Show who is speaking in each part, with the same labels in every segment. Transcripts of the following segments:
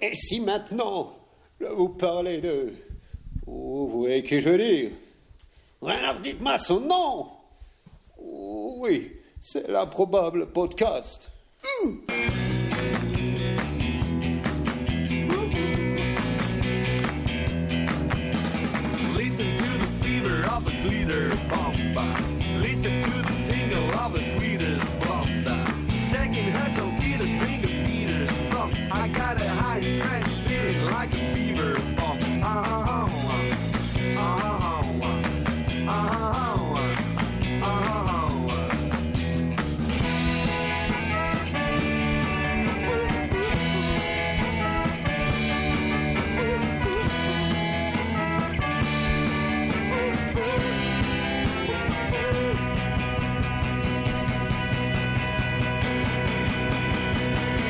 Speaker 1: Et si maintenant vous parlez de. Oh, vous voyez qui je dis Alors dites-moi son nom Oh, Oui, c'est l'improbable podcast.
Speaker 2: Listen to the fever of a glitter bomb. Listen to the tingle of a sweetest bomb. Shaking her to feel a drink of Peter's drum. I got a high stress feeling like a fever bomb. Uh-huh. Uh-huh. Uh-huh. Uh-huh.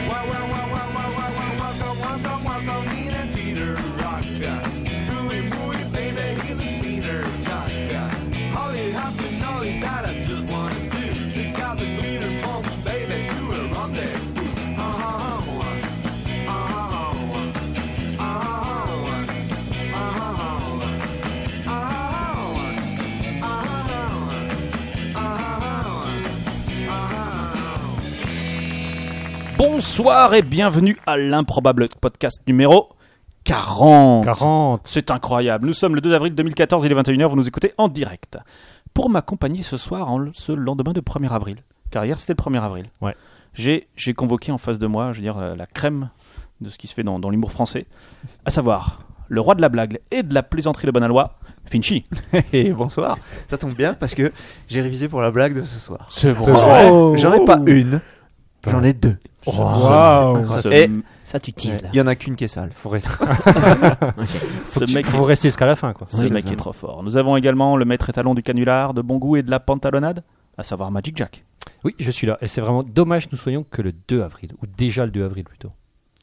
Speaker 2: Well, well, well, well, well, well, well, welcome, welcome, welcome, Nina Jeter Rock. Screwy Mooey, baby, he's a cedar jock. Holly Hopkins knows that I just want to do. Take out the glitter bomb, baby, to a rendezvous. Uh-huh, uh-huh, uh-huh, uh-huh, uh-huh, uh-huh, uh-huh, uh-huh, uh-huh.
Speaker 3: Bonsoir et bienvenue à l'improbable podcast numéro 40.
Speaker 4: 40.
Speaker 3: C'est incroyable. Nous sommes le 2 avril 2014, il est 21h, vous nous écoutez en direct. Pour m'accompagner ce soir, en ce lendemain de 1er avril, car hier c'était le 1er avril,
Speaker 4: Ouais.
Speaker 3: j'ai j'ai convoqué en face de moi, je veux dire, euh, la crème de ce qui se fait dans, dans l'humour français, à savoir le roi de la blague et de la plaisanterie de Banalois, Finchy.
Speaker 5: Et bonsoir. Ça tombe bien parce que j'ai révisé pour la blague de ce soir.
Speaker 4: C'est vrai.
Speaker 5: J'en ai pas une, j'en ai deux.
Speaker 4: Oh, Waouh.
Speaker 3: Ce,
Speaker 5: Et-
Speaker 6: Ça, tu
Speaker 5: Il
Speaker 6: teases là.
Speaker 5: y en a qu'une qui est sale.
Speaker 4: Faut rester,
Speaker 3: ce mec est
Speaker 4: faut rester jusqu'à la fin, quoi.
Speaker 3: Ce mec est trop fort. Nous avons également le maître étalon du canular, de bon goût et de la pantalonnade, à savoir Magic Jack.
Speaker 4: Oui, je suis là. Et c'est vraiment dommage que nous soyons que le 2 avril, ou déjà le 2 avril plutôt.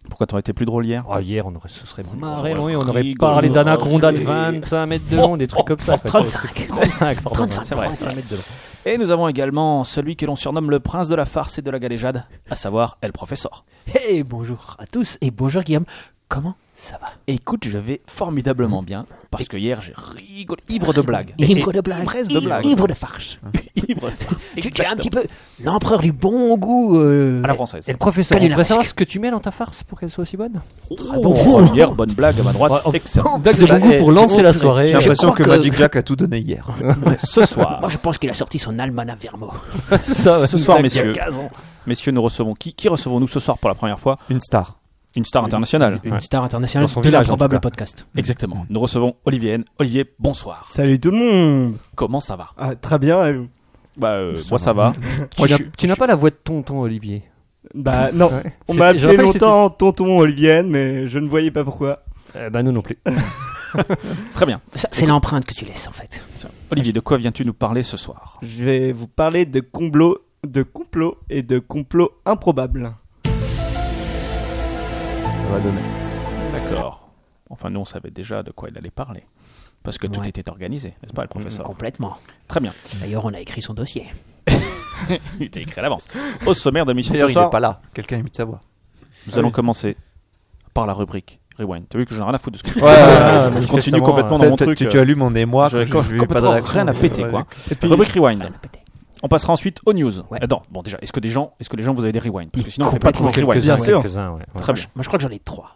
Speaker 3: Pourquoi t'aurais été plus drôle hier
Speaker 4: Ah, hier, on aurait, ce serait marré,
Speaker 3: aurait
Speaker 4: oui, on Oh, aurait
Speaker 3: rigolé.
Speaker 4: parlé d'anaconda de 25 mètres de long, des trucs comme ça. quoi.
Speaker 6: 35.
Speaker 4: 35, pardon.
Speaker 6: 35,
Speaker 3: c'est vrai.
Speaker 6: 35 mètres de long.
Speaker 3: Et nous avons également celui que l'on surnomme le prince de la farce et de la galéjade, à savoir El Professeur.
Speaker 6: Hey, bonjour à tous et bonjour Guillaume. Comment ça va
Speaker 3: Écoute, je vais formidablement bien, parce que hier j'ai rigolé, ivre de blagues. Hein.
Speaker 6: Ivre de blague.
Speaker 3: Ivresse de blague.
Speaker 6: Ivre de farce.
Speaker 3: Ivre de farce.
Speaker 6: Tu, tu es un petit peu l'empereur du bon goût. euh,
Speaker 3: À la française.
Speaker 4: Et le professeur,
Speaker 6: Quel est
Speaker 4: on
Speaker 6: la
Speaker 4: pourrait savoir
Speaker 6: risque
Speaker 4: ce que tu mets dans ta farce pour qu'elle soit aussi bonne
Speaker 3: Oh, première bonne blague à ma droite,
Speaker 4: Ouais,
Speaker 3: excellent.
Speaker 4: Dac de bon goût pour lancer la soirée.
Speaker 5: J'ai l'impression
Speaker 6: crois
Speaker 5: que,
Speaker 6: que-
Speaker 5: Magic Jack a tout donné hier.
Speaker 3: Ce soir,
Speaker 6: Moi, je pense qu'il a sorti son almanach Vermo.
Speaker 3: ce soir,
Speaker 4: Il y a
Speaker 3: messieurs,
Speaker 4: 15 ans.
Speaker 3: messieurs, nous recevons qui Qui recevons-nous ce soir pour la première fois
Speaker 5: Une star.
Speaker 3: Une star internationale.
Speaker 4: Ouais.
Speaker 6: star internationale
Speaker 4: Dans son village, en tout
Speaker 6: probable
Speaker 4: cas.
Speaker 6: podcast.
Speaker 3: Mm. Exactement. Nous recevons Olivier N. Olivier, bonsoir.
Speaker 7: Salut tout le monde
Speaker 3: Comment ça va
Speaker 7: ah, Très bien, et vous
Speaker 3: Bah, euh, moi ça va.
Speaker 4: Tu n'as- Tu n'as pas la voix de tonton, Olivier.
Speaker 7: Bah non,
Speaker 4: Ouais.
Speaker 7: on
Speaker 4: C'était-
Speaker 7: m'a
Speaker 4: je
Speaker 7: appelé
Speaker 4: rappelle que
Speaker 7: longtemps Tonton Olivienne, mais je ne voyais pas pourquoi.
Speaker 4: Eh ben, nous non plus.
Speaker 3: Très bien.
Speaker 6: Ça, C'est l'empreinte que tu laisses en fait.
Speaker 3: Olivier, de quoi viens-tu nous parler ce soir
Speaker 7: Je vais vous parler de complot, de complot et de complot improbable.
Speaker 3: D'accord. Enfin, nous, on savait déjà de quoi il allait parler. Parce que tout
Speaker 6: Ouais.
Speaker 3: était organisé, n'est-ce pas, le
Speaker 7: Mm,
Speaker 3: professeur
Speaker 6: Complètement.
Speaker 3: Très bien.
Speaker 6: D'ailleurs, on a écrit son dossier.
Speaker 3: Il était écrit à l'avance. Au sommaire de Michel
Speaker 5: D'ailleurs,
Speaker 3: ce
Speaker 5: il
Speaker 3: soir,
Speaker 5: est pas là. Quelqu'un imite sa voix.
Speaker 3: nous allons commencer par la rubrique Rewind. T'as vu que j'en ai rien à foutre de ce que
Speaker 5: Ouais, ouais, ouais,
Speaker 3: Je continue
Speaker 4: manifestement,
Speaker 3: complètement dans mon truc.
Speaker 5: Tu, tu as lu mon émoi.
Speaker 3: J'avais
Speaker 5: j'ai
Speaker 3: co-
Speaker 5: vu
Speaker 3: complètement
Speaker 5: réaction.
Speaker 3: rien à péter,
Speaker 5: Ouais,
Speaker 3: quoi.
Speaker 5: d'accord.
Speaker 3: Rubrique Rewind.
Speaker 6: Rien à péter.
Speaker 3: On passera ensuite aux news.
Speaker 6: Ouais.
Speaker 3: Attends, bon, déjà, est-ce que, des gens, est-ce que les gens, vous avez des rewinds Parce que sinon, on fait pas trop de
Speaker 4: Quelques-uns,
Speaker 3: rewind.
Speaker 7: Bien sûr.
Speaker 4: quelques-uns, ouais, ouais.
Speaker 3: Très bien.
Speaker 6: Moi, je- Moi, je crois que j'en ai trois.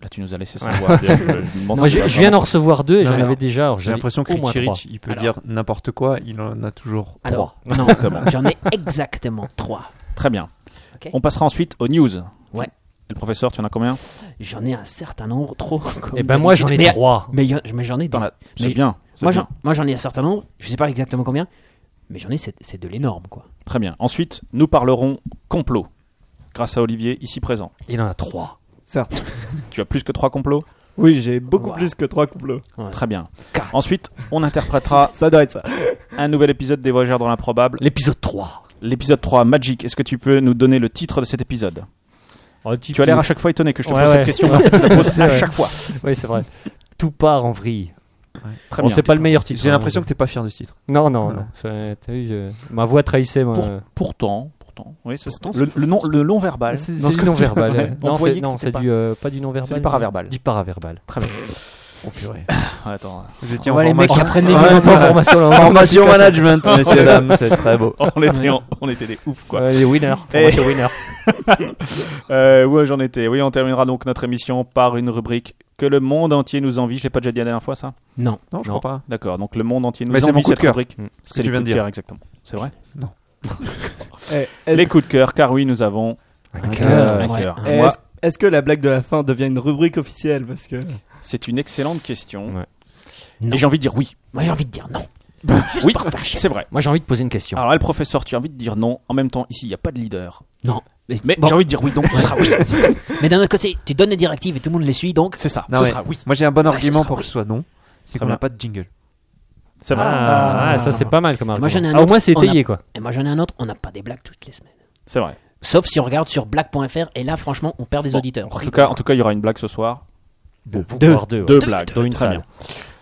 Speaker 3: Là, tu nous as laissé sans voix. Je- je- je me demande
Speaker 4: Moi,
Speaker 3: si
Speaker 4: je,
Speaker 3: tu
Speaker 4: je
Speaker 3: vas
Speaker 4: viens d'en recevoir deux et
Speaker 5: Non,
Speaker 4: j'en
Speaker 5: mais
Speaker 4: avais déjà. alors
Speaker 5: J'ai
Speaker 4: j'en ai
Speaker 5: l'impression que
Speaker 4: au moins trois.
Speaker 5: Richirich, il peut
Speaker 6: Alors.
Speaker 5: dire n'importe quoi. Il en a toujours
Speaker 6: Alors,
Speaker 5: trois.
Speaker 6: non,
Speaker 3: Exactement.
Speaker 6: j'en ai exactement trois.
Speaker 3: Très bien.
Speaker 6: Ok.
Speaker 3: On passera ensuite aux news.
Speaker 6: Ouais.
Speaker 3: Et le professeur, tu en as combien
Speaker 6: J'en ai un certain nombre trop. comme
Speaker 4: Eh ben moi j'en
Speaker 6: d'habitude.
Speaker 4: ai
Speaker 6: Mais-
Speaker 4: trois.
Speaker 6: Mais, y en- mais j'en ai
Speaker 3: T'en
Speaker 6: des-
Speaker 3: as- C'est
Speaker 6: mais-
Speaker 3: bien. c'est
Speaker 6: Moi
Speaker 3: bien.
Speaker 6: j'en, moi j'en ai un certain nombre, je sais pas exactement combien, mais j'en ai, c'est, c'est de l'énorme quoi.
Speaker 3: Très bien. Ensuite, nous parlerons complot. Grâce à Olivier, ici présent.
Speaker 4: Il en a trois.
Speaker 7: Certes.
Speaker 3: Tu as plus que trois complots
Speaker 7: Oui, j'ai beaucoup
Speaker 6: Wow.
Speaker 7: plus que trois complots.
Speaker 3: Très bien.
Speaker 6: Quatre.
Speaker 3: Ensuite, on interprétera
Speaker 7: Ça doit être ça.
Speaker 3: un nouvel épisode des Voyageurs dans l'improbable.
Speaker 4: L'épisode 3.
Speaker 3: L'épisode 3, Magic. Est-ce que tu peux nous donner le titre de cet épisode Tu as l'air à chaque fois étonné que je te
Speaker 4: Ouais,
Speaker 3: pose
Speaker 4: ouais.
Speaker 3: cette question. Je te la pose à
Speaker 4: Ouais.
Speaker 3: chaque fois.
Speaker 4: Oui, c'est vrai. Tout part en vrille.
Speaker 3: Très
Speaker 4: Bon,
Speaker 3: bien.
Speaker 4: c'est pas le meilleur titre.
Speaker 5: J'ai
Speaker 4: hein.
Speaker 5: l'impression que t'es pas fier du titre.
Speaker 4: Non, non,
Speaker 5: Voilà.
Speaker 4: non. C'est- T'as vu, je- ma voix trahissait ma.
Speaker 3: Pour- pourtant, pourtant. Oui, ça, c'est
Speaker 4: Pourtant,
Speaker 3: le, le non, le non verbal.
Speaker 4: C'est
Speaker 3: Dans
Speaker 4: c'est
Speaker 3: ce
Speaker 4: du
Speaker 3: que tu-
Speaker 4: non-verbal.
Speaker 3: Ouais, on
Speaker 4: Non,
Speaker 3: voyait
Speaker 4: c'est
Speaker 3: que
Speaker 4: non,
Speaker 3: t'étais
Speaker 4: c'est
Speaker 3: pas-
Speaker 4: du, euh, pas du non-verbal.
Speaker 3: C'est du paraverbal.
Speaker 4: Du paraverbal.
Speaker 3: Très bien.
Speaker 4: Oh purée.
Speaker 3: Attends,
Speaker 5: Vous étiez
Speaker 6: On voit les mecs qui apprennent des
Speaker 4: En même
Speaker 6: minutes.
Speaker 4: temps, formation, en
Speaker 5: Formation
Speaker 4: formation,
Speaker 5: management, messieurs, dames, c'est très beau.
Speaker 3: on était, en- on était des ouf quoi.
Speaker 4: Ouais, les winners. Formation winner.
Speaker 3: Euh, ouais, j'en étais. Oui, on terminera donc notre émission par une rubrique que le monde entier nous envie. J'ai pas déjà dit la dernière fois ça.
Speaker 6: Non.
Speaker 5: Non, je
Speaker 4: Non.
Speaker 5: crois pas.
Speaker 3: D'accord. Donc le monde entier nous
Speaker 5: Mais c'est
Speaker 3: envie
Speaker 5: mon coup de
Speaker 3: cette
Speaker 5: cœur.
Speaker 3: rubrique.
Speaker 4: Mm.
Speaker 5: que
Speaker 3: C'est
Speaker 5: tu
Speaker 3: les coups
Speaker 5: viens
Speaker 3: de
Speaker 5: de dire.
Speaker 3: cœur exactement. C'est vrai.
Speaker 7: Eh, est-
Speaker 3: Les coups de cœur, car oui, nous avons
Speaker 4: Un
Speaker 6: cœur.
Speaker 4: cœur.
Speaker 3: un
Speaker 6: ouais.
Speaker 3: cœur.
Speaker 7: eh,
Speaker 3: Moi,
Speaker 7: est-ce- Est-ce que la blague de la fin devient une rubrique officielle Parce que.
Speaker 3: c'est une excellente question.
Speaker 4: Ouais.
Speaker 6: Non.
Speaker 3: Et j'ai envie de dire oui.
Speaker 6: Moi, j'ai envie de dire non. Juste
Speaker 3: Bah, Oui,
Speaker 6: pour faire chier.
Speaker 3: c'est vrai.
Speaker 4: Moi, j'ai envie de poser une question.
Speaker 3: Alors là, le professeur, tu as envie de dire non. En même temps, ici, il n'y a pas de leader. Mais
Speaker 6: Bon,
Speaker 3: j'ai envie de dire oui, donc ce sera oui.
Speaker 6: Mais d'un autre côté, tu donnes les directives et tout le monde les suit, donc
Speaker 3: C'est ça.
Speaker 5: Non,
Speaker 3: ce
Speaker 5: mais-
Speaker 3: sera oui.
Speaker 5: Moi, j'ai un bon
Speaker 6: Ouais,
Speaker 5: argument
Speaker 6: ce sera
Speaker 5: pour
Speaker 6: oui.
Speaker 5: que ce soit non.
Speaker 3: Très
Speaker 5: C'est qu'on n'a
Speaker 3: bien.
Speaker 5: pas de jingle.
Speaker 3: C'est vrai.
Speaker 4: Ah, ça c'est pas mal comme argument.
Speaker 6: Moi, j'en ai un
Speaker 4: Ah, au
Speaker 6: autre.
Speaker 4: moins c'est
Speaker 6: On a-
Speaker 4: étayé quoi.
Speaker 6: Et moi j'en ai un autre, on n'a pas des blagues toutes les semaines.
Speaker 3: C'est vrai.
Speaker 6: Sauf si on regarde sur black.fr et là franchement on perd des
Speaker 3: Bon,
Speaker 6: auditeurs.
Speaker 3: En tout cas, en tout cas, il y aura une blague ce soir. Euh,
Speaker 4: Deux,
Speaker 6: Deux.
Speaker 4: voire deux. ouais.
Speaker 3: Deux blagues,
Speaker 4: Dans une
Speaker 3: très
Speaker 4: salle.
Speaker 3: bien.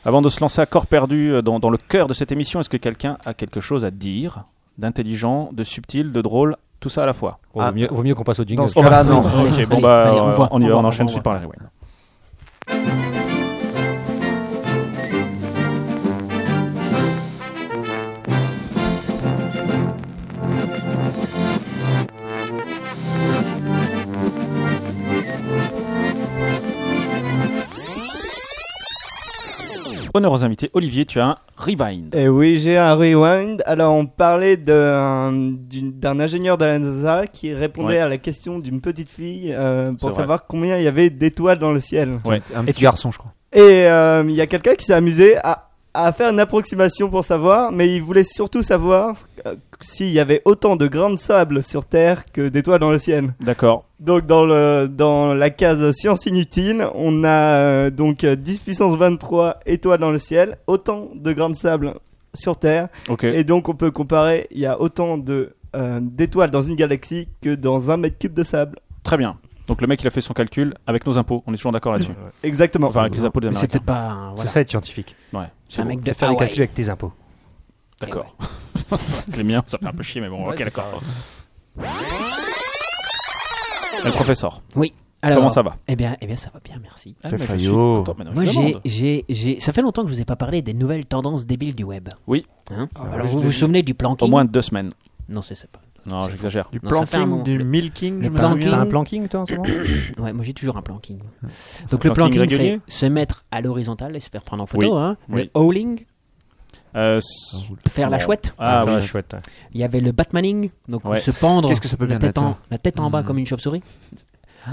Speaker 3: Avant de se lancer à corps perdu euh, dans, dans le cœur de cette émission, est-ce que quelqu'un a quelque chose à dire D'intelligent, de subtil, de drôle, tout ça à la fois.
Speaker 4: Oh, vaut mieux, vaut mieux qu'on passe au jingle.
Speaker 5: Dans ce cas-là, non.
Speaker 3: Ok, bon bah,
Speaker 6: allez, allez,
Speaker 3: euh,
Speaker 6: on
Speaker 3: on,
Speaker 6: voit,
Speaker 3: y
Speaker 6: on
Speaker 3: va,
Speaker 6: voit,
Speaker 3: on
Speaker 6: on
Speaker 3: enchaîne
Speaker 6: voit,
Speaker 3: suite
Speaker 6: on
Speaker 3: par les rewind. Honneur aux invités, Olivier, tu as un rewind.
Speaker 7: Eh oui, j'ai un rewind. Alors, on parlait d'un d'une- d'un ingénieur de la NASA qui répondait
Speaker 3: Ouais.
Speaker 7: à la question d'une petite fille euh, pour
Speaker 3: vrai.
Speaker 7: savoir combien il y avait d'étoiles dans le ciel.
Speaker 3: Ouais.
Speaker 5: Un petit garçon, je crois.
Speaker 7: Et euh, il y a quelqu'un qui s'est amusé à, à faire une approximation pour savoir, mais il voulait surtout savoir euh, s'il y avait autant de grains de sable sur Terre que d'étoiles dans le ciel.
Speaker 3: D'accord.
Speaker 7: Donc dans, le, dans la case science inutile, on a euh, donc euh, 10 puissance 23 étoiles dans le ciel, autant de grains de sable sur Terre,
Speaker 3: Ok.
Speaker 7: et donc on peut comparer, il y a autant de euh, d'étoiles dans une galaxie que dans un mètre cube de sable.
Speaker 3: Très bien. Donc le mec, il a fait son calcul avec nos impôts. On est toujours d'accord là-dessus.
Speaker 7: Exactement.
Speaker 3: Enfin, avec les impôts des
Speaker 6: Mais c'est
Speaker 3: Américains.
Speaker 6: peut-être pas un,
Speaker 4: C'est
Speaker 6: voilà,
Speaker 4: ça être scientifique.
Speaker 3: Ouais. C'est
Speaker 6: un
Speaker 3: bon.
Speaker 6: mec de
Speaker 4: De faire des
Speaker 6: Hawaï.
Speaker 4: calculs avec tes impôts.
Speaker 3: D'accord. Eh les miens, ça fait un peu chier, mais bon, ok,
Speaker 4: Ouais, c'est
Speaker 3: d'accord. Le professeur,
Speaker 6: Alors,
Speaker 3: comment ça va
Speaker 6: Eh bien, eh bien ça va bien, merci.
Speaker 3: Ah,
Speaker 5: Quel
Speaker 3: mais je
Speaker 5: faillot.
Speaker 3: suis content, mais non,
Speaker 6: Moi
Speaker 3: Ah, je
Speaker 6: j'ai,
Speaker 3: demande.
Speaker 6: j'ai, j'ai- ça fait longtemps que je vous ai pas parlé des nouvelles tendances débiles du web.
Speaker 3: Oui.
Speaker 6: Hein
Speaker 5: Ah,
Speaker 7: ouais,
Speaker 5: bah
Speaker 6: Alors
Speaker 7: je
Speaker 6: vous
Speaker 7: l'ai
Speaker 6: vous
Speaker 7: vu.
Speaker 6: souvenez du planking
Speaker 3: Au moins deux semaines.
Speaker 6: Non, c'est, c'est pas.
Speaker 3: Non, j'exagère.
Speaker 5: Du
Speaker 6: Non, ça fait un
Speaker 5: planking,
Speaker 6: moment.
Speaker 5: du
Speaker 6: Le-
Speaker 5: milking,
Speaker 6: le
Speaker 5: je me
Speaker 6: planking.
Speaker 4: T'as
Speaker 5: souviens.
Speaker 4: un planking toi en ce moment
Speaker 6: Ouais, moi j'ai toujours un planking.
Speaker 5: Ah.
Speaker 6: Donc le
Speaker 3: planking
Speaker 6: planking,
Speaker 3: régulier
Speaker 6: c'est se mettre à l'horizontale et se faire prendre en photo.
Speaker 3: Oui.
Speaker 6: Hein.
Speaker 3: Oui.
Speaker 6: Le howling,
Speaker 3: Euh, s-
Speaker 6: faire la
Speaker 3: Bon.
Speaker 6: chouette.
Speaker 3: Ah
Speaker 4: ouais,
Speaker 3: oui.
Speaker 4: chouette. ouais.
Speaker 6: Il y avait le Batmaning, donc
Speaker 3: Ouais. Hmm.
Speaker 6: se pendre
Speaker 5: Qu'est-ce que ça peut
Speaker 6: la,
Speaker 5: bien
Speaker 6: tête
Speaker 5: être,
Speaker 6: en,
Speaker 5: ça
Speaker 6: la tête en bas comme une chauve-souris.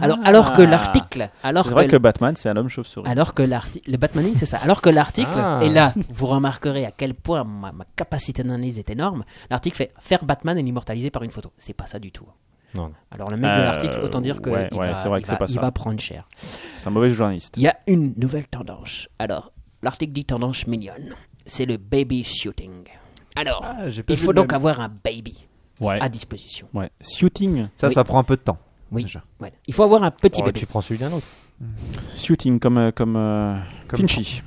Speaker 6: Alors,
Speaker 3: Ah.
Speaker 6: alors que l'article, alors
Speaker 3: C'est vrai
Speaker 6: que-
Speaker 3: que Batman, c'est un homme chauve-souris.
Speaker 6: alors que l'article, le Batmaning, c'est ça. Alors que l'article,
Speaker 4: Ah.
Speaker 6: et là, vous remarquerez à quel point ma, ma capacité d'analyse est énorme. L'article fait faire Batman et l'immortaliser par une photo. C'est pas ça du tout.
Speaker 4: Non, non.
Speaker 6: Alors le mec de
Speaker 3: Euh,
Speaker 6: l'article, autant dire que
Speaker 3: ouais,
Speaker 6: il
Speaker 3: ouais,
Speaker 6: va-
Speaker 3: c'est vrai
Speaker 6: il
Speaker 3: que c'est
Speaker 6: va-
Speaker 3: pas
Speaker 6: il
Speaker 3: ça.
Speaker 6: va prendre cher.
Speaker 3: C'est un mauvais journaliste.
Speaker 6: Il y a une nouvelle tendance. Alors, l'article dit tendance mignonne. C'est le baby shooting. Alors,
Speaker 7: Ah, j'ai pas
Speaker 6: il
Speaker 7: vu
Speaker 6: faut
Speaker 7: le
Speaker 6: donc
Speaker 7: même.
Speaker 6: avoir un baby
Speaker 3: Ouais.
Speaker 6: à disposition.
Speaker 3: Ouais. Shooting.
Speaker 5: Ça,
Speaker 6: Oui.
Speaker 5: ça prend un peu de temps.
Speaker 6: Oui.
Speaker 5: Déjà.
Speaker 6: voilà. Il faut avoir un petit
Speaker 4: Oh,
Speaker 6: bébé.
Speaker 4: tu prends celui d'un autre.
Speaker 3: Shooting comme euh, comme, euh,
Speaker 5: Comme-
Speaker 3: Finchy.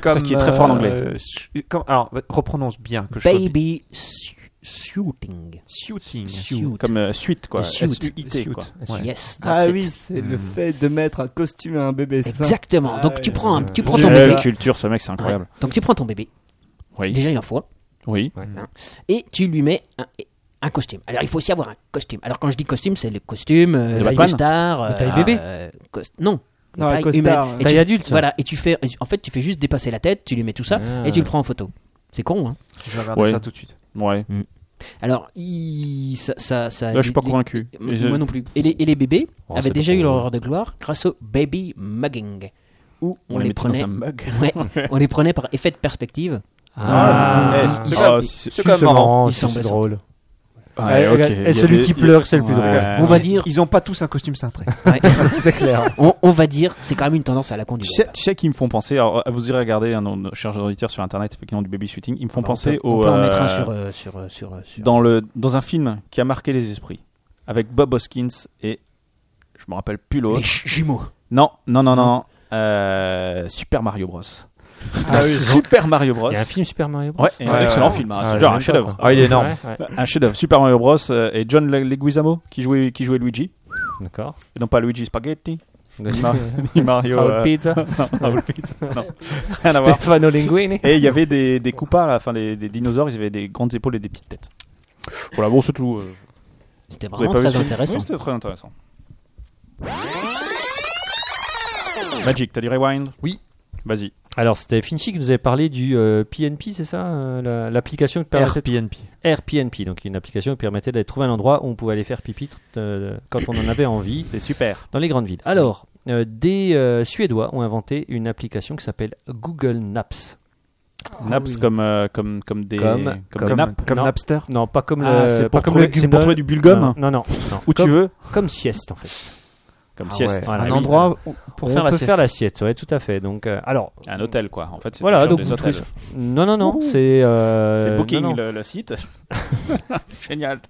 Speaker 5: Comme,
Speaker 3: qui est très fort en
Speaker 5: euh,
Speaker 3: anglais.
Speaker 5: su- comme- alors, reprenons bien que je sois-
Speaker 6: Baby su- shooting.
Speaker 5: Shooting.
Speaker 6: Suit.
Speaker 3: Comme euh, suite quoi.
Speaker 6: Suit.
Speaker 3: S-U-I-T, quoi.
Speaker 5: Suit. Ouais.
Speaker 6: Yes, that's
Speaker 7: Ah
Speaker 6: it. Hmm.
Speaker 7: oui, c'est le fait de mettre un costume à un bébé, c'est ça
Speaker 6: Exactement.
Speaker 7: Ah
Speaker 6: donc
Speaker 7: oui,
Speaker 6: tu prends, un-
Speaker 4: c'est-
Speaker 6: tu prends ton
Speaker 3: Quelle
Speaker 6: bébé.
Speaker 3: culture, ce mec, c'est incroyable.
Speaker 6: Ouais. Donc tu prends ton bébé.
Speaker 3: Oui.
Speaker 6: Déjà il en faut un.
Speaker 3: Oui.
Speaker 6: Et tu lui mets un, un costume. Alors il faut aussi avoir un costume. Alors quand je dis costume, c'est le costume, euh,
Speaker 3: De
Speaker 6: la
Speaker 3: Batman
Speaker 6: costard, euh,
Speaker 4: taille bébé
Speaker 6: euh, cos- Non.
Speaker 7: Non,
Speaker 6: Taille
Speaker 7: un costard,
Speaker 6: humaine.
Speaker 7: ouais.
Speaker 6: Et
Speaker 4: Taille
Speaker 6: tu-
Speaker 4: adulte.
Speaker 6: Voilà, et tu fais. et tu- En fait, tu fais juste dépasser la tête, tu lui mets tout ça,
Speaker 4: Ah.
Speaker 6: et tu le prends en photo. C'est con, hein
Speaker 5: Je vais regarder
Speaker 3: Ouais.
Speaker 5: ça tout de suite.
Speaker 3: Ouais.
Speaker 6: Alors, il- ça. ça, ça-
Speaker 3: Là, je suis pas
Speaker 6: les-
Speaker 3: convaincu.
Speaker 6: Moi
Speaker 3: Et je-
Speaker 6: non plus. Et les, et les bébés
Speaker 4: Oh, c'est
Speaker 6: avaient
Speaker 4: pas
Speaker 6: déjà eu
Speaker 4: pour
Speaker 6: leur
Speaker 4: moi.
Speaker 6: heure de gloire grâce au baby mugging, où on, les,
Speaker 3: mettait
Speaker 6: prenait,
Speaker 3: dans un mug.
Speaker 6: ouais, on les prenait par effet de perspective.
Speaker 4: Ah,
Speaker 5: eh, c'est
Speaker 6: Ils-
Speaker 5: quand
Speaker 3: Ah,
Speaker 5: même-
Speaker 3: si,
Speaker 5: c'est
Speaker 4: Si,
Speaker 5: quand même marrant.
Speaker 6: Il
Speaker 4: si,
Speaker 6: semble
Speaker 4: c'est
Speaker 6: ça.
Speaker 4: drôle.
Speaker 3: Ouais,
Speaker 4: Et-
Speaker 3: Ah, ok.
Speaker 4: et-
Speaker 3: Il y
Speaker 4: Et
Speaker 3: a
Speaker 4: celui
Speaker 3: des-
Speaker 4: qui
Speaker 3: il y a-
Speaker 4: pleure, c'est le plus drôle.
Speaker 3: Ouais.
Speaker 6: on va dire,
Speaker 5: Ils ont pas tous un costume cintré.
Speaker 6: ouais,
Speaker 4: C'est clair.
Speaker 6: on, on va dire, c'est quand même une tendance à la conduite.
Speaker 3: Tu sais, tu sais qu'ils me font penser, alors, euh, vous irez regarder un nos chers auditeurs sur internet, effectivement, du baby shooting, ils me font penser
Speaker 6: Ah, on
Speaker 3: au.
Speaker 6: peut en mettre un
Speaker 3: euh,
Speaker 6: sur, euh, sur, euh, sur, euh, sur-
Speaker 3: dans, le, dans un film qui a marqué les esprits, avec Bob Hoskins et. Je me rappelle plus
Speaker 6: les
Speaker 3: l'autre.
Speaker 6: ch- jumeaux.
Speaker 3: Non, non, non, non. euh, Super Mario Bros.
Speaker 7: Ah oui.
Speaker 3: Super Mario Bros.
Speaker 4: Il y a un film Super Mario Bros.
Speaker 3: Ouais, et un
Speaker 5: Ouais,
Speaker 3: excellent
Speaker 5: ouais.
Speaker 3: film, hein.
Speaker 5: Ah,
Speaker 3: c'est
Speaker 5: j'ai
Speaker 3: genre un
Speaker 4: même pas,
Speaker 3: chef-d'œuvre.
Speaker 4: quoi.
Speaker 5: Ah, il est énorme.
Speaker 4: Ouais, ouais.
Speaker 3: Un chef-d'œuvre. Super Mario Bros. euh, et John Le- Leguizamo qui jouait, qui jouait Luigi.
Speaker 4: D'accord.
Speaker 3: Et non pas Luigi Spaghetti, ni, Mar- ni Mario.
Speaker 4: Raoul
Speaker 3: euh,
Speaker 4: Pizza,
Speaker 3: non, Raoul Pizza, non. Rien à voir.
Speaker 4: Stefano Linguini.
Speaker 3: Et il y avait des, des coupas, là, enfin des, des dinosaures, ils avaient des grandes épaules et des petites têtes. Voilà, bon, c'est tout. euh,
Speaker 6: C'était
Speaker 3: vous avez
Speaker 6: vraiment
Speaker 3: pas vu
Speaker 6: très
Speaker 3: ce film
Speaker 6: intéressant.
Speaker 3: Oui, c'était très intéressant. Magic, t'as dit rewind
Speaker 4: Oui.
Speaker 3: Vas-y.
Speaker 4: Alors, c'était Finchy qui nous avait parlé du euh, PNP, c'est ça euh, la- L'application qui permettait
Speaker 5: RPNP.
Speaker 4: RPNP, donc une application qui permettait d'aller trouver un endroit où on pouvait aller faire pipi euh, quand on en avait envie
Speaker 3: C'est super.
Speaker 4: dans les grandes villes. Alors, euh, des euh, Suédois ont inventé une application qui s'appelle Google Naps.
Speaker 3: Naps comme, euh, comme, comme des.
Speaker 4: Comme-
Speaker 3: des nappes.
Speaker 4: Non.
Speaker 5: Napster.
Speaker 4: Non, pas comme
Speaker 3: Ah,
Speaker 4: le,
Speaker 3: c'est
Speaker 4: pas
Speaker 3: pour,
Speaker 4: comme
Speaker 3: trouver-
Speaker 4: le
Speaker 3: c'est pour
Speaker 4: Gumdall.
Speaker 3: trouver du bulgum
Speaker 4: Non, non, non.
Speaker 3: où
Speaker 4: Comme-
Speaker 3: tu veux,
Speaker 4: Comme sieste en fait.
Speaker 3: comme
Speaker 5: Ah
Speaker 3: sieste.
Speaker 5: ouais.
Speaker 4: Voilà,
Speaker 5: un
Speaker 4: oui.
Speaker 5: endroit où- pour
Speaker 4: on
Speaker 5: faire la
Speaker 4: peut
Speaker 5: sieste.
Speaker 4: faire la sieste, ouais, tout à fait. Donc, euh, alors,
Speaker 3: Un hôtel, quoi. En fait, c'est
Speaker 4: Voilà,
Speaker 3: toujours
Speaker 4: donc
Speaker 3: des
Speaker 4: vous
Speaker 3: hôtels.
Speaker 4: trouvez- non, non, non, c'est euh,
Speaker 3: C'est Booking,
Speaker 4: non, non.
Speaker 3: Le, le site. Génial.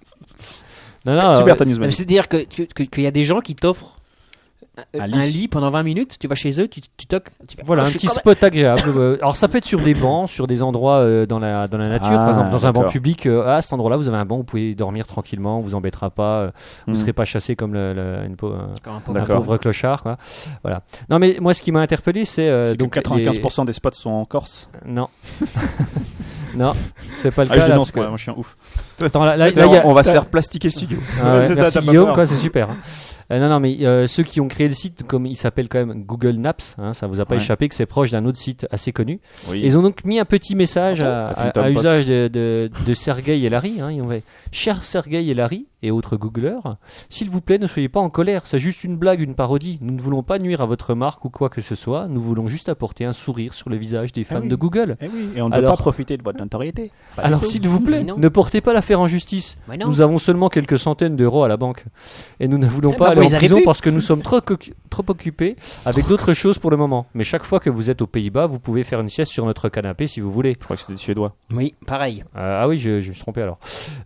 Speaker 4: Non, non,
Speaker 3: super,
Speaker 4: euh,
Speaker 3: ta newsman.
Speaker 6: C'est-à-dire que- que- que- qu'il y a des gens qui t'offrent
Speaker 3: Un
Speaker 6: un, un
Speaker 3: lit.
Speaker 6: lit pendant 20 minutes, tu vas chez eux, tu, tu toques. tu fais,
Speaker 4: Voilà, un
Speaker 6: oh, je suis
Speaker 4: petit
Speaker 6: quand même-
Speaker 4: spot agréable. Euh, Alors, ça peut être sur des bancs, sur des endroits euh, dans, la, dans la nature,
Speaker 3: Ah,
Speaker 4: par exemple, dans un banc
Speaker 3: d'accord.
Speaker 4: public. euh, ah, à cet endroit-là, vous avez un banc, vous pouvez dormir tranquillement, on vous embêtera pas, euh, vous
Speaker 3: Mm.
Speaker 4: serez pas chassé comme le, le- une pau- un-
Speaker 6: Quand un
Speaker 4: un
Speaker 6: pauvre-
Speaker 3: D'accord.
Speaker 4: pauvre clochard. Quoi. Voilà. Non, mais moi, ce qui m'a interpellé, c'est. euh,
Speaker 3: C'est que
Speaker 4: donc, les-
Speaker 3: 95% des spots sont en Corse.
Speaker 4: Non. non, c'est pas le
Speaker 3: Ah,
Speaker 4: cas.
Speaker 3: je
Speaker 4: là,
Speaker 3: dénonce,
Speaker 4: parce que-
Speaker 3: quoi. Moi, je suis un ouf.
Speaker 4: Attends, là, là-
Speaker 5: Là,
Speaker 4: là, il y a-
Speaker 5: on, on va se faire plastiquer le studio.
Speaker 4: Ah ouais,
Speaker 7: C'est ça,
Speaker 4: merci
Speaker 7: t'as pas
Speaker 4: Guillaume,
Speaker 7: peur.
Speaker 4: quoi, c'est super. hein. Euh, non, non, mais euh, ceux qui ont créé le site, comme il s'appelle quand même Google Naps, hein, ça vous a pas
Speaker 3: Ouais.
Speaker 4: échappé que c'est proche d'un autre site assez connu.
Speaker 3: Oui.
Speaker 4: Et Ils ont donc mis un petit message à,
Speaker 3: Oh,
Speaker 4: à-
Speaker 3: Huffington
Speaker 4: à
Speaker 3: Post.
Speaker 4: usage de, de, de Sergueï et Larry. Hein, ils ont fait, Cher Sergueï et Larry et autres googleurs, s'il vous plaît, ne soyez pas en colère. C'est juste une blague, une parodie. Nous ne voulons pas nuire à votre marque ou quoi que ce soit. Nous voulons juste apporter un sourire sur le visage des fans
Speaker 3: oui.
Speaker 4: de Google.
Speaker 3: Eh oui, et on ne doit
Speaker 4: Alors-
Speaker 3: pas profiter de votre notoriété. Pas du
Speaker 4: Alors
Speaker 3: tout.
Speaker 4: s'il vous plaît,
Speaker 6: Mais non.
Speaker 4: ne portez pas l'affaire en justice.
Speaker 6: Mais non.
Speaker 4: Nous avons seulement quelques centaines d'euros à la banque. Et nous ne voulons
Speaker 6: Eh
Speaker 4: pas
Speaker 6: ben,
Speaker 4: aller
Speaker 6: vous les
Speaker 4: en
Speaker 6: avez
Speaker 4: prison
Speaker 6: vus.
Speaker 4: parce que nous sommes trop, occu- trop occupés avec d'autres choses pour le moment. Mais chaque fois que vous êtes aux Pays-Bas, vous pouvez faire une sieste sur notre canapé si vous voulez.
Speaker 3: Je crois que c'était des Suédois.
Speaker 6: Oui, pareil.
Speaker 4: Euh, ah oui, je, je me suis trompé alors.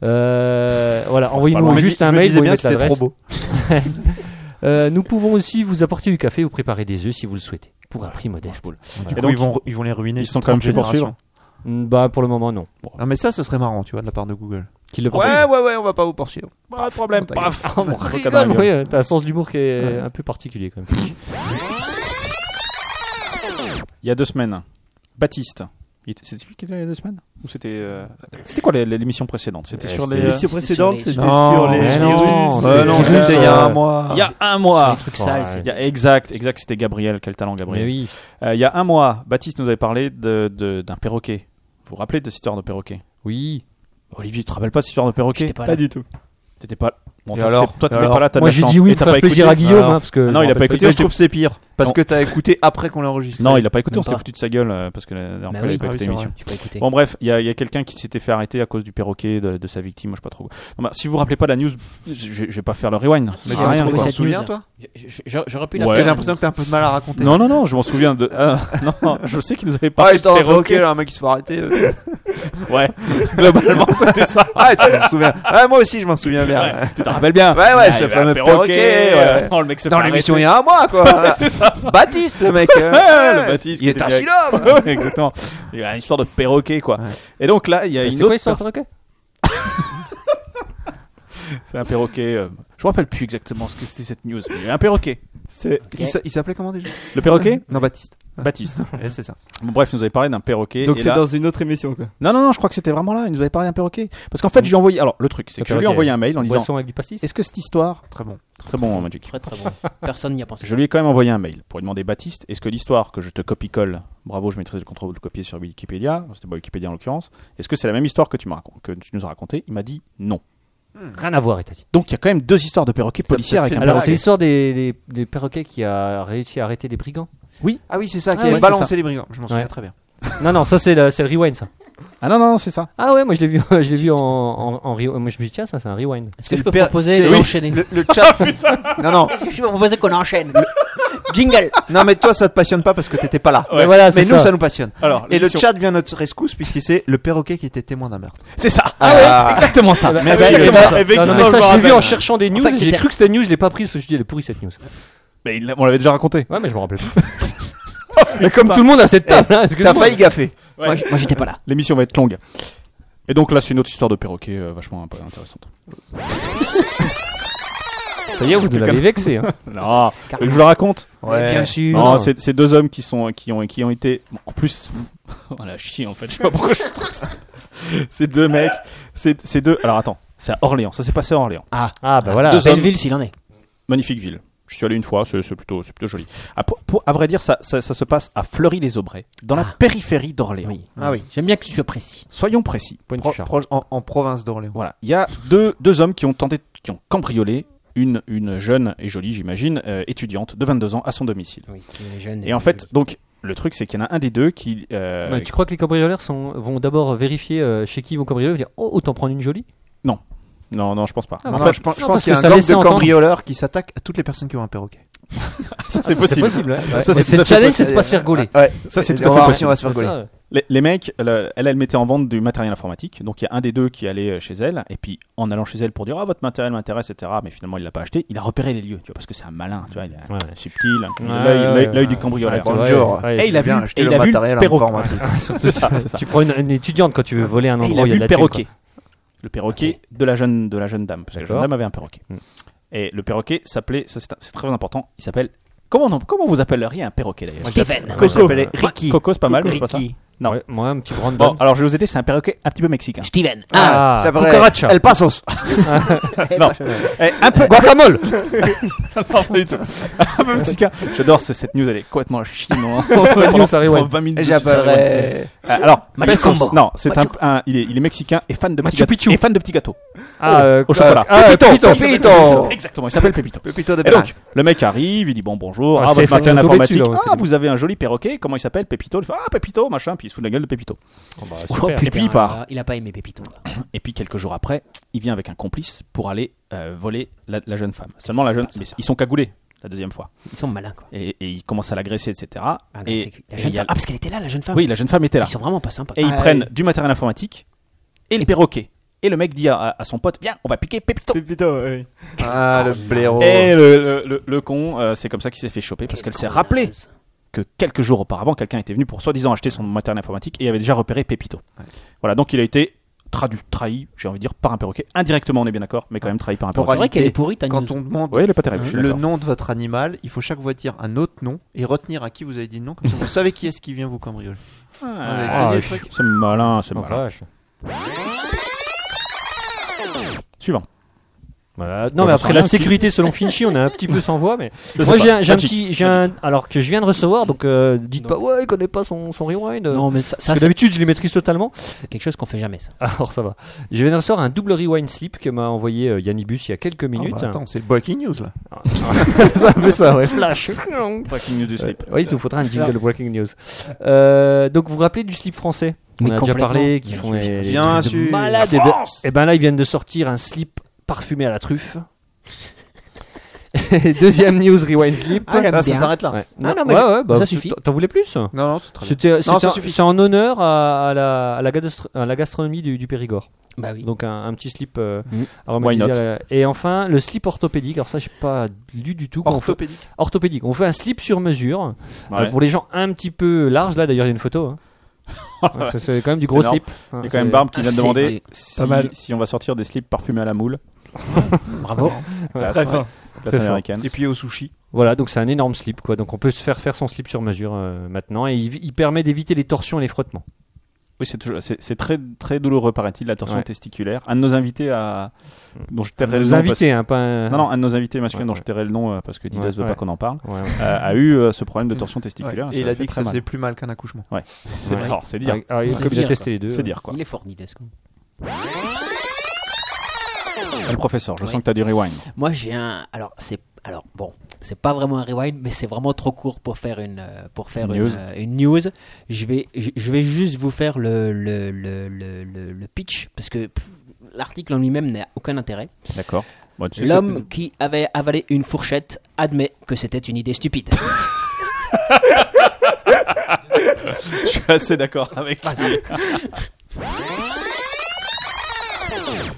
Speaker 4: Euh, voilà,
Speaker 5: Je
Speaker 4: envoyez-nous
Speaker 5: me
Speaker 4: juste
Speaker 5: dis-
Speaker 4: un
Speaker 5: je me
Speaker 4: mail
Speaker 5: disais
Speaker 4: pour
Speaker 5: bien que
Speaker 4: mettre
Speaker 5: c'était
Speaker 4: l'adresse.
Speaker 5: trop beau.
Speaker 4: Euh, nous pouvons aussi vous apporter du café ou préparer des œufs si vous le souhaitez. Pour un prix modeste.
Speaker 5: Du
Speaker 3: Et
Speaker 5: coup,
Speaker 3: donc,
Speaker 5: ils vont, ils vont les ruiner.
Speaker 3: ils sont
Speaker 5: sur
Speaker 3: quand même
Speaker 5: 30
Speaker 3: fait poursuivre.
Speaker 5: générations.
Speaker 4: Mm, Bah pour le moment non.
Speaker 5: Non, mais ça, ce serait marrant, tu vois, de la part de Google.
Speaker 4: Qu'il le
Speaker 5: Ouais, ouais, ouais, on va pas vous poursuivre.
Speaker 3: Pas de problème.
Speaker 5: ta gueule.
Speaker 3: Paf.
Speaker 4: Ah, on
Speaker 3: Rocade
Speaker 4: rigole,
Speaker 3: dans la gueule.
Speaker 4: oui, euh, t'as un sens de l'humour qui est un peu particulier quand même.
Speaker 3: Il y a deux semaines, Baptiste. il était- C'était lui qui était là il y a deux semaines Ou c'était. euh, C'était quoi les- les- l'émission précédente C'était
Speaker 4: Ouais,
Speaker 3: sur
Speaker 4: c'était
Speaker 3: les.
Speaker 7: L'émission
Speaker 6: c'est
Speaker 7: précédente,
Speaker 6: sur les-
Speaker 7: c'était
Speaker 5: Non,
Speaker 7: sur les
Speaker 4: mais
Speaker 7: virus.
Speaker 4: non, c'est-
Speaker 5: Ouais, non,
Speaker 3: Euh,
Speaker 5: c'était il y a un
Speaker 3: euh,
Speaker 5: mois.
Speaker 3: Il y a un
Speaker 6: C'est
Speaker 3: mois
Speaker 6: des trucs
Speaker 4: Ouais.
Speaker 6: sales. c'est-
Speaker 3: Il y a- Exact, exact, c'était Gabriel. Quel talent, Gabriel.
Speaker 4: Mais oui.
Speaker 3: Euh, il y a un mois, Baptiste nous avait parlé de- de- d'un perroquet. Vous vous rappelez de cette histoire de perroquet
Speaker 4: Oui.
Speaker 3: Olivier, tu te rappelles pas cette histoire de perroquet
Speaker 6: J'étais pas là.
Speaker 7: Pas du tout.
Speaker 3: T'étais pas. Bon,
Speaker 5: Et
Speaker 3: toi,
Speaker 5: alors
Speaker 3: t'étais- toi,
Speaker 5: Et
Speaker 3: t'étais
Speaker 5: alors
Speaker 3: pas là, t'as de
Speaker 4: Moi
Speaker 3: la
Speaker 4: j'ai
Speaker 3: chance.
Speaker 4: dit oui
Speaker 3: Et
Speaker 4: pour
Speaker 3: t'as
Speaker 4: faire
Speaker 3: pas
Speaker 4: plaisir
Speaker 3: écouté.
Speaker 4: à Guillaume
Speaker 5: Alors.
Speaker 4: hein, parce que
Speaker 3: Ah non, il a
Speaker 4: je me
Speaker 3: pas
Speaker 4: rappelle
Speaker 3: écouté.
Speaker 5: Écoutez,
Speaker 3: on
Speaker 5: je trouve c'est pire. Parce que t'as écouté après qu'on l'a enregistré.
Speaker 3: Non, il a pas écouté,
Speaker 6: Même
Speaker 3: on s'était
Speaker 6: pas.
Speaker 3: foutu de sa gueule euh, parce que la dernière fois,
Speaker 6: Bah
Speaker 3: il
Speaker 6: oui.
Speaker 3: avait pas
Speaker 5: Ah oui,
Speaker 3: écouté
Speaker 5: c'est
Speaker 3: l'émission.
Speaker 6: J'ai pas écouté.
Speaker 3: Bon bref, il y a, il y a quelqu'un qui s'était fait arrêter à cause du perroquet de, de sa victime, je sais pas trop. Non, bah, si vous vous rappelez pas la news, je, je vais pas faire le rewind.
Speaker 5: Mais
Speaker 6: Ah,
Speaker 5: t'as
Speaker 6: on
Speaker 5: rien,
Speaker 6: trouve
Speaker 5: quoi.
Speaker 6: cette
Speaker 5: Tu te souviens,
Speaker 6: news.
Speaker 5: toi
Speaker 6: Je- je- je- J'aurais pu la
Speaker 5: Parce que
Speaker 3: Ouais.
Speaker 5: j'ai l'impression que t'as un peu de mal à raconter.
Speaker 3: Non non non, je m'en souviens de. Ah, non, non, je sais qu'il nous avait
Speaker 5: Ah,
Speaker 3: parlé de
Speaker 5: histoire de perroquet,
Speaker 3: perroquet.
Speaker 5: là, un mec qui se fait arrêter. euh.
Speaker 3: Ouais, globalement c'était ça.
Speaker 5: Ah, tu te souviens. Ah, moi aussi, je m'en souviens bien.
Speaker 3: Ouais, tu te rappelles bien.
Speaker 5: Ouais, ouais,
Speaker 3: Ah,
Speaker 5: ce
Speaker 3: il y avait
Speaker 5: fameux
Speaker 3: un perroquet.
Speaker 5: perroquet,
Speaker 3: ouais.
Speaker 5: ouais.
Speaker 3: Non, le mec se
Speaker 5: Dans
Speaker 3: fait
Speaker 5: l'émission, il
Speaker 3: arrêter.
Speaker 5: y a un mois, quoi.
Speaker 3: C'est ça.
Speaker 5: Baptiste, le mec. euh,
Speaker 3: Ouais, le Baptiste
Speaker 5: Il
Speaker 3: qui
Speaker 5: est
Speaker 3: était
Speaker 5: un
Speaker 3: bien.
Speaker 5: silhobe.
Speaker 3: Ouais, exactement. Il y a une histoire de perroquet quoi. Et donc là, il y a une
Speaker 4: C'est quoi
Speaker 3: autre.
Speaker 4: l'histoire
Speaker 3: personne-
Speaker 4: perroquet
Speaker 3: C'est un perroquet. euh, Je me rappelle plus exactement ce que c'était cette news. mais il y a un perroquet.
Speaker 7: C'est
Speaker 5: Il s'a- il s'appelait comment déjà
Speaker 3: Le perroquet,
Speaker 5: Non, Baptiste.
Speaker 3: Baptiste.
Speaker 5: Ouais, c'est ça.
Speaker 3: Bon, bref, il nous avait parlé d'un perroquet.
Speaker 7: Donc
Speaker 3: et
Speaker 7: c'est
Speaker 3: là-
Speaker 7: dans une autre émission quoi.
Speaker 3: Non, non, non, je crois que c'était vraiment là. Il nous avait parlé d'un perroquet. Parce qu'en fait, j'ai envoyé. Alors, le truc, c'est
Speaker 4: Le
Speaker 3: que Mm. je lui ai
Speaker 4: perroquet.
Speaker 3: envoyé un mail en disant
Speaker 4: Boisson avec du pastis
Speaker 3: Est-ce que cette histoire.
Speaker 5: Très bon.
Speaker 3: Très bon, Magic.
Speaker 6: Très très bon. Personne n'y a pensé.
Speaker 3: Je lui ai quand même envoyé un mail pour lui demander Baptiste, est-ce que l'histoire que je te copie-colle, bravo, je maîtrise le contrôle de copier sur Wikipédia, c'était pas Wikipédia en l'occurrence, est-ce que c'est la même histoire que tu, m'as racon- que tu nous as racontée Il m'a dit non.
Speaker 4: Rien à voir, il t'a dit.
Speaker 3: Donc il y a quand même deux histoires de perroquets policiers avec un
Speaker 4: Alors
Speaker 3: perroquet.
Speaker 4: c'est l'histoire des, des, des perroquets qui a réussi à arrêter des brigands.
Speaker 5: Ah oui, c'est ça,
Speaker 4: Ah
Speaker 5: qui
Speaker 4: ouais,
Speaker 5: a
Speaker 4: c'est
Speaker 5: balancé les brigands. Je m'en souviens
Speaker 4: Ouais.
Speaker 5: très bien.
Speaker 4: non, non, ça c'est le, c'est le rewind ça.
Speaker 3: Ah non, non, non, c'est ça.
Speaker 4: Ah ouais, moi je l'ai vu, je l'ai vu en, en, en re- Moi je me dis, tiens, ça c'est un rewind.
Speaker 6: Est-ce que
Speaker 5: C'est
Speaker 6: je peux
Speaker 5: le per-
Speaker 6: proposer
Speaker 5: c'est-
Speaker 6: d'enchaîner
Speaker 5: Le, le chat. non, non.
Speaker 6: Est-ce que je peux proposer qu'on enchaîne Jingle
Speaker 5: Non, mais toi, ça te passionne pas parce que t'étais pas là.
Speaker 3: Ouais.
Speaker 4: Mais voilà,
Speaker 5: Mais
Speaker 4: c'est
Speaker 5: nous,
Speaker 4: ça.
Speaker 5: ça nous passionne.
Speaker 3: Alors,
Speaker 5: Et le
Speaker 3: l'émission-
Speaker 5: chat vient à notre rescousse puisqu'il c'est le perroquet qui était témoin d'un meurtre.
Speaker 3: C'est ça.
Speaker 5: Ah.
Speaker 3: Eh ben, exactement ça.
Speaker 4: Ah bah,
Speaker 3: Merci.
Speaker 4: il y avait ça.
Speaker 7: Effectivement,
Speaker 4: Non, non, mais
Speaker 7: je
Speaker 4: ça,
Speaker 7: me
Speaker 4: je l'ai vu en
Speaker 7: rappelle.
Speaker 4: cherchant des news.
Speaker 6: fait,
Speaker 4: et J'ai
Speaker 6: c'était-
Speaker 4: cru que c'était news, je l'ai pas prise parce que je dis, elle est pourrie cette news.
Speaker 3: Mais il l'a- on l'avait déjà raconté.
Speaker 4: Ouais, mais je me rappelle plus. Mais comme tout le monde à
Speaker 3: Eh,
Speaker 4: cette table, hein,
Speaker 5: T'as
Speaker 4: excuse-moi.
Speaker 5: failli gaffer.
Speaker 6: Moi, j- moi, j'étais pas là.
Speaker 3: L'émission va être longue. Et donc là, c'est une autre histoire de perroquet euh, vachement imp- intéressante.
Speaker 4: Ça y est, vous nous l'avez vexé. hein.
Speaker 3: Non, Ah, je vous la raconte.
Speaker 5: Ouais.
Speaker 6: Bien sûr.
Speaker 3: Non, c'est c'est deux hommes qui sont qui ont qui ont été bon, en plus on a chié en fait. Je sais pas pourquoi je fais ça. C'est deux mecs, c'est c'est deux. Alors attends, c'est à Orléans. Ça s'est passé à Orléans.
Speaker 4: Ah, bah voilà.
Speaker 6: De Belleville, s'il en est.
Speaker 3: Magnifique ville. Je suis allé une fois, c'est c'est plutôt c'est plutôt joli. À, pour- pour- à vrai dire, ça, ça ça se passe à Fleury-les-Aubrais, dans la
Speaker 6: Ah.
Speaker 3: périphérie d'Orléans.
Speaker 6: Oui. Ah oui. J'aime bien que tu sois précis.
Speaker 3: Soyons précis.
Speaker 4: Point de
Speaker 5: Pro-
Speaker 4: Chartres.
Speaker 5: proche- en, en province d'Orléans.
Speaker 3: Voilà, il y a deux, deux hommes qui ont tenté, qui ont cambriolé une, une jeune et jolie, j'imagine, euh, étudiante de 22 ans à son domicile.
Speaker 6: Oui. Il est jeune.
Speaker 3: Et en fait, donc, le truc, c'est qu'il y en a un des deux qui. euh,
Speaker 4: Ouais, Bah, tu crois que les cambrioleurs sont, vont d'abord vérifier euh, chez qui ils vont cambrioler et dire Oh, autant prendre une jolie
Speaker 3: Non, non, je pense pas.
Speaker 4: Ah,
Speaker 5: Non,
Speaker 4: bah,
Speaker 5: non, je, pense- je
Speaker 4: non,
Speaker 5: pense
Speaker 4: parce
Speaker 5: qu'il y a
Speaker 4: que
Speaker 5: un
Speaker 4: ça
Speaker 5: gang
Speaker 4: laissait
Speaker 5: de
Speaker 4: entendre.
Speaker 5: cambrioleurs qui s'attaque à toutes les personnes qui ont un perroquet.
Speaker 3: Ça, c'est possible.
Speaker 4: ouais.
Speaker 3: Ça,
Speaker 4: Mais
Speaker 3: c'est
Speaker 4: cette
Speaker 3: tout à fait
Speaker 4: challenge,
Speaker 3: possible.
Speaker 4: c'est de pas se faire gauler.
Speaker 5: Ouais,
Speaker 3: Ça, c'est
Speaker 5: Et
Speaker 3: tout à
Speaker 5: on
Speaker 3: fait
Speaker 5: va-
Speaker 3: possible.
Speaker 5: si on va se faire
Speaker 4: C'est
Speaker 5: gauler.
Speaker 4: ça, ouais.
Speaker 3: Les, les mecs, le- elle, elle mettait en vente du matériel informatique. Donc, il y a un des deux qui allait euh, chez elle. Et puis, en allant chez elle pour dire Ah, votre matériel m'intéresse, etc. Mais finalement, il l'a pas acheté. Il a repéré les lieux, tu vois, parce que c'est un malin, tu vois, il est
Speaker 4: Ouais.
Speaker 3: subtil.
Speaker 4: Ouais,
Speaker 3: L'œil
Speaker 4: ouais,
Speaker 3: l'œil-
Speaker 4: ouais.
Speaker 3: l'œil du cambrioleur.
Speaker 4: Ouais,
Speaker 5: Bonjour.
Speaker 4: ouais,
Speaker 3: et
Speaker 4: c'est
Speaker 3: il a vu,
Speaker 5: bien,
Speaker 3: et
Speaker 5: acheter
Speaker 3: il
Speaker 5: le
Speaker 3: a vu le
Speaker 5: matériel
Speaker 3: perroquet.
Speaker 5: informatique.
Speaker 3: C'est ça, c'est ça.
Speaker 4: Tu prends une, une étudiante quand tu veux voler un
Speaker 3: Et
Speaker 4: endroit
Speaker 3: il a
Speaker 4: où il y
Speaker 3: vu
Speaker 4: a de
Speaker 3: le
Speaker 4: la thune,
Speaker 3: perroquet.
Speaker 4: quoi.
Speaker 3: Le perroquet de la jeune de la jeune dame, parce que la jeune
Speaker 4: D'accord.
Speaker 3: dame avait un perroquet.
Speaker 4: Mm.
Speaker 3: Et le perroquet s'appelait, ça, c'est c'est très important, il s'appelle. Comment, on- comment vous appelleriez un perroquet d'ailleurs
Speaker 6: Stephen.
Speaker 5: Moi, je l'appelais Ricky.
Speaker 3: Coco, c'est pas mal, mais je sais pas ça.
Speaker 5: Ricky.
Speaker 3: Non.
Speaker 4: Ouais, moi, un petit brandon.
Speaker 3: Bon, alors je vais vous aider, c'est un perroquet un petit peu mexicain.
Speaker 6: Steven. Ah,
Speaker 4: ah,
Speaker 5: Ça s'appelait
Speaker 4: cucaracha.
Speaker 5: El Pasos.
Speaker 3: non, Eh, un peu.
Speaker 4: Guacamole
Speaker 3: non, pas du tout. un peu mexicain. J'adore ce- cette news, elle est complètement chinoise.
Speaker 4: News, ça rewind.
Speaker 3: 20 minutes.
Speaker 5: Et
Speaker 3: dessus, ça rewind.
Speaker 5: J'appellerais.
Speaker 3: Euh, alors,
Speaker 6: Machu
Speaker 3: Pesos,
Speaker 6: Combo.
Speaker 3: non, c'est un,
Speaker 6: Machu-
Speaker 3: un- il, est, il est mexicain et fan de petits
Speaker 4: Machu
Speaker 3: gâteaux.
Speaker 4: Picchu.
Speaker 3: Et fan de petits gâteaux.
Speaker 4: Ah, euh,
Speaker 3: Au chocolat.
Speaker 4: ah,
Speaker 3: Pépito.
Speaker 4: Pépito.
Speaker 3: Il s'appelle Pépito. Exactement, il s'appelle Pépito.
Speaker 5: Pepito de
Speaker 3: Et
Speaker 5: Bernard.
Speaker 3: donc, le mec arrive, il dit bon bonjour,
Speaker 4: Ah,
Speaker 3: ah,
Speaker 4: c'est
Speaker 3: votre
Speaker 4: ça,
Speaker 3: matériel
Speaker 4: il est tombé dessus,
Speaker 3: informatique,
Speaker 4: là, ouais, c'est
Speaker 3: ah
Speaker 4: bon.
Speaker 3: vous avez un joli perroquet, comment il s'appelle Pépito Il fait ah Pépito machin, puis il se fout de la gueule de Pépito.
Speaker 4: Oh, bah,
Speaker 3: Oh,
Speaker 4: super.
Speaker 3: putain. puis il part.
Speaker 6: a- Il a pas aimé Pépito. quoi.
Speaker 3: Et puis quelques jours après, il vient avec un complice pour aller euh, voler la, la jeune femme. Seulement la jeune, mais ils sont cagoulés la deuxième fois
Speaker 6: Ils sont malins, quoi.
Speaker 3: et, et ils commencent à l'agresser etc.
Speaker 6: Ah, non,
Speaker 3: et,
Speaker 6: c'est cuit. La
Speaker 3: et
Speaker 6: jeune
Speaker 3: il y a-
Speaker 6: femme. Ah, parce qu'elle était là, la jeune femme.
Speaker 3: oui la jeune femme était là.
Speaker 6: Ils sont vraiment pas sympas.
Speaker 3: Et
Speaker 4: Ah
Speaker 3: ils prennent du matériel informatique et le perroquet. Et le mec dit à, à- à son pote viens on va piquer Pépito.
Speaker 7: C'est plutôt, oui.
Speaker 5: Ah, le
Speaker 4: Oh.
Speaker 5: blaireau.
Speaker 3: Et le, le- le- le con, euh, c'est comme ça qu'il s'est fait choper parce
Speaker 6: Quelle
Speaker 3: qu'elle s'est
Speaker 6: connasse.
Speaker 3: rappelée que quelques jours auparavant, quelqu'un était venu pour soi-disant acheter son matériel informatique et avait déjà repéré Pépito. Voilà, donc il a été tradu, trahi, j'ai envie de dire, par un perroquet. Indirectement, on est bien d'accord, mais quand même trahi par un
Speaker 5: Pour
Speaker 6: C'est
Speaker 3: perroquet.
Speaker 6: vrai qu'elle est pourrie, ta
Speaker 5: Quand
Speaker 6: news.
Speaker 5: on demande
Speaker 3: Oui, il est pas terrible. je suis
Speaker 5: le
Speaker 3: d'accord.
Speaker 5: nom de votre animal, il faut chaque fois dire un autre nom et retenir à qui vous avez dit le nom. Comme ça, vous savez qui est-ce qui vient vous cambrioler.
Speaker 3: Ah,
Speaker 5: Ah,
Speaker 3: c'est-
Speaker 5: ouais.
Speaker 3: c'est- c'est malin, c'est
Speaker 4: Oh,
Speaker 3: malin.
Speaker 4: vache.
Speaker 3: Suivant.
Speaker 4: Voilà. Non,
Speaker 3: Bon, bah,
Speaker 4: mais
Speaker 3: j'en sais
Speaker 4: après la
Speaker 3: rien, qui-
Speaker 4: sécurité selon Finchy, on est un petit peu sans voix, mais
Speaker 3: Je sais
Speaker 4: moi
Speaker 3: pas.
Speaker 4: j'ai un, j'ai un
Speaker 3: Magic.
Speaker 4: petit, j'ai un, alors que je viens de recevoir, donc euh, dites pas ouais, il connaît pas son, son rewind.
Speaker 6: Non, mais ça, ça,
Speaker 4: Parce que
Speaker 6: c'est
Speaker 4: d'habitude, je les maîtrise totalement.
Speaker 6: c'est quelque chose qu'on fait jamais, ça.
Speaker 4: Alors ça va. Je viens de recevoir un double rewind slip que m'a envoyé euh, Yannibus il y a quelques minutes.
Speaker 5: Ah, bah, attends, c'est breaking news là.
Speaker 4: ça fait ça, ouais, flash.
Speaker 3: Breaking news du slip.
Speaker 4: Oui, il nous faudra un jingle breaking news. Euh, donc vous vous rappelez du slip français On
Speaker 6: Mais
Speaker 4: a déjà
Speaker 6: complètement.
Speaker 4: parlé, qui font les, les
Speaker 5: Bien
Speaker 4: trucs de
Speaker 5: sûr.
Speaker 4: malades. Et ben- Et ben là, ils viennent de sortir un slip parfumé à la truffe. Et Deuxième news rewind slip.
Speaker 6: Ah, j'aime
Speaker 5: Ah, ça
Speaker 6: bien.
Speaker 5: s'arrête là.
Speaker 4: Ouais.
Speaker 6: Ah, non, mais
Speaker 4: ouais,
Speaker 6: je-
Speaker 4: ouais, bah,
Speaker 6: ça suffit.
Speaker 4: T'en voulais plus
Speaker 5: Non, non, c'est très bien.
Speaker 4: C'était,
Speaker 5: Non,
Speaker 4: c'est
Speaker 5: ça
Speaker 4: un-
Speaker 5: suffit.
Speaker 4: c'est en honneur à, à la, à, la gadastro- à la gastronomie du, du Périgord.
Speaker 6: Bah oui.
Speaker 4: Donc un, un petit slip euh,
Speaker 6: Mm.
Speaker 4: aromatisé
Speaker 3: Why not
Speaker 4: à la- Et enfin, le slip orthopédique. Alors ça, j'ai pas lu du tout. On fait-
Speaker 5: Orthopédique.
Speaker 4: orthopédique. On fait un slip sur mesure euh,
Speaker 3: Ouais.
Speaker 4: pour les gens un petit peu larges. Là, d'ailleurs, il y a une photo. hein. Ouais, ça, c'est quand même du gros
Speaker 3: énorme.
Speaker 4: slip. hein,
Speaker 3: Il y a quand
Speaker 4: c'est-
Speaker 3: même Barbe qui vient de
Speaker 6: c'est-
Speaker 3: demander si,
Speaker 7: Pas mal.
Speaker 3: si on va sortir des slips parfumés à la moule.
Speaker 4: Bravo.
Speaker 3: Classe,
Speaker 7: Très fin.
Speaker 3: classe américaine.
Speaker 5: Et puis au sushi.
Speaker 4: Voilà, donc c'est un énorme slip, quoi. Donc on peut se faire faire son slip sur mesure euh, maintenant, et il, il permet d'éviter les torsions et les frottements.
Speaker 3: Oui, c'est toujours- c'est c'est très, très douloureux, paraît-il, la torsion
Speaker 4: Ouais.
Speaker 3: testiculaire. Un de nos invités à. dont je tairai le
Speaker 4: Vous
Speaker 3: nom parce-
Speaker 4: invitez, hein, pas. un-
Speaker 3: Non, non, un de nos invités masculins
Speaker 4: Ouais,
Speaker 3: dont
Speaker 4: ouais.
Speaker 3: je tairai le nom euh, parce que Didas
Speaker 4: Ouais,
Speaker 3: veut
Speaker 4: ouais.
Speaker 3: pas qu'on en parle,
Speaker 4: Ouais, ouais.
Speaker 3: euh, a eu euh, ce problème de torsion testiculaire.
Speaker 5: Et il
Speaker 3: ça
Speaker 5: a
Speaker 3: fait
Speaker 5: dit que
Speaker 3: très
Speaker 5: ça faisait
Speaker 3: mal.
Speaker 5: plus mal qu'un accouchement.
Speaker 3: C'est
Speaker 4: Ouais.
Speaker 3: alors, c'est dire.
Speaker 4: Ah, ah, il-
Speaker 6: C'est
Speaker 4: comme il a
Speaker 6: dire,
Speaker 4: testé les deux.
Speaker 3: C'est dire quoi.
Speaker 6: Il est fort, Nidesco.
Speaker 3: Et Le professeur, je
Speaker 6: Oui.
Speaker 3: sens que t'as du rewind.
Speaker 6: Moi, j'ai un. Alors, c'est. Alors, bon, c'est pas vraiment un rewind, mais c'est vraiment trop court pour faire une, euh, pour faire
Speaker 3: Une
Speaker 6: une,
Speaker 3: news.
Speaker 6: euh, une news. Je vais, je je vais juste vous faire le, le, le, le, le- le pitch, parce que pff, l'article en lui-même n'a aucun intérêt.
Speaker 3: D'accord. Bon, tu sais,
Speaker 6: L'homme qui avait avalé une fourchette admet que c'était une idée stupide.
Speaker 3: c'est- Je suis assez d'accord avec lui.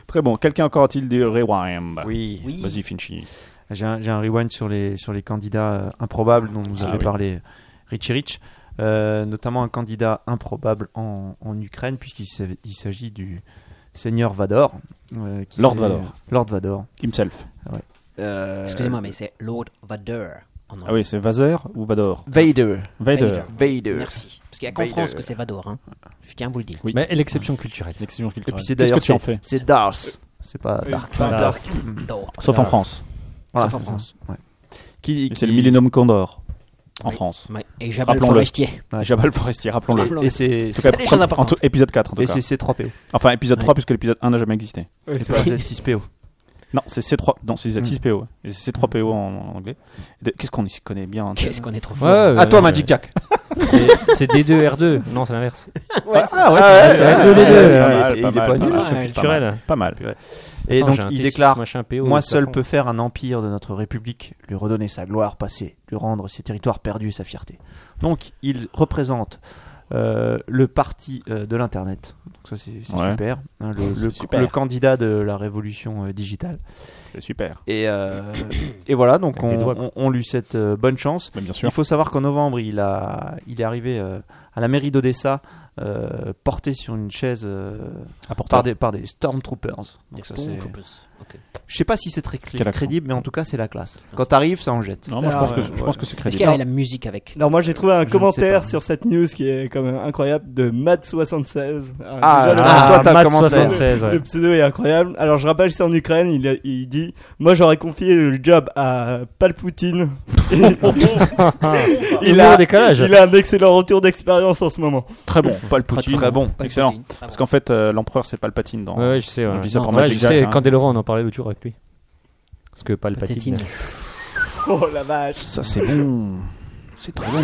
Speaker 3: Très bon. Quelqu'un encore a-t-il du rewind
Speaker 5: Oui.
Speaker 6: Oui.
Speaker 3: Vas-y, Finchi.
Speaker 5: J'ai un, j'ai un rewind sur les, sur les candidats euh, improbables dont nous
Speaker 3: Ah
Speaker 5: avait
Speaker 3: oui.
Speaker 5: parlé Richie Rich. euh, notamment un candidat improbable en, en Ukraine, puisqu'il s'a- il s'agit du seigneur Vador. euh, qui
Speaker 3: Lord
Speaker 5: s'est-
Speaker 3: Vador.
Speaker 5: Lord Vador.
Speaker 3: Himself.
Speaker 5: Euh,
Speaker 6: Excusez-moi, mais c'est Lord Vader. en anglais.
Speaker 3: Ah oui, c'est Vaser ou Vador
Speaker 5: Vader.
Speaker 3: Vader.
Speaker 5: Vader.
Speaker 6: Merci. Parce qu'il n'y a qu'en
Speaker 5: Vader.
Speaker 6: France que c'est Vador. hein. Je tiens à vous le dire.
Speaker 3: Oui.
Speaker 4: Mais l'exception culturelle.
Speaker 3: L'exception culturelle.
Speaker 5: Et puis c'est
Speaker 3: Qu'est-ce
Speaker 5: d'ailleurs
Speaker 3: que tu en fais
Speaker 5: C'est Darth. C'est pas Dark.
Speaker 4: Voilà.
Speaker 6: Vador.
Speaker 3: Sauf en France.
Speaker 5: Voilà,
Speaker 6: Sauf en
Speaker 5: c'est ça.
Speaker 6: France.
Speaker 5: Ouais. Qui,
Speaker 3: C'est
Speaker 5: qui-
Speaker 3: le Millennium Condor en
Speaker 6: Oui.
Speaker 3: France.
Speaker 6: Ouais, Et Jabal
Speaker 3: Rappelons-le.
Speaker 6: Forestier.
Speaker 3: Ouais, Jabal Forestier, rappelons-le. En
Speaker 6: Rappelons-le.
Speaker 5: Et c'est
Speaker 3: tout cas,
Speaker 6: des choses importantes.
Speaker 3: en tout- épisode 4 en tout
Speaker 5: et
Speaker 3: cas.
Speaker 5: c'est C3PO.
Speaker 3: Enfin épisode
Speaker 6: Ouais.
Speaker 3: 3 puisque l'épisode 1 n'a jamais existé.
Speaker 7: Ouais,
Speaker 5: Et
Speaker 7: c'est
Speaker 5: pas
Speaker 7: vrai.
Speaker 5: Z6PO.
Speaker 3: Non, c'est C3, non, c'est Z6PO. ouais. Et C'est C3PO en, en anglais. Et de- Qu'est-ce qu'on y connaît bien en
Speaker 6: Qu'est-ce qu'on est trop
Speaker 4: Ouais,
Speaker 6: fort.
Speaker 4: ouais,
Speaker 5: À toi,
Speaker 4: ouais,
Speaker 5: Magic Jack.
Speaker 4: ouais. C'est- C'est D2, R2. Non, c'est l'inverse.
Speaker 5: Ah ouais,
Speaker 4: c'est vrai que les deux.
Speaker 5: ouais,
Speaker 3: Pas
Speaker 5: Il est
Speaker 3: mal,
Speaker 5: pas
Speaker 3: pas
Speaker 5: nul.
Speaker 3: mal.
Speaker 6: Ouais,
Speaker 3: Pas mal.
Speaker 4: Culturel.
Speaker 3: Pas mal.
Speaker 5: Et
Speaker 4: Attends,
Speaker 5: donc
Speaker 4: j'ai un
Speaker 5: il
Speaker 4: T6,
Speaker 5: déclare
Speaker 4: machin, PO,
Speaker 5: Moi
Speaker 4: ça
Speaker 5: seul
Speaker 4: fond.
Speaker 5: peux faire un empire de notre République, lui redonner sa gloire passée, lui rendre ses territoires perdus et sa fierté. Donc, il représente euh, le parti euh, de l'Internet. Donc ça, c'est c'est
Speaker 3: Ouais.
Speaker 5: super. hein, le,
Speaker 3: C'est
Speaker 5: le-
Speaker 3: super.
Speaker 5: le candidat de la révolution euh, digitale.
Speaker 3: C'est super.
Speaker 5: Et, euh, et voilà, donc
Speaker 4: Avec les
Speaker 5: on,
Speaker 4: doigts,
Speaker 5: on- on lui souhaite euh, bonne chance.
Speaker 3: Mais bien sûr.
Speaker 5: Il faut savoir qu'en novembre, il, a, il est arrivé euh, à la mairie d'Odessa, euh, porté sur une chaise euh, par, des, par des Stormtroopers. Donc ça, c'est... Je sais pas si c'est très clé-
Speaker 3: Quel accent.
Speaker 5: crédible, mais en tout cas, c'est la classe. Quand t'arrives, ça en jette.
Speaker 3: Non, moi je
Speaker 7: Ah,
Speaker 3: pense que
Speaker 5: ouais,
Speaker 3: je
Speaker 5: ouais.
Speaker 3: pense que c'est
Speaker 6: Est-ce
Speaker 3: crédible.
Speaker 6: qu'il y avait la musique avec
Speaker 7: Alors moi j'ai trouvé un
Speaker 5: Je ne sais
Speaker 7: commentaire
Speaker 5: pas.
Speaker 7: sur cette news qui est quand même incroyable de Matt76.
Speaker 5: Ah,
Speaker 7: déjà, le-
Speaker 5: ah, toi, t'as
Speaker 4: Matt
Speaker 5: commenté.
Speaker 4: 76, ouais.
Speaker 7: Le pseudo est incroyable. Alors je rappelle, c'est en Ukraine. Il, a- il dit Moi j'aurais confié le job à Palpoutine. il,
Speaker 4: Humour
Speaker 7: a,
Speaker 4: au décalage.
Speaker 7: il a un excellent retour d'expérience en ce moment.
Speaker 3: Très bon, pas le Poutine.
Speaker 5: Très bon.
Speaker 3: Excellent.
Speaker 6: Ah
Speaker 3: Parce qu'en fait, euh, l'empereur c'est Palpatine dans.
Speaker 4: Ouais, ouais, je sais. ouais.
Speaker 3: Je dis ça pour
Speaker 4: Ouais,
Speaker 3: Magic
Speaker 4: je
Speaker 3: Jack,
Speaker 4: sais,
Speaker 3: hein.
Speaker 4: Candeloro, on en parlait l'autre jour avec lui. Parce que pas le patine.
Speaker 6: Patatine.
Speaker 7: Oh la vache.
Speaker 3: Ça c'est bon. C'est très bon.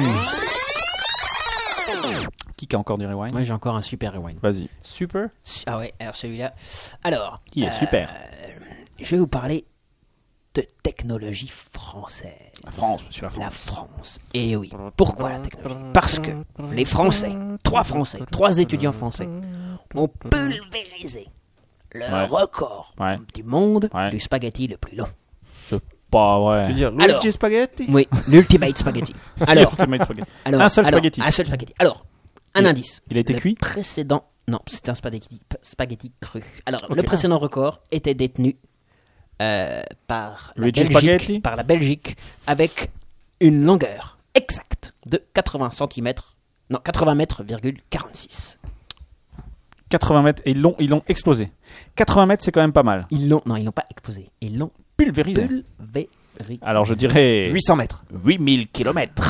Speaker 3: Qui a encore du rewind
Speaker 6: Moi j'ai encore un super rewind.
Speaker 3: Vas-y.
Speaker 4: Super.
Speaker 6: Ah ouais, alors celui-là. Alors. euh,
Speaker 3: Il est super.
Speaker 6: Je vais vous parler de technologie française.
Speaker 3: La France, monsieur la France.
Speaker 6: La France. Et oui. Pourquoi la technologie Parce que les Français, trois Français, trois étudiants français, ont pulvérisé le
Speaker 3: Ouais.
Speaker 6: record
Speaker 3: Ouais.
Speaker 6: du monde
Speaker 3: Ouais.
Speaker 6: du spaghetti le plus long.
Speaker 3: C'est pas vrai.
Speaker 5: dire,
Speaker 6: Alors-
Speaker 5: Luigi Spaghetti
Speaker 6: Oui, l'ultimate spaghetti. Alors,
Speaker 3: Ultimate Spaghetti.
Speaker 6: alors,
Speaker 3: Un seul
Speaker 6: alors,
Speaker 3: spaghetti.
Speaker 6: Un seul spaghetti. Alors, un
Speaker 3: Il-
Speaker 6: indice.
Speaker 3: il a été
Speaker 6: Le
Speaker 3: cuit
Speaker 6: Précédent. Non, c'était un spaghetti, spaghetti cru. Alors,
Speaker 3: Ok.
Speaker 6: le précédent record était détenu euh, par, la
Speaker 3: Luigi Spaghetti
Speaker 6: Belgique, par la Belgique avec une longueur exacte de 80 cm. Non, 80 mètres, virgule 46.
Speaker 3: 80 mètres et ils l'ont ils l'ont explosé. 80 mètres c'est quand même pas mal.
Speaker 6: Ils l'ont, non, ils l'ont pas exposé. Ils l'ont
Speaker 3: Pulvérisé.
Speaker 6: pulvérisé.
Speaker 3: Alors je dirais
Speaker 5: 800 mètres.
Speaker 3: 8000 km.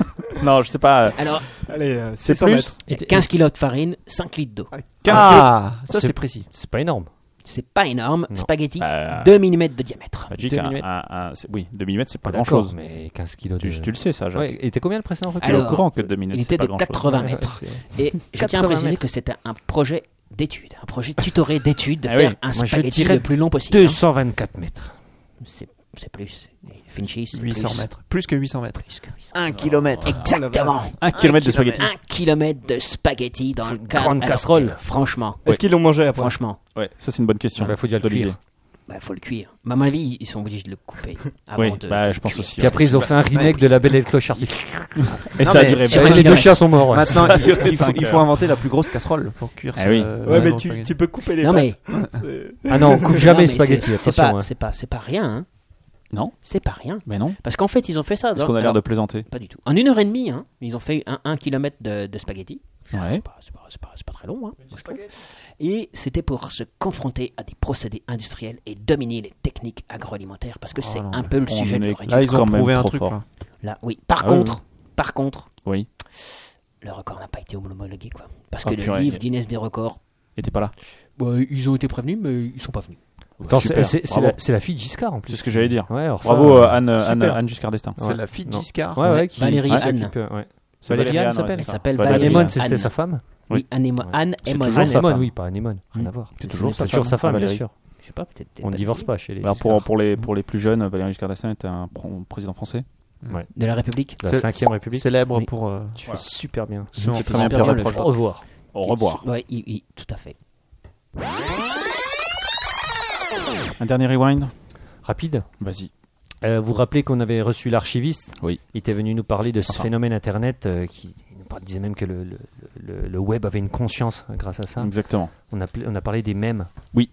Speaker 3: non, je sais pas. euh,
Speaker 6: Alors,
Speaker 7: Allez, euh,
Speaker 3: C'est
Speaker 7: 600
Speaker 3: plus
Speaker 7: mètres.
Speaker 4: Et- et-
Speaker 6: 15 kilos de farine, 5 litres d'eau.
Speaker 5: Ah, ça c'est précis.
Speaker 4: C'est pas énorme.
Speaker 6: C'est pas énorme.
Speaker 4: Non.
Speaker 6: Spaghetti,
Speaker 3: Euh,
Speaker 6: 2 mm de diamètre.
Speaker 3: Magic,
Speaker 4: Deux
Speaker 3: un-
Speaker 4: millimètres.
Speaker 3: un- un- c'est- oui, 2 mm, c'est pas
Speaker 4: D'accord,
Speaker 3: grand-chose.
Speaker 4: Mais 15 kilos de.
Speaker 3: Tu, tu le sais, ça, Jacques.
Speaker 4: Ouais, et t'es combien le précédent record
Speaker 3: Tu es au
Speaker 6: Alors,
Speaker 3: courant que 2 mm,
Speaker 6: Il
Speaker 3: c'est
Speaker 6: était
Speaker 3: pas
Speaker 6: de
Speaker 3: grand-chose.
Speaker 6: 80
Speaker 4: Ouais,
Speaker 6: mètres.
Speaker 4: ouais, c'est-
Speaker 6: Et je tiens à
Speaker 4: 80
Speaker 6: préciser
Speaker 4: mètres.
Speaker 6: que c'était un projet d'étude, un projet tutoré d'étude de
Speaker 3: Ah oui,
Speaker 6: faire un
Speaker 4: moi, je
Speaker 6: spaghetti
Speaker 4: dirais
Speaker 6: le plus long possible. hein.
Speaker 4: 224 mètres.
Speaker 6: C'est c'est plus. Finchy, c'est
Speaker 5: 800
Speaker 6: plus.
Speaker 5: mètres. Plus que 800 mètres.
Speaker 6: Plus que 800.
Speaker 5: 1 km.
Speaker 3: Ah,
Speaker 6: Exactement.
Speaker 3: 1 km de spaghetti.
Speaker 6: Un kilomètre de spaghetti dans le
Speaker 4: Une
Speaker 6: cadre-
Speaker 4: grande
Speaker 6: alors, eh,
Speaker 4: casserole.
Speaker 6: Franchement,
Speaker 7: Est-ce qu'ils l'ont mangé après
Speaker 6: franchement,
Speaker 3: Ouais, ça c'est une bonne question.
Speaker 4: Ah bah, faut déjà le
Speaker 3: d'Olivier.
Speaker 4: cuire.
Speaker 6: bah, faut le cuire. Mais à mon avis, ils sont obligés de le couper avant
Speaker 3: Oui,
Speaker 6: de.
Speaker 3: bah, je pense aussi.
Speaker 4: Puis après, ils ont fait un remake de La Belle et le Clochard.
Speaker 3: Et
Speaker 5: Non,
Speaker 3: ça a
Speaker 5: mais-
Speaker 3: duré.
Speaker 6: Sur
Speaker 3: bah,
Speaker 4: les
Speaker 6: un
Speaker 4: deux
Speaker 6: kilomètre.
Speaker 4: chiens sont morts. ouais.
Speaker 5: Maintenant,
Speaker 3: Ça a
Speaker 5: il,
Speaker 3: duré
Speaker 5: il faut,
Speaker 3: cinq
Speaker 5: il faut
Speaker 3: heures.
Speaker 5: inventer la plus grosse casserole pour cuire.
Speaker 3: Ah
Speaker 5: ce-
Speaker 3: oui.
Speaker 5: euh,
Speaker 7: Ouais, mais
Speaker 5: non,
Speaker 7: tu,
Speaker 5: spaghetti.
Speaker 7: tu peux couper les
Speaker 6: Non, mais-
Speaker 7: pattes. C'est-
Speaker 4: Ah non, on coupe
Speaker 6: Non,
Speaker 4: jamais
Speaker 6: mais
Speaker 4: spaghetti,
Speaker 6: c'est- C'est
Speaker 4: attention.
Speaker 6: pas,
Speaker 4: hein.
Speaker 6: c'est pas, c'est pas rien. hein.
Speaker 3: Non.
Speaker 6: C'est pas rien.
Speaker 3: Mais non.
Speaker 6: Parce qu'en fait, ils ont fait ça.
Speaker 3: Parce
Speaker 6: dans-
Speaker 3: qu'on a l'air
Speaker 6: alors,
Speaker 3: de plaisanter.
Speaker 6: Pas du tout. En une heure et demie, hein, ils ont fait un, un kilomètre de, de spaghettis.
Speaker 3: Ouais.
Speaker 6: C'est pas, c'est pas- c'est pas- c'est pas très long, hein, moi, je trouve. Et c'était pour se confronter à des procédés industriels et dominer les techniques agroalimentaires, parce que c'est
Speaker 5: non,
Speaker 6: un peu le
Speaker 3: on
Speaker 6: sujet de
Speaker 3: est-
Speaker 6: leur étude.
Speaker 5: Là, ils
Speaker 3: Quand
Speaker 5: ont
Speaker 3: même
Speaker 5: trouvé un
Speaker 3: trop
Speaker 5: truc.
Speaker 3: fort.
Speaker 7: hein.
Speaker 5: là.
Speaker 6: Là, oui. Par
Speaker 3: Ah oui,
Speaker 6: contre, par contre,
Speaker 3: Oui.
Speaker 6: le record n'a pas été homologué, quoi. Parce
Speaker 3: Oh,
Speaker 6: que le
Speaker 3: purée.
Speaker 6: livre Guinness des records,
Speaker 3: Et t'es pas là.
Speaker 6: bah, ils ont été prévenus, mais ils sont pas venus.
Speaker 4: Attends, c'est-
Speaker 3: Super,
Speaker 4: c'est- c'est
Speaker 3: bravo.
Speaker 4: la- c'est la fille de Giscard en
Speaker 3: C'est
Speaker 4: plus.
Speaker 3: ce que j'allais dire.
Speaker 4: Ouais, alors ça,
Speaker 3: Bravo
Speaker 4: euh,
Speaker 3: euh, Anne, euh, Anne,
Speaker 4: super.
Speaker 3: Anne Giscard d'Estaing.
Speaker 5: C'est
Speaker 4: Ouais.
Speaker 5: la fille de
Speaker 4: Non.
Speaker 5: Giscard.
Speaker 4: Ouais, ouais, qui-
Speaker 6: Valérie
Speaker 4: qui
Speaker 6: Anne.
Speaker 4: s'occupe, euh,
Speaker 3: Valérie
Speaker 4: ouais. Valérie Anne
Speaker 3: Anne, ouais,
Speaker 4: s'appelle.
Speaker 3: c'est
Speaker 6: Elle
Speaker 3: ça.
Speaker 6: s'appelle
Speaker 3: Valérie
Speaker 6: Valérie
Speaker 4: Anémone,
Speaker 3: Anne.
Speaker 4: c'était sa femme.
Speaker 3: Oui.
Speaker 6: Oui, Anémo-
Speaker 4: Ouais.
Speaker 6: Anne
Speaker 3: C'est
Speaker 6: Aymon.
Speaker 3: toujours
Speaker 6: Anne-
Speaker 3: sa
Speaker 4: Anémone,
Speaker 3: femme.
Speaker 4: oui, pas Anémone. Rien à voir.
Speaker 3: C'est toujours
Speaker 4: C'est
Speaker 3: sa
Speaker 4: toujours
Speaker 3: femme.
Speaker 4: sa femme,
Speaker 3: Ah,
Speaker 4: bien
Speaker 3: Valérie.
Speaker 4: sûr.
Speaker 6: Je sais pas, peut-être. peut-être
Speaker 4: On ne
Speaker 6: pas
Speaker 4: divorce
Speaker 6: fille.
Speaker 4: pas chez les.
Speaker 3: Alors, pour,
Speaker 4: Giscard.
Speaker 3: pour, les, pour les plus jeunes, Valéry Giscard d'Estaing était un pr- président français.
Speaker 6: De la République.
Speaker 4: La
Speaker 5: C'est-
Speaker 4: 5ème République.
Speaker 5: Célèbre
Speaker 6: Oui.
Speaker 5: pour. euh,
Speaker 4: Tu fais super bien.
Speaker 5: son-
Speaker 3: très bien,
Speaker 6: Pierre
Speaker 4: Au
Speaker 6: Laproche.
Speaker 4: revoir.
Speaker 3: Au revoir.
Speaker 6: Ouais, il- il- tout à fait.
Speaker 3: Un dernier rewind
Speaker 4: Rapide.
Speaker 3: Vas-y.
Speaker 4: Euh, vous vous rappelez qu'on avait reçu l'archiviste
Speaker 3: Oui.
Speaker 4: Il était venu nous parler de ce
Speaker 3: Enfin.
Speaker 4: phénomène Internet euh, qui nous on disait même que le, le- le- le web avait une conscience euh, grâce à ça.
Speaker 3: Exactement.
Speaker 4: On a, pla- on a parlé des mèmes.
Speaker 3: Oui.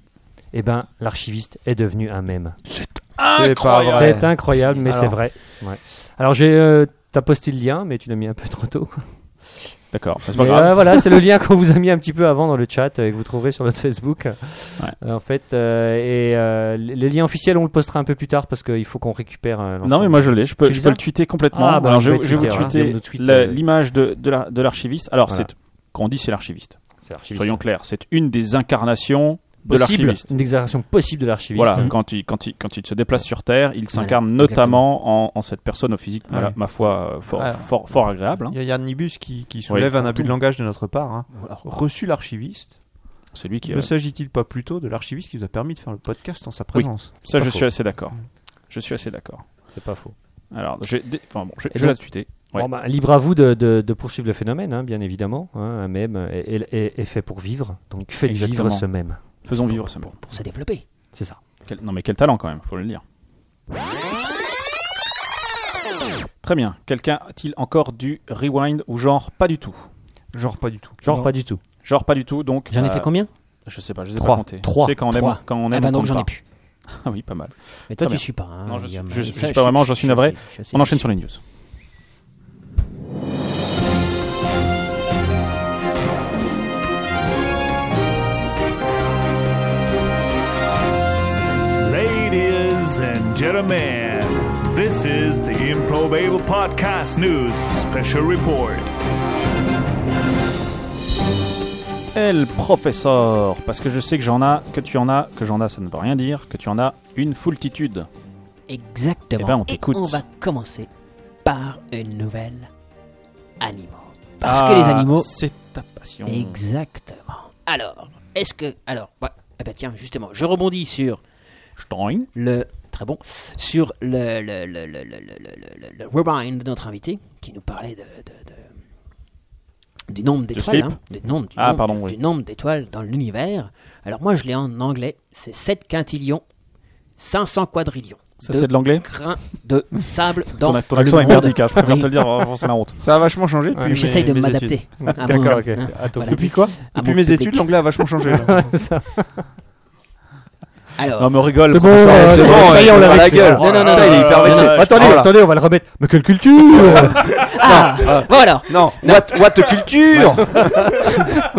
Speaker 4: Eh ben, l'archiviste est devenu un mème.
Speaker 5: C'est
Speaker 3: Ah,
Speaker 5: pas vrai.
Speaker 4: C'est incroyable, mais
Speaker 5: Alors.
Speaker 4: c'est vrai. Ouais. Alors, j'ai, euh, t'as posté le lien, mais tu l'as mis un peu trop tôt. quoi.
Speaker 3: D'accord. C'est pas
Speaker 4: Mais,
Speaker 3: grave.
Speaker 4: euh, voilà, c'est le lien qu'on vous a mis un petit peu avant dans le chat euh, et que vous trouverez sur notre Facebook. Euh, en fait, euh, et euh, le lien officiel, on le postera un peu plus tard parce qu'il faut qu'on récupère. euh, l'ensemble.
Speaker 3: Non, mais moi je l'ai, je peux,
Speaker 4: Tu
Speaker 3: je
Speaker 4: les
Speaker 3: peux
Speaker 4: as
Speaker 3: le tweeter complètement.
Speaker 4: Ah, bah,
Speaker 3: Alors,
Speaker 4: tu
Speaker 3: je,
Speaker 4: peux
Speaker 3: je vais vous
Speaker 4: tweeter, hein.
Speaker 3: tweeter
Speaker 4: Viens de tweeter,
Speaker 3: la-
Speaker 4: oui.
Speaker 3: l'image de, de la- de l'archiviste. Alors,
Speaker 4: Voilà.
Speaker 3: c'est quand on dit c'est l'archiviste,
Speaker 4: c'est l'archiviste.
Speaker 3: soyons clairs, c'est une des incarnations de
Speaker 4: Possible,
Speaker 3: l'archiviste.
Speaker 4: Une déclaration possible de l'archiviste.
Speaker 3: Voilà,
Speaker 4: Mm.
Speaker 3: quand, il, quand, il, quand il se déplace sur Terre, il s'incarne notamment en, en cette personne au physique, voilà,
Speaker 5: oui.
Speaker 3: ma foi, euh, fort,
Speaker 5: Ah.
Speaker 3: fort, fort agréable. hein.
Speaker 5: Il y a Yarnibus qui, qui soulève un abus de langage de notre part. hein. Reçu l'archiviste.
Speaker 3: C'est lui qui.
Speaker 5: Ne
Speaker 3: euh,
Speaker 5: s'agit-il pas plutôt de l'archiviste qui nous a permis de faire le podcast en sa présence
Speaker 3: ça,
Speaker 4: pas
Speaker 3: je
Speaker 4: faux.
Speaker 3: suis assez d'accord. Je suis assez d'accord.
Speaker 4: C'est pas faux.
Speaker 3: Alors, je, dé- enfin, bon, je,
Speaker 4: Et
Speaker 3: je vais la
Speaker 4: donc-
Speaker 3: tweeter. Ouais.
Speaker 4: Bon, bah, libre à vous de, de- de poursuivre le phénomène, hein, bien évidemment. hein, un mème est, est- est- est fait pour vivre, donc faites
Speaker 3: Exactement.
Speaker 4: vivre ce mème.
Speaker 3: Faisons vivre ce mot.
Speaker 6: pour se développer.
Speaker 4: C'est ça.
Speaker 3: Quel- Non, mais quel talent quand même, faut le dire. Très bien. Quelqu'un a-t-il encore du rewind ou genre pas du tout
Speaker 5: Genre pas du tout.
Speaker 4: Genre
Speaker 6: Non.
Speaker 4: pas du tout.
Speaker 3: Genre pas du tout, donc.
Speaker 6: J'en ai
Speaker 3: euh,
Speaker 6: fait combien
Speaker 3: Je sais pas, je les ai
Speaker 5: Trois.
Speaker 3: pas comptés.
Speaker 6: Trois.
Speaker 3: Tu sais, quand on aime,
Speaker 6: Trois.
Speaker 3: quand on aime.
Speaker 6: Ah bah
Speaker 3: on
Speaker 6: donc
Speaker 3: compte
Speaker 6: j'en ai
Speaker 3: pas.
Speaker 6: plus.
Speaker 3: Ah oui, pas mal.
Speaker 6: Mais toi
Speaker 3: Très
Speaker 6: tu
Speaker 3: bien.
Speaker 6: suis pas. Hein,
Speaker 3: Non, je suis-
Speaker 6: Guillaume.
Speaker 3: je-
Speaker 6: Et
Speaker 3: je
Speaker 6: ça,
Speaker 3: suis pas vraiment, j'en suis navré.
Speaker 6: assez- je suis assez
Speaker 3: On enchaîne sur les news.
Speaker 8: Ladies and gentlemen, this is the Improbable Podcast News Special Report.
Speaker 3: El professeur, parce que je sais que j'en a, que tu en as, que j'en as, ça ne veut rien dire, que tu en as une foultitude.
Speaker 6: Exactement.
Speaker 3: Eh ben, on
Speaker 6: Et
Speaker 3: t'écoute.
Speaker 6: on va commencer par une nouvelle animaux. Parce que
Speaker 3: Ah,
Speaker 6: les animaux.
Speaker 3: C'est ta passion.
Speaker 6: Exactement. Alors, est-ce que. Alors, bah, eh ben tiens, justement, je rebondis sur
Speaker 3: Stein.
Speaker 6: le. Très bon. Sur le, le, le, le, le, le, le- le- le rewind de notre invité qui nous parlait de. de- de- du nombre d'étoiles,
Speaker 3: slip.
Speaker 6: hein, du nombre, du
Speaker 3: Ah,
Speaker 6: nombre-
Speaker 3: pardon,
Speaker 6: du
Speaker 3: oui.
Speaker 6: nombre d'étoiles dans l'univers. Alors moi, je l'ai en anglais, c'est 7 quintillions, 500 quadrillions
Speaker 3: Ça,
Speaker 6: de
Speaker 3: c'est de l'anglais
Speaker 6: grains de sable dans
Speaker 3: ton, ton
Speaker 6: le
Speaker 3: accent est
Speaker 6: monde.
Speaker 3: merdique, hein, je préfère
Speaker 6: Oui.
Speaker 3: te le dire, vraiment, c'est la honte.
Speaker 5: Ça a vachement changé depuis.
Speaker 6: Mais J'essaye
Speaker 5: mes-
Speaker 6: de
Speaker 5: mes études.
Speaker 6: m'adapter. à mon-
Speaker 5: D'accord, ok.
Speaker 6: hein,
Speaker 5: Attends,
Speaker 6: voilà.
Speaker 5: Depuis quoi
Speaker 6: à
Speaker 5: Depuis
Speaker 6: mon
Speaker 5: mes
Speaker 6: public.
Speaker 5: études, l'anglais a vachement changé.
Speaker 6: Alors,
Speaker 3: Non, mais on rigole.
Speaker 4: C'est bon,
Speaker 3: professeur,
Speaker 4: euh,
Speaker 3: c'est
Speaker 4: c'est
Speaker 3: bon,
Speaker 4: bon,
Speaker 3: ça y est, on
Speaker 5: la
Speaker 3: l'a
Speaker 5: gueule.
Speaker 6: Non, non, non,
Speaker 5: Putain,
Speaker 6: non.
Speaker 5: il est hyper vexé.
Speaker 4: attendez,
Speaker 5: Oh là.
Speaker 4: attendez, on va le remettre. Mais quelle culture
Speaker 6: ah, bon alors.
Speaker 5: Non, what, what the culture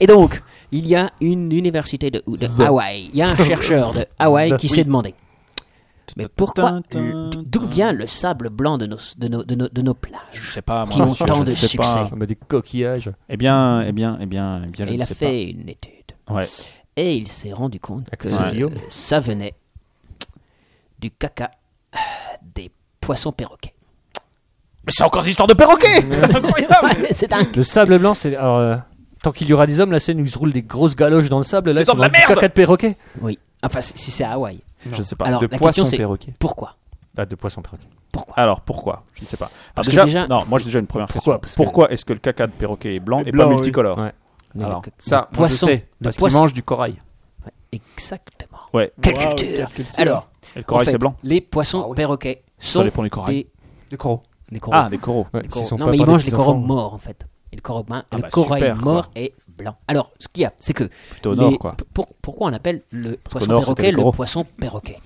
Speaker 6: Et donc, il y a une université de, ou de Hawaï. Il y a un chercheur de Hawaï qui s'est demandé. Mais pourquoi, d'où vient le sable blanc de nos, de nos, de nos, de nos plages
Speaker 3: Je sais pas, moi.
Speaker 6: Qui ont
Speaker 3: monsieur,
Speaker 6: tant
Speaker 3: je
Speaker 6: de
Speaker 3: sais
Speaker 6: succès.
Speaker 3: pas.
Speaker 4: Ah, Des coquillages.
Speaker 3: Eh bien, eh bien, eh bien, eh bien, je
Speaker 6: Et Il
Speaker 3: ne
Speaker 6: a
Speaker 3: sais
Speaker 6: fait une étude.
Speaker 3: pas. Ouais.
Speaker 6: Et il s'est rendu compte que
Speaker 4: cause de
Speaker 6: euh,
Speaker 4: Guillaume.
Speaker 6: ça venait du caca euh, des poissons perroquets.
Speaker 3: Mais c'est encore des histoires de perroquet
Speaker 6: Ouais, C'est dingue.
Speaker 4: Le sable blanc, c'est. alors, euh, Tant qu'il y aura des hommes, la scène où ils se roulent des grosses galoches dans le sable, là,
Speaker 3: C'est
Speaker 4: ils sont
Speaker 3: dans de la
Speaker 4: dans du
Speaker 3: merde.
Speaker 4: caca de perroquet.
Speaker 6: Oui. Enfin, si si c'est à Hawaï.
Speaker 3: Je sais pas.
Speaker 6: Alors,
Speaker 5: de
Speaker 6: la
Speaker 5: poisson
Speaker 6: question c'est
Speaker 5: perroquet.
Speaker 6: pourquoi
Speaker 4: Ah, de poisson perroquet.
Speaker 6: Pourquoi
Speaker 3: Alors pourquoi Je ne sais pas.
Speaker 6: Parce
Speaker 3: Alors, déjà,
Speaker 6: que déjà-
Speaker 3: non, moi j'ai déjà une première
Speaker 4: Pourquoi
Speaker 3: question.
Speaker 4: Parce que-
Speaker 3: pourquoi est-ce que le caca de perroquet est blanc et
Speaker 5: Blanc,
Speaker 3: pas
Speaker 5: oui.
Speaker 3: multicolore
Speaker 4: Ouais.
Speaker 6: Mais
Speaker 3: Alors,
Speaker 6: le-
Speaker 5: Ça,
Speaker 6: le
Speaker 5: moi,
Speaker 6: poisson,
Speaker 5: je sais.
Speaker 6: le
Speaker 5: Parce qu'il
Speaker 6: poisson.
Speaker 5: mange du corail.
Speaker 6: Exactement.
Speaker 3: Ouais.
Speaker 6: Quelle culture Ah Alors,
Speaker 3: Et le corail
Speaker 6: en fait,
Speaker 3: c'est blanc
Speaker 6: Les poissons perroquets
Speaker 3: Ça
Speaker 6: sont
Speaker 3: dépend du corail.
Speaker 6: des,
Speaker 5: Des coraux.
Speaker 6: des coraux.
Speaker 3: Ah, des coraux.
Speaker 4: Ouais,
Speaker 6: Des
Speaker 4: s'ils
Speaker 6: coraux.
Speaker 4: sont
Speaker 6: non,
Speaker 4: pas
Speaker 6: mais ils
Speaker 4: par des
Speaker 6: mangent les
Speaker 4: petits
Speaker 6: coraux
Speaker 4: enfants.
Speaker 6: morts en fait. Et le corail, ben,
Speaker 3: Ah
Speaker 6: le
Speaker 3: bah,
Speaker 6: corail
Speaker 3: super, quoi.
Speaker 6: mort est blanc. Alors, ce qu'il y a, c'est que
Speaker 3: Plutôt au
Speaker 6: les-
Speaker 3: nord quoi.
Speaker 6: pour- pourquoi on appelle le poisson
Speaker 3: nord, c'était les
Speaker 6: perroquet
Speaker 3: coraux.
Speaker 6: le poisson perroquet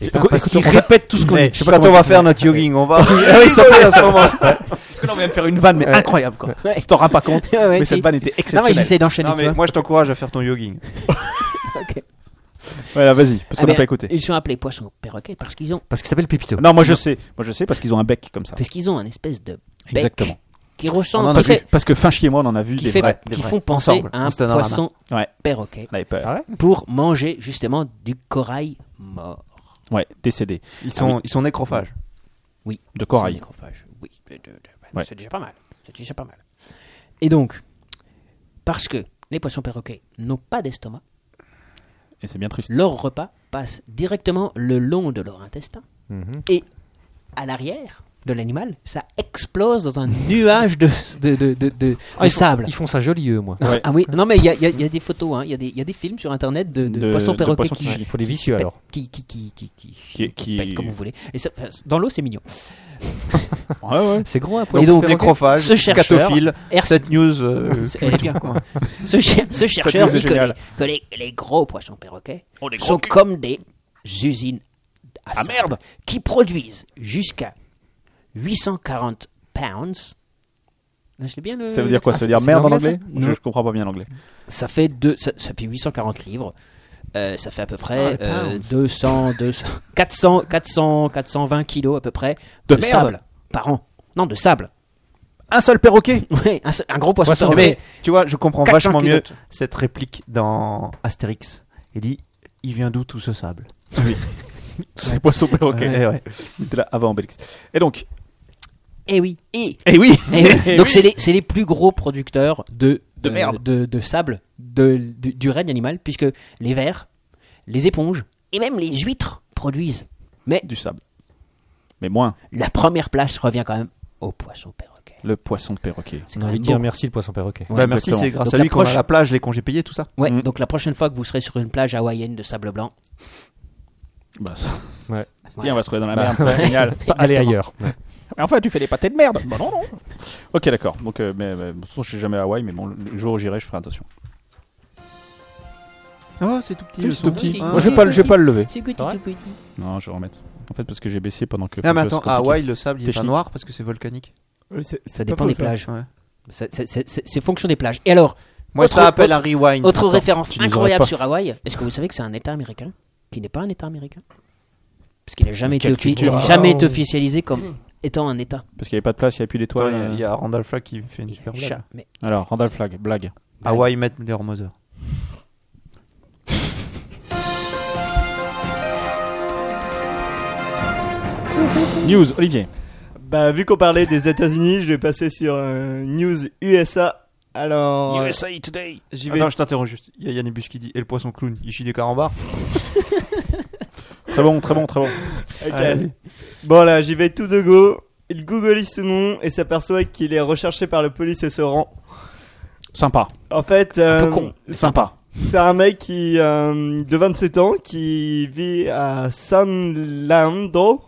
Speaker 4: Et
Speaker 5: Écoute,
Speaker 4: parce
Speaker 5: écoute,
Speaker 4: qu'ils
Speaker 5: on va-
Speaker 4: répètent tout ce qu'on dit.
Speaker 5: Je sais pas quand on va faire notre jogging, on va. Ah oui, ça fait à ce moment. Parce que là, on vient de faire une vanne, mais incroyable quoi.
Speaker 6: Ouais.
Speaker 5: Tu t'en rends pas compte.
Speaker 6: Ouais, ouais,
Speaker 5: Mais
Speaker 6: si.
Speaker 5: cette vanne était
Speaker 6: Non, mais
Speaker 5: exceptionnelle.
Speaker 6: j'essaie d'enchaîner.
Speaker 5: Non,
Speaker 6: tu
Speaker 5: mais
Speaker 6: vois.
Speaker 5: moi, je t'encourage à faire ton jogging.
Speaker 6: Ok.
Speaker 3: Ouais, là, vas-y, parce
Speaker 6: Ah,
Speaker 3: qu'on n'a
Speaker 6: mais
Speaker 3: pas écouté.
Speaker 6: Ils sont appelés poissons perroquets parce qu'ils ont,
Speaker 4: Parce qu'il s'appelle Pépito.
Speaker 3: Ah, Non, moi je sais. Moi je sais parce qu'ils ont un bec comme ça.
Speaker 6: parce qu'ils ont un espèce de bec
Speaker 3: Exactement.
Speaker 6: qui
Speaker 5: On
Speaker 6: ressemble,
Speaker 5: en a
Speaker 6: qui
Speaker 3: Parce que,
Speaker 6: fait,
Speaker 3: parce que fin chier moi on en a vu
Speaker 6: qui
Speaker 3: des
Speaker 6: fait-
Speaker 3: vrais.
Speaker 5: des
Speaker 6: qui
Speaker 5: vrais.
Speaker 6: font penser
Speaker 5: Ensemble,
Speaker 6: à un
Speaker 5: on se donnera la
Speaker 6: poisson
Speaker 3: Ouais.
Speaker 6: perroquet
Speaker 3: On avait peur.
Speaker 4: Ah ouais
Speaker 6: pour manger justement du corail mort.
Speaker 3: Ouais, décédé.
Speaker 5: Ils
Speaker 6: Ah
Speaker 5: sont, ils sont nécrophages.
Speaker 6: Oui.
Speaker 3: De corail.
Speaker 6: Sans nécrophage. Oui. De- de- de-
Speaker 3: Ouais.
Speaker 6: C'est déjà pas mal. C'est déjà pas mal. Et donc, parce que les poissons perroquets n'ont pas d'estomac,
Speaker 3: Et c'est bien triste.
Speaker 6: leur repas passe directement le long de leur intestin et à l'arrière de l'animal, ça explose dans un nuage de, de, de, de, de- de
Speaker 4: Ah, ils font-
Speaker 6: sable.
Speaker 4: Ils font ça joli, eux, moi.
Speaker 3: Ouais.
Speaker 6: Ah oui, non mais il y a, il y a- il y a des photos, hein. il y, a des- il y a des films sur internet de, de
Speaker 3: De-
Speaker 6: poissons
Speaker 3: de
Speaker 6: perroquets
Speaker 3: poissons
Speaker 6: qui,
Speaker 3: qui
Speaker 4: Il faut les vicieux
Speaker 6: pètent-
Speaker 4: alors.
Speaker 5: ah.
Speaker 6: qui, qui, qui, qui, qui-
Speaker 5: Bah,
Speaker 3: Qui, qui...
Speaker 6: pètent comme vous voulez. Et ça- dans l'eau, c'est mignon.
Speaker 3: ouais.
Speaker 4: C'est gros un
Speaker 5: Et
Speaker 4: poisson.
Speaker 5: donc,
Speaker 4: perroquet.
Speaker 5: nécrophage,
Speaker 6: ce chercheur,
Speaker 5: catophile,
Speaker 6: Hercule-
Speaker 5: cette news. euh,
Speaker 6: C'est-
Speaker 5: culture,
Speaker 6: elle est bien,
Speaker 5: quoi.
Speaker 6: Ce, cher- ce chercheur
Speaker 3: news est
Speaker 6: dit que les,
Speaker 3: géniale.
Speaker 6: que les- les gros poissons perroquets
Speaker 3: Oh, les gros
Speaker 6: sont
Speaker 3: culs.
Speaker 6: comme des usines à sable
Speaker 3: merde.
Speaker 6: qui produisent jusqu'à 840 pounds. Je l'ai bien le-
Speaker 3: Ça veut dire quoi Ça veut
Speaker 4: Ah,
Speaker 3: dire
Speaker 4: c'est-
Speaker 3: merde
Speaker 4: c'est
Speaker 3: en anglais
Speaker 4: l'anglais, ça
Speaker 3: je, je comprends pas bien l'anglais.
Speaker 6: Ça fait deux, ça, ça fait 840 livres. Euh, ça fait à peu
Speaker 5: Ah,
Speaker 6: près
Speaker 5: les
Speaker 6: euh,
Speaker 5: pounds.
Speaker 6: 200, 200, 400, 400, 420 kilos à peu près
Speaker 3: De
Speaker 6: de,
Speaker 3: merde.
Speaker 6: sable par an. Non, de sable.
Speaker 5: Un seul perroquet
Speaker 6: Ouais, un, se- un gros poisson.
Speaker 4: Poisson,
Speaker 6: perroquet.
Speaker 5: Mais tu vois, je comprends
Speaker 6: 400
Speaker 5: vachement mieux
Speaker 6: kilos.
Speaker 5: cette réplique dans Astérix. Il dit il vient d'où tout ce sable
Speaker 3: C'est poisson perroquet.
Speaker 5: Ouais, ouais.
Speaker 3: Il était là avant Obélix. Et donc,
Speaker 6: Eh oui. Eh
Speaker 3: eh oui
Speaker 6: Eh oui. Donc c'est les, c'est les plus gros producteurs de,
Speaker 3: De
Speaker 6: euh,
Speaker 3: merde.
Speaker 6: de, de sable de, du, du règne animal, puisque les vers, les éponges et même les huîtres produisent. Mais
Speaker 3: Du sable. Mais moins
Speaker 6: la première place revient quand même au poisson perroquet.
Speaker 3: le poisson perroquet.
Speaker 6: C'est
Speaker 4: On
Speaker 6: quand
Speaker 4: a envie
Speaker 6: même
Speaker 4: de dire
Speaker 6: beau.
Speaker 4: merci le poisson perroquet.
Speaker 5: Bah, merci,
Speaker 3: exactement.
Speaker 5: c'est grâce
Speaker 6: Donc,
Speaker 5: à lui qu'on a
Speaker 6: l'approche-
Speaker 5: la plage, les congés payés, tout ça.
Speaker 6: Ouais,
Speaker 3: Mm.
Speaker 6: donc la prochaine fois que vous serez sur une plage hawaïenne de sable blanc,
Speaker 3: Bah, ça-
Speaker 4: Ouais.
Speaker 3: Viens, on va se trouver dans la
Speaker 4: Bah,
Speaker 3: merde. c'est Génial.
Speaker 4: Pas aller ailleurs.
Speaker 3: Mais enfin, tu fais des pâtés de merde. Bah non, non. ok, d'accord. Donc, euh, mais, mais, de toute façon, je suis jamais à Hawaï, mais bon, le jour où j'irai, je ferai attention.
Speaker 5: Oh, c'est tout petit.
Speaker 3: Oui,
Speaker 5: le
Speaker 3: c'est
Speaker 5: son.
Speaker 3: tout petit.
Speaker 5: Ah.
Speaker 4: Moi, je vais pas, le- je vais pas le lever.
Speaker 6: c'est petit
Speaker 4: C'est vrai
Speaker 6: tout petit.
Speaker 3: Non, je vais remettre. En fait, parce que j'ai baissé pendant que.
Speaker 5: Ah, mais
Speaker 3: Fabio,
Speaker 5: attends,
Speaker 3: c'est
Speaker 5: à
Speaker 3: compliqué.
Speaker 5: Hawaï, le sable, il est pas
Speaker 3: Technique.
Speaker 5: noir parce que c'est volcanique.
Speaker 6: Ça dépend des plages. hein.
Speaker 5: Ouais.
Speaker 6: C'est- c'est- C'est c'est- c'est fonction des plages. Et alors,
Speaker 5: Moi,
Speaker 6: Autre-
Speaker 5: ça appelle
Speaker 6: autre-
Speaker 5: un rewind.
Speaker 6: autre
Speaker 5: Attends.
Speaker 6: référence
Speaker 3: tu nous aurais pas
Speaker 6: incroyable
Speaker 3: fait-
Speaker 6: sur Hawaï, est-ce que vous savez que c'est un État américain qui n'est pas un État américain Parce qu'il n'a jamais, été,
Speaker 3: Quelle
Speaker 6: offi-
Speaker 3: culture.
Speaker 6: jamais été officialisé comme étant un État.
Speaker 3: Parce qu'il n'y avait pas de place, il n'y avait plus
Speaker 5: Toi,
Speaker 3: d'étoiles.
Speaker 5: il y a- il y
Speaker 3: euh.
Speaker 5: a Randall Flagg qui fait une super blague.
Speaker 6: Jamais.
Speaker 3: Alors, Randall Flag, blague.
Speaker 5: Hawaï met leur mother.
Speaker 3: News, Olivier.
Speaker 7: Bah, vu qu'on parlait des États-Unis, je vais passer sur euh, News USA. Alors, euh,
Speaker 3: Today.
Speaker 7: j'y vais.
Speaker 5: Attends, je t'interromps juste. Il y a Yannibus qui dit Et le poisson clown, il chie des carambars
Speaker 3: Très bon, très bon, très bon.
Speaker 7: Ok.
Speaker 5: Allez.
Speaker 7: Bon, là, j'y vais tout de go. Il googlise ce nom et s'aperçoit qu'il est recherché par la police et se rend.
Speaker 3: Sympa.
Speaker 7: En fait, euh,
Speaker 3: Sympa.
Speaker 7: c'est un mec qui, euh, de 27 ans qui vit à San Lando.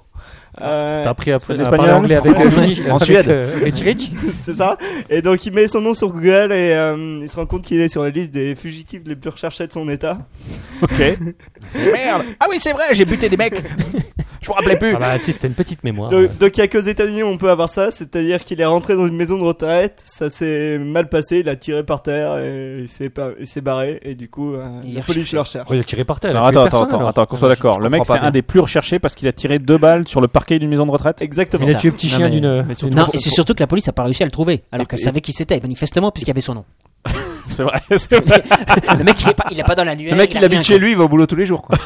Speaker 3: Ah,
Speaker 7: Euh,
Speaker 4: T'as appris à,
Speaker 3: de
Speaker 4: à
Speaker 3: l'espagnol
Speaker 4: parler anglais avec euh,
Speaker 5: En Suède.
Speaker 4: Rich Rich.
Speaker 7: c'est ça. Et donc il met son nom sur Google et euh, il se rend compte qu'il est sur la liste des fugitifs les plus recherchés de son état.
Speaker 3: Merde. Ah oui, c'est vrai, j'ai buté des mecs. Je me rappelais plus.
Speaker 4: Ah bah si, c'était une petite mémoire.
Speaker 7: Donc donc, il n'y a qu'aux États-Unis où on peut avoir ça, c'est-à-dire qu'il est rentré dans une maison de retraite, ça s'est mal passé, il a tiré par terre et il s'est pas- il s'est barré et du coup euh,
Speaker 6: Il est
Speaker 7: la police
Speaker 6: recherché.
Speaker 7: le recherche.
Speaker 4: Oh, il a tiré par terre.
Speaker 3: Alors
Speaker 4: il a tué
Speaker 3: attends, attends,
Speaker 4: personne,
Speaker 3: attends,
Speaker 4: alors.
Speaker 3: attends, qu'on soit d'accord.
Speaker 5: je
Speaker 3: Le mec,
Speaker 5: comprends
Speaker 3: c'est
Speaker 5: pas
Speaker 3: un
Speaker 5: bien.
Speaker 3: des plus recherchés parce qu'il a tiré deux balles sur le parquet d'une maison de retraite.
Speaker 7: Exactement.
Speaker 4: Il a
Speaker 6: ça.
Speaker 4: tué le petit
Speaker 5: Non,
Speaker 4: chien
Speaker 5: mais-
Speaker 4: d'une.
Speaker 5: mais surtout
Speaker 4: d'une-
Speaker 6: Non, et c'est surtout que la police n'a pas réussi à le trouver, alors qu'elle
Speaker 5: et-
Speaker 6: savait qui c'était, manifestement, puisqu'il y avait son nom.
Speaker 3: C'est vrai, c'est vrai.
Speaker 6: le mec, il n'est pas, il est pas dans la nuée.
Speaker 5: Le mec, Eh, il habite chez lui, il va au boulot tous les jours. quoi.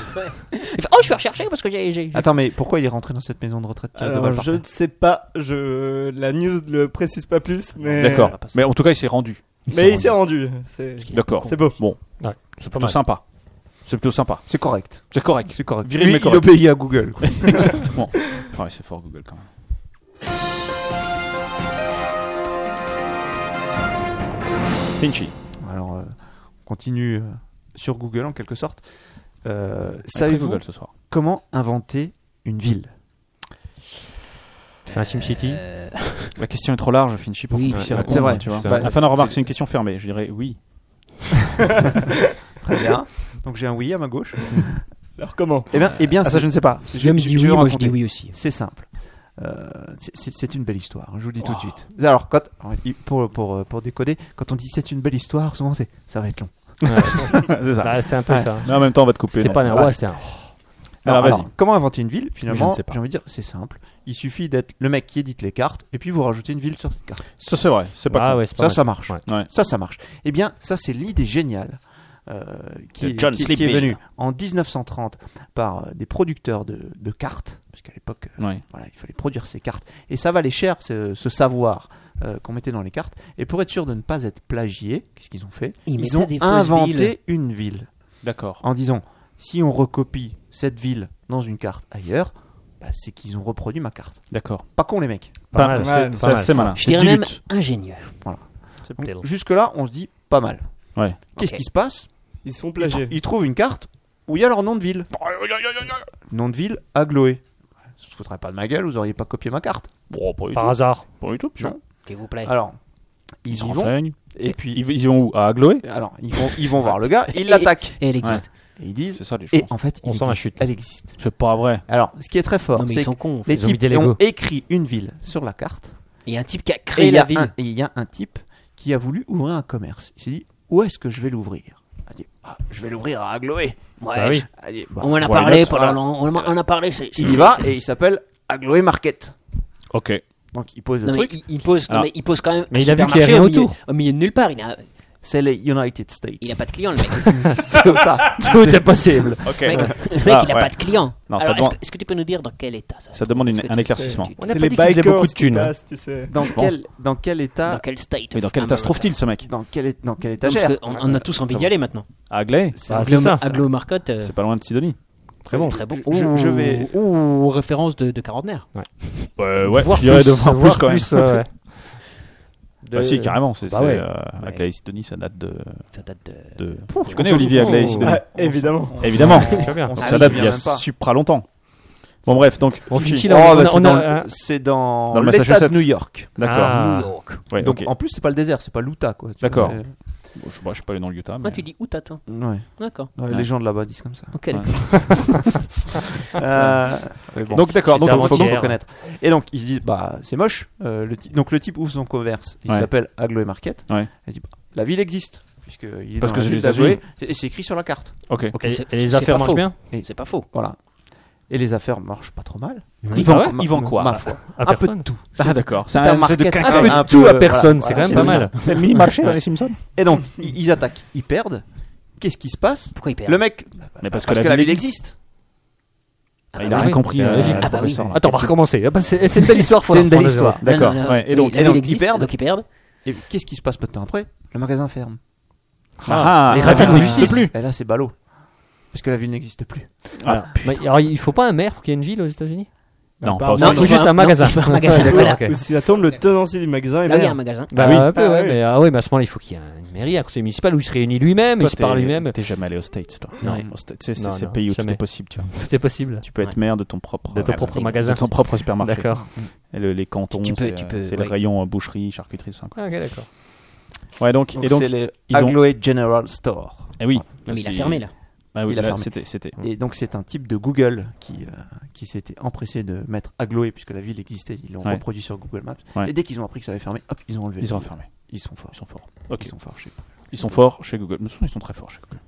Speaker 6: Oh, je suis recherché parce que j'ai. j'ai-
Speaker 5: Attends, mais pourquoi il est rentré dans cette maison de retraite tiré de
Speaker 7: Alors,
Speaker 5: balles par
Speaker 7: je
Speaker 5: terre
Speaker 7: ne sais pas, je la news ne le précise pas plus, mais
Speaker 3: D'accord.
Speaker 6: va pas se-
Speaker 3: Mais en tout cas, il s'est rendu.
Speaker 7: mais il s'est rendu. C'est
Speaker 3: D'accord.
Speaker 7: c'est beau.
Speaker 4: Ouais, c'est pas
Speaker 3: plutôt
Speaker 4: mal.
Speaker 3: sympa. C'est plutôt sympa.
Speaker 5: C'est correct.
Speaker 3: C'est correct.
Speaker 5: C'est correct.
Speaker 3: Viril,
Speaker 5: Lui,
Speaker 3: mais
Speaker 5: il
Speaker 3: correct.
Speaker 5: obéit à Google.
Speaker 3: Exactement. Ah ouais, c'est fort Google quand même. Pinchy.
Speaker 5: Alors, euh, on continue euh, sur Google en quelque sorte. Euh,
Speaker 3: Très
Speaker 5: Savez-vous
Speaker 3: Google ce soir.
Speaker 5: comment inventer une ville
Speaker 4: Tu fais un SimCity.
Speaker 3: La question est trop large, Finchy, pour
Speaker 6: Oui,
Speaker 3: qu'on puisse y
Speaker 6: c'est
Speaker 3: répondre.
Speaker 5: vrai.
Speaker 3: tu vois.
Speaker 5: Bah,
Speaker 3: Enfin, non, remarque, c'est une question fermée. Je dirais oui.
Speaker 5: Très bien. Donc j'ai un oui à ma gauche.
Speaker 7: Alors comment
Speaker 5: Eh bien, eh bien ça, je ne sais pas. Je,
Speaker 6: Guillaume
Speaker 5: je-
Speaker 6: dit
Speaker 5: je
Speaker 6: oui,
Speaker 5: vais
Speaker 6: moi je
Speaker 5: raconter.
Speaker 6: dis oui aussi.
Speaker 5: C'est simple. Euh, c'est- c'est c'est une belle histoire, hein, je vous le dis tout de suite. Alors, quand, pour, pour, euh, pour décoder, quand on dit c'est une belle histoire, souvent c'est ça va être long.
Speaker 3: c'est ça.
Speaker 4: Bah, c'est un peu
Speaker 5: Ouais.
Speaker 4: ça.
Speaker 3: Mais en même temps, on va te couper.
Speaker 4: C'était
Speaker 3: non.
Speaker 4: pas un roi, c'était un.
Speaker 3: Alors,
Speaker 5: Alors,
Speaker 3: vas-y.
Speaker 5: comment inventer une ville
Speaker 3: Je ne
Speaker 5: Finalement,
Speaker 3: sais pas.
Speaker 5: j'ai envie de dire, c'est simple. Il suffit d'être le mec qui édite les cartes et puis vous rajoutez une ville sur cette carte.
Speaker 3: Ça, c'est vrai. C'est pas
Speaker 4: Ah
Speaker 3: con.
Speaker 4: ouais, c'est pas
Speaker 5: Ça,
Speaker 4: mal.
Speaker 5: ça marche.
Speaker 4: Ouais.
Speaker 3: Ouais.
Speaker 5: Ça, ça marche. Eh bien, ça, c'est l'idée géniale euh, qui,
Speaker 3: De
Speaker 5: est-
Speaker 3: John
Speaker 5: qui- qui est
Speaker 3: Sleepville.
Speaker 5: venue en 1930 par euh, des producteurs de, de cartes, parce qu'à l'époque, euh,
Speaker 3: Ouais.
Speaker 5: voilà, il fallait produire ces cartes. Et ça valait cher, ce, ce savoir euh, qu'on mettait dans les cartes. Et pour être sûr de ne pas être plagié, qu'est-ce qu'ils ont fait
Speaker 6: Ils mettaient
Speaker 5: ont
Speaker 6: des fausses villes.
Speaker 5: inventé une ville
Speaker 3: D'accord.
Speaker 5: en disant si on recopie cette ville dans une carte ailleurs, bah, c'est qu'ils ont reproduit ma carte.
Speaker 3: D'accord.
Speaker 5: Pas con les mecs.
Speaker 4: Pas mal.
Speaker 3: C'est- ça,
Speaker 4: pas mal.
Speaker 3: C'est malin.
Speaker 6: Je
Speaker 3: C'est
Speaker 6: dirais
Speaker 3: du
Speaker 6: même
Speaker 3: lutte.
Speaker 6: ingénieux.
Speaker 5: Donc,
Speaker 4: Subtil.
Speaker 5: Jusque-là, on se dit pas mal.
Speaker 3: Ouais.
Speaker 5: Qu'est-ce
Speaker 6: Ok.
Speaker 5: qui se passe
Speaker 7: Ils se font
Speaker 5: ils, trou-
Speaker 7: plagier.
Speaker 5: ils trouvent une carte où il y a leur nom de ville. nom de ville à Gloé. Vous ne foutrez pas de ma gueule, vous auriez pas copié ma carte.
Speaker 3: Bon, pas du
Speaker 4: Par
Speaker 3: tout.
Speaker 4: hasard.
Speaker 3: Pas du tout, puis
Speaker 5: Non.
Speaker 6: S'il vous plaît.
Speaker 5: Eh. Alors, ils,
Speaker 3: Ils se
Speaker 5: y vont.
Speaker 3: renseignent.
Speaker 5: Et puis,
Speaker 3: Ils, ils vont où À Agloé
Speaker 5: alors, ils vont, ils vont voir le gars, ils l'attaquent.
Speaker 6: Et elle existe.
Speaker 5: Et ils disent.
Speaker 3: C'est ça les
Speaker 5: Et
Speaker 3: choses.
Speaker 5: en fait,
Speaker 4: On
Speaker 5: il
Speaker 4: sent la
Speaker 5: existe.
Speaker 4: chute.
Speaker 5: Elle existe.
Speaker 3: C'est pas vrai.
Speaker 5: Alors, ce qui est très fort,
Speaker 6: Non, mais
Speaker 5: c'est
Speaker 6: ils sont cons. en fait.
Speaker 5: les
Speaker 4: Ils ont mis
Speaker 5: types
Speaker 4: des Lego.
Speaker 5: ont écrit une ville sur la carte.
Speaker 6: Il y a un type qui a
Speaker 5: Et
Speaker 6: créé
Speaker 5: il y
Speaker 6: la
Speaker 5: a
Speaker 6: ville.
Speaker 5: un- et il y a un type qui a voulu ouvrir un commerce. Il s'est dit où est-ce que je vais l'ouvrir Il a dit, Ah, Je vais l'ouvrir à Agloé.
Speaker 6: Ouais.
Speaker 3: Bah oui.
Speaker 5: Il a dit, Bah,
Speaker 6: On en a
Speaker 5: why
Speaker 6: parlé
Speaker 5: not
Speaker 6: pendant
Speaker 5: Voilà.
Speaker 6: longtemps. On en a- on en a parlé. c'est- c'est-
Speaker 5: Il y va et il s'appelle Agloé Market.
Speaker 3: Ok.
Speaker 5: Donc il pose le
Speaker 6: Non, mais
Speaker 5: truc.
Speaker 6: il, il pose, non,
Speaker 3: Alors.
Speaker 6: mais il pose quand même.
Speaker 4: Mais
Speaker 6: un
Speaker 4: il a vu qu'il y
Speaker 6: supermarché
Speaker 4: avait rien
Speaker 6: au milieu-
Speaker 4: autour.
Speaker 6: Au milieu de nulle part. Il a,
Speaker 5: C'est les United States.
Speaker 6: il a pas de clients, le mec.
Speaker 5: C'est comme ça.
Speaker 4: Tout est possible.
Speaker 8: Ok.
Speaker 6: Le mec, le mec,
Speaker 3: Ah,
Speaker 6: il a
Speaker 3: ouais.
Speaker 6: pas de clients.
Speaker 3: Non, ça
Speaker 6: Alors, est-ce
Speaker 3: demande-
Speaker 6: que, est-ce que tu peux nous dire dans quel état ça
Speaker 3: Ça demande une-
Speaker 6: Est-ce que
Speaker 3: un
Speaker 6: tu-
Speaker 3: éclaircissement.
Speaker 6: tu-
Speaker 4: On n'a
Speaker 7: C'est
Speaker 4: pas
Speaker 7: les
Speaker 4: dit qu'il faisait
Speaker 7: bikers
Speaker 4: beaucoup de
Speaker 7: qui
Speaker 4: thunes. hein.
Speaker 7: passent, tu sais.
Speaker 5: Dans
Speaker 3: Je pense.
Speaker 5: quel, dans quel état
Speaker 6: Dans quel state
Speaker 3: Mais dans quel état se trouve-t-il ce mec
Speaker 5: dans quel, dans quel
Speaker 6: Non, parce
Speaker 5: étagère
Speaker 6: que on, on a tous envie d'y aller maintenant.
Speaker 3: À Aglaé
Speaker 5: C'est
Speaker 4: Ah,
Speaker 5: un
Speaker 4: c'est ça. ça.
Speaker 6: Aglo Marcotte, euh,
Speaker 3: C'est pas loin de Sidonie.
Speaker 4: Très bon.
Speaker 6: très bon.
Speaker 5: je- je- je vais-
Speaker 6: Ouh, référence de, de quarantenaire.
Speaker 3: Euh, ouais,
Speaker 4: Voir
Speaker 3: je dirais
Speaker 4: plus,
Speaker 3: de voir
Speaker 4: voir
Speaker 3: plus quand même.
Speaker 4: plus, ouais, ouais.
Speaker 3: Bah si, carrément. C'est,
Speaker 4: Bah
Speaker 3: c'est,
Speaker 4: ouais.
Speaker 3: euh, Aglaé et Sidonie, ça date de.
Speaker 6: Ça date de.
Speaker 3: de... Tu
Speaker 4: on
Speaker 3: connais
Speaker 4: s'en
Speaker 3: Olivier
Speaker 4: fout,
Speaker 3: Aglaé et
Speaker 4: on-
Speaker 3: Sidonie
Speaker 7: Ah, évidemment.
Speaker 3: Évidemment.
Speaker 4: Tu vois bien.
Speaker 5: On
Speaker 3: Donc
Speaker 5: s'en
Speaker 3: ça date
Speaker 5: souvient
Speaker 3: d'il y a
Speaker 5: même pas.
Speaker 3: supra longtemps. Bon, bref, donc.
Speaker 4: On
Speaker 3: Fichi.
Speaker 4: finit
Speaker 5: Oh,
Speaker 4: là. on
Speaker 5: bah,
Speaker 4: a-
Speaker 5: c'est
Speaker 4: on
Speaker 5: dans
Speaker 4: a-
Speaker 5: le- c'est dans,
Speaker 3: Dans le
Speaker 5: l'état de
Speaker 3: Massachusetts.
Speaker 5: New York.
Speaker 3: D'accord.
Speaker 4: Ah.
Speaker 6: New York.
Speaker 3: Ouais,
Speaker 5: Donc
Speaker 3: ok.
Speaker 5: en plus c'est pas le désert, c'est pas l'Utah quoi. Tu vois,
Speaker 3: D'accord.
Speaker 5: c'est-
Speaker 3: Bon, je, moi, je suis pas allé dans le Utah, mais.
Speaker 6: Ah, tu dis où t'as toi
Speaker 5: Ouais.
Speaker 6: D'accord.
Speaker 5: Ouais,
Speaker 3: Ouais.
Speaker 5: Les gens de là-bas disent comme ça.
Speaker 6: Ok,
Speaker 3: Ouais.
Speaker 6: d'accord.
Speaker 5: Euh, mais bon.
Speaker 3: Donc d'accord, donc
Speaker 4: C'était
Speaker 5: Donc, faut,
Speaker 4: avant-hier.
Speaker 5: faut connaître. Et donc ils se disent bah c'est moche. euh, le type- donc le type ouvre son commerce. Il
Speaker 3: Ouais.
Speaker 5: s'appelle Agloé Market.
Speaker 3: Ouais.
Speaker 5: Il dit bah, la ville existe puisque il est
Speaker 3: Parce
Speaker 5: dans
Speaker 3: que
Speaker 5: la
Speaker 3: c'est
Speaker 5: ville
Speaker 3: les
Speaker 5: d'Agloé,
Speaker 3: États-Unis.
Speaker 5: et c'est écrit sur la carte.
Speaker 3: ok.
Speaker 6: Ok,
Speaker 4: Et
Speaker 6: c'est-
Speaker 4: et les
Speaker 6: c'est
Speaker 4: affaires
Speaker 6: pas
Speaker 4: marchent
Speaker 6: faux.
Speaker 4: bien
Speaker 6: C'est pas faux.
Speaker 5: Voilà. Et les affaires marchent pas trop mal.
Speaker 6: Oui.
Speaker 5: Ils vendent,
Speaker 4: Ah ouais
Speaker 5: ils vendent quoi
Speaker 4: Ma
Speaker 5: ma foi.
Speaker 4: À personne.
Speaker 5: tout.
Speaker 3: Ah d'accord. C'est
Speaker 5: un
Speaker 3: un market
Speaker 5: market
Speaker 3: de
Speaker 5: un
Speaker 3: quincaillerie.
Speaker 5: peu-
Speaker 4: Un peu tout à
Speaker 5: voilà,
Speaker 4: personne,
Speaker 5: voilà,
Speaker 4: c'est quand même
Speaker 5: c'est
Speaker 4: pas
Speaker 5: ça.
Speaker 4: mal.
Speaker 3: C'est le mini marché dans les Simpsons.
Speaker 5: Et donc ils, ils attaquent, ils perdent. Qu'est-ce qui se passe
Speaker 6: Pourquoi il perd
Speaker 5: Le mec
Speaker 3: Mais parce que
Speaker 5: parce
Speaker 3: la
Speaker 5: que la
Speaker 3: ville
Speaker 5: ville existe.
Speaker 6: Ah,
Speaker 3: il
Speaker 6: bah
Speaker 3: a
Speaker 6: oui.
Speaker 3: rien compris.
Speaker 4: c'est
Speaker 3: euh,
Speaker 4: logique.
Speaker 3: le
Speaker 6: Ah bah oui.
Speaker 3: professeur.
Speaker 4: Attends, on va recommencer. Ah bah, C'est c'est une belle histoire. faut
Speaker 5: C'est
Speaker 4: la
Speaker 5: une belle
Speaker 4: reprendre à zéro.
Speaker 5: histoire.
Speaker 3: D'accord.
Speaker 6: Non, non,
Speaker 3: Ouais, et
Speaker 6: oui,
Speaker 3: donc-
Speaker 6: la
Speaker 5: et
Speaker 6: ville
Speaker 5: donc, ils
Speaker 6: existe,
Speaker 5: perdent.
Speaker 6: Donc Ah ils perdent.
Speaker 5: Et qu'est-ce qui se passe peu de temps après Le magasin ferme.
Speaker 3: Ah,
Speaker 4: les
Speaker 3: la ville
Speaker 4: règles
Speaker 3: n'existe plus.
Speaker 5: Et là, c'est ballot. Parce que la ville n'existe plus.
Speaker 3: Ah,
Speaker 4: Mais alors, il faut pas un maire pour qu'il y ait une ville aux États-Unis
Speaker 3: Non,
Speaker 7: bah,
Speaker 3: Oh, pas
Speaker 4: Non,
Speaker 6: Non,
Speaker 3: aussi.
Speaker 4: il
Speaker 6: il
Speaker 4: faut
Speaker 6: faut
Speaker 4: juste
Speaker 6: un-
Speaker 4: un magasin.
Speaker 6: non, il faut un magasin,
Speaker 4: Ouais, d'accord,
Speaker 6: voilà.
Speaker 4: ok.
Speaker 7: Ou si ça tombe, le tenancier du magasin eh est
Speaker 6: Là, il y a un
Speaker 7: merde.
Speaker 6: magasin.
Speaker 4: Bah
Speaker 3: oui.
Speaker 4: un peu,
Speaker 7: Ah
Speaker 4: ouais,
Speaker 7: oui.
Speaker 4: mais ah ouais, mais à ce moment-là, il faut qu'il y ait un- une mairie, un conseil municipal où il se réunit lui-même, il se parle lui-même.
Speaker 3: T'es jamais allé aux States, toi.
Speaker 6: Non.
Speaker 3: Aux States, C'est
Speaker 4: Non,
Speaker 3: c'est- c'est
Speaker 4: non,
Speaker 3: le pays où tout
Speaker 4: jamais.
Speaker 3: est possible, tu vois.
Speaker 4: Tout est possible.
Speaker 3: Tu peux être
Speaker 6: Ouais.
Speaker 3: maire de ton propre,
Speaker 4: De ton
Speaker 3: euh,
Speaker 4: propre magasin.
Speaker 3: de ton propre supermarché.
Speaker 4: D'accord.
Speaker 3: Et le- les cantons,
Speaker 6: Tu peux-
Speaker 3: c'est
Speaker 6: tu
Speaker 3: euh,
Speaker 6: peux-
Speaker 3: c'est le
Speaker 6: ouais.
Speaker 3: rayon euh, boucherie, charcuterie, tout ça. quoi.
Speaker 4: Ah, ok, d'accord.
Speaker 3: Ouais, donc
Speaker 5: Donc,
Speaker 3: et donc
Speaker 5: c'est les
Speaker 3: ils ont-
Speaker 5: Agloé General Store.
Speaker 3: eh oui.
Speaker 6: Non,
Speaker 3: parce
Speaker 6: mais il a
Speaker 3: qu'il-
Speaker 6: fermé là.
Speaker 3: Ah oui,
Speaker 5: Il a
Speaker 3: là,
Speaker 5: fermé.
Speaker 3: C'était c'était.
Speaker 5: Et donc, c'est un type de Google qui, euh, qui s'était empressé de mettre Agloé, puisque la ville existait. Ils l'ont
Speaker 3: Ouais.
Speaker 5: reproduit sur Google Maps.
Speaker 3: Ouais.
Speaker 5: Et dès qu'ils ont appris que ça avait fermé, hop, ils ont enlevé.
Speaker 3: Ils
Speaker 5: la
Speaker 3: ont
Speaker 5: ville.
Speaker 3: fermé.
Speaker 5: Ils sont forts.
Speaker 3: Ils sont forts. Ok.
Speaker 5: Ils sont forts, je sais pas.
Speaker 3: Ils sont forts chez Google. De toute façon, ils sont très forts chez Google.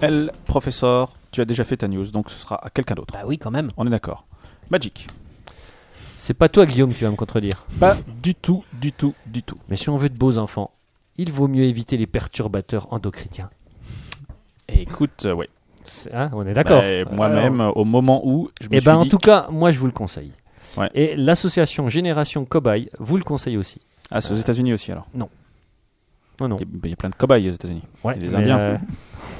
Speaker 3: Elle, professeur, tu as déjà fait ta news, donc ce sera à quelqu'un d'autre.
Speaker 6: Bah oui, quand même.
Speaker 3: On est d'accord. Magic.
Speaker 4: C'est pas toi, Guillaume, qui va me contredire.
Speaker 3: Pas du tout, du tout, du tout.
Speaker 4: Mais si on veut de beaux enfants, il vaut mieux éviter les perturbateurs endocriniens.
Speaker 3: Et écoute, euh, ouais.
Speaker 4: C'est- hein, on est d'accord.
Speaker 3: Bah, Moi-même, euh, au moment où je me
Speaker 4: Et
Speaker 3: suis
Speaker 4: ben en
Speaker 3: dit-
Speaker 4: tout cas, moi je vous le conseille.
Speaker 3: Ouais.
Speaker 4: Et l'association Génération Cobaye vous le conseille aussi. Oh
Speaker 3: Ah, c'est aux États-Unis aussi alors.
Speaker 4: Non, non.
Speaker 3: Il y a- il y, a plein de cobayes aux États-Unis.
Speaker 4: Ouais,
Speaker 3: les
Speaker 4: mais,
Speaker 3: Indiens.
Speaker 4: euh,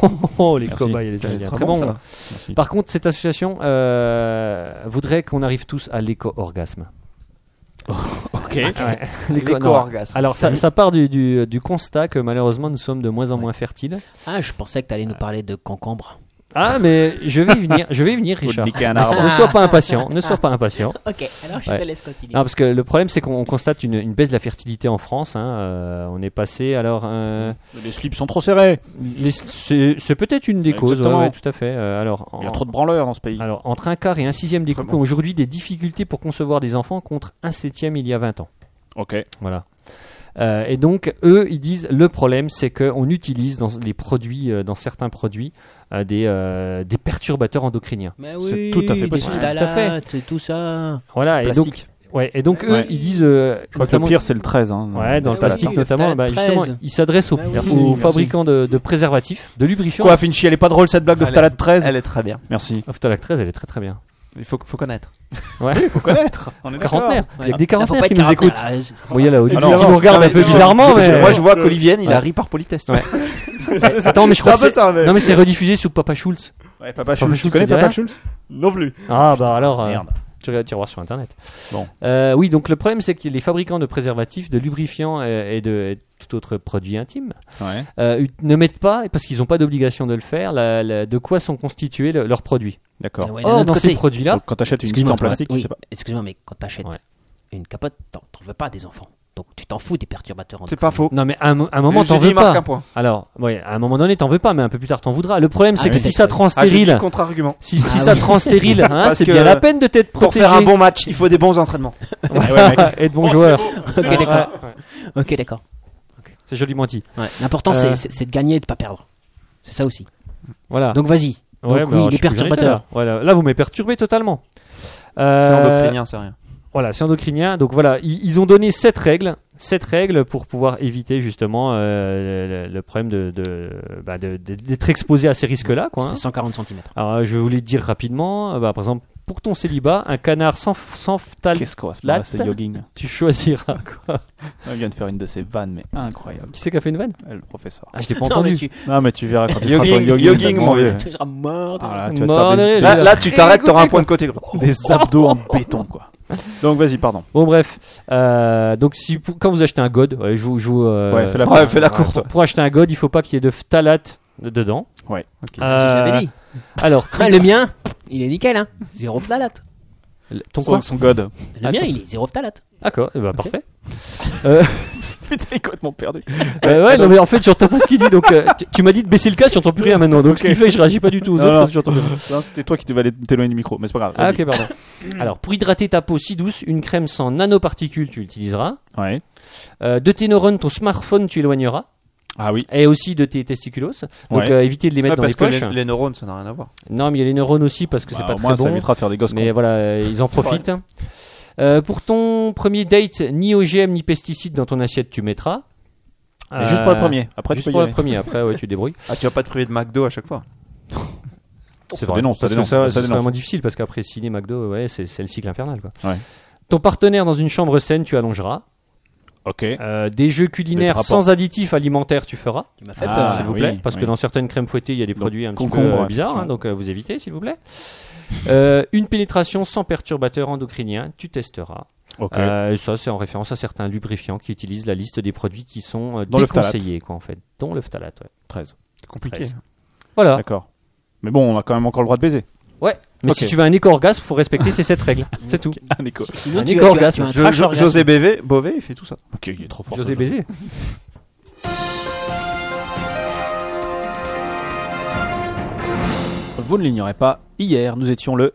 Speaker 4: Oh, oh, oh, les
Speaker 3: Merci.
Speaker 4: cobayes et les
Speaker 5: C'est
Speaker 4: Indiens.
Speaker 5: très
Speaker 4: Très
Speaker 5: bon,
Speaker 4: bon. hein.
Speaker 5: ça.
Speaker 3: Merci.
Speaker 4: Par contre, cette association euh, voudrait qu'on arrive tous à l'éco-orgasme.
Speaker 3: Ok.
Speaker 4: Ouais. L'éco- non.
Speaker 5: L'éco-orgasme.
Speaker 4: Alors, ça, ça part du, du- du constat que malheureusement nous sommes de moins en moins fertiles.
Speaker 6: Ah, je pensais que t'allais nous parler de concombre.
Speaker 4: Ah, mais je vais y venir, je vais y venir,
Speaker 3: Faut
Speaker 4: Richard.
Speaker 3: niquer un arbre. Ah.
Speaker 4: Ne sois pas impatient, ne sois pas impatient.
Speaker 6: Ok, alors je
Speaker 4: Ouais. Ah,
Speaker 6: te laisse continuer.
Speaker 4: Non, parce que le problème, c'est qu'on on constate une, une baisse de la fertilité en France. hein. Euh, on est passé, alors, euh,
Speaker 3: Les slips sont trop serrés.
Speaker 4: les- c'est c'est peut-être une des
Speaker 3: Ouais,
Speaker 4: causes.
Speaker 3: exactement.
Speaker 4: tout à fait. Euh, alors,
Speaker 3: Il y a
Speaker 4: en-
Speaker 3: trop de branleurs dans ce pays.
Speaker 4: alors, entre un quart et un sixième des couples ont aujourd'hui des difficultés pour concevoir des enfants contre un septième il y a 20 ans.
Speaker 3: Ok.
Speaker 4: Voilà. Euh, et donc, eux, ils disent le problème, c'est qu'on utilise dans les produits, euh, dans certains produits, euh, des, euh, des perturbateurs endocriniens.
Speaker 6: Mais
Speaker 3: C'est
Speaker 6: Bah oui,
Speaker 3: tout à fait
Speaker 6: des
Speaker 3: possible.
Speaker 6: phtalates,
Speaker 4: Tout à
Speaker 6: tout ça.
Speaker 4: Voilà. Et donc,
Speaker 5: Plastique.
Speaker 4: ouais, et donc eux,
Speaker 3: Ouais.
Speaker 4: ils disent. euh,
Speaker 3: Je crois que le
Speaker 4: notamment-
Speaker 3: pire, c'est le 13. Hein,
Speaker 4: Ouais, dans le
Speaker 6: oui,
Speaker 4: plastique
Speaker 6: le
Speaker 4: notamment,
Speaker 6: phthalate
Speaker 4: bah,
Speaker 6: 13.
Speaker 4: justement, il s'adresse aux,
Speaker 6: Bah oui.
Speaker 4: aux
Speaker 6: Merci,
Speaker 3: merci.
Speaker 4: fabricants de, de préservatifs, de lubrifiants.
Speaker 3: Quoi, Finchy, elle est pas drôle cette blague de
Speaker 5: Allez.
Speaker 3: Phthalate 13
Speaker 5: Elle est très bien.
Speaker 3: Merci.
Speaker 4: Ophtalate 13, elle est très très bien.
Speaker 5: Il faut, faut connaître.
Speaker 4: Ouais,
Speaker 3: Faut connaître. On est
Speaker 4: quarantenaire. Il y a
Speaker 6: Ouais.
Speaker 4: des
Speaker 6: Faut
Speaker 4: quarantenaires
Speaker 6: pas
Speaker 4: qui
Speaker 6: être
Speaker 4: nous
Speaker 6: quarantenaire, Ah,
Speaker 4: écoutent.
Speaker 6: là.
Speaker 4: Bon, il y a là, Olivier
Speaker 3: Alors,
Speaker 4: qui nous regarde un peu bizarrement,
Speaker 5: Je-
Speaker 4: mais.
Speaker 5: Moi, je vois qu'Olivienne, il
Speaker 4: Ouais.
Speaker 5: a ri par politesse.
Speaker 4: Ouais, Attends, mais je crois que
Speaker 7: C'est un peu
Speaker 4: c'est.
Speaker 7: ça, mais-
Speaker 4: Non, mais c'est rediffusé sous Papa Schultz.
Speaker 3: Ouais, Papa
Speaker 4: Schultz,
Speaker 3: Schultz. Tu
Speaker 4: c'est
Speaker 3: connais Papa
Speaker 4: derrière
Speaker 3: Schultz
Speaker 7: Non plus.
Speaker 4: Ah, bah alors. euh,
Speaker 3: Merde.
Speaker 4: tu regardes le tiroir sur internet.
Speaker 3: Bon.
Speaker 4: Euh, oui, donc le problème c'est que les fabricants de préservatifs, de lubrifiants et, et de et tout autre produit intime
Speaker 3: Ouais.
Speaker 4: euh, ne mettent pas, parce qu'ils n'ont pas d'obligation de le faire, la- la- de quoi sont constitués le- leurs produits.
Speaker 3: D'accord.
Speaker 6: Ouais, d'un
Speaker 4: Or,
Speaker 6: autre
Speaker 4: dans
Speaker 6: côté-
Speaker 4: ces produits-là,
Speaker 3: Donc, quand t'achètes une guitare
Speaker 6: Excuse-moi,
Speaker 3: en plastique,
Speaker 6: ouais,
Speaker 3: je sais
Speaker 6: oui,
Speaker 3: pas.
Speaker 6: Excuse-moi, mais quand t'achètes
Speaker 4: Ouais.
Speaker 6: une capote, t'en t'en veux pas des enfants. Donc tu t'en fous des perturbateurs
Speaker 5: C'est pas faux.
Speaker 4: non mais à un, mo- à un moment t'en
Speaker 5: Julie
Speaker 4: veux
Speaker 5: marque
Speaker 4: pas.
Speaker 5: un point.
Speaker 4: Alors, ouais, à un moment donné t'en veux pas, mais un peu plus tard t'en voudras. Le problème
Speaker 6: Ah
Speaker 4: c'est que
Speaker 6: oui,
Speaker 4: si
Speaker 6: peut-être,
Speaker 4: ça
Speaker 6: oui.
Speaker 4: te rend
Speaker 5: Ah, j'ai
Speaker 4: stérile,
Speaker 5: dit contre-argument.
Speaker 4: si, si
Speaker 6: Ah
Speaker 4: ça
Speaker 6: oui.
Speaker 4: te rend stérile, hein,
Speaker 5: Parce
Speaker 4: c'est
Speaker 5: que
Speaker 4: bien la peine de t'être
Speaker 5: Pour
Speaker 4: protégé
Speaker 5: faire un bon match, il faut des bons entraînements.
Speaker 4: Voilà, et de bons joueurs.
Speaker 6: Ok, d'accord. Ok, d'accord.
Speaker 4: C'est joliment dit.
Speaker 6: Ouais,
Speaker 4: Euh.
Speaker 6: L'important,
Speaker 4: Ah.
Speaker 6: c'est- c'est c'est de gagner et de pas perdre. C'est ça aussi.
Speaker 4: Voilà.
Speaker 6: Donc vas-y.
Speaker 4: Ouais, mais
Speaker 6: Donc
Speaker 4: alors, je
Speaker 6: oui, les
Speaker 4: suis plus irrité,
Speaker 6: perturbateurs.
Speaker 4: là. Voilà. Là, vous m'avez perturbé totalement.
Speaker 5: C'est
Speaker 4: Euh,
Speaker 5: endocrinien, c'est rien.
Speaker 4: Voilà, c'est endocrinien. Donc voilà, ils, ils ont donné sept règles, sept règles pour pouvoir éviter justement euh, le, le problème de, de- bah, de- de- d'être exposé à ces risques-là. Quoi, hein.
Speaker 6: C'était 140 cm.
Speaker 4: Alors, euh, je vais vous les dire rapidement. Euh, bah, par exemple, pour ton célibat, un canard sans, sans phtal,
Speaker 3: Qu'est-ce qu'on va se
Speaker 4: Latte.
Speaker 3: faire ce jogging
Speaker 4: tu choisiras. Quoi.
Speaker 3: Elle vient de faire une de ces vannes, mais incroyable.
Speaker 4: Qui c'est qui a fait une vanne
Speaker 3: Eh, Le professeur.
Speaker 4: Ah, je t'ai pas entendu.
Speaker 3: Non, mais tu verras quand tu
Speaker 5: Jogging,
Speaker 3: feras ton
Speaker 5: jogging,
Speaker 3: dans le
Speaker 5: mon
Speaker 3: banlieue.
Speaker 5: vieux.
Speaker 6: Tu seras mort.
Speaker 3: Ah là, tu vas te
Speaker 4: Mort
Speaker 3: faire
Speaker 4: de
Speaker 3: des,
Speaker 4: rire.
Speaker 5: Là, là, tu t'arrêtes, t'auras un point de côté. gros.
Speaker 3: des abdos en béton, quoi. Donc, vas-y, pardon.
Speaker 4: Bon bref, euh, donc si pour- quand vous achetez un god, ouais, je vous- je vous, euh,
Speaker 3: Ouais, fais la-
Speaker 5: Ouais, fais la
Speaker 4: pour-
Speaker 5: courte.
Speaker 4: Pour acheter un god, il faut pas qu'il y ait de phtalate dedans. Euh,
Speaker 3: Ouais,
Speaker 4: ok.
Speaker 6: Je l'avais dit.
Speaker 4: Alors,
Speaker 6: Ouais, le mien, il est nickel, hein. Zéro phthalate.
Speaker 4: ton
Speaker 3: Son,
Speaker 4: quoi
Speaker 3: son god.
Speaker 6: Le
Speaker 4: Attends.
Speaker 6: mien, il est zéro phthalate.
Speaker 4: D'accord, eh ben, parfait.
Speaker 3: Putain, il est complètement perdu.
Speaker 4: Euh, ouais, non mais en fait, j'entends pas ce qu'il dit. Donc, euh, tu, tu m'as dit de baisser le casque, j'entends plus rien maintenant. Donc, ce qui fait que je réagis pas du tout aux
Speaker 3: Non,
Speaker 4: autres
Speaker 3: non.
Speaker 4: parce que j'entends plus rien.
Speaker 3: Non, C'était toi qui devais aller t'éloigner du micro, mais c'est pas grave.
Speaker 4: Ah
Speaker 3: vas-y.
Speaker 4: ok, pardon. Alors, pour hydrater ta peau si douce, une crème sans nanoparticules, tu l'utiliseras.
Speaker 3: Ouais.
Speaker 4: Euh, de tes neurones, ton smartphone, tu éloigneras.
Speaker 3: Ah oui.
Speaker 4: Et aussi de tes testiculos. Donc,
Speaker 3: Ouais.
Speaker 4: euh, évitez de les
Speaker 5: Ouais,
Speaker 4: mettre dans les
Speaker 5: parce que
Speaker 4: poches.
Speaker 5: les, les neurones, ça n'a rien à voir.
Speaker 4: Non, mais il y a les neurones aussi parce que c'est
Speaker 3: Bah,
Speaker 4: pas
Speaker 3: au
Speaker 4: très
Speaker 3: moins, ça
Speaker 4: bon.
Speaker 3: évitera de faire des gosses.
Speaker 4: Mais
Speaker 3: cons.
Speaker 4: voilà, euh, ils en profitent. Euh, pour ton premier date, ni OGM ni pesticides dans ton assiette, tu mettras.
Speaker 3: Mais juste pour le
Speaker 4: Euh,
Speaker 3: premier. Après,
Speaker 4: juste
Speaker 3: tu peux y
Speaker 4: pour le
Speaker 3: aller.
Speaker 4: premier, après, ouais, tu te débrouilles.
Speaker 5: Ah, tu vas pas te priver de McDo à chaque fois.
Speaker 4: C'est
Speaker 3: Ça
Speaker 4: vrai.
Speaker 3: dénonce, ça
Speaker 4: parce que
Speaker 3: dénonce,
Speaker 4: ça,
Speaker 3: ça
Speaker 4: c'est
Speaker 3: dénonce.
Speaker 4: vraiment difficile parce qu'après ciné, McDo, ouais, c'est c'est le cycle infernal. Quoi.
Speaker 3: Ouais.
Speaker 4: Ton partenaire dans une chambre saine, tu allongeras.
Speaker 3: Ok.
Speaker 4: Euh, des jeux culinaires
Speaker 3: Des drapeaux.
Speaker 4: sans additifs alimentaires, tu feras,
Speaker 6: Tu m'as fait
Speaker 3: Ah,
Speaker 6: peur.
Speaker 4: s'il vous
Speaker 3: oui,
Speaker 4: plaît. parce
Speaker 3: oui.
Speaker 4: que dans certaines crèmes fouettées, il y a des
Speaker 3: Donc,
Speaker 4: produits un petit peu
Speaker 3: concombre,
Speaker 4: euh,
Speaker 3: ouais,
Speaker 4: bizarres. hein,
Speaker 3: effectivement.
Speaker 4: donc euh, vous évitez, s'il vous plaît. Euh, une pénétration sans perturbateur endocrinien, tu testeras.
Speaker 3: Ok.
Speaker 4: Euh, ça, c'est en référence à certains lubrifiants qui utilisent la liste des produits qui sont euh,
Speaker 3: Dont le phtalate.
Speaker 4: déconseillés, quoi, en fait, dont le phtalate. ouais.
Speaker 3: 13.
Speaker 5: Compliqué.
Speaker 4: Treize. Voilà.
Speaker 3: D'accord. Mais bon, on a quand même encore le droit de baiser.
Speaker 4: Ouais. Mais
Speaker 3: Ok.
Speaker 4: si tu veux un éco-orgasme, faut respecter ces sept règles. C'est tout.
Speaker 3: Ah, Nico.
Speaker 6: Sinon,
Speaker 4: Un
Speaker 6: tu- tu-
Speaker 4: éco-orgasme.
Speaker 6: tu as un
Speaker 4: Je-
Speaker 6: trash
Speaker 5: Jo-
Speaker 6: orgasme.
Speaker 5: José Bévé, Beauvais, il fait tout ça.
Speaker 3: Ok, il est trop fort.
Speaker 4: José
Speaker 3: ce
Speaker 4: baiser.
Speaker 3: jeu. Vous ne l'ignorez pas, hier, nous étions le,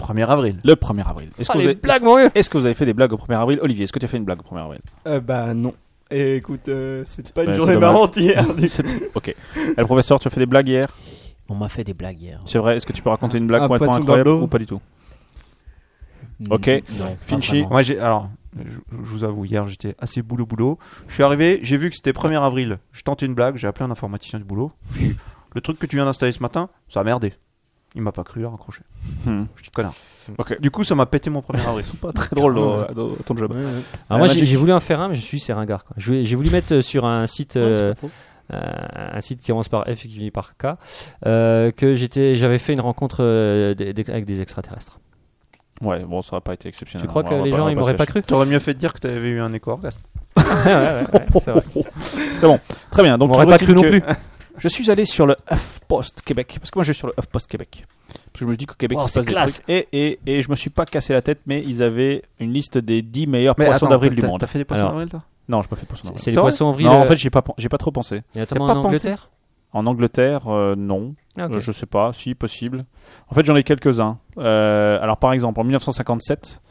Speaker 5: 1er avril.
Speaker 3: le 1er avril. Est-ce
Speaker 4: Ah,
Speaker 3: que, vous
Speaker 4: les
Speaker 3: avez-
Speaker 4: blagues, mon vieux.
Speaker 3: est-ce que vous avez fait des blagues au 1er avril Olivier, est-ce que tu as fait une blague au 1er avril
Speaker 7: Euh, bah non. Et écoute, euh, c'était pas une
Speaker 3: Bah, c'est
Speaker 7: journée
Speaker 3: dommage.
Speaker 7: marrante hier. du-
Speaker 3: C'était- Ok. Eh, le professeur, tu as fait des blagues hier
Speaker 6: On m'a fait des blagues hier.
Speaker 3: C'est vrai, est-ce que tu peux raconter une blague
Speaker 7: Un
Speaker 3: complètement
Speaker 7: poisson dans
Speaker 3: incroyable
Speaker 7: l'eau.
Speaker 3: ou pas du tout Ok.
Speaker 6: Non, pas
Speaker 3: Finchy.
Speaker 6: Ah, vraiment.
Speaker 5: Moi, j'ai. Alors, je, je vous avoue, hier, j'étais assez boulot boulot. Je suis arrivé, j'ai vu que c'était 1er avril. Je tentais une blague, j'ai appelé un informaticien du boulot. Je lui ai dit, le truc que tu viens d'installer ce matin, ça a merdé. Il m'a pas cru, il a raccroché.
Speaker 3: Hmm.
Speaker 5: Je dis connard.
Speaker 3: Ok.
Speaker 5: Du coup, ça m'a pété mon 1er avril.
Speaker 3: Pas très drôle euh, dans ton job.
Speaker 5: hein,
Speaker 4: Alors moi,
Speaker 3: Ah,
Speaker 4: j'ai
Speaker 3: magique.
Speaker 4: j'ai voulu en faire un, mais je suis dit, c'est ringard. quoi. Je voulais- J'ai voulu mettre euh, sur un site, euh, euh, un site qui commence par F et qui finit par K, euh, que j'étais, j'avais fait une rencontre euh, des- des- avec des extraterrestres.
Speaker 3: Ouais, bon, ça n'a pas été exceptionnel.
Speaker 4: Tu crois
Speaker 3: Euh, On
Speaker 4: que
Speaker 3: va
Speaker 4: les
Speaker 3: on
Speaker 4: gens
Speaker 3: va
Speaker 4: ils m'auraient
Speaker 3: se
Speaker 4: pas
Speaker 3: cacher.
Speaker 4: cru
Speaker 5: T'aurais mieux fait de dire que t'avais eu un éco-orgasme.
Speaker 4: C'est vrai.
Speaker 3: Très bien, donc
Speaker 4: On m'aurait
Speaker 3: je
Speaker 4: pas
Speaker 3: recycle
Speaker 4: cru non
Speaker 3: que-
Speaker 4: plus.
Speaker 3: Je suis allé sur le HuffPost Québec, parce que moi je suis sur le HuffPost Québec. Parce que je me dis qu'au Québec
Speaker 4: Wow,
Speaker 3: il se passe
Speaker 4: Oh, c'est
Speaker 3: des
Speaker 4: classe.
Speaker 3: trucs. Et, et, et je me suis pas cassé la tête, mais ils avaient une liste des 10 meilleurs
Speaker 5: Mais
Speaker 3: poissons
Speaker 5: attends,
Speaker 3: d'avril
Speaker 5: t'as-
Speaker 3: du monde.
Speaker 5: T'as fait des poissons
Speaker 4: Alors,
Speaker 5: d'avril, toi
Speaker 3: Non, je pas fait de poissons d'avril.
Speaker 4: C'est les
Speaker 5: vrai
Speaker 4: poissons en vrille.
Speaker 3: Non, en
Speaker 4: euh,
Speaker 3: fait j'ai pas, pen- j'ai pas trop pensé.
Speaker 4: et notamment
Speaker 5: t'as pas
Speaker 4: en
Speaker 5: pensé
Speaker 4: Angleterre.
Speaker 3: En Angleterre, euh, non.
Speaker 4: Ah, ok.
Speaker 3: Euh, Je sais pas, si possible. En fait, j'en ai quelques-uns. Euh, alors, par exemple, en 1957,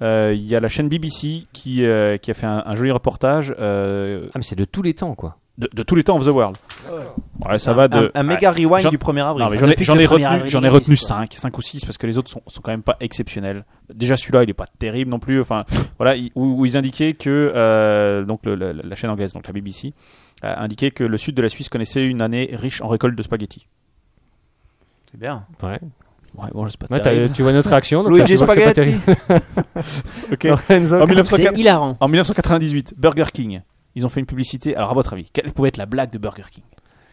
Speaker 3: euh, il y a la chaîne BBC qui, euh, qui a fait un, un joli reportage euh,
Speaker 4: Ah mais c'est de tous les temps quoi.
Speaker 3: de, de tous les temps of the world. Ouais, ça
Speaker 5: Un-
Speaker 3: va de.
Speaker 5: Un, un
Speaker 3: Ouais.
Speaker 5: méga rewind
Speaker 3: J'en-
Speaker 5: du 1er avril.
Speaker 3: Non, mais j'en ai,
Speaker 6: Depuis
Speaker 3: j'en
Speaker 6: que
Speaker 3: ai
Speaker 6: le premier
Speaker 3: retenu,
Speaker 6: avril
Speaker 3: j'en ai
Speaker 6: existe,
Speaker 3: retenu
Speaker 6: quoi.
Speaker 3: 5, 5 ou 6 parce que les autres sont, sont quand même pas exceptionnels. Déjà celui-là, il est pas terrible non plus. Enfin, voilà, il- où, où ils indiquaient que euh, donc le- le- la chaîne anglaise, donc la BBC, euh, indiquait que le sud de la Suisse connaissait une année riche en récolte de spaghettis.
Speaker 5: C'est bien.
Speaker 4: Ouais.
Speaker 3: Ouais, bon, c'est pas
Speaker 4: Ouais, t'as-
Speaker 3: terrible.
Speaker 4: tu vois notre réaction. donc tu
Speaker 5: Luigi
Speaker 4: vois que c'est pas
Speaker 5: Spaghetti.
Speaker 4: terrible.
Speaker 3: Ok.
Speaker 4: Lorenzo.
Speaker 3: En 1904
Speaker 6: C'est hilarant.
Speaker 3: En 1998, Burger King. Ils ont fait une publicité. Alors, à votre avis, quelle pouvait être la blague de Burger King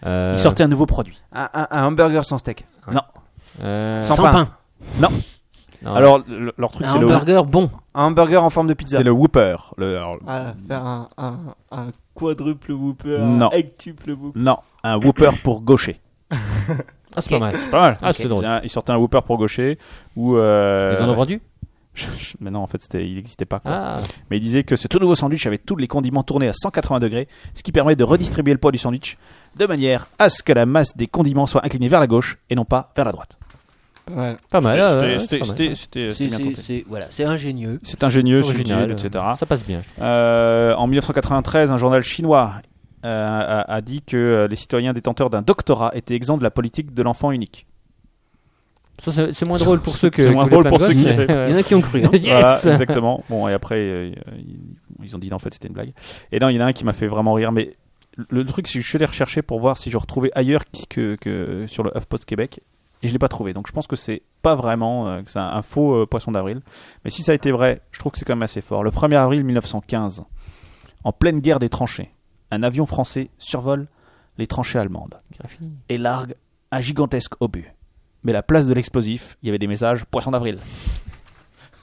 Speaker 4: Euh,
Speaker 3: Ils sortaient un nouveau produit.
Speaker 5: Un, un- un hamburger sans steak.
Speaker 4: euh,
Speaker 6: Sans
Speaker 5: pain.
Speaker 6: pain.
Speaker 3: Non.
Speaker 4: Non.
Speaker 5: Alors, le- leur truc,
Speaker 6: Un
Speaker 5: c'est le,
Speaker 6: hamburger bon.
Speaker 5: un burger en forme de pizza.
Speaker 3: C'est le Whooper. Le, alors,
Speaker 7: Ah, faire un, un, un quadruple whooper,
Speaker 3: Non.
Speaker 7: un hectuple whooper.
Speaker 3: non, un Whooper pour gaucher.
Speaker 4: Ah, c'est pas mal.
Speaker 3: C'est pas mal.
Speaker 4: Ah, c'est
Speaker 3: Ok.
Speaker 4: drôle.
Speaker 3: C'est un- Ils sortaient un Whooper pour gaucher. Ou, euh,
Speaker 4: Ils en ont vendu
Speaker 3: je- je- mais non, en fait, c'était- il n'existait pas. quoi.
Speaker 4: Ah,
Speaker 3: Mais il disait que ce tout nouveau sandwich avait tous les condiments tournés à 180 degrés, ce qui permet de redistribuer le poids du sandwich de manière à ce que la masse des condiments soit inclinée vers la gauche et non pas vers la droite.
Speaker 7: Ouais.
Speaker 4: pas mal. ah, ouais,
Speaker 3: C'était-
Speaker 4: ouais, c'est
Speaker 3: C'était
Speaker 4: pas mal.
Speaker 3: c'était- c'était- c'était
Speaker 6: C'est
Speaker 3: bien
Speaker 6: c'est-
Speaker 3: tenté.
Speaker 6: c'est- voilà, c'est ingénieux.
Speaker 3: C'est ingénieux,
Speaker 4: Original,
Speaker 3: subtil, etc.
Speaker 4: Ça passe bien.
Speaker 3: Euh, en 1993, un journal chinois euh, a, a dit que euh, les citoyens détenteurs d'un doctorat étaient exempts de la politique de l'enfant unique.
Speaker 4: Ça, c'est c'est moins drôle pour ceux que.
Speaker 3: C'est moins
Speaker 4: qui
Speaker 3: drôle
Speaker 4: voulaient
Speaker 3: pour
Speaker 4: plein de
Speaker 3: ceux qui-
Speaker 4: gosses, mais-
Speaker 6: Il y en a qui ont cru. hein.
Speaker 4: Yes
Speaker 3: Voilà, exactement. Bon, et après, euh, ils, ils ont dit, en fait, c'était une blague. Et non, il y en a un qui m'a fait vraiment rire, mais le truc, c'est que je suis allé rechercher pour voir si je retrouvais ailleurs qui- que, que sur le HuffPost Québec, et je l'ai pas trouvé. Donc je pense que c'est pas vraiment, euh, que c'est un, un faux euh, poisson d'avril. Mais si ça a été vrai, je trouve que c'est quand même assez fort. Le 1er avril 1915, en pleine guerre des tranchées, un avion français survole les tranchées allemandes et largue un gigantesque obus. Mais à la place de l'explosif, il y avait des messages poisson d'avril.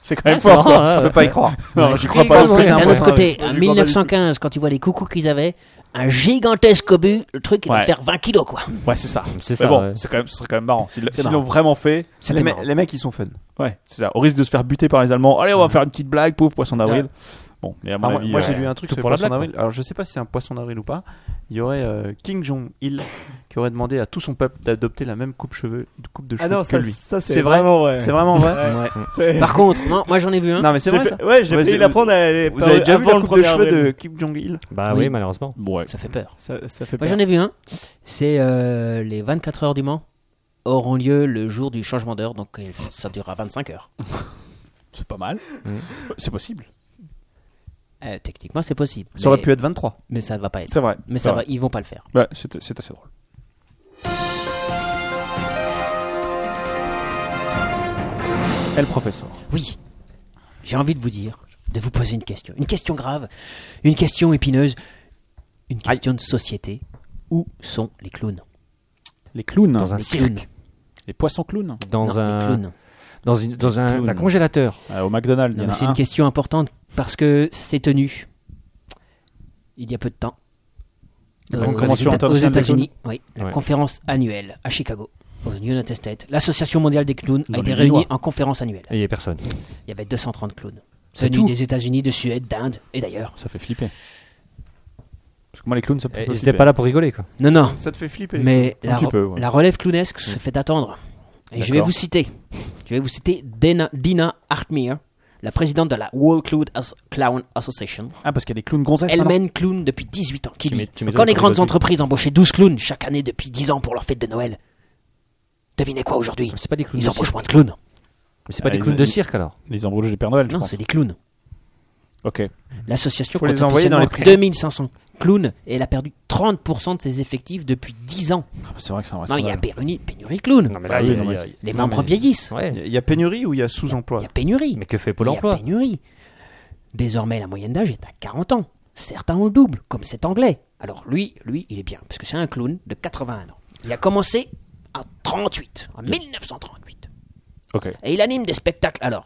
Speaker 3: C'est quand même
Speaker 4: Ah, c'est
Speaker 3: fort,
Speaker 4: marrant,
Speaker 3: quoi.
Speaker 4: hein,
Speaker 3: Je peux
Speaker 4: ouais.
Speaker 3: pas y croire.
Speaker 4: Ouais,
Speaker 3: Non, j'y
Speaker 4: je
Speaker 3: crois
Speaker 4: rigole,
Speaker 3: pas parce que
Speaker 4: ouais.
Speaker 3: c'est un
Speaker 6: D'un
Speaker 4: D'un
Speaker 3: poisson
Speaker 6: autre
Speaker 3: d'avril.
Speaker 6: côté,
Speaker 5: Je vois
Speaker 6: en
Speaker 5: pas du tout.
Speaker 6: 1915, quand tu vois les coucous qu'ils avaient, un gigantesque obus, le truc, il va
Speaker 3: Ouais.
Speaker 6: faire 20 kilos, quoi.
Speaker 3: Ouais, c'est ça.
Speaker 4: C'est
Speaker 3: Mais
Speaker 4: ça.
Speaker 3: bon,
Speaker 4: ouais.
Speaker 3: c'est quand même, ce serait quand même marrant. S'ils
Speaker 5: C'est
Speaker 3: s'ils l'ont vraiment fait,
Speaker 5: Les,
Speaker 4: C'était
Speaker 5: me-
Speaker 4: marrant.
Speaker 5: les mecs, ils sont fun.
Speaker 3: ouais, c'est ça. Au risque de se faire buter par les Allemands. Allez, on va faire une petite blague, pauvre poisson d'avril. Bon, mais à mon
Speaker 5: Ah, moi,
Speaker 3: avis,
Speaker 5: moi,
Speaker 3: euh,
Speaker 5: j'ai lu un truc
Speaker 4: tout
Speaker 5: sur le
Speaker 4: pour la
Speaker 5: poisson
Speaker 4: blague,
Speaker 5: d'avril. Alors je sais pas si c'est un poisson d'avril ou pas. Il y aurait euh, King Jong-il qui aurait demandé à tout son peuple d'adopter la même coupe, cheveux, coupe de
Speaker 7: Ah
Speaker 5: cheveux
Speaker 7: non,
Speaker 5: que
Speaker 7: ça,
Speaker 5: lui.
Speaker 7: ça c'est
Speaker 5: C'est vrai
Speaker 7: vraiment vrai.
Speaker 5: C'est vraiment vrai.
Speaker 7: C'est-
Speaker 6: Par contre, non, moi j'en ai vu un.
Speaker 5: Non mais c'est
Speaker 7: J'ai
Speaker 5: vrai. ça.
Speaker 7: fait- Ouais, j'ai
Speaker 5: Ouais,
Speaker 7: failli
Speaker 5: c'est-
Speaker 7: la prendre. elle est
Speaker 5: Vous
Speaker 7: pas-
Speaker 5: avez déjà vu
Speaker 7: avant
Speaker 5: la
Speaker 7: le
Speaker 5: coupe de
Speaker 7: 1er
Speaker 5: cheveux de
Speaker 7: avril.
Speaker 5: Kim Jong-il
Speaker 4: Bah
Speaker 6: Oui.
Speaker 4: oui, malheureusement.
Speaker 3: Ouais.
Speaker 6: Ça fait peur.
Speaker 7: Ça, ça fait
Speaker 6: Moi
Speaker 7: peur.
Speaker 6: j'en ai vu un. C'est euh, les 24 heures du Mans auront lieu le jour du changement d'heure, donc euh, ça durera 25 heures.
Speaker 3: C'est pas mal. C'est possible.
Speaker 6: Euh, techniquement, c'est possible.
Speaker 5: Ça aurait
Speaker 6: mais,
Speaker 5: pu être 23.
Speaker 6: mais ça ne va pas être.
Speaker 3: C'est vrai.
Speaker 6: Mais ça
Speaker 3: C'est
Speaker 6: va,
Speaker 3: vrai.
Speaker 6: ils vont pas le faire.
Speaker 3: Ouais, c'est c'est assez drôle. Et le professeur.
Speaker 6: Oui, j'ai envie de vous dire, de vous poser une question. Une question grave, une question épineuse, une question de société. Où sont les clowns
Speaker 3: Les clowns.
Speaker 4: Dans un
Speaker 6: Les
Speaker 4: cirque.
Speaker 6: clowns.
Speaker 3: Les poissons clowns.
Speaker 4: Dans
Speaker 6: Non, les
Speaker 4: un.
Speaker 6: clowns.
Speaker 4: Dans une. Dans un.
Speaker 3: Clown.
Speaker 4: Un congélateur.
Speaker 3: au McDonald's, il
Speaker 6: Non,
Speaker 3: y en
Speaker 6: mais c'est
Speaker 3: a un.
Speaker 6: une question importante parce que c'est tenu il y a peu de temps.
Speaker 3: La
Speaker 6: Aux-
Speaker 3: Convention
Speaker 6: aux Éta- aux
Speaker 3: internationale des
Speaker 6: États-Unis, oui, la
Speaker 4: Ouais.
Speaker 6: conférence annuelle à Chicago, aux United States. L'Association mondiale des clowns
Speaker 3: Dans
Speaker 6: a été
Speaker 3: les
Speaker 6: réunie
Speaker 3: Illinois.
Speaker 6: en conférence annuelle.
Speaker 4: Et il n'y a personne.
Speaker 6: Il y avait 230 clowns.
Speaker 4: C'est
Speaker 6: Venus
Speaker 4: tout
Speaker 6: des États-Unis, de Suède, d'Inde et d'ailleurs.
Speaker 3: Ça fait flipper. Parce que moi, les clowns, ça me fait
Speaker 4: Et
Speaker 3: pas
Speaker 4: Eh, c'était
Speaker 3: flipper.
Speaker 4: pas là pour rigoler, quoi.
Speaker 6: Non, non,
Speaker 5: Ça te fait flipper.
Speaker 6: mais
Speaker 3: Un
Speaker 6: la,
Speaker 3: petit
Speaker 6: re-
Speaker 3: peu, ouais.
Speaker 6: la relève clownesque se fait attendre. Et je vais
Speaker 3: D'accord.
Speaker 6: vous citer. Je vais vous citer Dana, Dina Hartmeer, la présidente de la World Clown, As- Clown Association.
Speaker 3: Ah, parce qu'il y a des clowns gonzesses.
Speaker 6: Elle
Speaker 3: maintenant.
Speaker 6: mène clown depuis 18 ans. Qui
Speaker 4: Tu
Speaker 6: dit
Speaker 4: m'é- tu m'étonnes
Speaker 6: Quand les
Speaker 4: qu'on
Speaker 6: grandes
Speaker 4: rigole plus.
Speaker 6: entreprises embauchaient 12 clowns chaque année depuis 10 ans pour leur fête de Noël, devinez quoi aujourd'hui
Speaker 4: Mais C'est pas des clowns.
Speaker 6: Ils
Speaker 4: de
Speaker 6: embauchent
Speaker 4: cirque.
Speaker 6: moins de clowns.
Speaker 4: Mais c'est pas
Speaker 3: Ah,
Speaker 4: des
Speaker 3: ils-
Speaker 4: clowns de
Speaker 3: ils-
Speaker 4: cirque alors.
Speaker 3: Les embrouilles du Père Noël, je
Speaker 6: Non,
Speaker 3: pense.
Speaker 6: c'est des clowns.
Speaker 4: Mmh.
Speaker 3: Ok.
Speaker 6: L'association
Speaker 5: Faut les
Speaker 6: compte
Speaker 5: envoyer dans les
Speaker 6: officiellement 2500 clowns et elle a perdu 30% de ses effectifs depuis 10 ans.
Speaker 3: Ah, bah, C'est vrai que c'est un vrai
Speaker 6: Non, il y a
Speaker 3: scandale.
Speaker 6: pénurie, pénurie de clowns.
Speaker 4: Non, mais
Speaker 3: Ah
Speaker 4: là,
Speaker 3: oui,
Speaker 4: c'est-
Speaker 3: non, mais-
Speaker 4: il y a- il
Speaker 6: Les
Speaker 5: non,
Speaker 6: membres
Speaker 5: mais-
Speaker 6: vieillissent.
Speaker 4: y a-
Speaker 5: Il y
Speaker 4: ouais.
Speaker 5: a- il y a pénurie ou il y a sous-emploi
Speaker 6: Il y a pénurie.
Speaker 4: Mais que fait Pôle
Speaker 6: Il y a
Speaker 4: emploi
Speaker 6: pénurie. Désormais, la moyenne d'âge est à 40 ans. Certains ont le double, comme cet Anglais. Alors lui, lui, il est bien, parce que c'est un clown de 81 ans. Il a commencé en 38, en 1938.
Speaker 3: Ok.
Speaker 6: Et il anime des spectacles. Alors,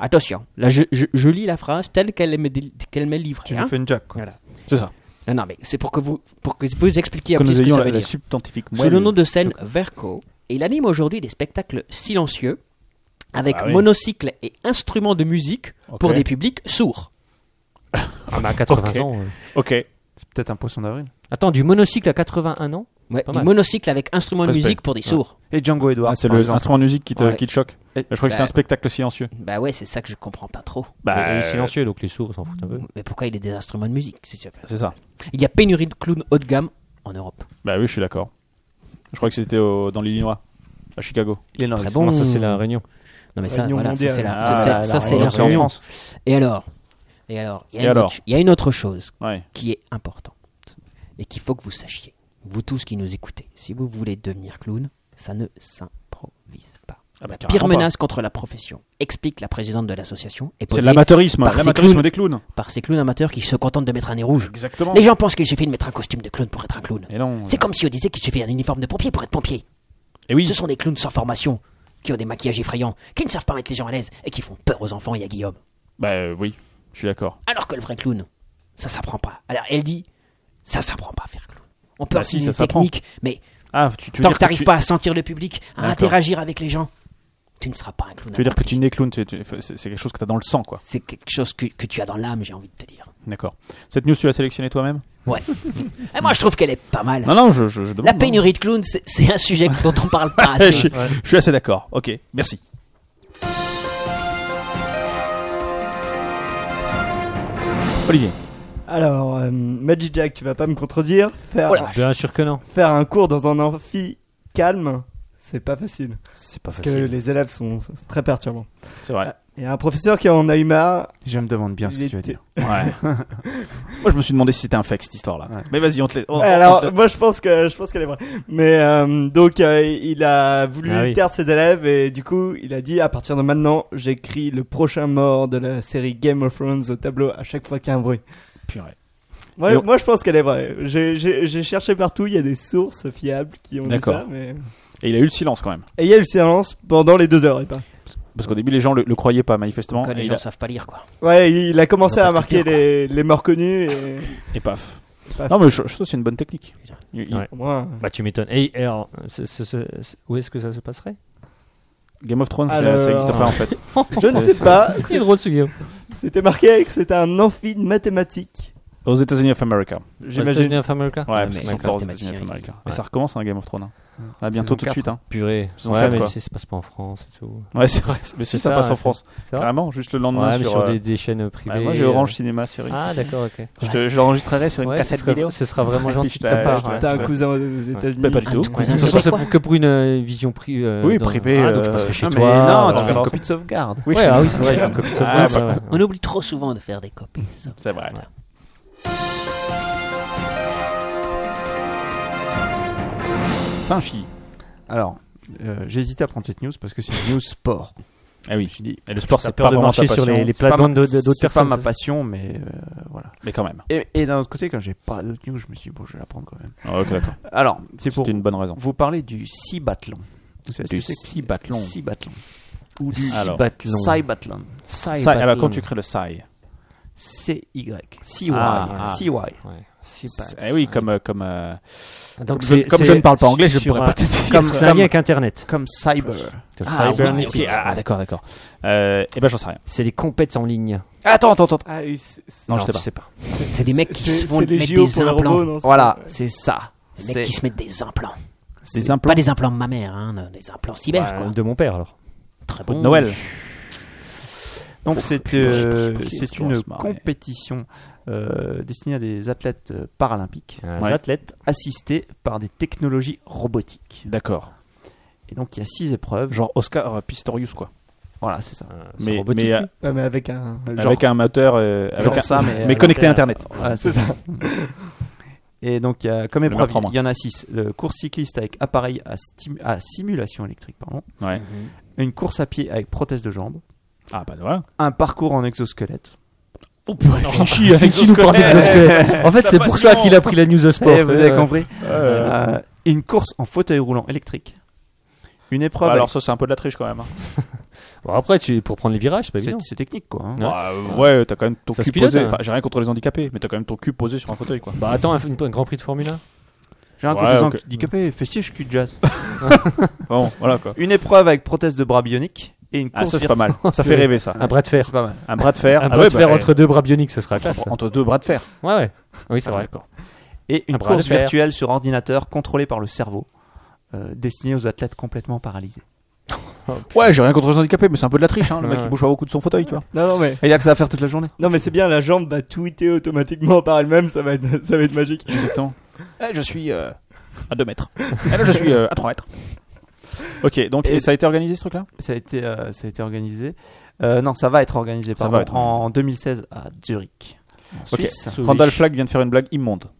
Speaker 6: attention, là je, je- je lis la phrase telle qu'elle m'est déli- qu'elle m'est livrée.
Speaker 5: Tu
Speaker 6: hein.
Speaker 5: nous fais une jack. quoi.
Speaker 6: Voilà.
Speaker 3: C'est ça.
Speaker 6: Non, non, mais c'est pour que vous, pour que vous expliquiez un
Speaker 3: Que
Speaker 6: peu
Speaker 3: nous
Speaker 6: ce que
Speaker 3: ayons
Speaker 6: ça
Speaker 3: la,
Speaker 6: veut
Speaker 3: la
Speaker 6: dire.
Speaker 3: substantifique
Speaker 6: Sous le
Speaker 3: moelle.
Speaker 6: nom de scène Verco, et il anime aujourd'hui des spectacles silencieux avec
Speaker 3: Ah oui.
Speaker 6: monocycles et instruments de musique
Speaker 3: Ok.
Speaker 6: pour des publics sourds.
Speaker 4: Ah, mais à 80
Speaker 3: Ok.
Speaker 4: ans. euh.
Speaker 3: Ok.
Speaker 5: C'est peut-être un poisson d'avril.
Speaker 4: Attends, du monocycle à 81 ans
Speaker 6: Ouais,
Speaker 4: Pas
Speaker 6: des
Speaker 4: mal.
Speaker 6: monocycles avec instruments de
Speaker 3: Respect.
Speaker 6: musique pour des sourds.
Speaker 5: Et Django Edward.
Speaker 3: Ah, c'est
Speaker 5: par
Speaker 3: le
Speaker 5: exemple.
Speaker 3: instrument de musique qui te,
Speaker 6: Ouais.
Speaker 3: qui te choque.
Speaker 5: Et-
Speaker 3: je crois que c'était
Speaker 6: bah-
Speaker 3: un spectacle silencieux.
Speaker 6: Bah ouais, c'est ça que je comprends pas trop.
Speaker 4: Il
Speaker 3: Bah,
Speaker 4: est silencieux, donc les sourds s'en foutent un peu.
Speaker 6: Mais pourquoi il y a des instruments de musique c'est sûr.
Speaker 3: C'est ça.
Speaker 6: Il y a pénurie de clowns haut de gamme en Europe.
Speaker 3: Bah oui, je suis d'accord. Je crois que c'était au- dans l'Illinois, à Chicago.
Speaker 5: Il est énorme.
Speaker 6: Très
Speaker 4: Non,
Speaker 6: bon.
Speaker 4: ça, c'est la réunion.
Speaker 6: Non mais ça,
Speaker 7: Réunion
Speaker 6: voilà, ça
Speaker 7: mondiale.
Speaker 6: c'est la,
Speaker 3: Ah,
Speaker 6: ça, Bah, c'est-
Speaker 3: la- la
Speaker 6: ça, c'est
Speaker 3: réunion
Speaker 6: la
Speaker 3: mondiale.
Speaker 5: en
Speaker 6: réunion.
Speaker 5: France.
Speaker 6: Et alors Et alors Il y, a
Speaker 3: Et
Speaker 6: une
Speaker 3: alors
Speaker 6: autre- il y a une autre chose
Speaker 3: Ouais.
Speaker 6: qui est importante et qu'il faut que vous sachiez, vous tous qui nous écoutez, si vous voulez devenir clown, ça ne s'improvise pas.
Speaker 3: Ah bah,
Speaker 6: la
Speaker 3: carrément
Speaker 6: pire
Speaker 3: pas.
Speaker 6: menace contre la profession, explique la présidente de l'association, est
Speaker 3: C'est de
Speaker 6: posée
Speaker 3: l'amateurisme,
Speaker 6: par ces
Speaker 3: l'amateurisme
Speaker 6: clowns.
Speaker 3: des clowns.
Speaker 6: par ces clowns amateurs qui se contentent de mettre un nez rouge.
Speaker 3: Exactement.
Speaker 6: Les gens pensent qu'il suffit de mettre un costume de clown pour être un clown.
Speaker 3: Et non.
Speaker 6: C'est comme si on disait qu'il suffit d'un uniforme de pompier pour être pompier.
Speaker 3: Et oui.
Speaker 6: Ce sont des clowns sans formation. qui ont des maquillages effrayants, qui ne savent pas mettre les gens à l'aise et qui font peur aux enfants et à Guillaume.
Speaker 3: Bah euh, oui, je suis d'accord.
Speaker 6: Alors que le vrai clown, ça s'apprend pas. Alors elle dit, ça s'apprend pas à faire clown. On peut
Speaker 3: Bah si,
Speaker 6: enseigner
Speaker 3: ça
Speaker 6: une
Speaker 3: s'apprend.
Speaker 6: technique, mais
Speaker 3: Ah, tu, tu veux
Speaker 6: tant
Speaker 3: dire
Speaker 6: que t'arrives
Speaker 3: tu-
Speaker 6: pas à sentir le public, à
Speaker 3: D'accord.
Speaker 6: interagir avec les gens, tu ne seras pas un clown.
Speaker 3: Tu veux dire que tu n'es clown, tu- tu- c'est c'est quelque chose que t'as dans le sang, quoi.
Speaker 6: C'est quelque chose que, que tu as dans l'âme, j'ai envie de te dire.
Speaker 3: D'accord. Cette news, tu l'as sélectionnée toi-même
Speaker 6: Ouais. et moi, je trouve qu'elle est pas mal.
Speaker 3: Mm. Non, non, je, je, je demande. hein.
Speaker 6: La
Speaker 3: non.
Speaker 6: pénurie de clowns, c'est- c'est un sujet dont on parle pas
Speaker 3: Ouais,
Speaker 6: assez.
Speaker 3: je, je suis assez d'accord. Ok, merci. Olivier,
Speaker 7: Alors, euh, Magic Jack, tu vas pas me contredire. Faire,
Speaker 6: Oh la vache.
Speaker 4: Bien sûr que non.
Speaker 7: faire un cours dans un amphi calme, c'est pas facile.
Speaker 5: C'est pas
Speaker 7: Parce que les élèves sont c'est très perturbants.
Speaker 3: c'est vrai.
Speaker 7: Il y a un professeur qui en a eu marre.
Speaker 5: Je me demande bien ce
Speaker 7: Il
Speaker 5: que tu vas
Speaker 7: était-
Speaker 5: dire.
Speaker 3: Ouais. Moi, je me suis demandé si c'était un fake cette histoire-là.
Speaker 5: Ouais.
Speaker 3: Mais vas-y, on te l'a- on- on- on
Speaker 7: Ouais,
Speaker 3: te
Speaker 7: alors,
Speaker 3: l'a-
Speaker 7: moi, je pense que je pense qu'elle est vraie. Mais euh, donc, euh, il a voulu
Speaker 4: Ah oui.
Speaker 7: perdre ses élèves et du coup, il a dit à partir de maintenant, j'écris le prochain mort de la série Game of Thrones au tableau à chaque fois qu'il y a un bruit.
Speaker 3: Purée. Et
Speaker 7: Moi,
Speaker 3: on-
Speaker 7: moi, je pense qu'elle est vraie. J'ai- J'ai j'ai cherché partout, il y a des sources fiables qui ont dit
Speaker 3: D'accord.
Speaker 7: ça. Mais...
Speaker 3: Et il a eu le silence quand même.
Speaker 7: Et il y a eu le silence pendant les deux heures, et pas.
Speaker 3: Parce qu'au début, les gens le, le croyaient pas, manifestement.
Speaker 6: Quand les
Speaker 3: Et, il
Speaker 6: gens
Speaker 3: a-
Speaker 6: savent pas lire, quoi.
Speaker 7: Ouais, il il a commencé
Speaker 6: Ils ont
Speaker 7: à
Speaker 6: pas
Speaker 7: marquer
Speaker 6: tout pire,
Speaker 7: les, les morts connus et
Speaker 3: et paf.
Speaker 7: Paf.
Speaker 3: Non, mais je, je trouve que c'est une bonne technique. Il- il-
Speaker 4: Ouais.
Speaker 7: au moins.
Speaker 4: Bah tu m'étonnes. Et, et alors, ce- ce- ce- ce- où est-ce que ça se passerait
Speaker 3: Game of Thrones,
Speaker 7: Alors-
Speaker 3: ça n'existe pas en fait.
Speaker 7: Je ne sais pas,
Speaker 4: Ah, C'est drôle ce Guillaume.
Speaker 7: c'était marqué que c'était un amphi de mathématiques.
Speaker 3: Aux États-Unis of America.
Speaker 7: J'imagine.
Speaker 4: un fameux cas.
Speaker 3: Ouais, parce
Speaker 6: mais
Speaker 3: qu'ils
Speaker 6: ils
Speaker 3: sont
Speaker 6: sont
Speaker 3: forts aux
Speaker 6: mathématiciens,
Speaker 3: États-Unis of
Speaker 6: ils-
Speaker 3: America. Et
Speaker 4: ouais.
Speaker 3: ça recommence, hein, Game of Thrones. hein. Ah, bientôt,
Speaker 5: Saison
Speaker 3: tout de suite. Hein.
Speaker 4: Purée.
Speaker 3: Ils ont
Speaker 4: Ouais,
Speaker 3: fait,
Speaker 4: mais
Speaker 3: quoi.
Speaker 4: ça se passe pas en France et tout.
Speaker 3: Ouais, c'est vrai. Mais si
Speaker 4: C'est
Speaker 3: ça,
Speaker 4: ça, hein,
Speaker 3: passe en
Speaker 4: c'est-
Speaker 3: France,
Speaker 4: C'est vrai
Speaker 3: carrément, juste le lendemain
Speaker 4: Ouais, mais
Speaker 3: sur.
Speaker 4: sur
Speaker 3: euh,
Speaker 4: des, des chaînes
Speaker 3: bah,
Speaker 4: privées.
Speaker 3: moi, j'ai
Speaker 4: euh,
Speaker 3: Orange Cinéma série.
Speaker 4: Ah d'accord, ok.
Speaker 3: Je te- je l'enregistrerai sur une
Speaker 4: Ouais, ce
Speaker 3: cassette
Speaker 4: serait-
Speaker 3: vidéo.
Speaker 4: Ce sera vraiment
Speaker 3: Puis
Speaker 4: gentil
Speaker 3: je
Speaker 4: de
Speaker 3: la-
Speaker 4: ta part.
Speaker 3: je la-
Speaker 4: ouais.
Speaker 7: T'as un
Speaker 3: Ouais.
Speaker 7: cousin aux aux États-Unis.
Speaker 3: Bah, pas du tout.
Speaker 6: cousin
Speaker 4: De toute façon, c'est pour- que pour une euh, vision privée. euh,
Speaker 3: Oui,
Speaker 4: dans-
Speaker 3: privée,
Speaker 4: Ah, donc je
Speaker 3: euh,
Speaker 4: passerai chez
Speaker 5: Non, mais
Speaker 4: toi.
Speaker 5: non,
Speaker 4: voilà.
Speaker 5: tu fais une
Speaker 3: alors-
Speaker 5: copie de sauvegarde.
Speaker 3: Oui,
Speaker 4: Ouais,
Speaker 3: je-
Speaker 4: ah oui, c'est vrai, j'ai une copie de ça.
Speaker 3: Ah,
Speaker 4: Ouais,
Speaker 3: bah,
Speaker 4: ouais.
Speaker 6: On oublie trop souvent de faire des copies. ça.
Speaker 3: C'est vrai. Fin chi.
Speaker 5: Alors, euh, j'ai hésité à prendre cette news parce que c'est une news sport.
Speaker 3: Ah
Speaker 5: Je me
Speaker 3: oui.
Speaker 5: suis dit,
Speaker 3: Et le sport,
Speaker 4: T'as
Speaker 3: c'est
Speaker 4: peur
Speaker 3: pas
Speaker 4: de
Speaker 3: vraiment
Speaker 4: marcher
Speaker 3: ta
Speaker 4: sur
Speaker 3: passion.
Speaker 4: les, les
Speaker 5: c'est pas
Speaker 4: plates-bandes
Speaker 5: ma-
Speaker 4: de- de- d'autres
Speaker 5: C'est pas
Speaker 4: personnes.
Speaker 5: ma
Speaker 4: ça,
Speaker 5: passion, mais euh, voilà.
Speaker 3: Mais quand même.
Speaker 5: Et, et d'un autre côté, quand j'ai pas d'autres news, je me suis dit, bon, je vais la prendre quand même.
Speaker 3: Ah, ok, d'accord.
Speaker 5: Alors, c'est pour
Speaker 3: C'était une bonne raison.
Speaker 5: vous parler du cibathlon. Vous savez ce
Speaker 3: Du
Speaker 5: que c'est que
Speaker 3: cibathlon.
Speaker 5: Cibathlon. Ou du
Speaker 4: c'est-
Speaker 3: Alors.
Speaker 4: Cybathlon.
Speaker 5: cybathlon.
Speaker 3: Sai- alors,
Speaker 4: Cybathlon.
Speaker 3: ah, bah, quand tu crées le sai.
Speaker 5: C-Y. C-Y.
Speaker 3: Ah,
Speaker 5: C-Y.
Speaker 4: Ouais. Ah,
Speaker 3: Eh oui, comme. euh, comme euh,
Speaker 4: Donc
Speaker 3: comme je-
Speaker 4: c'est-
Speaker 3: comme je
Speaker 4: c'est
Speaker 3: ne parle pas anglais, je ne
Speaker 4: sur
Speaker 3: pourrais
Speaker 4: un-
Speaker 3: pas te dire.
Speaker 4: Comme c'est un lien avec Internet.
Speaker 5: Comme cyber.
Speaker 3: Ah,
Speaker 5: Cyber-
Speaker 3: ouais, ok, ah, d'accord, d'accord. Euh, eh ben, j'en sais rien.
Speaker 4: C'est des compètes en ligne.
Speaker 5: Attends, attends, attends.
Speaker 7: Ah, oui, c'est- c'est-
Speaker 3: Non,
Speaker 4: Alors,
Speaker 3: je sais
Speaker 4: tu
Speaker 3: pas.
Speaker 4: pas.
Speaker 6: C'est des mecs qui
Speaker 7: c'est-
Speaker 6: se font
Speaker 7: c'est
Speaker 6: mettre
Speaker 7: JO
Speaker 6: des
Speaker 7: pour les robots,
Speaker 6: implants.
Speaker 7: non, c'est-
Speaker 5: Voilà, c'est ça.
Speaker 6: Des mecs
Speaker 5: C'est
Speaker 6: qui se mettent des implants.
Speaker 3: Des implants
Speaker 6: Pas des implants de ma mère, hein, non, des implants cyber,
Speaker 4: Ouais,
Speaker 6: quoi.
Speaker 4: Bah, De mon père, alors.
Speaker 6: Très
Speaker 3: de
Speaker 6: bon.
Speaker 3: Noël.
Speaker 5: Donc c'est
Speaker 3: je sais pas
Speaker 5: euh,
Speaker 3: ce qui est,
Speaker 5: c'est
Speaker 3: ce qu'on va
Speaker 5: une
Speaker 3: se marrer.
Speaker 5: compétition euh, destinée à des athlètes euh, paralympiques
Speaker 4: Un
Speaker 3: Ouais.
Speaker 4: athlète.
Speaker 5: assistée par des technologies robotiques.
Speaker 3: D'accord.
Speaker 5: Et donc il y a six épreuves.
Speaker 3: Genre Oscar euh, Pistorius, quoi.
Speaker 5: Voilà, c'est ça.
Speaker 4: euh, c'est
Speaker 3: Mais,
Speaker 4: robotique,
Speaker 3: mais, euh,
Speaker 4: lui.
Speaker 7: Ouais, mais avec un.
Speaker 3: avec un moteur. euh, avec
Speaker 5: Genre
Speaker 3: un-
Speaker 5: ça, mais,
Speaker 3: Mais
Speaker 5: avec
Speaker 3: connecté à
Speaker 5: un-
Speaker 3: Internet.
Speaker 5: Voilà, c'est ça. Et donc il y a comme épreuve,
Speaker 3: meurtre en moins.
Speaker 5: il y en a six. Le course cycliste avec appareil à, stim- à simulation électrique, pardon.
Speaker 3: Ouais.
Speaker 5: Une course à pied avec prothèse de jambes.
Speaker 3: Ah, bah voilà.
Speaker 5: Un parcours en exosquelette.
Speaker 3: Oh purée, fichi, avec
Speaker 4: Si nous parlons d'exosquelette. En fait, c'est pour ça
Speaker 3: passion.
Speaker 4: qu'il a pris la news de sport.
Speaker 5: Eh, vous avez
Speaker 4: Euh,
Speaker 5: compris Euh, Une course en fauteuil roulant électrique. Une épreuve.
Speaker 3: Bah, Alors,
Speaker 5: avec-
Speaker 3: ça, c'est un peu de la triche quand même. hein.
Speaker 4: Bon, après, tu, pour prendre les virages, c'est pas
Speaker 5: c'est
Speaker 4: évident.
Speaker 5: c'est technique quoi. hein.
Speaker 4: Ouais.
Speaker 3: Bah, euh, ouais, t'as quand même ton
Speaker 4: Ça
Speaker 3: cul
Speaker 4: se pilote,
Speaker 3: posé.
Speaker 4: hein.
Speaker 3: Enfin, j'ai rien contre les handicapés, mais t'as quand même ton cul posé sur un fauteuil, quoi.
Speaker 4: Bah, attends, un, un Grand Prix de Formule 1.
Speaker 5: J'ai un
Speaker 3: Ouais,
Speaker 5: cousin
Speaker 3: ok.
Speaker 5: handicapé, festiche, cul de jazz.
Speaker 3: Bon, voilà, quoi.
Speaker 5: Une épreuve avec prothèse de bras bionique et une
Speaker 3: Ah,
Speaker 5: course.
Speaker 3: ça, c'est pas mal. Ça fait rêver, ça.
Speaker 4: Un bras de fer.
Speaker 5: C'est pas mal.
Speaker 3: Un bras de fer.
Speaker 4: Un
Speaker 3: Ah
Speaker 4: bras
Speaker 3: ouais,
Speaker 4: de fer
Speaker 3: bah,
Speaker 4: entre deux bras bioniques, ce sera classe.
Speaker 3: entre- entre deux bras de fer.
Speaker 4: Ouais, ouais. Oui, c'est vrai.
Speaker 3: D'accord.
Speaker 5: Et une
Speaker 4: Un bras de
Speaker 5: course
Speaker 4: fer.
Speaker 5: virtuelle sur ordinateur contrôlée par le cerveau, euh, destinée aux athlètes complètement paralysés.
Speaker 3: Ouais, j'ai rien contre les handicapés, mais c'est un peu de la triche, hein. Le mec,
Speaker 4: Ouais.
Speaker 3: il bouge pas beaucoup de son fauteuil, tu vois.
Speaker 7: Non, non, mais.
Speaker 5: Et il y a que ça à faire toute la journée.
Speaker 7: Non mais c'est bien, la jambe va tweeter automatiquement par elle-même, ça va être, ça va être magique.
Speaker 3: Exactement. Eh, je suis euh, à 2 mètres. Eh, là, je suis euh, à 3 mètres. Ok, donc
Speaker 5: Et-
Speaker 3: et ça a été organisé ce truc-là
Speaker 5: Ça a été, euh, ça a été organisé. Euh, non, ça va être organisé
Speaker 3: Ça
Speaker 5: pardon,
Speaker 3: va être
Speaker 5: en 2016 à Zurich. En
Speaker 3: Ok.
Speaker 5: Suisse.
Speaker 4: Sous-
Speaker 3: Randall Flagg vient de faire une blague immonde.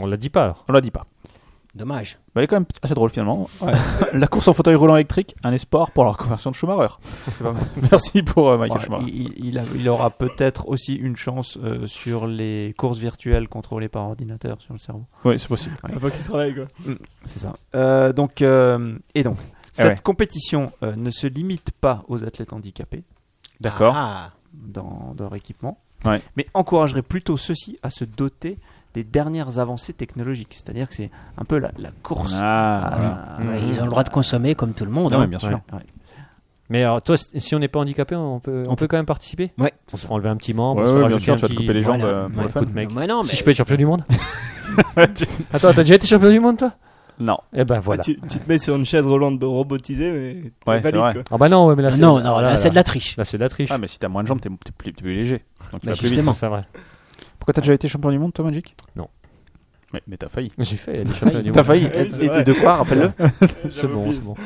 Speaker 4: On la dit pas, alors.
Speaker 3: On la dit pas.
Speaker 6: Dommage.
Speaker 3: Bah, elle est quand même assez drôle finalement. la course en fauteuil roulant électrique, un espoir pour la reconversion de Schumacher.
Speaker 5: C'est pas mal.
Speaker 3: Merci pour euh, Michael
Speaker 5: Ouais,
Speaker 3: Schumacher.
Speaker 5: il, il a- il aura peut-être aussi une chance euh, sur les courses virtuelles contrôlées par ordinateur sur le cerveau.
Speaker 3: Oui, c'est possible.
Speaker 7: Faut qu'il se réveille quoi.
Speaker 5: C'est ça. Euh, donc, euh, et donc, Cette
Speaker 3: ouais.
Speaker 5: compétition euh, ne se limite pas aux athlètes handicapés
Speaker 3: D'accord.
Speaker 6: Ah,
Speaker 5: dans, dans leur équipement,
Speaker 3: Ouais.
Speaker 5: mais encouragerait plutôt ceux-ci à se doter des dernières avancées technologiques. C'est-à-dire que c'est un peu la, la course.
Speaker 3: Ah,
Speaker 5: à-
Speaker 3: voilà.
Speaker 5: à-
Speaker 6: ouais, ils ont le droit de consommer comme tout le monde.
Speaker 3: Ah
Speaker 6: hein.
Speaker 3: ouais, bien sûr.
Speaker 5: Ouais, ouais.
Speaker 4: Mais alors, toi, c- si on n'est pas handicapé, on peut, on peut quand même participer
Speaker 6: Ouais.
Speaker 4: On se fait enlever un petit membre,
Speaker 3: Ouais,
Speaker 4: on se fait
Speaker 3: ouais, bien
Speaker 4: rajouter
Speaker 3: sûr,
Speaker 4: un
Speaker 3: tu vas te
Speaker 4: petit-
Speaker 3: couper les jambes
Speaker 4: Voilà.
Speaker 3: euh, pour
Speaker 4: Ouais,
Speaker 3: le fun.
Speaker 4: écoute, mec.
Speaker 6: Mais non, mais
Speaker 4: Si je peux être champion du monde Attends, t'as déjà été champion du monde, toi
Speaker 3: Non.
Speaker 4: Eh ben voilà.
Speaker 7: Bah, Ah, Tu, tu te mets sur une chaise roulante de robotisée, mais t'es
Speaker 3: Ouais, c'est
Speaker 7: valide,
Speaker 3: vrai.
Speaker 7: quoi.
Speaker 4: Ah bah non, ouais, mais là, c'est
Speaker 6: non, non,
Speaker 4: là,
Speaker 6: là, c'est de la triche.
Speaker 4: là, c'est de la triche.
Speaker 3: Ah, mais si t'as moins de jambes, t'es t'es plus, t'es plus léger. Donc tu
Speaker 6: Bah,
Speaker 3: vas plus vite.
Speaker 6: justement.
Speaker 4: C'est vrai.
Speaker 3: Pourquoi t'as déjà été champion du monde, toi, Magic
Speaker 4: Non.
Speaker 3: Mais, mais t'as failli.
Speaker 4: J'ai fait des champions du
Speaker 5: T'as
Speaker 4: monde.
Speaker 5: failli.
Speaker 7: Ouais,
Speaker 5: Et,
Speaker 7: c'est
Speaker 5: et
Speaker 7: vrai.
Speaker 5: de quoi, rappelle-le
Speaker 4: C'est bon, c'est bon.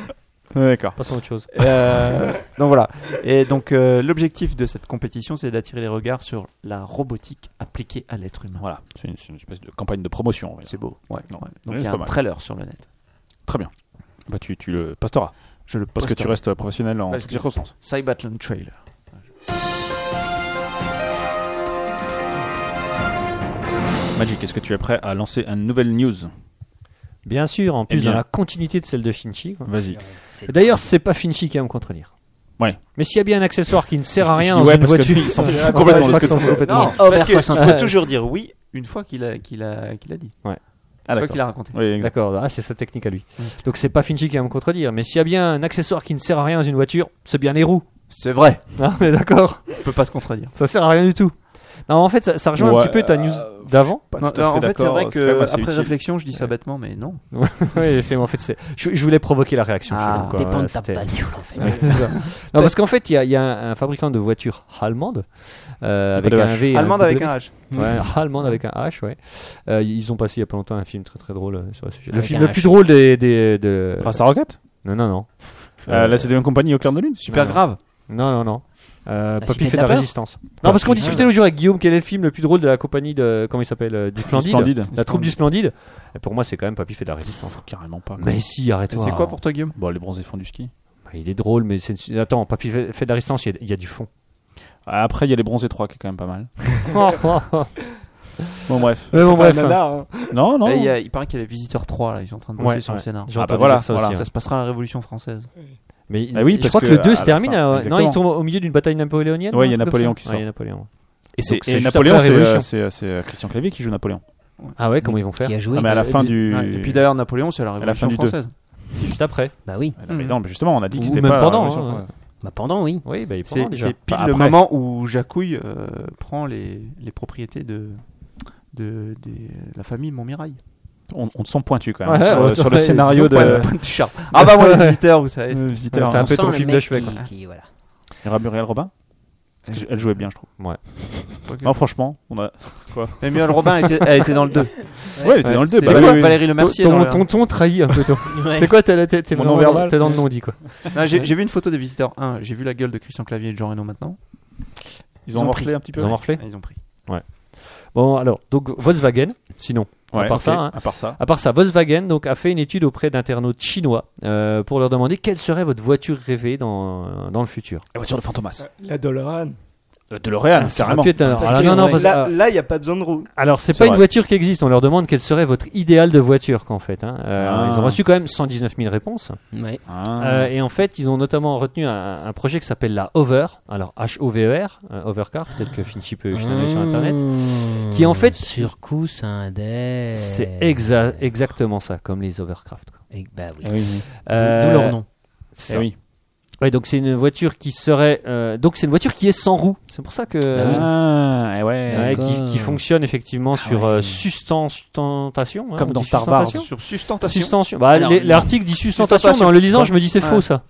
Speaker 3: D'accord.
Speaker 4: Passons à autre chose.
Speaker 5: Euh, donc voilà. Et donc euh, l'objectif de cette compétition, c'est d'attirer les regards sur la robotique appliquée à l'être humain.
Speaker 3: Voilà. C'est une, c'est une espèce de campagne de promotion. on va dire.
Speaker 5: C'est beau. Ouais.
Speaker 3: Non.
Speaker 5: ouais.
Speaker 3: Ouais,
Speaker 5: Donc il y
Speaker 3: c'est
Speaker 5: a
Speaker 3: pas
Speaker 5: un
Speaker 3: mal.
Speaker 5: trailer sur le net.
Speaker 3: Très bien. Bah, tu, tu le posteras.
Speaker 5: Je le
Speaker 3: Parce que tu
Speaker 5: posterai.
Speaker 3: restes professionnel en
Speaker 5: Parce
Speaker 3: toutes
Speaker 5: que-
Speaker 3: circonstances.
Speaker 5: Cybatland trailer.
Speaker 3: Magic, est-ce que tu es prêt à lancer une nouvelle news
Speaker 4: Bien sûr, en plus
Speaker 3: bien.
Speaker 4: dans la continuité de celle de Shinchi. quoi.
Speaker 3: Vas-y. Ah,
Speaker 4: Et D'ailleurs, c'est pas Finchi qui va me contredire.
Speaker 3: Ouais.
Speaker 4: Mais s'il y a bien un accessoire qui ne sert à
Speaker 3: Je
Speaker 4: rien
Speaker 3: dis
Speaker 4: dans
Speaker 3: ouais,
Speaker 4: une
Speaker 3: parce que
Speaker 4: voiture,
Speaker 3: lui, il s'en fout complètement de ce que c'est.
Speaker 5: Non,
Speaker 4: Oh,
Speaker 6: over
Speaker 5: parce qu'il
Speaker 6: 60.
Speaker 5: faut toujours dire oui une fois qu'il a, qu'il a, qu'il a dit.
Speaker 3: Ah,
Speaker 5: Une fois
Speaker 3: d'accord.
Speaker 5: qu'il a raconté.
Speaker 3: Oui, exact.
Speaker 4: D'accord, ah, c'est sa technique à lui. Donc c'est pas Finchi qui va me contredire, mais s'il y a bien un accessoire qui ne sert à rien dans une voiture, c'est bien les roues.
Speaker 5: C'est vrai.
Speaker 4: Hein, mais d'accord,
Speaker 5: Je peux pas te contredire.
Speaker 4: ça sert à rien du tout. Non, en fait, ça, ça rejoint
Speaker 3: Ouais,
Speaker 4: un petit peu ta news
Speaker 3: euh,
Speaker 4: d'avant.
Speaker 3: Pas
Speaker 5: Non,
Speaker 3: tout à
Speaker 5: non, en fait, c'est
Speaker 3: d'accord,
Speaker 5: vrai que
Speaker 3: quand même assez
Speaker 5: après
Speaker 3: utile.
Speaker 5: réflexion, je dis ça bêtement, mais non.
Speaker 4: Ouais, c'est en fait, c'est- je, je voulais provoquer la réaction.
Speaker 5: Ah,
Speaker 4: je sais pas quoi,
Speaker 6: Dépend
Speaker 4: voilà,
Speaker 6: de ta
Speaker 4: c'était-
Speaker 6: bagnole, en fait.
Speaker 4: Ouais, c'est ça. non, parce qu'en fait, il y a, il y a un, un fabricant de voitures allemande euh, avec
Speaker 3: de
Speaker 4: un
Speaker 3: H.
Speaker 4: V. et un
Speaker 5: Allemande avec
Speaker 4: W.
Speaker 5: un H.
Speaker 4: Ouais, allemande avec un H, ouais. Euh, ils ont passé il y a pas longtemps un film très très drôle euh, sur le sujet. Le
Speaker 6: Avec
Speaker 4: film
Speaker 6: un
Speaker 4: le plus
Speaker 6: H.
Speaker 4: drôle des. des- de...
Speaker 3: Enfin, Star Rocket
Speaker 4: Non, non, non.
Speaker 3: Euh, Là, c'était une compagnie au clair de lune.
Speaker 5: Super
Speaker 4: Non.
Speaker 5: grave.
Speaker 4: Non, non, non. Euh,
Speaker 6: La
Speaker 4: Papy
Speaker 6: Cité de
Speaker 4: fait de
Speaker 6: la
Speaker 4: la
Speaker 6: peur
Speaker 4: résistance. Non, parce qu'on discutait l'autre jour avec Guillaume quel est le film le plus drôle de la compagnie de. Comment il s'appelle euh, Du Splendide.
Speaker 3: Splendide.
Speaker 4: La troupe du Splendide. Et pour moi, c'est quand même Papy fait de la résistance.
Speaker 3: Carrément pas. quoi.
Speaker 4: Mais si, arrête-toi.
Speaker 5: C'est quoi pour toi, Guillaume
Speaker 3: Bon, les bronzés font du ski.
Speaker 4: Bah, Il est drôle, mais c'est. Attends, Papy fait fait de la résistance, il y a- il y a du fond.
Speaker 3: Après, il y a les bronzés 3 qui est quand même pas mal.
Speaker 4: Mais
Speaker 3: Bon, bref.
Speaker 4: bon,
Speaker 7: Pas un
Speaker 4: bref.
Speaker 7: nanar, hein.
Speaker 3: Non, non.
Speaker 5: Eh, il, y a- il paraît qu'il y a les visiteurs 3 là, ils sont en train de bosser
Speaker 4: Ouais,
Speaker 5: sur
Speaker 4: ouais.
Speaker 5: le scénar.
Speaker 4: J'ai
Speaker 3: Ah, bah
Speaker 4: entendu
Speaker 3: voilà,
Speaker 4: dire ça aussi, hein.
Speaker 3: voilà.
Speaker 4: ouais.
Speaker 5: Ça se passera à la Révolution française.
Speaker 4: Mais
Speaker 3: Bah oui,
Speaker 4: je
Speaker 3: parce
Speaker 4: crois que,
Speaker 3: que
Speaker 4: le 2
Speaker 3: à
Speaker 4: se
Speaker 3: la
Speaker 4: termine.
Speaker 3: fin,
Speaker 4: à- non,
Speaker 3: exactement.
Speaker 4: il tombe au milieu d'une bataille napoléonienne.
Speaker 3: Ouais,
Speaker 4: non,
Speaker 3: il y a
Speaker 4: un truc comme
Speaker 3: Napoléon
Speaker 4: ça
Speaker 3: qui
Speaker 4: Ouais,
Speaker 3: sort.
Speaker 4: il y a Napoléon.
Speaker 3: Et c'est
Speaker 4: Donc, c'est
Speaker 3: et
Speaker 4: juste
Speaker 3: Napoléon,
Speaker 4: après la
Speaker 3: c'est, euh,
Speaker 4: Révolution.
Speaker 3: c'est euh, c'est, euh, Christian Clavier qui joue Napoléon.
Speaker 4: Ah ouais, comment ils vont faire
Speaker 6: Qui a joué
Speaker 3: ah, mais à la
Speaker 6: euh,
Speaker 3: fin
Speaker 6: di-
Speaker 3: du.
Speaker 5: Ouais, Et puis d'ailleurs, Napoléon, c'est la
Speaker 3: la
Speaker 5: Révolution
Speaker 3: fin du deux.
Speaker 5: française.
Speaker 4: Juste après.
Speaker 6: Bah oui.
Speaker 3: Ah, non, mais non, mais justement, on a dit
Speaker 4: Ou
Speaker 3: que c'était
Speaker 4: même
Speaker 3: pas. la
Speaker 4: pendant,
Speaker 3: Révolution
Speaker 4: hein.
Speaker 3: française.
Speaker 6: Bah pendant, oui.
Speaker 4: Oui, bah, il
Speaker 5: C'est
Speaker 4: prend déjà.
Speaker 5: c'est pile
Speaker 3: Enfin,
Speaker 5: le
Speaker 3: après.
Speaker 5: moment où Jacouille euh, prend les, les propriétés de, de, des- la famille Montmirail.
Speaker 3: On, on te sent pointu quand même.
Speaker 4: Ouais,
Speaker 3: sur,
Speaker 4: ouais,
Speaker 3: le- sur le
Speaker 4: ouais,
Speaker 3: scénario
Speaker 4: disons
Speaker 3: de.
Speaker 4: pas
Speaker 5: Pointe- Pointe du Char. Ah bah moi, les visiteurs, vous savez.
Speaker 3: de visiteur.
Speaker 4: C'est un
Speaker 3: hein.
Speaker 4: peu
Speaker 6: On sent
Speaker 4: ton
Speaker 6: le
Speaker 4: film
Speaker 6: mec
Speaker 4: de chevet,
Speaker 6: qui-
Speaker 4: quoi.
Speaker 6: qui, voilà.
Speaker 3: Et Muriel Robin Parce que Elle jouait bien, je trouve.
Speaker 4: Ouais.
Speaker 5: Ok.
Speaker 3: Non, franchement, on a.
Speaker 5: Mais Muriel Robin, était, elle était dans le 2.
Speaker 3: Ouais, elle était dans le 2.
Speaker 5: C'était
Speaker 3: bah
Speaker 5: Val-
Speaker 3: oui, oui.
Speaker 5: Valérie Le Mercier. dans
Speaker 4: Ton
Speaker 5: le-
Speaker 4: tonton trahit un peu. ton-
Speaker 6: Ouais.
Speaker 4: C'est quoi T'es t'es- t'es
Speaker 3: Mon
Speaker 4: vraiment
Speaker 3: non-verbal.
Speaker 4: dans- t'es dans le non-dit, quoi.
Speaker 5: Non, J'ai j'ai vu une photo des visiteurs 1. J'ai vu la gueule de Christian Clavier et de Jean Reno maintenant.
Speaker 3: Ils ont morflé un petit peu.
Speaker 4: Ils ont morflé.
Speaker 5: Ah, Ils ont pris.
Speaker 4: Bon, alors, donc Volkswagen, sinon.
Speaker 3: Ouais,
Speaker 4: à part
Speaker 3: ok,
Speaker 4: ça, hein.
Speaker 3: À part ça.
Speaker 4: À part ça, Volkswagen donc, a fait une étude auprès d'internautes chinois euh, pour leur demander quelle serait votre voiture rêvée dans, dans le futur.
Speaker 3: La voiture de Fantomas.
Speaker 7: La Doloran.
Speaker 3: De L'Oréal,
Speaker 4: Ça aurait
Speaker 3: Ah, carrément.
Speaker 4: pu être un-
Speaker 7: Parce
Speaker 4: alors,
Speaker 7: que
Speaker 4: non, non, parce-
Speaker 7: là,
Speaker 4: ah.
Speaker 7: là, il n'y a pas besoin de roue.
Speaker 4: Alors, c'est
Speaker 3: C'est
Speaker 4: pas une
Speaker 3: vrai.
Speaker 4: voiture qui existe. On leur demande quelle serait votre idéal de voiture, qu'en fait. hein. Euh,
Speaker 3: Ah.
Speaker 4: Ils ont reçu quand même 119 000 réponses.
Speaker 6: Ouais.
Speaker 3: Ah.
Speaker 4: Euh, et en fait, ils ont notamment retenu un, un projet qui s'appelle la Hover. Alors, H-O-V-E-R, euh, Hovercar, peut-être que Finchy peut jeter un œil sur Internet.
Speaker 6: Mmh.
Speaker 4: Qui, en fait-
Speaker 6: Surcoût
Speaker 3: Ah.
Speaker 6: syndaire.
Speaker 4: C'est exa- exactement ça, comme les Overcraft. quoi.
Speaker 6: Et- Bah oui.
Speaker 3: Ah oui, oui.
Speaker 4: Euh,
Speaker 6: D'où leur nom.
Speaker 4: c'est
Speaker 3: Eh
Speaker 4: ça.
Speaker 3: oui.
Speaker 4: Ouais, donc c'est une voiture qui serait, euh, donc c'est une voiture qui est sans roue. C'est pour ça que
Speaker 3: Ah, eh ouais.
Speaker 4: Ouais, qui,
Speaker 6: D'accord.
Speaker 4: qui fonctionne effectivement sur euh,
Speaker 6: ouais.
Speaker 4: sustentation. hein,
Speaker 3: Comme
Speaker 4: on
Speaker 3: dans
Speaker 4: dit
Speaker 3: Star Wars.
Speaker 4: sustentation
Speaker 5: Sur sustentation.
Speaker 4: Sustentation. Bah,
Speaker 6: Alors,
Speaker 4: les-
Speaker 6: non.
Speaker 4: L'article dit sustentation, mais en
Speaker 5: Sustentation.
Speaker 4: le lisant, je me dis c'est faux
Speaker 5: Ouais.
Speaker 4: ça.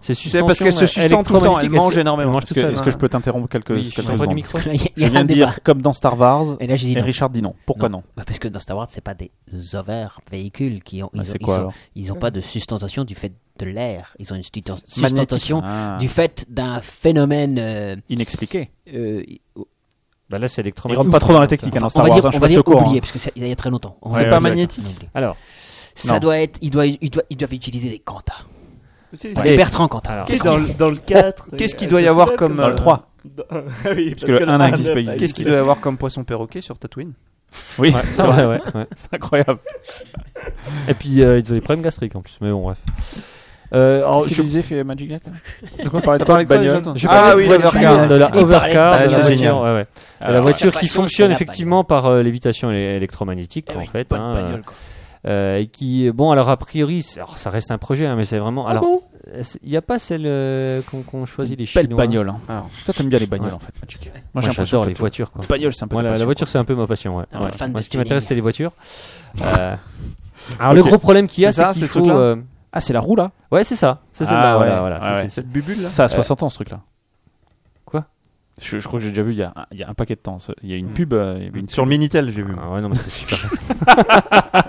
Speaker 4: C'est
Speaker 5: C'est
Speaker 4: sustentation. euh,
Speaker 5: parce qu'elle se sustente tout le temps. Elle
Speaker 4: électromagnétique,
Speaker 5: mange
Speaker 4: elle se-
Speaker 5: énormément.
Speaker 4: mange
Speaker 3: Est-ce
Speaker 4: toute
Speaker 3: que,
Speaker 4: seule.
Speaker 3: est-ce que je peux t'interrompre quelques,
Speaker 5: Oui, je
Speaker 3: quelques
Speaker 5: suis
Speaker 4: en train de
Speaker 3: secondes
Speaker 4: mixer. Quoi
Speaker 6: Il y a- il
Speaker 3: Je
Speaker 6: y a
Speaker 3: viens
Speaker 6: un
Speaker 3: de
Speaker 6: débat.
Speaker 3: dire comme dans Star Wars.
Speaker 6: Et là, j'ai dit
Speaker 3: Et
Speaker 6: non.
Speaker 3: Richard dit non. Pourquoi non,
Speaker 6: Bah, parce que dans Star Wars, c'est pas des ovaires véhicules qui ont. Ils,
Speaker 3: Ah,
Speaker 6: ont,
Speaker 3: C'est
Speaker 6: ils
Speaker 3: quoi
Speaker 6: sont-
Speaker 3: alors
Speaker 6: ils ont pas de sustentation du fait de l'air. Ils ont une susten-
Speaker 5: Magnétique.
Speaker 6: sustentation
Speaker 3: Ah.
Speaker 6: du fait d'un phénomène. euh,
Speaker 3: Inexpliqué.
Speaker 6: euh,
Speaker 4: Bah là, c'est
Speaker 3: Ils
Speaker 4: électromagnétique.
Speaker 3: rentrent pas trop dans la technique hein, dans
Speaker 6: on
Speaker 3: Star
Speaker 6: va
Speaker 3: Wars.
Speaker 6: dire,
Speaker 3: hein, je
Speaker 6: on va
Speaker 3: reste
Speaker 6: dire
Speaker 3: au courant.
Speaker 6: oublié, parce que c'est il y a très longtemps. On
Speaker 3: C'est
Speaker 6: va-
Speaker 5: pas
Speaker 6: on oublie.
Speaker 5: magnétique.
Speaker 6: On oublie.
Speaker 4: Alors,
Speaker 6: Ça
Speaker 3: Non.
Speaker 6: doit être. Ils doivent, ils doivent, ils doivent utiliser des quantas.
Speaker 7: C'est-
Speaker 6: C'est
Speaker 7: c'est-
Speaker 6: Bertrand Quentin.
Speaker 4: Alors.
Speaker 7: c'est dans, le- dans le 4.
Speaker 5: Qu'est-ce
Speaker 7: et-
Speaker 5: qu'il
Speaker 7: euh,
Speaker 5: doit y
Speaker 7: ça
Speaker 5: avoir
Speaker 7: s'élève
Speaker 5: comme,
Speaker 3: Dans le
Speaker 5: euh,
Speaker 3: 3.
Speaker 7: dans- Ah oui, parce,
Speaker 3: que le un n'existe pas, il
Speaker 7: n'a
Speaker 3: existe.
Speaker 5: Qu'est-ce qu'il doit y avoir comme poisson perroquet sur Tatooine
Speaker 3: Oui,
Speaker 4: ouais, c'est vrai, ouais, ouais.
Speaker 3: c'est incroyable.
Speaker 4: Et puis, euh, ils ont des problèmes gastriques en plus. Mais bon, bref. Euh, alors,
Speaker 3: Qu'est-ce
Speaker 4: je-
Speaker 3: que disais, fait Magic Jack
Speaker 5: On parlait de parler de bagnole.
Speaker 4: je
Speaker 5: Ah
Speaker 4: parlais
Speaker 5: oui,
Speaker 4: de voiture,
Speaker 5: l'overcar.
Speaker 4: de la
Speaker 6: Il parlait de
Speaker 4: overcar,
Speaker 5: bagnole.
Speaker 4: de la
Speaker 5: Ah, c'est
Speaker 4: voiture,
Speaker 5: génial.
Speaker 4: ouais, ouais.
Speaker 3: Ah,
Speaker 4: la
Speaker 3: ouais.
Speaker 4: voiture qui
Speaker 6: passion,
Speaker 4: fonctionne
Speaker 6: c'est la
Speaker 4: effectivement par euh, lévitation é- électromagnétique, en fait. hein, euh, et qui, bon, alors a priori, c'est- alors, ça reste un projet, hein, mais c'est vraiment. alors, euh, c'est- il n'y a pas celle euh, qu'on qu'on choisit les
Speaker 3: Belle
Speaker 4: Chinois.
Speaker 3: bagnole. hein.
Speaker 5: Alors.
Speaker 3: Toi, t'aimes bien les bagnoles
Speaker 4: Ouais.
Speaker 3: en fait, Magic. Moi,
Speaker 4: Moi,
Speaker 3: j'ai l'impression
Speaker 4: j'adore
Speaker 3: que
Speaker 4: les
Speaker 3: toi,
Speaker 4: voitions. Quoi.
Speaker 3: les bagnoles, c'est un peu
Speaker 4: Moi,
Speaker 3: ta
Speaker 4: la, la
Speaker 3: passion,
Speaker 4: voiture, c'est un peu ma passion. Ouais.
Speaker 6: Ah, ouais,
Speaker 4: Ouais.
Speaker 6: fan
Speaker 4: Moi,
Speaker 6: de
Speaker 4: ce qui
Speaker 6: tuning.
Speaker 4: m'intéresse, c'est les voitures. Euh, Alors, le
Speaker 5: Ok.
Speaker 4: gros problème qu'il y a,
Speaker 5: C'est
Speaker 4: c'est
Speaker 5: ça,
Speaker 4: qu'il
Speaker 5: ces
Speaker 4: faut.
Speaker 5: trucs-là
Speaker 4: euh,
Speaker 3: quoi. Ah, c'est la roue là
Speaker 4: Ouais, c'est ça. C'est celle-là.
Speaker 3: Ah,
Speaker 4: voilà,
Speaker 3: ouais.
Speaker 4: voilà,
Speaker 3: Ah,
Speaker 4: c'est-
Speaker 3: ouais.
Speaker 4: c'est-
Speaker 5: Cette bubule là.
Speaker 3: Ça Euh, a 60 ans ce truc là.
Speaker 4: Quoi
Speaker 3: je, je crois que j'ai déjà vu il y, a un, il y a un paquet de temps. ce- Il y a une pub. euh, il y avait une
Speaker 5: Sur le Minitel, j'ai vu.
Speaker 4: Ah ouais, non, mais c'est super.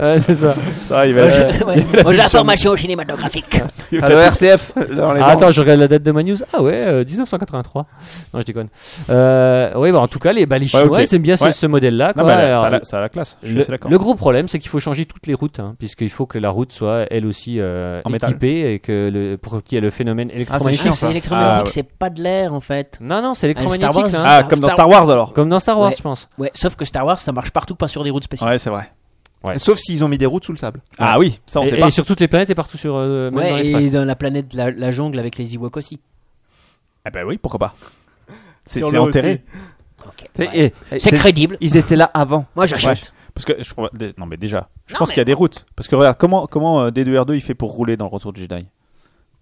Speaker 4: ouais, c'est ça.
Speaker 6: Ouais. Aux informations cinématographiques.
Speaker 5: Allo RTF
Speaker 4: Ah, attends, je regarde la date de ma news. Ah ouais, euh, 1983. Non, je déconne. Euh, oui, bah, en tout cas, les, bah, les Chinois,
Speaker 3: ok.
Speaker 4: ils aiment bien ce,
Speaker 3: Ouais.
Speaker 4: ce modèle-là.
Speaker 3: Non,
Speaker 4: quoi.
Speaker 3: mais elle a-
Speaker 4: Alors,
Speaker 3: ça, a la, ça a la classe. Je suis
Speaker 4: le,
Speaker 3: assez d'accord.
Speaker 4: le gros problème, c'est qu'il faut changer toutes les routes, hein, puisqu'il faut que la route soit elle aussi euh,
Speaker 3: En métal.
Speaker 4: équipée et que le, pour qu'il y ait le phénomène électromagnétique.
Speaker 6: Ah, c'est
Speaker 3: Ah,
Speaker 6: électromagnétique,
Speaker 3: ouais.
Speaker 6: c'est pas de l'air en fait.
Speaker 4: non, non, c'est électromagnétique.
Speaker 6: Star
Speaker 4: là,
Speaker 6: Wars.
Speaker 4: hein.
Speaker 3: Ah, comme dans Star Eh, Wars alors
Speaker 4: Comme dans Star Wars,
Speaker 6: Ouais.
Speaker 4: je pense.
Speaker 6: Ouais, sauf que Star Wars ça marche partout, pas sur des routes spéciales.
Speaker 3: Ouais, c'est vrai.
Speaker 5: Sauf s'ils ont mis des routes sous le sable.
Speaker 3: Ah oui, ça on
Speaker 4: et,
Speaker 3: sait
Speaker 4: et
Speaker 3: pas.
Speaker 4: sur toutes les planètes et partout sur euh, même dans
Speaker 6: Ouais,
Speaker 4: l'espace.
Speaker 6: et dans la planète de la, la jungle avec les Ewoks aussi.
Speaker 3: Ah bah oui, pourquoi pas. C'est
Speaker 7: Sur
Speaker 3: c'est
Speaker 7: l'eau
Speaker 3: enterré.
Speaker 6: Ok,
Speaker 5: Et-
Speaker 6: ouais.
Speaker 5: et- et
Speaker 6: C'est
Speaker 5: c'est-
Speaker 6: crédible.
Speaker 5: Ils étaient là avant.
Speaker 6: Moi j'achète.
Speaker 3: Parce que je crois- dé- non mais déjà, je
Speaker 6: Non,
Speaker 3: pense
Speaker 6: mais-
Speaker 3: qu'il y a des routes. Parce que regarde comment comment euh, D2R2 il fait pour rouler dans le Retour du Jedi,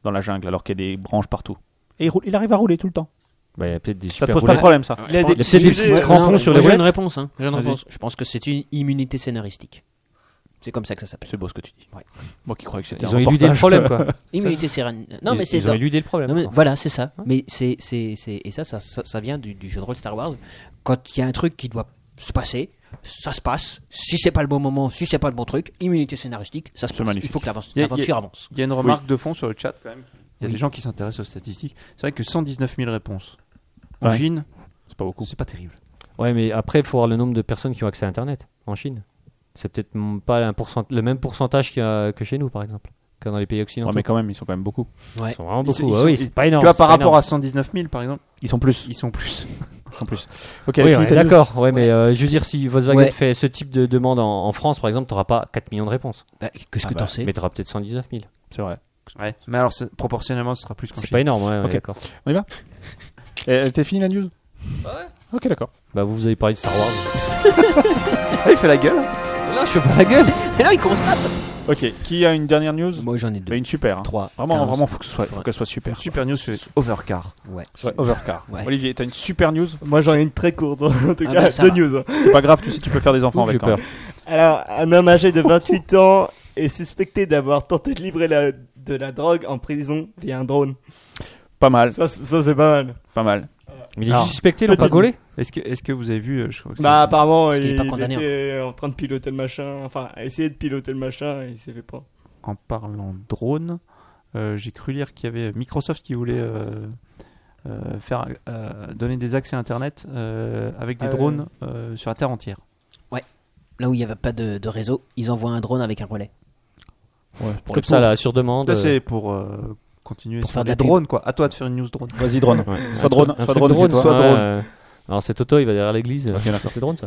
Speaker 3: dans la jungle alors qu'il y a des branches partout. Et il, roule- il arrive à rouler tout le temps.
Speaker 4: Bah, il y a peut-être des
Speaker 3: Ça te
Speaker 4: super
Speaker 3: pose pas de
Speaker 4: roulettes.
Speaker 3: problème ça.
Speaker 4: Il y a des petits crampons
Speaker 6: Non,
Speaker 4: sur
Speaker 6: moi,
Speaker 4: les
Speaker 6: j'ai une
Speaker 4: roulettes.
Speaker 6: réponse. hein. J'ai une
Speaker 3: Vas-y.
Speaker 6: réponse. Je pense que c'est une immunité scénaristique. C'est comme ça que ça s'appelle.
Speaker 3: C'est beau ce que tu dis.
Speaker 6: Ouais.
Speaker 3: Moi qui croyais que c'était
Speaker 4: Ils
Speaker 3: un
Speaker 4: ont éludé le
Speaker 3: reportage.
Speaker 4: problème, quoi.
Speaker 6: Immunité scénaristique. Non
Speaker 4: Ils-
Speaker 6: mais c'est
Speaker 4: Ils ont
Speaker 6: ça.
Speaker 4: éludé le
Speaker 6: Non,
Speaker 4: problème.
Speaker 6: mais
Speaker 4: quoi.
Speaker 6: voilà, c'est ça. Mais c'est, c'est, c'est- et ça, ça, ça, ça vient du, du jeu de rôle Star Wars. Quand il y a un truc qui doit se passer, ça se passe. Si c'est pas le bon moment, si c'est pas le bon truc, immunité scénaristique, ça se
Speaker 3: C'est
Speaker 6: passe.
Speaker 3: magnifique.
Speaker 6: Il faut que l'avance-
Speaker 5: Y a- y a-
Speaker 6: l'aventure avance.
Speaker 5: Il y a une remarque de fond sur le chat quand même. Il y a des gens qui s'intéressent aux statistiques. C'est vrai que 119 000 réponses. En
Speaker 3: Ouais.
Speaker 5: Chine,
Speaker 3: C'est pas beaucoup.
Speaker 5: c'est pas terrible.
Speaker 4: Ouais, mais après, il faut voir le nombre de personnes qui ont accès à Internet en Chine. C'est peut-être mm, pas un pourcent- le même pourcentage qu'il y a- que chez nous, par exemple, que dans les pays occidentaux.
Speaker 3: Ouais, mais quand même, ils sont quand même beaucoup.
Speaker 4: Ils sont vraiment
Speaker 5: Ils sont-
Speaker 4: beaucoup.
Speaker 5: ils
Speaker 4: Ah
Speaker 5: sont-
Speaker 4: oui,
Speaker 5: ils-
Speaker 4: c'est pas énorme.
Speaker 5: tu vois,
Speaker 4: c'est
Speaker 5: par
Speaker 4: pas
Speaker 5: rapport
Speaker 4: énorme.
Speaker 5: à 119 000 par exemple,
Speaker 3: Ils sont plus.
Speaker 5: ils sont plus.
Speaker 3: Ils sont plus. Ok,
Speaker 4: Oui,
Speaker 3: Alexis,
Speaker 4: ouais,
Speaker 3: t'as dit-
Speaker 4: d'accord. Ouais, mais euh, je veux dire, si Volkswagen
Speaker 6: Ouais.
Speaker 4: fait ce type de demande en, en France, par exemple, t'auras pas 4 millions de réponses.
Speaker 6: Bah, qu'est-ce
Speaker 3: Ah
Speaker 6: que
Speaker 3: bah,
Speaker 6: t'en sais
Speaker 4: Mais t'auras peut-être 119 000.
Speaker 3: C'est vrai.
Speaker 5: Ouais. Mais alors c'est- proportionnellement, ce sera plus qu'en
Speaker 4: C'est
Speaker 5: Chine.
Speaker 4: pas énorme, ouais, ouais,
Speaker 3: Ok.
Speaker 4: d'accord.
Speaker 3: Euh, T'es fini la news Ouais. Ok, d'accord.
Speaker 4: Bah, vous, vous avez parlé de Star Wars.
Speaker 5: Ah, il fait la gueule.
Speaker 4: Là, je suis pas la gueule.
Speaker 6: Mais non, il constate.
Speaker 3: Ok, qui a une dernière news
Speaker 6: Moi, j'en ai
Speaker 3: Bah,
Speaker 6: deux.
Speaker 3: Une super. hein.
Speaker 6: Trois.
Speaker 3: Vraiment,
Speaker 6: quinze.
Speaker 3: vraiment, faut que ce soit, faut
Speaker 6: Ouais.
Speaker 3: qu'elle soit super.
Speaker 5: Super news, c'est Overcar.
Speaker 6: Ouais.
Speaker 3: Ouais, Overcar.
Speaker 6: Ouais.
Speaker 3: Olivier, t'as une super news
Speaker 7: Moi j'en ai une très courte en tout
Speaker 6: Ah
Speaker 7: cas,
Speaker 6: bah, ça
Speaker 7: deux
Speaker 6: va.
Speaker 7: news.
Speaker 3: C'est pas grave, tu sais, tu peux faire des enfants
Speaker 4: Ouf,
Speaker 3: avec. hein.
Speaker 4: j'ai peur.
Speaker 7: Alors, un homme âgé de 28 ans est suspecté d'avoir tenté de livrer la- de la drogue en prison via un drone.
Speaker 3: Pas mal,
Speaker 7: Ça, c'est- ça, c'est pas mal.
Speaker 3: pas mal.
Speaker 4: Mais il est
Speaker 5: Alors,
Speaker 4: suspecté, l'ont pas
Speaker 7: petite-
Speaker 4: gaulé
Speaker 5: Est-ce que, est-ce que vous avez vu euh, je crois que
Speaker 7: Bah, apparemment,
Speaker 6: Parce
Speaker 7: il,
Speaker 6: qu'il est pas condamné,
Speaker 7: était en train de piloter le machin, enfin, a essayé de piloter le machin et il s'est fait prendre.
Speaker 5: c'est- En parlant drone, euh, j'ai cru lire qu'il y avait Microsoft qui voulait euh, euh, faire euh, donner des accès à Internet euh, avec des
Speaker 7: Ah ouais.
Speaker 5: drones euh, sur la terre entière.
Speaker 6: Là où il n'y avait pas de, de réseau, ils envoient un drone avec un relais.
Speaker 4: Comme ça, là, sur demande.
Speaker 5: Ça, c'est pour euh, continuer
Speaker 6: Pour
Speaker 5: sur
Speaker 6: faire de
Speaker 5: des
Speaker 6: la pub.
Speaker 5: drones, quoi. À toi de faire une news drone.
Speaker 3: Vas-y, drone.
Speaker 4: euh, ouais, un
Speaker 3: Soit
Speaker 4: truc-
Speaker 3: drone,
Speaker 4: un
Speaker 3: soit
Speaker 4: truc
Speaker 3: drone,
Speaker 4: drone,
Speaker 3: soit
Speaker 4: ouais,
Speaker 3: drone.
Speaker 4: euh, Alors, c'est Toto, il va derrière l'église. C'est drone, ça.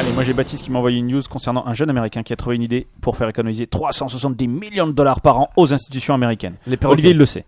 Speaker 3: Allez, moi j'ai Baptiste qui m'a envoyé une news concernant un jeune américain qui a trouvé une idée pour faire économiser 370 millions de dollars par an aux institutions américaines.
Speaker 5: Les perroquets.
Speaker 3: Olivier, il le sait.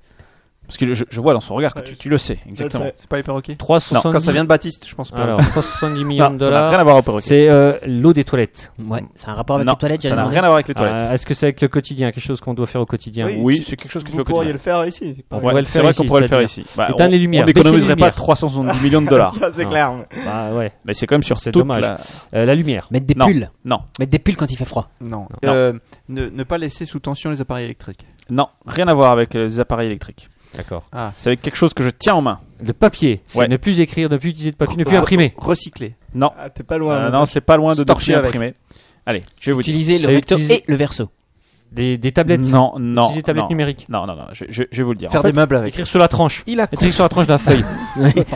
Speaker 3: Parce que je, je vois dans son regard que tu, tu le sais, exactement.
Speaker 7: sais.
Speaker 5: C'est pas les perroquets Non,
Speaker 4: 370
Speaker 5: quand ça vient de Baptiste, je pense pas.
Speaker 4: Alors, 370 millions
Speaker 3: Non, ça
Speaker 4: de
Speaker 3: n'a
Speaker 4: dollars.
Speaker 3: rien à voir aux perroquets.
Speaker 4: C'est euh, l'eau des toilettes.
Speaker 6: Ouais, c'est un rapport
Speaker 3: Hmm.
Speaker 6: avec
Speaker 3: Non,
Speaker 6: les toilettes,
Speaker 3: ça n'a
Speaker 6: Jérémy.
Speaker 3: rien à voir avec les toilettes.
Speaker 4: Ah, Est-ce que c'est avec le quotidien, quelque chose qu'on doit faire au quotidien
Speaker 3: Oui,
Speaker 7: tu-
Speaker 3: c'est quelque chose que
Speaker 7: vous
Speaker 3: fait au
Speaker 7: pourriez
Speaker 3: quotidien.
Speaker 7: le faire ici.
Speaker 4: On
Speaker 7: Ouais.
Speaker 4: pourrait le
Speaker 3: c'est
Speaker 4: faire
Speaker 3: vrai
Speaker 4: ici,
Speaker 3: qu'on pourrait le faire
Speaker 4: c'est-à-dire
Speaker 3: ici. Bah,
Speaker 4: éteindre
Speaker 3: on-
Speaker 4: les lumières,
Speaker 3: On
Speaker 4: baisser les
Speaker 3: n'économiserait pas
Speaker 4: lumières.
Speaker 3: 370 millions de dollars.
Speaker 7: Ça, c'est
Speaker 4: Non.
Speaker 7: clair. mais-
Speaker 4: Bah ouais,
Speaker 3: Mais c'est quand même sur
Speaker 4: C'est
Speaker 3: toute
Speaker 4: dommage.
Speaker 3: la-
Speaker 4: Euh, la lumière.
Speaker 6: Mettre des
Speaker 3: Non.
Speaker 6: pulls.
Speaker 3: Non,
Speaker 6: Mettre des pulls quand il fait froid.
Speaker 5: Non.
Speaker 4: Non.
Speaker 5: Euh, ne, ne pas laisser sous tension les appareils électriques.
Speaker 3: non, rien à voir avec euh, les appareils électriques.
Speaker 4: D'accord.
Speaker 5: Ah.
Speaker 3: C'est avec quelque chose que je tiens en main.
Speaker 4: Le papier, c'est
Speaker 3: Ouais.
Speaker 4: ne plus écrire, ne plus utiliser de papier, ne plus
Speaker 5: Ah.
Speaker 4: imprimer.
Speaker 5: Recycler.
Speaker 3: Non,
Speaker 7: Ah, t'es pas loin.
Speaker 3: Euh,
Speaker 7: hein.
Speaker 3: non, c'est pas loin de torcher
Speaker 5: Storcher avec.
Speaker 3: imprimé. Allez, je vais vous dire.
Speaker 6: Utiliser
Speaker 4: C'est
Speaker 6: le recto
Speaker 4: utiliser-
Speaker 6: et le verso.
Speaker 4: Des, des tablettes.
Speaker 3: Non, non,
Speaker 4: Utiliser des tablettes
Speaker 3: non.
Speaker 4: numériques.
Speaker 3: Non, non, non, je, je- je vais vous le dire.
Speaker 5: Faire
Speaker 3: en fait,
Speaker 5: des meubles avec.
Speaker 4: Écrire sur la tranche.
Speaker 3: il a
Speaker 4: Écrire sur la tranche de la feuille.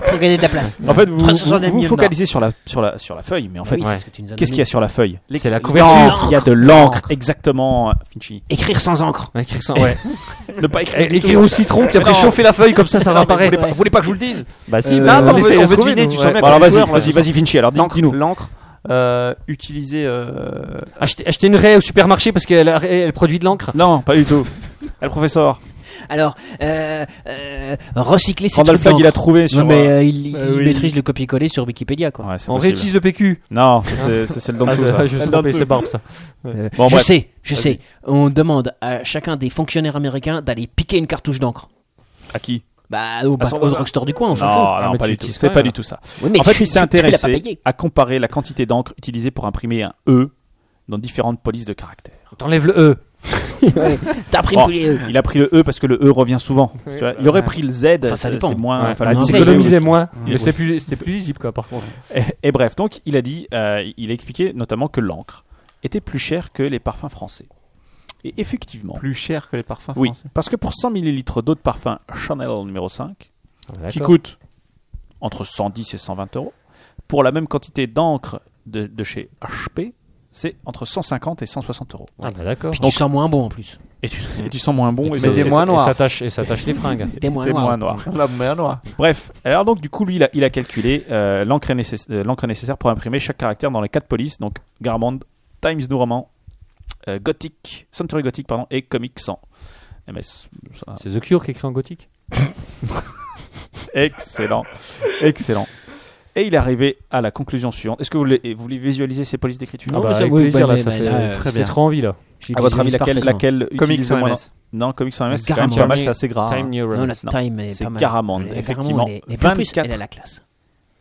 Speaker 6: Pour gagner de la place.
Speaker 3: En fait, vous vous,
Speaker 6: 370
Speaker 3: vous
Speaker 6: 000,
Speaker 3: focalisez sur la, sur, la, sur la feuille, mais en fait,
Speaker 6: Oui,
Speaker 4: ouais.
Speaker 6: c'est ce que tu nous as
Speaker 3: qu'est-ce qu'il y
Speaker 6: donné.
Speaker 3: a sur la feuille
Speaker 4: C'est la couverture.
Speaker 3: L'encre Il y a de l'encre, exactement, euh, Finchi.
Speaker 6: Écrire sans encre.
Speaker 4: Écrire, sans- ouais.
Speaker 3: ne pas écrire.
Speaker 4: Et-
Speaker 3: du tout.
Speaker 4: écrire au citron, puis après
Speaker 3: Non.
Speaker 4: chauffer la feuille, comme ça, ça
Speaker 3: Non, mais vous
Speaker 4: réapparaît.
Speaker 3: voulez pas- Vous voulez pas que je vous le dise
Speaker 4: Bah si,
Speaker 5: Euh,
Speaker 4: mais-
Speaker 5: attends,
Speaker 4: mais
Speaker 5: on
Speaker 4: c'est-
Speaker 5: veut- on veut
Speaker 4: trouver,
Speaker 5: deviner,
Speaker 4: nous,
Speaker 5: tu
Speaker 4: ouais.
Speaker 5: sens bien.
Speaker 3: Bon, alors
Speaker 5: les
Speaker 3: vas-y,
Speaker 5: joueurs,
Speaker 3: vas-y,
Speaker 5: ouais.
Speaker 3: vas-y, Finchi, alors
Speaker 5: L'encre,
Speaker 3: dis-nous.
Speaker 5: l'encre euh, utiliser. euh,
Speaker 4: Acheter, acheter une raie au supermarché parce qu'elle a- elle produit de l'encre.
Speaker 5: Non, pas du tout. Eh, le professeur.
Speaker 6: Alors, euh, euh, recycler ses
Speaker 3: Randall
Speaker 6: trucs
Speaker 3: Flagg, il a
Speaker 6: d'encre.
Speaker 3: trouvé sur.
Speaker 6: Non, mais euh, il, il
Speaker 7: Bah oui.
Speaker 6: maîtrise le copier-coller sur Wikipédia, quoi.
Speaker 3: Ouais, c'est
Speaker 4: On
Speaker 3: possible.
Speaker 4: réutilise le PQ.
Speaker 3: Non, ça, c'est c'est celle d'en
Speaker 4: Ah,
Speaker 3: dessous, ça.
Speaker 4: ça, je me suis trompé, c'est barbe ça.
Speaker 6: Euh,
Speaker 3: Bon,
Speaker 6: je
Speaker 3: bref.
Speaker 6: sais, je
Speaker 3: Vas-y.
Speaker 6: sais. On demande à chacun des fonctionnaires américains d'aller piquer une cartouche d'encre.
Speaker 3: À qui
Speaker 6: Bah, au,
Speaker 3: À son
Speaker 6: au
Speaker 3: voisin.
Speaker 6: drugstore du coin, on
Speaker 3: Non,
Speaker 6: s'en fout.
Speaker 3: non,
Speaker 4: Ah, mais
Speaker 3: pas
Speaker 4: tu
Speaker 3: du tout.
Speaker 4: utilises
Speaker 3: C'est
Speaker 4: quand
Speaker 3: pas
Speaker 4: même.
Speaker 3: du tout ça.
Speaker 6: Oui, mais
Speaker 3: en fait,
Speaker 6: tu-
Speaker 3: il s'est
Speaker 6: tu- tu l'as pas
Speaker 3: intéressé
Speaker 6: payé.
Speaker 3: à comparer la quantité d'encre utilisée pour imprimer un E dans différentes polices de caractères.
Speaker 4: T'enlèves le E.
Speaker 6: Ouais. T'as pris
Speaker 3: Bon.
Speaker 6: le poulet.
Speaker 3: Il a pris le E parce que le E revient souvent. Tu vois, il aurait pris le Z,
Speaker 6: Enfin, ça
Speaker 3: c'est-
Speaker 6: dépend.
Speaker 3: c'est moins.
Speaker 4: Ouais.
Speaker 3: enfin, le
Speaker 6: Non,
Speaker 3: Z,
Speaker 6: mais-
Speaker 3: oui.
Speaker 4: Économisez moins.
Speaker 5: Oui.
Speaker 4: Mais c'est plus- C'était plus lisible quoi par contre.
Speaker 3: Et, et bref, donc il a dit, euh, il a expliqué notamment que l'encre était plus chère que les parfums français. Et effectivement,
Speaker 5: Plus cher que les parfums
Speaker 3: oui,
Speaker 5: français.
Speaker 3: parce que pour 100 millilitres d'eau de parfum Chanel numéro 5, qui
Speaker 4: Ah, D'accord.
Speaker 3: coûte entre 110 et 120 euros, pour la même quantité d'encre de, de chez HP, c'est entre 150 et 160 euros.
Speaker 4: Ah, bah, d'accord.
Speaker 6: Puis tu sens moins bon en plus.
Speaker 3: Et tu, et tu sens moins bon. et
Speaker 5: Et c'est
Speaker 3: ça-
Speaker 5: moins noir.
Speaker 4: Et ça tâche, et ça tâche les fringues.
Speaker 6: T'es moins
Speaker 3: t'es
Speaker 6: noir.
Speaker 3: moins noir.
Speaker 5: La mer noire.
Speaker 3: Bref, alors donc du coup, lui, il a, il a calculé euh, l'encre est nécess- euh, l'encre nécessaire pour imprimer chaque caractère dans les quatre polices, donc Garmand, Times New Roman, euh, Gothic, Century Gothic, pardon, et Comic 100. MS. ça-
Speaker 4: C'est The Cure qui écrit en gothique.
Speaker 3: Excellent, excellent. Et il est arrivé à la conclusion suivante. Est-ce que vous voulez, vous voulez visualiser ces polices d'écriture
Speaker 6: Non,
Speaker 4: Ah bah,
Speaker 6: mais ça-
Speaker 4: avec
Speaker 6: oui,
Speaker 4: plaisir,
Speaker 6: bah,
Speaker 4: là, ça
Speaker 6: mais
Speaker 4: fait
Speaker 6: là, euh,
Speaker 4: ça
Speaker 5: très
Speaker 4: fait
Speaker 5: bien.
Speaker 4: trop envie là.
Speaker 6: J'ai hein.
Speaker 3: À votre avis,
Speaker 6: visualise
Speaker 3: laquelle,
Speaker 6: parfaitement.
Speaker 3: laquelle
Speaker 5: Comic
Speaker 3: utilise le
Speaker 5: sans
Speaker 3: moins-
Speaker 5: MS.
Speaker 3: Non, Comic sans MS, c'est quand même
Speaker 6: Garamond.
Speaker 3: pas mal, c'est assez gras.
Speaker 4: Time
Speaker 3: hein.
Speaker 4: New
Speaker 6: Non,
Speaker 4: Roman.
Speaker 6: la
Speaker 3: Non,
Speaker 6: time est
Speaker 3: c'est
Speaker 6: pas mal.
Speaker 3: Garamond,
Speaker 6: La Garamond,
Speaker 3: effectivement.
Speaker 6: elle est- Et puis
Speaker 3: 24.
Speaker 6: en plus, elle a la classe.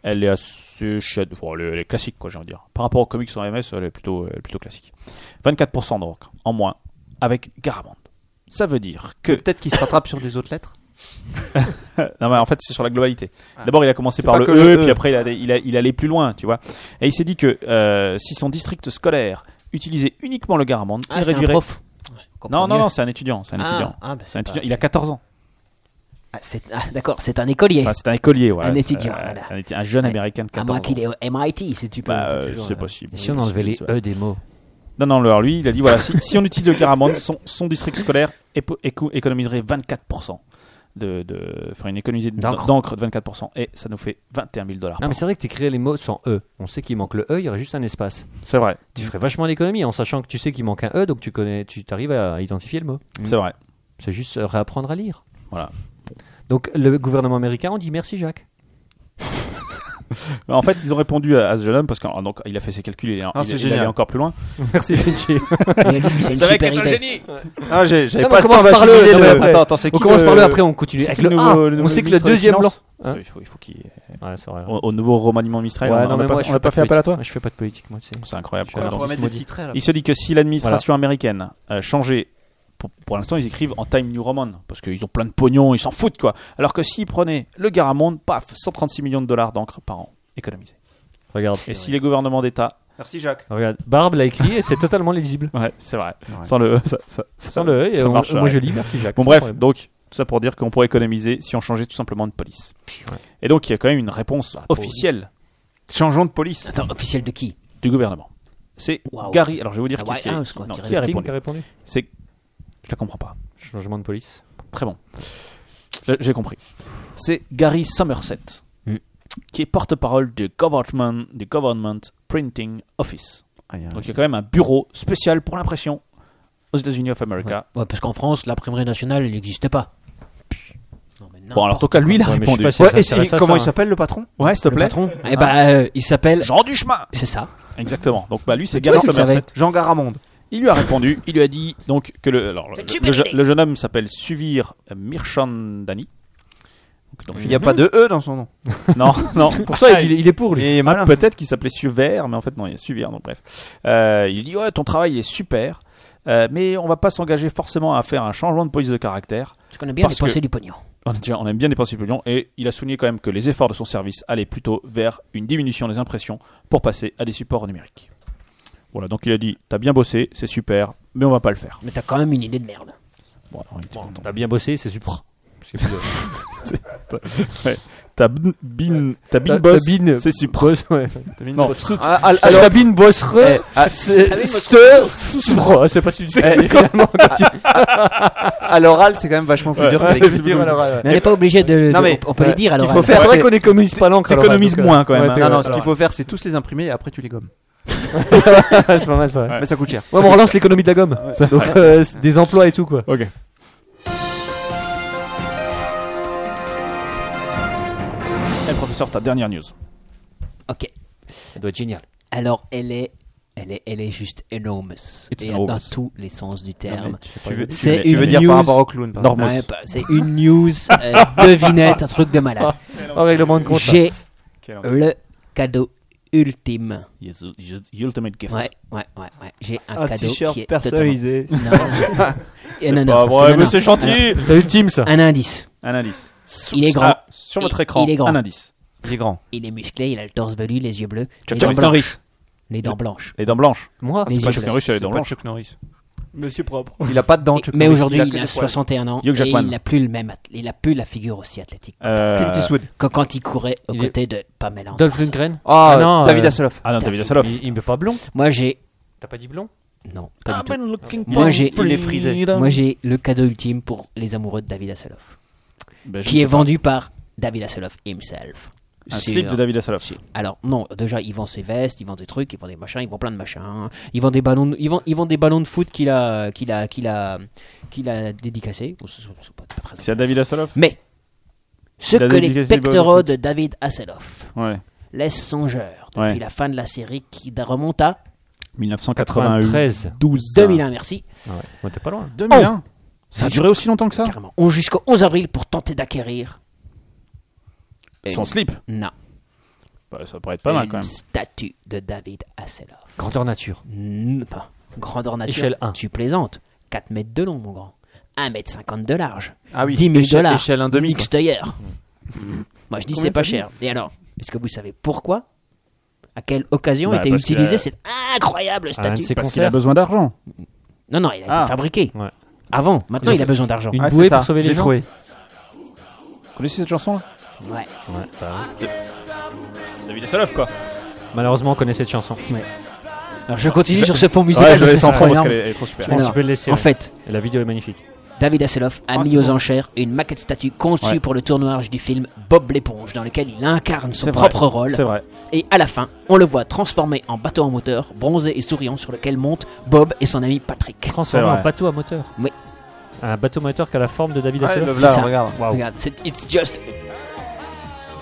Speaker 3: Elle est assez chouette. Enfin, elle est- elle est classique, quoi, j'ai envie de dire. Par rapport aux comics en MS, elle est plutôt, elle est plutôt classique. 24% d'encre en moins avec Garamond. Ça veut dire que.
Speaker 5: Peut-être qu'il se rattrape sur les autres lettres.
Speaker 3: non, mais en fait, c'est sur la globalité.
Speaker 5: Ah.
Speaker 3: D'abord, il a commencé
Speaker 5: C'est
Speaker 3: par
Speaker 5: pas
Speaker 3: le
Speaker 5: que
Speaker 3: E,
Speaker 5: le E.
Speaker 3: puis après, il, a- il, a- il allait plus loin, tu vois. Et il s'est dit que euh, si son district scolaire utilisait uniquement le Garamond,
Speaker 6: Ah,
Speaker 3: il
Speaker 6: c'est un
Speaker 3: réduirait.
Speaker 6: prof.
Speaker 3: non, non, non, c'est un étudiant. C'est un étudiant.
Speaker 6: Ah, bah,
Speaker 3: C'est un
Speaker 6: pas-
Speaker 3: étudiant. Il a 14 ans.
Speaker 6: Ah, c'est- ah, d'accord, c'est un écolier.
Speaker 3: Enfin, c'est un écolier, ouais.
Speaker 6: Un
Speaker 3: C'est,
Speaker 6: étudiant,
Speaker 3: euh,
Speaker 6: voilà.
Speaker 3: un, éti- un jeune
Speaker 6: Ouais.
Speaker 3: américain de
Speaker 6: À
Speaker 3: 14 ans.
Speaker 6: moins qu'il est au MIT, si tu peux.
Speaker 3: Bah, euh,
Speaker 6: toujours,
Speaker 3: c'est
Speaker 6: euh,
Speaker 3: possible.
Speaker 4: Et si on enlevait les E des mots
Speaker 3: Non, non, alors lui, il a dit voilà, si, si on utilise le Garamond, son, son district scolaire épo- éco- économiserait 24%. De, de, enfin, une économie de-
Speaker 4: D'encre.
Speaker 3: d'encre de 24%, et ça nous fait 21 000 dollars.
Speaker 4: Ah, mais c'est vrai que tu créé les mots sans E. On sait qu'il manque le E, il y aurait juste un espace.
Speaker 3: C'est vrai,
Speaker 4: Tu ferais vachement d'économie en sachant que tu sais qu'il manque un E, donc tu connais, tu t'arrives à identifier le mot.
Speaker 3: c'est vrai.
Speaker 4: C'est juste euh, réapprendre à lire.
Speaker 3: Voilà.
Speaker 4: Donc le gouvernement américain, on dit merci Jacques.
Speaker 3: En fait, ils ont répondu à, à ce jeune homme parce qu'il a fait ses calculs, il, est-
Speaker 5: Ah,
Speaker 3: il,
Speaker 5: c'est
Speaker 3: il est allé
Speaker 5: génial.
Speaker 3: encore plus loin.
Speaker 4: Merci Vinci.
Speaker 6: C'est une super idée.
Speaker 5: Ah, j'ai- j'avais
Speaker 4: Non, mais on
Speaker 5: pas le
Speaker 4: commence
Speaker 5: temps
Speaker 4: par le-
Speaker 5: d'assimiler
Speaker 4: non,
Speaker 5: le-
Speaker 4: mais
Speaker 5: Attends,
Speaker 3: attends, c'est
Speaker 4: On
Speaker 3: qui
Speaker 4: commence
Speaker 3: le-
Speaker 4: par le, après on continue
Speaker 3: c'est
Speaker 4: avec
Speaker 3: qui
Speaker 4: le,
Speaker 3: nouveau-
Speaker 4: A.
Speaker 3: le nouveau
Speaker 4: on sait que le
Speaker 3: ministre des
Speaker 4: deuxième
Speaker 3: Finances
Speaker 4: lance.
Speaker 3: Parce que Il faut, il faut qu'il.
Speaker 4: Ouais, c'est vrai.
Speaker 3: Au, au nouveau remaniement mistral,
Speaker 4: Hein. Ouais,
Speaker 3: on-
Speaker 4: non,
Speaker 3: on
Speaker 4: mais
Speaker 3: n'a
Speaker 4: moi,
Speaker 3: pas, on
Speaker 4: je fais
Speaker 3: n'a pas
Speaker 4: de
Speaker 3: fait appel à toi
Speaker 4: politique. Moi, Je fais pas de politique, moi. tu sais.
Speaker 3: Ah, C'est incroyable.
Speaker 4: Je suis
Speaker 5: On
Speaker 4: Alors,
Speaker 5: va mettre des
Speaker 4: maudit.
Speaker 5: petits traits là.
Speaker 3: Il se dit que si l'administration américaine euh, changeait, pour, pour l'instant ils écrivent en Time New Roman, parce qu'ils ont plein de pognon, ils s'en foutent quoi. Alors que s'ils prenaient le Garamond, paf, 136 millions de dollars d'encre par an économisés.
Speaker 4: Regarde.
Speaker 3: Et si les gouvernements d'État.
Speaker 5: Merci Jacques.
Speaker 4: Regarde. Barbe l'a écrit et c'est totalement lisible.
Speaker 3: Ouais, c'est vrai.
Speaker 5: vrai.
Speaker 3: Sans le E, ça, ça,
Speaker 4: Sans le E, et
Speaker 3: ça
Speaker 4: on-
Speaker 3: marche,
Speaker 4: moi
Speaker 3: ouais.
Speaker 4: je lis merci Jacques.
Speaker 3: Bon
Speaker 4: sans
Speaker 3: bref,
Speaker 4: problème.
Speaker 3: donc tout ça pour dire qu'on pourrait économiser si on changeait tout simplement de police.
Speaker 4: Ouais.
Speaker 3: Et donc il y a quand même une réponse
Speaker 6: La police.
Speaker 3: officielle
Speaker 5: Changeons de police.
Speaker 6: Attends, officiel de qui
Speaker 3: du gouvernement. C'est
Speaker 6: Waouh.
Speaker 3: Gary. Alors je vais vous dire
Speaker 6: La
Speaker 3: qui,
Speaker 6: White
Speaker 3: c'est-
Speaker 6: House,
Speaker 3: qui-
Speaker 6: quoi,
Speaker 3: non,
Speaker 6: qui
Speaker 3: qui
Speaker 4: C'est
Speaker 3: a
Speaker 4: Sting
Speaker 3: répondu.
Speaker 4: qui a répondu.
Speaker 3: C'est je la comprends pas.
Speaker 4: Changement de police.
Speaker 3: Très bon. Là, J'ai compris. C'est Gary Somerset
Speaker 6: Mm.
Speaker 3: qui est porte-parole du government, du government Printing Office. Donc il y a quand même un bureau spécial pour l'impression aux États-Unis of America.
Speaker 6: Ouais, parce qu'en France, l'imprimerie nationale, elle n'existe pas. Non, mais
Speaker 3: Bon alors en tout cas lui il a répondu.
Speaker 4: si ça
Speaker 5: Ouais, et-
Speaker 4: s'intéresse
Speaker 5: et
Speaker 4: à
Speaker 5: comment
Speaker 4: ça,
Speaker 5: il
Speaker 4: hein.
Speaker 5: s'appelle le patron
Speaker 3: Ouais s'il te plaît.
Speaker 6: patron Eh bah, euh, il s'appelle.
Speaker 3: Jean du chemin.
Speaker 6: C'est ça.
Speaker 3: Exactement. Donc bah lui c'est
Speaker 6: Mais
Speaker 3: Gary
Speaker 6: toi, tu le savais.
Speaker 3: Somerset.
Speaker 5: Jean Garamonde.
Speaker 3: Il lui a répondu, il lui a dit donc que le, alors, le,
Speaker 6: C'est une super
Speaker 3: le je-
Speaker 6: idée.
Speaker 3: le jeune homme s'appelle Suvir Mirchandani. Donc, donc,
Speaker 5: Il n'y a pas de E dans son nom.
Speaker 3: Non, non.
Speaker 4: Pour ça, il, il est pour lui.
Speaker 5: Et malin.
Speaker 3: Peut-être qu'il s'appelait Suvert, mais en fait non, il y a Suvir. Donc bref, Euh, il dit ouais, ton travail est super, euh, mais on va pas s'engager forcément à faire un changement de police de caractère.
Speaker 6: Je connais bien
Speaker 3: Parce
Speaker 6: les pensées
Speaker 3: que-
Speaker 6: du pognon.
Speaker 3: On, a déjà- on aime bien dépenser plus long, et il a souligné quand même que les efforts de son service allaient plutôt vers une diminution des impressions pour passer à des supports numériques. Voilà, donc il a dit t'as bien bossé, c'est super, mais on va pas le faire.
Speaker 6: Mais t'as quand même une idée de merde.
Speaker 3: Bon, alors, il était content.
Speaker 4: T'as bien bossé, c'est super.
Speaker 3: T'as bin, bin, t'as bin
Speaker 4: T'as-
Speaker 3: boss,
Speaker 4: t'as bin-
Speaker 3: c'est super.
Speaker 4: Boss, ouais.
Speaker 3: Non, c'est-
Speaker 5: Ah, ah,
Speaker 4: Alors,
Speaker 5: alors-
Speaker 4: Sabine Bossere, c'est pas celui finalement.
Speaker 5: à l'oral, c'est quand même vachement plus dur. que c'est écrit à l'oral, ouais.
Speaker 6: Mais on n'est pas obligé de.
Speaker 5: Non,
Speaker 6: de-
Speaker 5: mais,
Speaker 6: on peut les dire
Speaker 5: ce qu'il
Speaker 6: alors. euh,
Speaker 5: faut
Speaker 4: C'est
Speaker 5: faire,
Speaker 4: vrai
Speaker 5: c'est
Speaker 4: qu'on économise pas l'encre. alors,
Speaker 3: t'économises
Speaker 4: donc, euh,
Speaker 3: moins quand même,
Speaker 4: ouais,
Speaker 3: hein.
Speaker 4: t'es-
Speaker 5: Non, non,
Speaker 4: ouais.
Speaker 5: ce qu'il faut faire, c'est tous les imprimer et après tu les gommes.
Speaker 4: c'est pas mal, ça.
Speaker 3: Ouais.
Speaker 5: Mais ça coûte cher.
Speaker 4: Ouais, mais on relance l'économie de la gomme. Donc, euh, c'est des emplois et tout, quoi.
Speaker 3: Ok. Eh, professeur, ta dernière news.
Speaker 6: Ok.
Speaker 4: Ça doit être génial.
Speaker 6: Alors, elle est, elle est, elle est juste énorme. Et dans
Speaker 3: enormous.
Speaker 6: tous les sens du
Speaker 3: Non, mais
Speaker 6: terme.
Speaker 3: tu sais
Speaker 5: Tu
Speaker 3: pas,
Speaker 5: veux,
Speaker 3: tu
Speaker 6: C'est
Speaker 3: veux-
Speaker 5: tu veux
Speaker 6: une
Speaker 5: dire
Speaker 6: news
Speaker 5: par rapport au clown pardon.
Speaker 3: Normos.
Speaker 6: Ouais, bah, c'est une news, euh, devinette, un truc de
Speaker 3: Ah,
Speaker 6: malade.
Speaker 4: En règlement de compte. là.
Speaker 6: J'ai
Speaker 3: Quel enfer.
Speaker 6: le cadeau ultime.
Speaker 3: Yes, yes, Ultimate gift.
Speaker 6: Ouais, ouais, ouais, ouais. J'ai un,
Speaker 7: Un
Speaker 6: cadeau qui
Speaker 7: t-shirt
Speaker 6: est totalement-
Speaker 7: personnalisé.
Speaker 6: Non. Et non, non,
Speaker 3: Pas
Speaker 6: ça,
Speaker 3: vrai,
Speaker 6: non,
Speaker 3: mais
Speaker 6: non.
Speaker 3: c'est gentil.
Speaker 4: C'est ultime, ça.
Speaker 6: Un indice.
Speaker 3: Un indice.
Speaker 6: Il est
Speaker 3: Sur-
Speaker 6: grand.
Speaker 3: ah, sur votre
Speaker 6: Il-
Speaker 3: écran.
Speaker 6: il est grand.
Speaker 3: Un indice.
Speaker 5: Il est grand.
Speaker 6: Il est musclé, il a le torse velu, les yeux bleus, les
Speaker 3: Chuck
Speaker 6: dents,
Speaker 3: Norris.
Speaker 6: blanches,
Speaker 3: Norris.
Speaker 6: les dents blanches.
Speaker 3: Les dents blanches.
Speaker 4: Moi,
Speaker 6: Mais
Speaker 3: C'est pas
Speaker 6: je-
Speaker 3: Chuck Norris, elle est
Speaker 5: C'est
Speaker 3: dents
Speaker 5: pas
Speaker 3: blanches.
Speaker 5: Chuck Norris.
Speaker 7: Monsieur propre.
Speaker 5: Il a pas de dents, Chuck
Speaker 6: Mais
Speaker 5: Norris,
Speaker 6: aujourd'hui,
Speaker 5: que
Speaker 6: il
Speaker 5: des
Speaker 6: a
Speaker 5: poils.
Speaker 6: 61 ans et
Speaker 3: Hugh Jackman.
Speaker 6: il n'a plus le même, ath- il a plus la figure aussi athlétique
Speaker 3: Euh,
Speaker 5: Clint Eastwood.
Speaker 6: que quand il courait aux
Speaker 4: Il est-
Speaker 6: côtés de Pamela
Speaker 4: Dolph
Speaker 6: Anderson.
Speaker 4: Lundgren.
Speaker 5: Ah,
Speaker 4: Ah non,
Speaker 5: David
Speaker 4: euh,
Speaker 5: Hasselhoff.
Speaker 3: Ah non,
Speaker 6: T'as
Speaker 3: t'as vu
Speaker 6: vu
Speaker 3: la salope.
Speaker 4: Il, il me pas blond.
Speaker 6: Moi j'ai,
Speaker 4: T'as pas dit blond
Speaker 6: non, pas du tout.
Speaker 4: for
Speaker 6: Moi j'ai,
Speaker 5: Il est frisé.
Speaker 6: moi j'ai le cadeau ultime pour les amoureux de David Hasselhoff,
Speaker 3: Ben, je
Speaker 6: qui
Speaker 3: ne
Speaker 6: est
Speaker 3: sais pas.
Speaker 6: vendu par David Hasselhoff himself.
Speaker 3: Un
Speaker 6: Sur-
Speaker 3: slip de David Hasselhoff.
Speaker 6: Alors non, déjà ils vendent ses vestes, ils vendent des trucs, ils vendent des machins, ils vendent plein de machins. Ils vendent des ballons, de- ils vendent, ils vendent des ballons de foot qu'il a, qu'il a, qu'il a, qu'il a dédicacé. Bon, c'est- c'est pas- c'est pas très
Speaker 3: C'est à David Hasselhoff
Speaker 6: Mais ce
Speaker 3: Il a
Speaker 6: que les
Speaker 3: dédicacé le ballon
Speaker 6: pectoraux
Speaker 3: de
Speaker 6: de David Hasselhoff
Speaker 3: Ouais.
Speaker 6: laissent songeurs depuis
Speaker 3: Ouais.
Speaker 6: la fin de la série qui da- remonte à
Speaker 3: 1991.
Speaker 4: 12.
Speaker 6: 2001, merci,
Speaker 4: Ouais. Ouais, T'es pas loin.
Speaker 3: 2001 Ça a duré aussi longtemps que ça
Speaker 6: carrément. On jusqu'au 11 avril pour tenter d'acquérir.
Speaker 3: Son
Speaker 6: une-
Speaker 3: slip
Speaker 6: Non,
Speaker 3: Bah, Ça pourrait être pas mal
Speaker 6: une
Speaker 3: quand même.
Speaker 6: statue de David Hasselhoff.
Speaker 4: Grandeur nature.
Speaker 6: Mm, pas. Grandeur nature.
Speaker 4: Échelle 1.
Speaker 6: Tu plaisantes. 4 mètres de long, mon grand. 1 mètre 50 de large.
Speaker 5: Ah oui.
Speaker 6: 10 000
Speaker 5: Échelle-
Speaker 6: dollars.
Speaker 5: Échelle 1,5.
Speaker 6: X tailleur. Moi, je dis
Speaker 5: Combien
Speaker 6: c'est pas
Speaker 5: t'as dit
Speaker 6: cher. Et alors, est-ce que vous savez pourquoi À quelle occasion
Speaker 3: Bah,
Speaker 6: était
Speaker 3: parce qu'il
Speaker 6: utilisée
Speaker 3: a-
Speaker 6: cette incroyable
Speaker 4: À Ah, un de
Speaker 6: statue
Speaker 4: ses
Speaker 3: Parce qu'il a
Speaker 4: concerts.
Speaker 3: besoin d'argent.
Speaker 6: Non, non, il
Speaker 5: Ah.
Speaker 6: a été fabriqué.
Speaker 4: Ouais.
Speaker 6: Avant, maintenant, il a besoin d'argent.
Speaker 4: Une
Speaker 5: Ah, c'est
Speaker 4: bouée
Speaker 5: ça,
Speaker 4: pour sauver
Speaker 5: j'ai
Speaker 4: les gens.
Speaker 5: trouvé.
Speaker 3: Vous connaissez cette chanson là
Speaker 6: Ouais.
Speaker 3: David Hasselhoff quoi
Speaker 4: Malheureusement, on connaît cette chanson.
Speaker 6: Alors, je continue sur ce fond musical.
Speaker 3: Ouais, je
Speaker 6: parce que
Speaker 3: laisse en
Speaker 6: c'est
Speaker 3: prendre parce
Speaker 6: énorme.
Speaker 3: qu'elle est elle est trop super.
Speaker 4: pense
Speaker 6: Alors,
Speaker 4: que tu peux le laisser,
Speaker 6: En
Speaker 4: ouais.
Speaker 6: fait,
Speaker 4: Et la vidéo est magnifique.
Speaker 6: David Hasselhoff a mis aux enchères une maquette statue conçue
Speaker 3: Ouais.
Speaker 6: pour le tournage du film Bob l'éponge, dans lequel il incarne son
Speaker 3: C'est
Speaker 6: propre
Speaker 3: vrai.
Speaker 6: rôle.
Speaker 3: C'est vrai.
Speaker 6: Et à la fin, on le voit transformé en bateau en moteur, bronzé et souriant, sur lequel montent Bob et son ami Patrick.
Speaker 4: Transformé
Speaker 3: vrai.
Speaker 4: en bateau à moteur.
Speaker 6: Oui.
Speaker 4: Un bateau moteur qui a la forme de David
Speaker 5: Ouais,
Speaker 4: Hasselhoff.
Speaker 5: le-
Speaker 6: C'est
Speaker 5: là,
Speaker 6: ça.
Speaker 5: regarde.
Speaker 4: Waouh.
Speaker 6: Regarde, c'est- it's just,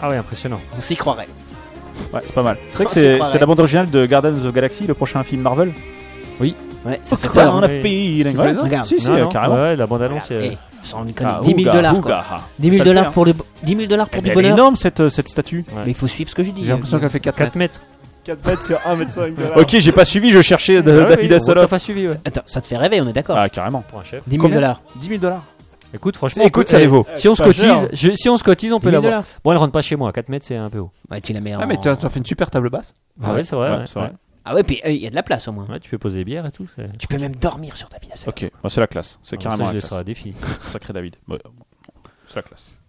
Speaker 4: Ah ouais, impressionnant.
Speaker 6: on s'y croirait.
Speaker 3: Ouais, c'est pas mal. C'est vrai que
Speaker 6: On s'y
Speaker 3: c'est-
Speaker 6: croirait.
Speaker 3: c'est la bande originale de Guardians of the Galaxy, le prochain film Marvel.
Speaker 6: Ouais, ça fait
Speaker 4: Putain,
Speaker 6: peur.
Speaker 4: on
Speaker 3: on
Speaker 4: a euh,
Speaker 3: a
Speaker 4: oui.
Speaker 6: Ouais, regarde.
Speaker 3: Si, si,
Speaker 4: Non,
Speaker 3: euh,
Speaker 4: non,
Speaker 3: carrément.
Speaker 4: Ouais, la bande annonce.
Speaker 6: Et, sans déconner,
Speaker 3: Ah,
Speaker 6: 10 000
Speaker 3: ouga,
Speaker 6: dollars, quoi.
Speaker 3: ouga, ah.
Speaker 6: 10
Speaker 3: Ça
Speaker 6: 000
Speaker 3: le fait,
Speaker 6: dollars
Speaker 3: hein.
Speaker 6: pour, le, 10 000 dollars pour
Speaker 3: Mais Elle
Speaker 6: du
Speaker 3: est
Speaker 6: bonheur.
Speaker 3: énorme cette euh, cette statue.
Speaker 4: Ouais.
Speaker 6: Mais il faut suivre ce que je dis.
Speaker 5: J'ai l'impression qu'elle fait 4 mètres.
Speaker 4: 4 mètres.
Speaker 7: 4 mètres sur 1m5 dollars.
Speaker 3: Ok, j'ai pas suivi, je cherchais de-
Speaker 4: Ah ouais, oui,
Speaker 3: David
Speaker 4: on t'a
Speaker 3: Hasselhoff.
Speaker 4: pas suivi, ouais.
Speaker 6: Attends, ça te fait rêver, on est d'accord.
Speaker 3: Ah, carrément.
Speaker 4: Pour un chef.
Speaker 6: 10 000
Speaker 3: combien
Speaker 6: dollars.
Speaker 3: 10 000 dollars.
Speaker 4: Écoute, franchement.
Speaker 5: Écoute,
Speaker 4: on peut-
Speaker 5: ça les
Speaker 4: eh,
Speaker 5: vaut.
Speaker 4: Si on se
Speaker 3: pas
Speaker 4: cotise,
Speaker 3: cher.
Speaker 4: je- si on se cotise, on peut
Speaker 6: 10 000
Speaker 4: l'avoir.
Speaker 6: dollars.
Speaker 4: Bon, elle rentre pas chez moi. 4 mètres, c'est un peu haut.
Speaker 6: Ouais, tu la mets
Speaker 5: Ah,
Speaker 6: en-
Speaker 5: mais t'as t'as fait une super table basse.
Speaker 4: Ah ouais, c'est vrai.
Speaker 3: Ouais,
Speaker 4: ouais,
Speaker 3: c'est vrai.
Speaker 4: ouais.
Speaker 6: Ah ouais, puis euh, il y a de la place au moins.
Speaker 4: Ouais, tu peux poser des bières et tout. c'est-
Speaker 6: Tu peux même dormir sur ta vie. Hasselhoff.
Speaker 3: Ok, bah, c'est la classe. C'est
Speaker 4: Alors
Speaker 3: carrément
Speaker 4: Ah, ça, je
Speaker 3: la
Speaker 4: laisserai à
Speaker 3: classe.
Speaker 4: des filles.
Speaker 3: Sacré David. Ouais, bon, C'est la classe.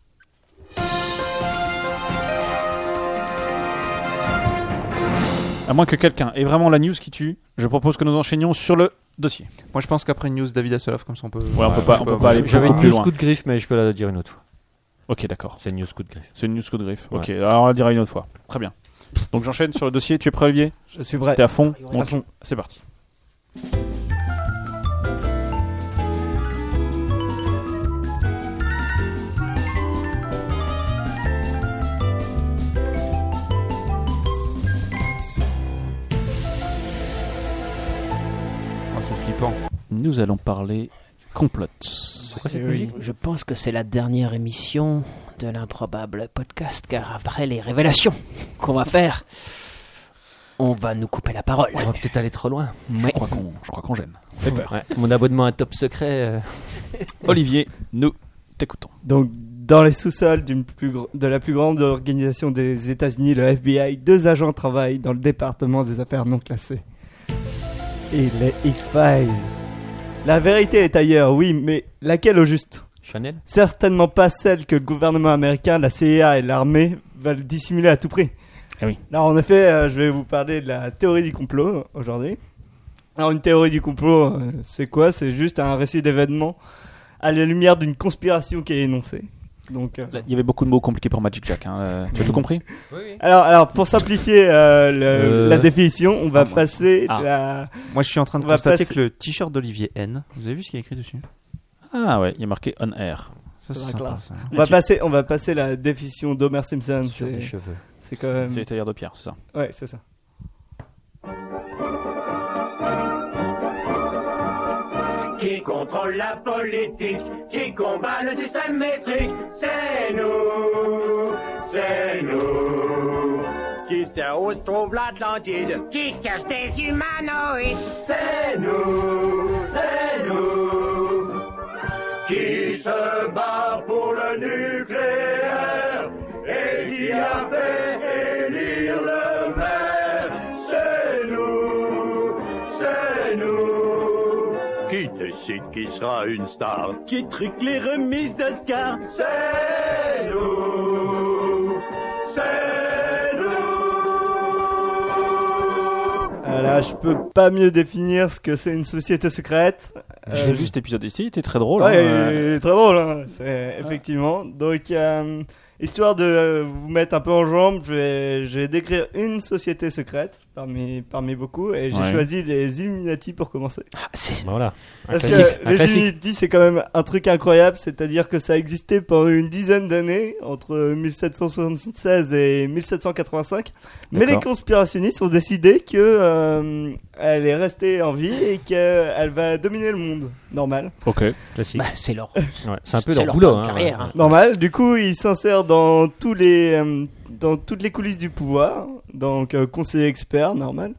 Speaker 3: À moins que quelqu'un ait vraiment la news qui tue, je propose que nous enchaînions sur le dossier.
Speaker 5: Moi, je pense qu'après une news David Hasselhoff, comme ça, on peut.
Speaker 3: Ouais, on peut pas, on peut pas aller
Speaker 4: J'avais
Speaker 3: beaucoup
Speaker 4: une
Speaker 3: plus
Speaker 4: news
Speaker 3: loin.
Speaker 4: coup de griffe, mais je peux la dire une autre fois.
Speaker 3: Ok, d'accord.
Speaker 4: C'est une news coup de griffe.
Speaker 3: C'est une news coup de griffe. Ok, alors on la dira une autre fois. Très bien. Donc j'enchaîne sur le dossier. Tu es prêt, Olivier
Speaker 7: Je suis prêt.
Speaker 3: T'es à fond On
Speaker 7: À fond.
Speaker 3: C'est parti. Ah,
Speaker 5: Ah, c'est flippant.
Speaker 3: Nous allons parler complot.
Speaker 4: Pourquoi cette
Speaker 7: Oui.
Speaker 4: musique
Speaker 6: Je pense que c'est la dernière émission de l'improbable podcast, car après les révélations qu'on va faire, on va nous couper la parole.
Speaker 4: On va peut-être aller trop loin.
Speaker 6: Mais
Speaker 3: Je crois qu'on, je crois qu'on gêne.
Speaker 4: Ouais, Mon abonnement à Top Secret. euh,
Speaker 3: Olivier, nous t'écoutons.
Speaker 7: Donc, dans les sous-sols d'une plus gr- de la plus grande organisation des États-Unis, le FBI, deux agents travaillent dans le département des affaires non classées. Et les X-Files. La vérité est ailleurs, oui, mais laquelle au juste
Speaker 4: Chanel
Speaker 7: Certainement pas celle que le gouvernement américain, la CIA et l'armée veulent dissimuler à tout prix.
Speaker 3: Ah oui.
Speaker 7: Alors en effet, euh, je vais vous parler de la théorie du complot euh, aujourd'hui. Alors une théorie du complot, euh, c'est quoi C'est juste un récit d'événements à la lumière d'une conspiration qui est énoncée. Donc, euh,
Speaker 3: Il y avait beaucoup de mots compliqués pour Magic Jack. hein, euh, Tu as tout compris
Speaker 7: Alors, alors, pour simplifier euh, le-
Speaker 4: Euh.
Speaker 7: la définition, on va
Speaker 5: Ah, moi.
Speaker 7: passer
Speaker 4: Ah.
Speaker 7: la...
Speaker 5: Moi, je suis en train de
Speaker 7: On va
Speaker 5: constater
Speaker 7: passer-
Speaker 5: que le t-shirt d'Olivier N, vous avez vu ce qu'il y a écrit dessus
Speaker 3: Ah ouais, il y a marqué On Air.
Speaker 5: Ça,
Speaker 7: C'est
Speaker 5: c'est
Speaker 7: la
Speaker 5: sympa,
Speaker 7: classe.
Speaker 5: ça.
Speaker 7: On va passer, on va passer la définition d'Homer Simpson.
Speaker 4: sur
Speaker 7: c'est-
Speaker 4: les cheveux.
Speaker 7: C'est quand même.
Speaker 3: C'est les tailleurs de pierre, c'est ça.
Speaker 7: Ouais, c'est ça.
Speaker 9: Qui contrôle la politique, qui combat le système métrique, c'est nous, c'est nous. Qui sait où se trouve l'Atlantide, qui cache des humanoïdes, c'est nous, c'est nous. Qui se bat pour le nucléaire et qui a fait élire le maire, c'est nous, c'est nous. Qui décide qui sera une star Qui truc les remises d'Oscar C'est nous C'est nous
Speaker 7: Voilà, Ah je peux pas mieux définir ce que c'est une société secrète.
Speaker 3: Je
Speaker 7: Euh,
Speaker 3: l'ai vu cet épisode ici, il était très drôle.
Speaker 7: Ouais,
Speaker 3: hein, euh,
Speaker 7: il est très drôle, hein, c'est- effectivement. Donc, euh, histoire de euh, vous mettre un peu en jambes, je vais, je vais décrire une société secrète parmi, parmi beaucoup, et j'ai
Speaker 3: Ouais.
Speaker 7: choisi les Illuminati pour commencer.
Speaker 6: Ah, c'est-
Speaker 4: Bah Voilà. Un
Speaker 7: Parce
Speaker 4: classique.
Speaker 7: que
Speaker 4: un
Speaker 7: les
Speaker 4: classique.
Speaker 7: Illuminati, c'est quand même un truc incroyable, c'est-à-dire que ça a existé pendant une dizaine d'années, entre 1776 et 1785, mais les
Speaker 3: D'accord.
Speaker 7: conspirationnistes ont décidé que euh, elle est restée en vie et qu'elle va dominer le monde, normal.
Speaker 3: Ok.
Speaker 4: Classique.
Speaker 6: bah, c'est leur,
Speaker 4: Ouais, c'est un peu
Speaker 6: c'est
Speaker 4: leur
Speaker 6: leur
Speaker 4: boulot.
Speaker 6: plan de
Speaker 4: hein.
Speaker 6: carrière, hein.
Speaker 7: Normal, du coup, il s'insère dans tous les euh, dans toutes les coulisses du pouvoir, donc euh, conseiller expert, normal.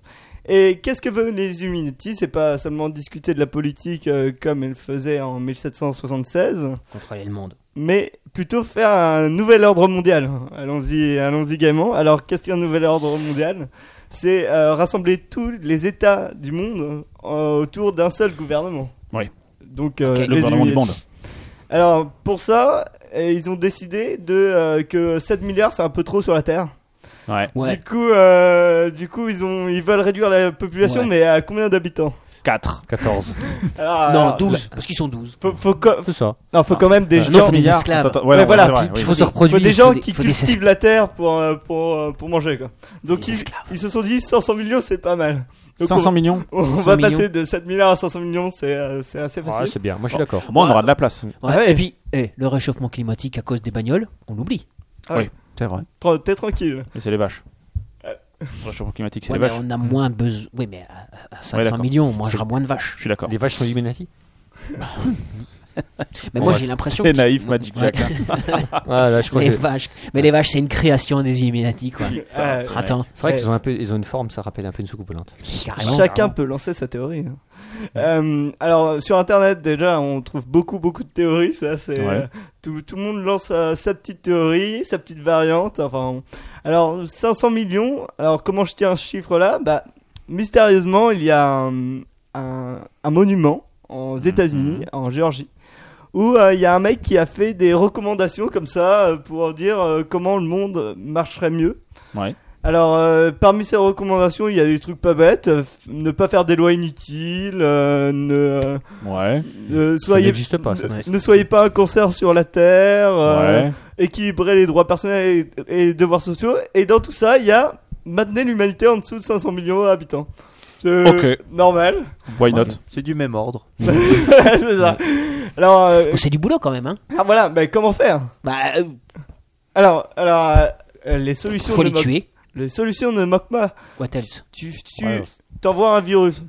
Speaker 7: Et qu'est-ce que veulent les Illuminati C'est pas seulement discuter de la politique euh, comme elle faisait en 1776,
Speaker 6: contrôler le monde.
Speaker 7: mais plutôt faire un nouvel ordre mondial. Allons-y, allons-y gaiement. Alors, qu'est-ce qu'un nouvel ordre mondial C'est euh, rassembler tous les États du monde euh, autour d'un seul gouvernement.
Speaker 3: Oui.
Speaker 7: Donc, euh,
Speaker 6: Ok.
Speaker 3: Le
Speaker 7: les
Speaker 3: gouvernement du
Speaker 7: Illuminati-
Speaker 3: monde.
Speaker 7: alors, pour ça, euh, ils ont décidé de, euh, que 7 milliards, c'est un peu trop sur la Terre.
Speaker 3: Ouais.
Speaker 6: Ouais.
Speaker 7: Du coup, euh, du coup ils, ont, ils veulent réduire la population,
Speaker 6: Ouais.
Speaker 7: mais à combien d'habitants
Speaker 3: 4.
Speaker 4: 14.
Speaker 7: Alors,
Speaker 6: non, Ah.
Speaker 7: alors,
Speaker 6: 12, parce qu'ils sont 12.
Speaker 7: Faut, faut, co-
Speaker 4: C'est ça.
Speaker 7: non, faut quand même des
Speaker 3: Euh,
Speaker 6: Non,
Speaker 7: gens...
Speaker 6: faut des
Speaker 3: milliards.
Speaker 6: esclaves.
Speaker 3: Attends, attends,
Speaker 7: Ouais,
Speaker 3: ouais,
Speaker 7: voilà.
Speaker 3: c'est vrai,
Speaker 6: Il
Speaker 3: oui.
Speaker 6: faut se
Speaker 7: Faut
Speaker 6: reproduire.
Speaker 7: des gens
Speaker 6: faut
Speaker 7: qui
Speaker 6: faut des
Speaker 7: cultivent la terre pour, euh, pour, euh, pour manger quoi. Donc
Speaker 6: Des
Speaker 7: ils,
Speaker 6: esclaves.
Speaker 7: ils se sont dit 500 millions c'est pas mal. Donc,
Speaker 3: 500 millions.
Speaker 7: on, on
Speaker 6: 500
Speaker 7: va
Speaker 6: millions. Ah,
Speaker 7: passer de 7 milliards à 500 millions, c'est euh, c'est assez
Speaker 4: Ouais,
Speaker 7: facile.
Speaker 4: c'est bien. Moi, je suis d'accord.
Speaker 3: Moi, on aura de la place.
Speaker 6: Ouais,
Speaker 7: Ah ouais.
Speaker 6: Et puis, eh, le réchauffement climatique à cause des bagnoles, on l'oublie.
Speaker 5: C'est vrai.
Speaker 7: Tra- T'es tranquille.
Speaker 3: Mais c'est les vaches. Le réchauffement climatique, c'est
Speaker 6: Ouais,
Speaker 3: les
Speaker 6: mais
Speaker 3: vaches.
Speaker 6: on a moins besoin. Oui, mais à, à 500
Speaker 3: d'accord.
Speaker 6: millions, on mangera
Speaker 3: C'est-
Speaker 6: moins de vaches.
Speaker 3: Je suis d'accord.
Speaker 4: Les vaches sont Illuminati.
Speaker 6: Mais
Speaker 3: Bon,
Speaker 6: moi,
Speaker 3: bref.
Speaker 6: j'ai l'impression.
Speaker 3: Très
Speaker 6: que-
Speaker 3: naïf, Magic Jack. hein.
Speaker 4: Ah, là, je crois
Speaker 6: les
Speaker 4: que-
Speaker 6: vaches. Mais les vaches, c'est une création des Illuminati, quoi.
Speaker 7: Ah,
Speaker 3: c'est-
Speaker 6: Attends,
Speaker 4: C'est vrai qu'ils ont un peu, ils ont une forme, ça rappelle un peu une soucoupe volante.
Speaker 6: carrément.
Speaker 7: Chacun peut lancer sa théorie. hein. Euh, alors sur internet déjà on trouve beaucoup beaucoup de théories ça c'est
Speaker 3: Ouais.
Speaker 7: euh, tout, tout le monde lance euh, sa petite théorie sa petite variante enfin alors 500 millions alors comment je tiens un chiffre là bah mystérieusement il y a un, un- un monument aux
Speaker 6: Mhm.
Speaker 7: États-Unis en Géorgie où euh, il y a un mec qui a fait des recommandations comme ça euh, pour dire euh, comment le monde marcherait mieux
Speaker 3: Ouais.
Speaker 7: alors, euh, parmi ces recommandations, il y a des trucs pas bêtes. euh, f- ne pas faire des lois inutiles. euh, ne, euh,
Speaker 3: Ouais.
Speaker 7: ne
Speaker 4: Ça
Speaker 7: soyez,
Speaker 4: n'existe pas. ça.
Speaker 7: ne soyez pas un cancer sur la terre. euh,
Speaker 3: Ouais.
Speaker 7: Équilibrer les droits personnels et, et les devoirs sociaux. Et dans tout ça, il y a maintenir l'humanité en dessous de 500 millions d'habitants. C'est euh,
Speaker 3: Ok.
Speaker 7: normal.
Speaker 3: Why not
Speaker 5: C'est du même ordre.
Speaker 7: C'est ça. Alors, euh,
Speaker 6: Bon, c'est du boulot quand même, hein.
Speaker 7: ah, voilà, mais comment faire
Speaker 6: Bah, euh,
Speaker 7: Alors, alors euh, les solutions
Speaker 6: faut
Speaker 7: ne
Speaker 6: les
Speaker 7: moquent-
Speaker 6: tuer.
Speaker 7: les solutions ne moquent pas.
Speaker 6: What else
Speaker 7: tu, tu t'envoies un virus,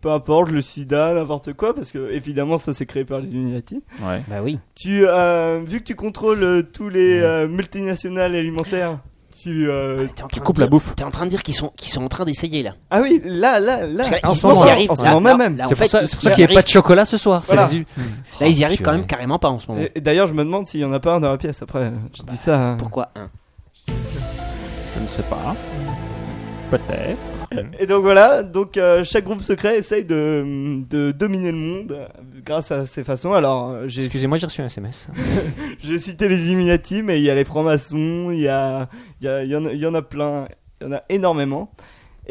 Speaker 7: peu importe le sida, n'importe quoi, parce que évidemment ça c'est créé par les Illuminati.
Speaker 3: Ouais.
Speaker 6: Bah oui.
Speaker 7: Tu, euh, vu que tu contrôles euh, tous les
Speaker 6: Ouais.
Speaker 7: euh, multinationales alimentaires, tu,
Speaker 6: T'es
Speaker 7: euh,
Speaker 6: en
Speaker 3: Tu
Speaker 6: train de
Speaker 3: coupes
Speaker 6: dire-
Speaker 3: la bouffe.
Speaker 6: T'es en train de dire qu'ils sont, qu'ils sont en train d'essayer là.
Speaker 7: ah oui, là, là, là,
Speaker 6: Parce que là,
Speaker 4: en
Speaker 6: ils-
Speaker 4: ce moment,
Speaker 6: ils y
Speaker 4: là,
Speaker 6: arrivent.
Speaker 7: en ce
Speaker 6: là,
Speaker 7: moment
Speaker 6: là,
Speaker 7: même.
Speaker 6: là, en
Speaker 4: C'est pour
Speaker 6: fait,
Speaker 4: ça,
Speaker 6: ils-
Speaker 4: c'est pour ça
Speaker 6: ils
Speaker 4: qu'il n'y
Speaker 6: arrivent-
Speaker 4: avait pas de chocolat ce soir. c'est
Speaker 7: Voilà.
Speaker 4: les Illu-
Speaker 6: Là, ils y arrivent quand
Speaker 4: purée.
Speaker 6: même carrément pas en ce moment.
Speaker 7: Et- et D'ailleurs, je me demande s'il y en a pas un dans la pièce. Après, je
Speaker 6: Bah,
Speaker 7: dis ça. hein.
Speaker 6: Pourquoi hein
Speaker 3: Je ne sais pas. Peut-être.
Speaker 7: Et donc voilà, donc euh, chaque groupe secret essaye de, de dominer le monde euh, grâce à ces façons. Alors, euh, j'ai
Speaker 4: Excusez-moi, j'ai reçu un SMS.
Speaker 7: J'ai cité les Illuminati, mais il y a les francs-maçons, il y, a, il, y a- il y en a, il y en a plein, il y en a énormément.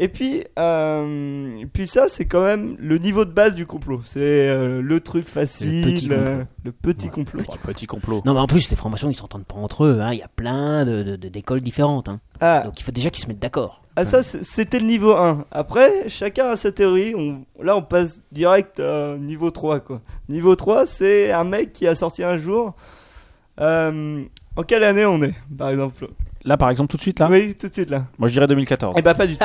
Speaker 7: Et puis, euh, puis ça, c'est quand même le niveau de base du complot. C'est euh, le truc facile,
Speaker 6: C'est le petit complot.
Speaker 7: euh, le petit complot.
Speaker 3: Oh, le petit complot.
Speaker 6: Non, mais en plus, les francs-maçons, ils s'entendent pas entre eux. hein. Il y a plein de- de- de- d'écoles différentes. hein.
Speaker 7: Ah,
Speaker 6: Donc il faut déjà qu'ils se mettent d'accord.
Speaker 7: ah, ça, c'est- c'était le niveau 1. Après, chacun a sa théorie. On, là, on passe direct euh, niveau 3. Quoi. Niveau 3, c'est un mec qui a sorti un jour. euh, en quelle année on est, par exemple
Speaker 3: Là, par exemple, tout de suite, là,
Speaker 7: Oui, tout de suite là.
Speaker 3: moi je dirais 2014.
Speaker 7: Et bah, pas du tout.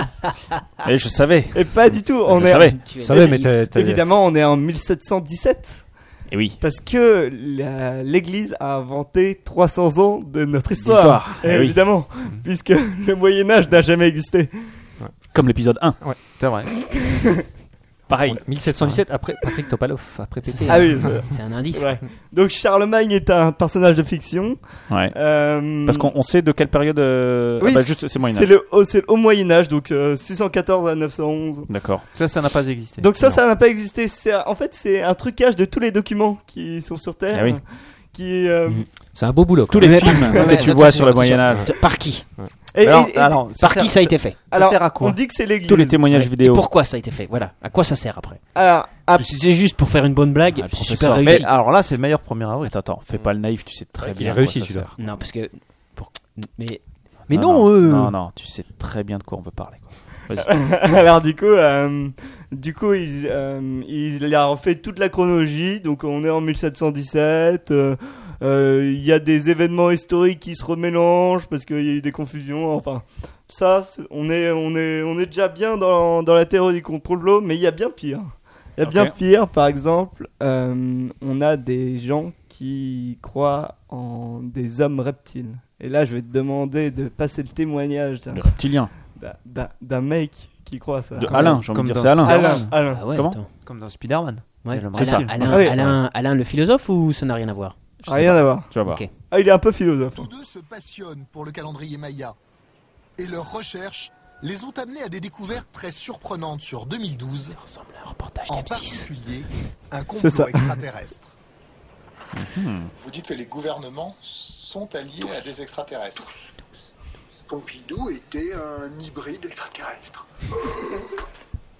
Speaker 3: Et je savais.
Speaker 7: Et pas du tout. On
Speaker 3: je
Speaker 7: est,
Speaker 3: savais.
Speaker 6: Tu
Speaker 10: Tu
Speaker 6: es-
Speaker 10: savais, mais t'as- t'as-
Speaker 7: Évidemment, on est en 1717.
Speaker 3: Et Eh oui.
Speaker 7: Parce que la- l'Église a inventé 300 ans de notre histoire.
Speaker 3: L'histoire.
Speaker 7: Eh,
Speaker 3: Eh oui.
Speaker 7: Évidemment, puisque le Moyen Âge n'a jamais existé.
Speaker 3: Comme l'épisode 1.
Speaker 5: C'est vrai.
Speaker 3: Pareil.
Speaker 4: 1717 après Patrick Topalov, après
Speaker 6: C'est
Speaker 4: PT.
Speaker 7: Ah oui, c'est-
Speaker 6: C'est un indice.
Speaker 7: c'est vrai. Donc Charlemagne est un personnage de fiction.
Speaker 3: Ouais.
Speaker 7: Euh,
Speaker 3: Parce qu'on on sait de quelle période. euh,
Speaker 7: Oui,
Speaker 3: ah bah, juste, c'est Moyen
Speaker 7: C'est
Speaker 3: Âge.
Speaker 7: le haut- c'est le haut Moyen Âge, donc euh, 614 à 911.
Speaker 3: D'accord.
Speaker 5: Ça, ça n'a pas existé.
Speaker 7: Donc ça,
Speaker 5: Non.
Speaker 7: ça n'a pas existé. C'est en fait c'est un trucage de tous les documents qui sont sur Terre.
Speaker 3: Eh oui.
Speaker 7: Qui euh,
Speaker 4: Mm. C'est un beau boulot.
Speaker 3: Tous
Speaker 4: quoi.
Speaker 3: les films
Speaker 6: Ouais, mais
Speaker 3: que tu
Speaker 6: attention,
Speaker 3: vois sur le
Speaker 6: attention.
Speaker 3: Moyen Âge,
Speaker 6: Par qui
Speaker 7: et-
Speaker 5: Alors,
Speaker 7: et- et-
Speaker 5: alors,
Speaker 6: Par
Speaker 5: sert-
Speaker 6: qui ça a été fait
Speaker 5: ça
Speaker 7: alors,
Speaker 5: sert à quoi
Speaker 7: on dit que c'est l'Église.
Speaker 3: tous les témoignages
Speaker 6: Ouais.
Speaker 3: vidéo.
Speaker 6: Et pourquoi ça a été fait Voilà. À quoi ça sert après
Speaker 7: Alors, ah,
Speaker 6: Si c'est juste pour faire une bonne blague,
Speaker 3: Ah, le
Speaker 6: c'est super
Speaker 3: professeur.
Speaker 5: Mais
Speaker 6: réussi.
Speaker 5: alors là, c'est le meilleur premier avril.
Speaker 3: Attends, attends, fais pas le naïf, tu sais très
Speaker 4: Ouais,
Speaker 3: bien.
Speaker 4: il a
Speaker 3: à
Speaker 4: réussi,
Speaker 3: quoi ça
Speaker 4: celui-là.
Speaker 3: sert.
Speaker 6: Non, parce que. pour- Mais, mais
Speaker 3: non,
Speaker 6: non, eux.
Speaker 3: Non, non, tu sais très bien de quoi on veut parler. quoi. Vas-y.
Speaker 7: Alors du coup, euh, du coup, il, euh, il a refait toute la chronologie. Donc on est en 1717. euh, euh, Il y a des événements historiques qui se remélangent parce qu'il y a eu des confusions. Enfin, ça, c'est- on est, on est, on est déjà bien dans, dans la théorie du complot, mais il y a bien pire. Il y a bien
Speaker 3: Ok.
Speaker 7: pire. Par exemple, euh, on a des gens qui croient en des hommes reptiles. Et là, je vais te demander de passer le témoignage d'un-
Speaker 3: Le reptilien.
Speaker 7: d'un- d'un- d'un mec qui croit à ça.
Speaker 3: De
Speaker 5: Comme-
Speaker 3: Alain, j'ai envie
Speaker 5: comme
Speaker 3: de dire,
Speaker 5: dans
Speaker 3: c'est Alain.
Speaker 7: Alain, Alain.
Speaker 6: Ah ouais,
Speaker 3: Comment
Speaker 6: attends.
Speaker 5: Comme dans Spider-Man.
Speaker 6: Ouais.
Speaker 5: Et le
Speaker 6: Alain,
Speaker 5: mardi.
Speaker 6: Alain,
Speaker 7: Ah oui.
Speaker 6: Alain- Alain le philosophe ou ça n'a rien à voir
Speaker 3: Je sais
Speaker 7: Rien à voir.
Speaker 3: pas, Tu vas voir.
Speaker 6: Ok.
Speaker 7: Ah, il est un peu philosophe.
Speaker 11: Tous deux se passionnent pour le calendrier Maya. Et leurs recherches les ont amenés à des découvertes très surprenantes sur 2012,
Speaker 6: ressemble à un reportage
Speaker 11: en
Speaker 6: d'M6.
Speaker 11: particulier un
Speaker 7: C'est
Speaker 11: complot
Speaker 7: ça.
Speaker 11: extraterrestre. Vous dites que les gouvernements sont alliés à des extraterrestres.
Speaker 12: Pompidou était un hybride extraterrestre.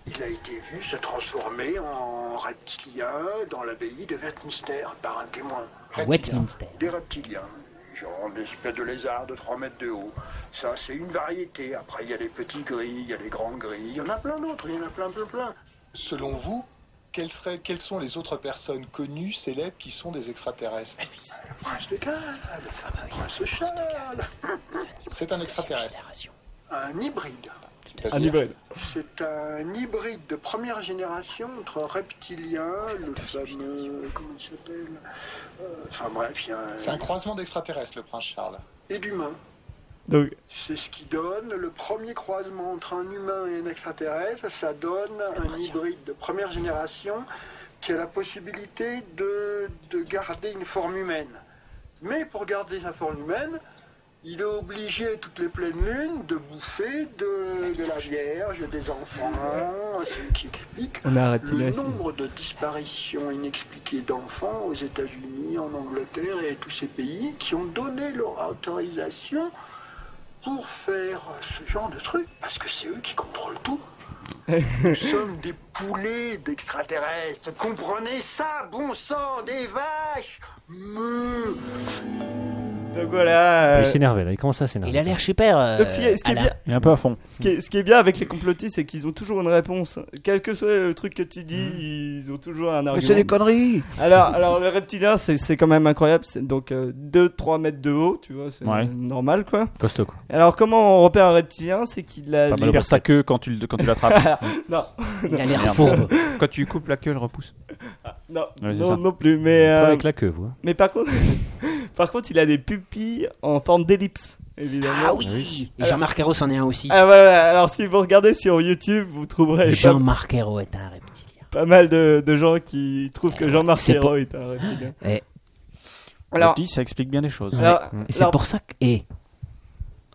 Speaker 12: Il a été vu se transformer en reptilien dans l'abbaye de Westminster par un témoin.
Speaker 6: Westminster.
Speaker 12: Des reptiliens, genre d'espèce de lézard de 3 mètres de haut. Ça, c'est une variété. Après, il y a les petits gris, il y a les grands gris, il y en a plein d'autres, il y en a plein, plein, plein.
Speaker 11: Selon vous, quelles, seraient- quelles sont les autres personnes connues, célèbres, qui sont des extraterrestres
Speaker 12: Le prince de Galles,
Speaker 4: Ah bah
Speaker 12: le prince Charles,
Speaker 11: C'est un extraterrestre.
Speaker 12: un hybride.
Speaker 11: c'est-à-dire-
Speaker 7: Un hybride.
Speaker 12: C'est un hybride de première génération entre un reptilien, le fameux. Comment il s'appelle Euh, Enfin bref, il y a
Speaker 11: C'est un
Speaker 12: un.
Speaker 11: croisement d'extraterrestres, le prince Charles.
Speaker 12: Et d'humain.
Speaker 7: Donc,
Speaker 12: C'est ce qui donne le premier croisement entre un humain et un extraterrestre. Ça donne un hybride de première génération qui a la possibilité de, de garder une forme humaine. Mais pour garder sa forme humaine, il est obligé toutes les pleines lunes de bouffer de, de la vierge, des enfants, ce qui explique
Speaker 7: on a arrêté là.
Speaker 12: le
Speaker 7: c'est-
Speaker 12: nombre de disparitions inexpliquées d'enfants aux États-Unis, en Angleterre et tous ces pays qui ont donné leur autorisation pour faire ce genre de truc, parce que c'est eux qui contrôlent tout. Nous sommes des poulets d'extraterrestres, comprenez ça, bon sang, des vaches Meuh.
Speaker 7: Donc voilà. euh,
Speaker 4: Il s'énervait là, il commence à s'énerver.
Speaker 6: Il a l'air super. euh,
Speaker 7: Donc, ce qui est, ce qui est
Speaker 6: Alain.
Speaker 7: bien,
Speaker 3: Il est un peu à fond.
Speaker 7: ce qui est- ce qui est bien avec les complotistes, c'est qu'ils ont toujours une réponse. Quel que soit le truc que tu
Speaker 3: Mm.
Speaker 7: dis, ils ont toujours un argument.
Speaker 5: conneries
Speaker 7: Alors, alors le reptilien, c'est c'est quand même incroyable. C'est donc 2-3 mètres de haut, tu vois, c'est
Speaker 3: Ouais.
Speaker 7: normal quoi.
Speaker 4: Costaud quoi.
Speaker 7: Alors, comment on repère un reptilien C'est qu'il
Speaker 3: Pas
Speaker 7: a.
Speaker 3: mal
Speaker 7: les-
Speaker 3: au perd sa queue quand tu, le- quand tu l'attrapes.
Speaker 7: Non,
Speaker 6: Il a l'air fourbe.
Speaker 5: Quand tu coupes la queue, elle repousse.
Speaker 7: non,
Speaker 3: Ouais, c'est
Speaker 7: non,
Speaker 3: ça.
Speaker 7: non plus. Mais,
Speaker 4: Pas
Speaker 7: euh,
Speaker 4: avec la queue, vous. hein.
Speaker 7: mais par contre, par contre, il a des pupilles en forme d'ellipse, évidemment.
Speaker 6: Ah oui Et Jean-Marc Ayrault en est un aussi.
Speaker 7: Ah, voilà, alors si vous regardez sur YouTube, vous trouverez pas-
Speaker 6: Jean-Marc Ayrault est un reptilien.
Speaker 7: pas, mal de, de gens qui trouvent que Jean-Marc
Speaker 6: C'est
Speaker 7: Ayrault
Speaker 6: pas-
Speaker 7: est un reptilien.
Speaker 6: Eh.
Speaker 7: Alors,
Speaker 3: Alors, dit, ça explique bien des choses.
Speaker 7: alors,
Speaker 6: Et c'est
Speaker 7: alors-
Speaker 6: pour ça que. Et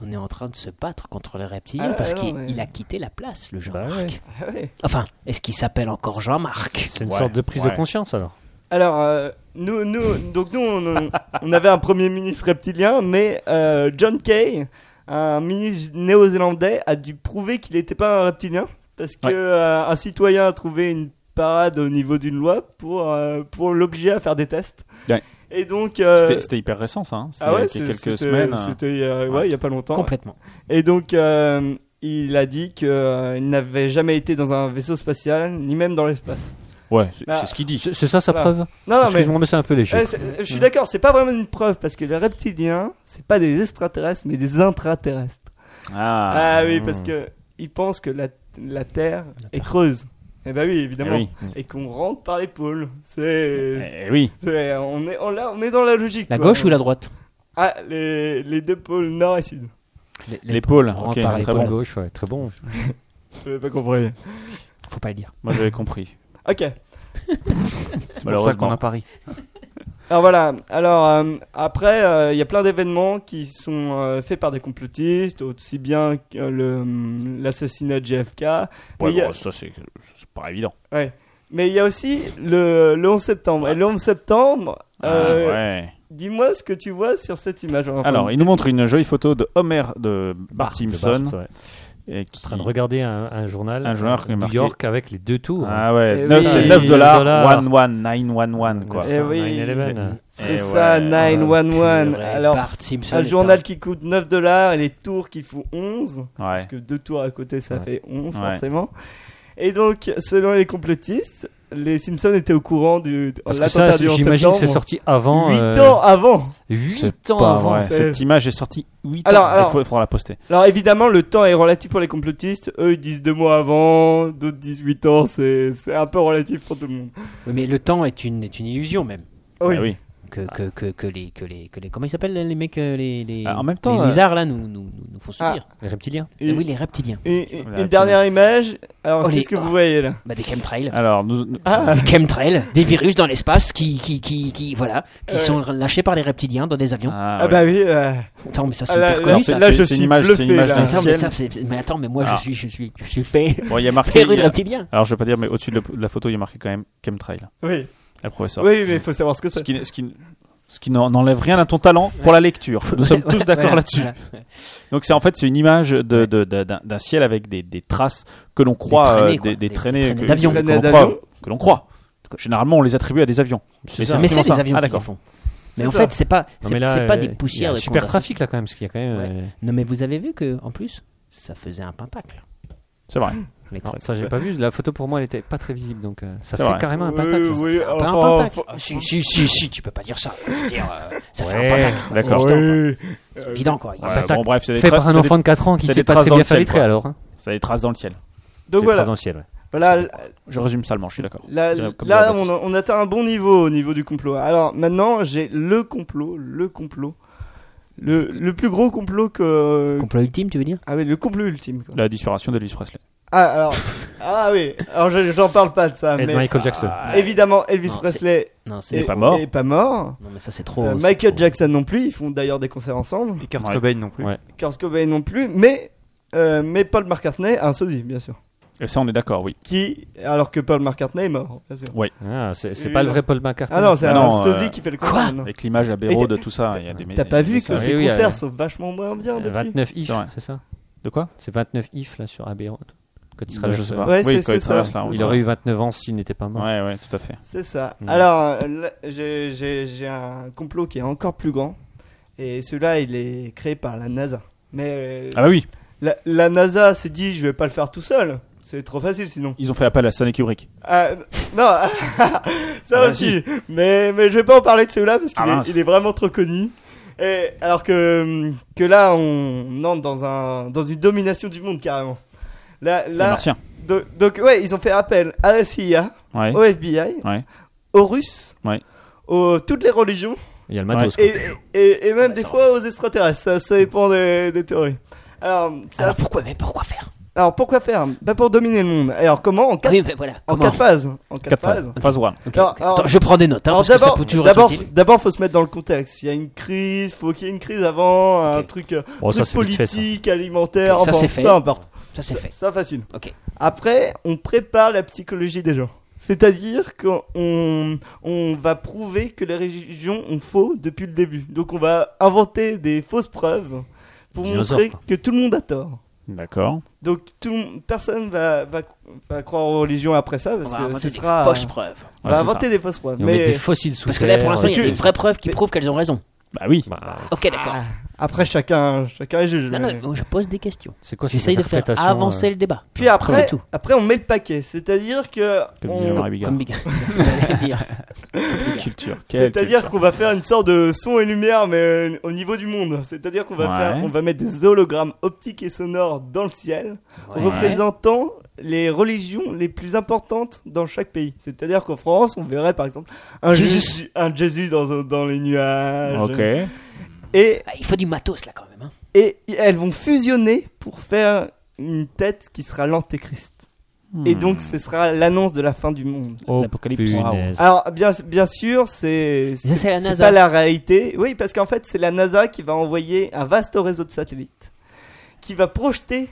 Speaker 6: on est en train de se battre contre les reptiliens
Speaker 7: Ah,
Speaker 6: parce
Speaker 7: non,
Speaker 6: qu'il
Speaker 7: mais-
Speaker 6: il a quitté la place, le Jean-Marc.
Speaker 4: ouais.
Speaker 7: ah ouais.
Speaker 6: Enfin, est-ce qu'il s'appelle encore Jean-Marc
Speaker 4: C'est une
Speaker 3: Ouais,
Speaker 4: sorte de prise
Speaker 3: ouais.
Speaker 4: de conscience alors.
Speaker 7: Alors, euh, nous, nous, donc nous, on, on avait un premier ministre reptilien, mais euh, John Kay un ministre néo-zélandais a dû prouver qu'il n'était pas un reptilien parce que
Speaker 3: Ouais.
Speaker 7: euh, un citoyen a trouvé une parade au niveau d'une loi pour, euh, pour l'obliger à faire des tests.
Speaker 3: Ouais.
Speaker 7: Et donc. euh,
Speaker 3: C'était- C'était hyper récent ça. Hein. C'était
Speaker 7: ah ouais,
Speaker 3: il y a
Speaker 7: c'est-
Speaker 3: quelques
Speaker 7: c'était-
Speaker 3: semaines.
Speaker 7: C'était euh, ouais, il y a pas longtemps.
Speaker 6: Complètement.
Speaker 7: Et donc, euh, il a dit qu'il n'avait jamais été dans un vaisseau spatial, ni même dans l'espace.
Speaker 3: Ouais, c'est
Speaker 7: Bah,
Speaker 3: c'est ce qu'il dit.
Speaker 4: C'est c'est ça sa
Speaker 7: Voilà.
Speaker 4: preuve
Speaker 7: Non, non, mais,
Speaker 4: Excuse-moi, mais c'est un peu léger.
Speaker 7: eh, c'est- je suis d'accord, c'est pas vraiment une preuve, parce que les reptiliens, c'est pas des extraterrestres, mais des intraterrestres. Ah, oui, parce que ils pensent que la, la terre est creuse. Eh ben oui,
Speaker 3: Eh
Speaker 7: évidemment.
Speaker 3: oui.
Speaker 6: Mm.
Speaker 7: Et qu'on rentre par l'épaule. C'est...
Speaker 3: Eh oui.
Speaker 7: c'est- On, est, on, là, on est dans la logique.
Speaker 6: La
Speaker 7: quoi.
Speaker 6: gauche ou la droite
Speaker 7: Ah, les, les deux pôles nord et sud.
Speaker 3: L'épaule.
Speaker 4: On
Speaker 3: Ok,
Speaker 4: rentre par
Speaker 3: très
Speaker 4: l'épaule
Speaker 3: bon.
Speaker 4: gauche, ouais, très bon.
Speaker 7: Je n'ai pas compris.
Speaker 6: Faut pas le dire.
Speaker 3: Moi j'avais compris.
Speaker 7: Ok.
Speaker 5: C'est pour ça qu'on
Speaker 3: Malheureusement.
Speaker 5: a Paris.
Speaker 7: Alors voilà, alors euh, après, euh, il y a plein d'événements qui sont euh, faits par des complotistes, aussi bien que euh, le, hum, l'assassinat de JFK. mais
Speaker 3: Ouais,
Speaker 7: il y a-
Speaker 3: bon, ça c'est c'est pas évident.
Speaker 7: ouais. Mais il y a aussi le, le 11 septembre. Et le 11 septembre, euh,
Speaker 3: Ah, ouais.
Speaker 7: dis-moi ce que tu vois sur cette image. Enfin, Ah,
Speaker 3: Alors, il nous montre une jolie photo de Homer de Bart Simpson.
Speaker 4: Bart, ouais.
Speaker 3: et qui...
Speaker 4: En train de hein. regarder un, un journal.
Speaker 3: Un journal
Speaker 4: euh,
Speaker 3: qui est
Speaker 4: New
Speaker 3: marqué-
Speaker 4: York avec les deux tours.
Speaker 3: Ah ouais,
Speaker 7: Eh
Speaker 3: neuf-
Speaker 7: oui.
Speaker 3: c'est 9 dollars, 11911 quoi.
Speaker 7: Eh oui.
Speaker 4: 9-11.
Speaker 7: c'est
Speaker 3: Eh
Speaker 7: ça,
Speaker 3: ouais.
Speaker 7: 911.
Speaker 6: Purée,
Speaker 7: Alors,
Speaker 6: Bart Simpson
Speaker 7: un
Speaker 6: est
Speaker 7: journal qui coûte 9 dollars et les tours qui font 11.
Speaker 3: Ouais.
Speaker 7: Parce que deux tours à côté, ça
Speaker 4: Ouais.
Speaker 7: fait 11
Speaker 3: Ouais.
Speaker 7: forcément. Et donc, selon les complotistes, les Simpsons étaient au courant du.
Speaker 4: Parce que
Speaker 7: l'attentat
Speaker 4: ça,
Speaker 7: du 11
Speaker 4: j'imagine que c'est
Speaker 7: septembre,
Speaker 4: sorti avant.
Speaker 7: 8
Speaker 4: euh,
Speaker 7: ans avant.
Speaker 3: C'est
Speaker 4: 8 ans
Speaker 3: pas
Speaker 4: avant.
Speaker 3: vrai.
Speaker 7: c'est-
Speaker 3: Cette image est sortie 8
Speaker 7: Alors,
Speaker 3: ans.
Speaker 7: alors-
Speaker 3: Il faut- faudra la poster.
Speaker 7: Alors évidemment, le temps est relatif pour les complotistes. Eux, ils disent deux mois avant, d'autres 18 ans. C'est c'est un peu relatif pour tout le monde.
Speaker 6: Oui, mais le temps est une, est une illusion même.
Speaker 7: Oui.
Speaker 3: Ah
Speaker 6: Que, que, que, que les, que, les, que les. Comment ils s'appellent les mecs euh, les, les,
Speaker 3: Ah, en même temps,
Speaker 6: Les
Speaker 3: euh,
Speaker 6: lézards là nous, nous, nous, nous font subir.
Speaker 4: Les reptiliens.
Speaker 7: Ah, Et-
Speaker 6: oui, les reptiliens.
Speaker 7: et- et-
Speaker 3: Voilà,
Speaker 7: une dernière image. Alors
Speaker 6: Oh, les-
Speaker 7: qu'est-ce que vous voyez là
Speaker 6: Bah, des chemtrails.
Speaker 3: Alors, nous,
Speaker 7: Ah,
Speaker 6: Des chemtrails, des virus dans l'espace qui, qui, qui, qui, voilà, qui
Speaker 7: Ouais.
Speaker 6: sont lâchés par les reptiliens dans des avions.
Speaker 3: Ah,
Speaker 7: Ah,
Speaker 3: ouais.
Speaker 7: bah oui. euh,
Speaker 6: Attends, mais ça
Speaker 7: ah,
Speaker 6: c'est
Speaker 7: là,
Speaker 6: hyper
Speaker 7: là,
Speaker 6: connu ça.
Speaker 3: c'est-
Speaker 7: là, je
Speaker 3: c'est une
Speaker 7: suis
Speaker 3: image- c'est une
Speaker 7: bluffé.
Speaker 3: image
Speaker 7: là.
Speaker 3: d'un
Speaker 6: Mais attends, mais,
Speaker 3: ciel.
Speaker 6: ça, c'est- mais attends, mais moi
Speaker 3: Ah.
Speaker 6: je suis, je suis, je suis pé-
Speaker 3: bon, il y a marqué.
Speaker 6: féru
Speaker 3: il y
Speaker 6: de
Speaker 3: a-
Speaker 6: reptilien.
Speaker 3: Alors, je vais pas dire, mais au-dessus de, la- de la photo, il y a marqué quand même Chemtrail.
Speaker 7: Oui.
Speaker 3: Le professeur.
Speaker 7: oui, mais il faut savoir ce que
Speaker 3: Ce
Speaker 7: c'est.
Speaker 3: qui, ce qui- ce qui n'en- n'enlève rien à ton talent pour la lecture. Nous sommes tous d'accord
Speaker 6: Voilà,
Speaker 3: là-dessus.
Speaker 6: voilà.
Speaker 3: Donc c'est en fait c'est une image de, de- de- d'un, d'un ciel avec des, des traces que l'on croit
Speaker 6: traînées,
Speaker 3: euh,
Speaker 6: quoi.
Speaker 3: des, des
Speaker 6: Des
Speaker 3: traînées,
Speaker 6: traînées
Speaker 3: que-
Speaker 6: d'avions.
Speaker 3: que,
Speaker 7: Traînées
Speaker 3: l'on
Speaker 7: d'avions.
Speaker 3: croit, que l'on croit. Généralement on les attribue à des avions. Mais
Speaker 4: ça.
Speaker 6: Mais
Speaker 3: vraiment
Speaker 6: c'est
Speaker 3: ça.
Speaker 6: les avions
Speaker 3: Ah,
Speaker 6: qui le
Speaker 3: d'accord.
Speaker 6: font.
Speaker 7: C'est
Speaker 6: Mais en
Speaker 7: ça.
Speaker 6: fait, c'est pas,
Speaker 4: Non,
Speaker 6: c'est
Speaker 4: mais là,
Speaker 6: c'est pas
Speaker 4: euh,
Speaker 6: des
Speaker 4: il y a
Speaker 6: poussières.
Speaker 4: un
Speaker 6: de
Speaker 4: super
Speaker 6: condensation.
Speaker 4: trafic là quand même, parce qu'il y a quand même.
Speaker 6: Ouais.
Speaker 4: euh,
Speaker 6: Non, mais vous avez vu que, en plus, ça faisait un pentacle.
Speaker 3: C'est vrai.
Speaker 6: les
Speaker 4: Non,
Speaker 6: trucs.
Speaker 4: ça j'ai pas vu. La photo pour moi elle était pas très visible, donc euh, ça
Speaker 3: C'est
Speaker 4: fait
Speaker 3: vrai.
Speaker 4: carrément un
Speaker 7: Oui,
Speaker 4: pentacle.
Speaker 7: oui,
Speaker 6: C'est un peu
Speaker 7: enfin,
Speaker 6: un pentacle.
Speaker 7: enfin,
Speaker 6: Ah, Euh, si, si, si, si, tu peux pas dire ça. Je veux dire, euh, ça fait
Speaker 4: Ouais,
Speaker 6: un pentacle.
Speaker 3: d'accord.
Speaker 6: C'est évident,
Speaker 7: oui.
Speaker 6: quoi. C'est évident, quoi. Il y a-
Speaker 3: Ouais,
Speaker 4: pentacle
Speaker 3: bon bref, c'est des,
Speaker 4: Fait
Speaker 3: traces-
Speaker 4: par un
Speaker 3: c'est des-
Speaker 4: enfant de 4 ans qui
Speaker 3: c'est
Speaker 4: sait
Speaker 3: des
Speaker 4: pas
Speaker 3: traces
Speaker 4: très
Speaker 3: dans
Speaker 4: bien
Speaker 3: le
Speaker 4: faire les
Speaker 3: ciel, quoi.
Speaker 4: traits alors. hein.
Speaker 3: c'est des traces dans le ciel.
Speaker 7: Donc
Speaker 4: C'est
Speaker 7: voilà.
Speaker 4: très dans le ciel, ouais.
Speaker 7: Voilà,
Speaker 3: Je résume salement, je suis d'accord.
Speaker 7: Là,
Speaker 3: Comme dans
Speaker 7: là,
Speaker 3: la
Speaker 7: on,
Speaker 3: Baptiste.
Speaker 7: on atteint un bon niveau au niveau du complot. Alors maintenant, j'ai le complot, le complot, le, le plus gros complot que.
Speaker 6: Complot ultime, tu veux dire
Speaker 7: Ah oui, le complot ultime. quoi.
Speaker 3: La disparition d'Elvis Presley.
Speaker 7: Ah alors, ah oui, alors je- j'en parle pas de ça,
Speaker 4: Et de
Speaker 7: mais ah,
Speaker 4: Michael Jackson.
Speaker 7: évidemment Elvis
Speaker 6: Non,
Speaker 7: Presley
Speaker 6: Non, c'est
Speaker 7: est
Speaker 3: pas mort.
Speaker 7: est pas mort.
Speaker 6: Non, mais ça c'est trop.
Speaker 7: Euh,
Speaker 6: Oh, c'est
Speaker 7: Michael
Speaker 6: trop-
Speaker 7: Jackson non plus, ils font d'ailleurs des concerts ensemble.
Speaker 5: Et Kurt
Speaker 3: Ouais.
Speaker 5: Cobain non plus.
Speaker 4: Ouais.
Speaker 7: Kurt Cobain non plus, mais euh, mais Paul McCartney a un sosie bien sûr.
Speaker 3: Et ça on est d'accord, oui.
Speaker 7: Qui, alors que Paul McCartney est mort. Bien sûr.
Speaker 4: Ah, c'est c'est
Speaker 7: Et
Speaker 4: pas
Speaker 7: là-
Speaker 4: le vrai Paul McCartney.
Speaker 7: Ah non, c'est
Speaker 3: Ah
Speaker 7: un
Speaker 3: non,
Speaker 7: sosie
Speaker 3: euh,
Speaker 7: qui fait le concert. maintenant.
Speaker 3: Avec l'image à
Speaker 7: Et t'as-
Speaker 3: Béraud de tout ça, il y a des
Speaker 7: T'as pas vu que
Speaker 3: ça-
Speaker 7: ces
Speaker 4: oui, oui,
Speaker 7: concerts
Speaker 4: euh,
Speaker 7: sont vachement moins bien
Speaker 4: Euh,
Speaker 7: depuis
Speaker 4: 29 if,
Speaker 3: C'est vrai.
Speaker 4: c'est ça
Speaker 3: De quoi
Speaker 4: C'est 29 if là sur Abbey Road. Quand il
Speaker 3: Je
Speaker 4: traverse,
Speaker 3: sais
Speaker 4: euh,
Speaker 3: pas.
Speaker 7: Ouais,
Speaker 3: oui,
Speaker 7: c'est-
Speaker 3: quand il
Speaker 7: c'est
Speaker 3: traverse
Speaker 7: ça,
Speaker 3: là. on-
Speaker 7: c'est
Speaker 4: Il aurait eu 29 ans s'il n'était pas mort.
Speaker 3: Ouais, ouais, tout à fait.
Speaker 7: C'est ça.
Speaker 4: Mm.
Speaker 7: Alors, euh, là, j'ai- j'ai j'ai un complot qui est encore plus grand. Et celui-là, il est créé par la NASA. Mais euh,
Speaker 3: Ah bah oui,
Speaker 7: la, la NASA s'est dit, je vais pas le faire tout seul. C'est trop facile sinon.
Speaker 3: ils ont fait appel à Stanley Kubrick.
Speaker 7: Ah, n- non, ça
Speaker 3: Ah,
Speaker 7: aussi. Mais, mais je vais pas en parler de celui-là parce qu'il
Speaker 3: Ah,
Speaker 7: est-
Speaker 3: mince.
Speaker 7: il est, vraiment trop connu. Et, alors que, hum, que là, on entre dans, un, dans une domination du monde carrément. Là,
Speaker 3: Les
Speaker 7: là,
Speaker 3: Martiens.
Speaker 7: do- donc, ouais, ils ont fait appel à la CIA,
Speaker 3: Ouais.
Speaker 7: au FBI,
Speaker 3: Ouais.
Speaker 7: aux Russes,
Speaker 3: Ouais.
Speaker 7: aux toutes les religions
Speaker 4: Il y a le matos.
Speaker 7: et, et, et même
Speaker 6: bah,
Speaker 7: des
Speaker 6: ça
Speaker 7: fois aux extraterrestres. Ça, ça dépend des, des théories. Alors, ça-
Speaker 6: Alors pourquoi, mais pourquoi faire
Speaker 7: alors, pourquoi faire Bah pour dominer le monde. Alors comment En quatre,
Speaker 6: Oui, mais voilà.
Speaker 7: en
Speaker 6: Comment
Speaker 7: quatre phases. En quatre,
Speaker 3: Quatre
Speaker 7: phases.
Speaker 3: phases. Phase 1.
Speaker 6: Ok,
Speaker 7: Alors,
Speaker 6: ok.
Speaker 7: alors-
Speaker 6: Attends, je prends des notes, hein,
Speaker 7: Alors
Speaker 6: parce que ça
Speaker 7: d'abord,
Speaker 6: peut toujours être
Speaker 7: d'abord,
Speaker 6: utile.
Speaker 7: d'abord, faut se mettre dans le contexte. Il y a une crise, faut qu'il y ait une crise avant, un
Speaker 6: Ok.
Speaker 7: truc, euh,
Speaker 4: Bon, ça
Speaker 7: truc
Speaker 4: c'est vite fait ça.
Speaker 7: politique, alimentaire,
Speaker 6: Ok, ça,
Speaker 7: enfin,
Speaker 6: c'est fait.
Speaker 7: peu importe.
Speaker 6: Ça c'est fait.
Speaker 7: Ça facile.
Speaker 6: Ok.
Speaker 7: Après, on prépare la psychologie des gens. C'est-à-dire qu'on on va prouver que les religions ont faux depuis le début. Donc on va inventer des fausses preuves pour
Speaker 3: Dinosaure,
Speaker 7: montrer
Speaker 3: quoi.
Speaker 7: que tout le monde a tort.
Speaker 3: D'accord.
Speaker 7: Donc tout, le monde- personne va, va, va croire aux religions après ça parce
Speaker 6: On va
Speaker 7: que
Speaker 6: inventer
Speaker 7: ce
Speaker 6: des
Speaker 7: sera euh,
Speaker 6: fausses preuves.
Speaker 7: On
Speaker 3: Ouais,
Speaker 7: va
Speaker 3: c'est
Speaker 7: inventer
Speaker 3: ça.
Speaker 7: des fausses preuves.
Speaker 4: Ils vont mettre
Speaker 7: Mais
Speaker 4: des fossiles sous
Speaker 6: Parce que là, pour
Speaker 4: terre,
Speaker 6: l'instant, il y a
Speaker 4: euh,
Speaker 6: des vraies preuves qui prouvent qu'elles ont raison.
Speaker 3: Bah oui.
Speaker 4: bah,
Speaker 6: Ok, d'accord.
Speaker 7: ah, après chacun chacun juge.
Speaker 6: Non,
Speaker 7: mais-
Speaker 6: non, je pose Ah, des euh, questions.
Speaker 4: c'est quoi cette
Speaker 6: J'essaye de faire
Speaker 4: interprétation euh,
Speaker 6: avancer le débat.
Speaker 7: Puis après,
Speaker 6: C'est tout.
Speaker 7: après on met le paquet, c'est-à-dire que
Speaker 3: Comme
Speaker 7: on-
Speaker 3: dit Jean-Marie Bigard.
Speaker 6: Comme Big- j'allais dire.
Speaker 3: Culture. Quelle
Speaker 7: C'est-à-dire qu'on va faire une sorte de son et lumière, mais euh, au niveau du monde. C'est-à-dire qu'on va
Speaker 3: Ouais.
Speaker 7: faire, on va mettre des hologrammes optiques et sonores dans le ciel,
Speaker 3: Ouais.
Speaker 7: représentant les religions les plus importantes dans chaque pays. C'est-à-dire qu'en France, on verrait par exemple un
Speaker 6: Jésus.
Speaker 7: Jésus, un Jésus dans, dans les nuages.
Speaker 3: Ok.
Speaker 7: Et,
Speaker 6: Ah, Il faut du matos là quand même. hein.
Speaker 7: et elles vont fusionner pour faire une tête qui sera l'antéchrist. Et
Speaker 3: Hmm.
Speaker 7: donc, ce sera l'annonce de la fin du monde.
Speaker 3: Oh,
Speaker 4: L'apocalypse.
Speaker 3: punaise.
Speaker 4: Punaise.
Speaker 7: Alors bien, bien sûr, c'est
Speaker 6: Ça, c'est la NASA.
Speaker 7: pas la réalité. Oui, parce qu'en fait, c'est la NASA qui va envoyer un vaste réseau de satellites qui va projeter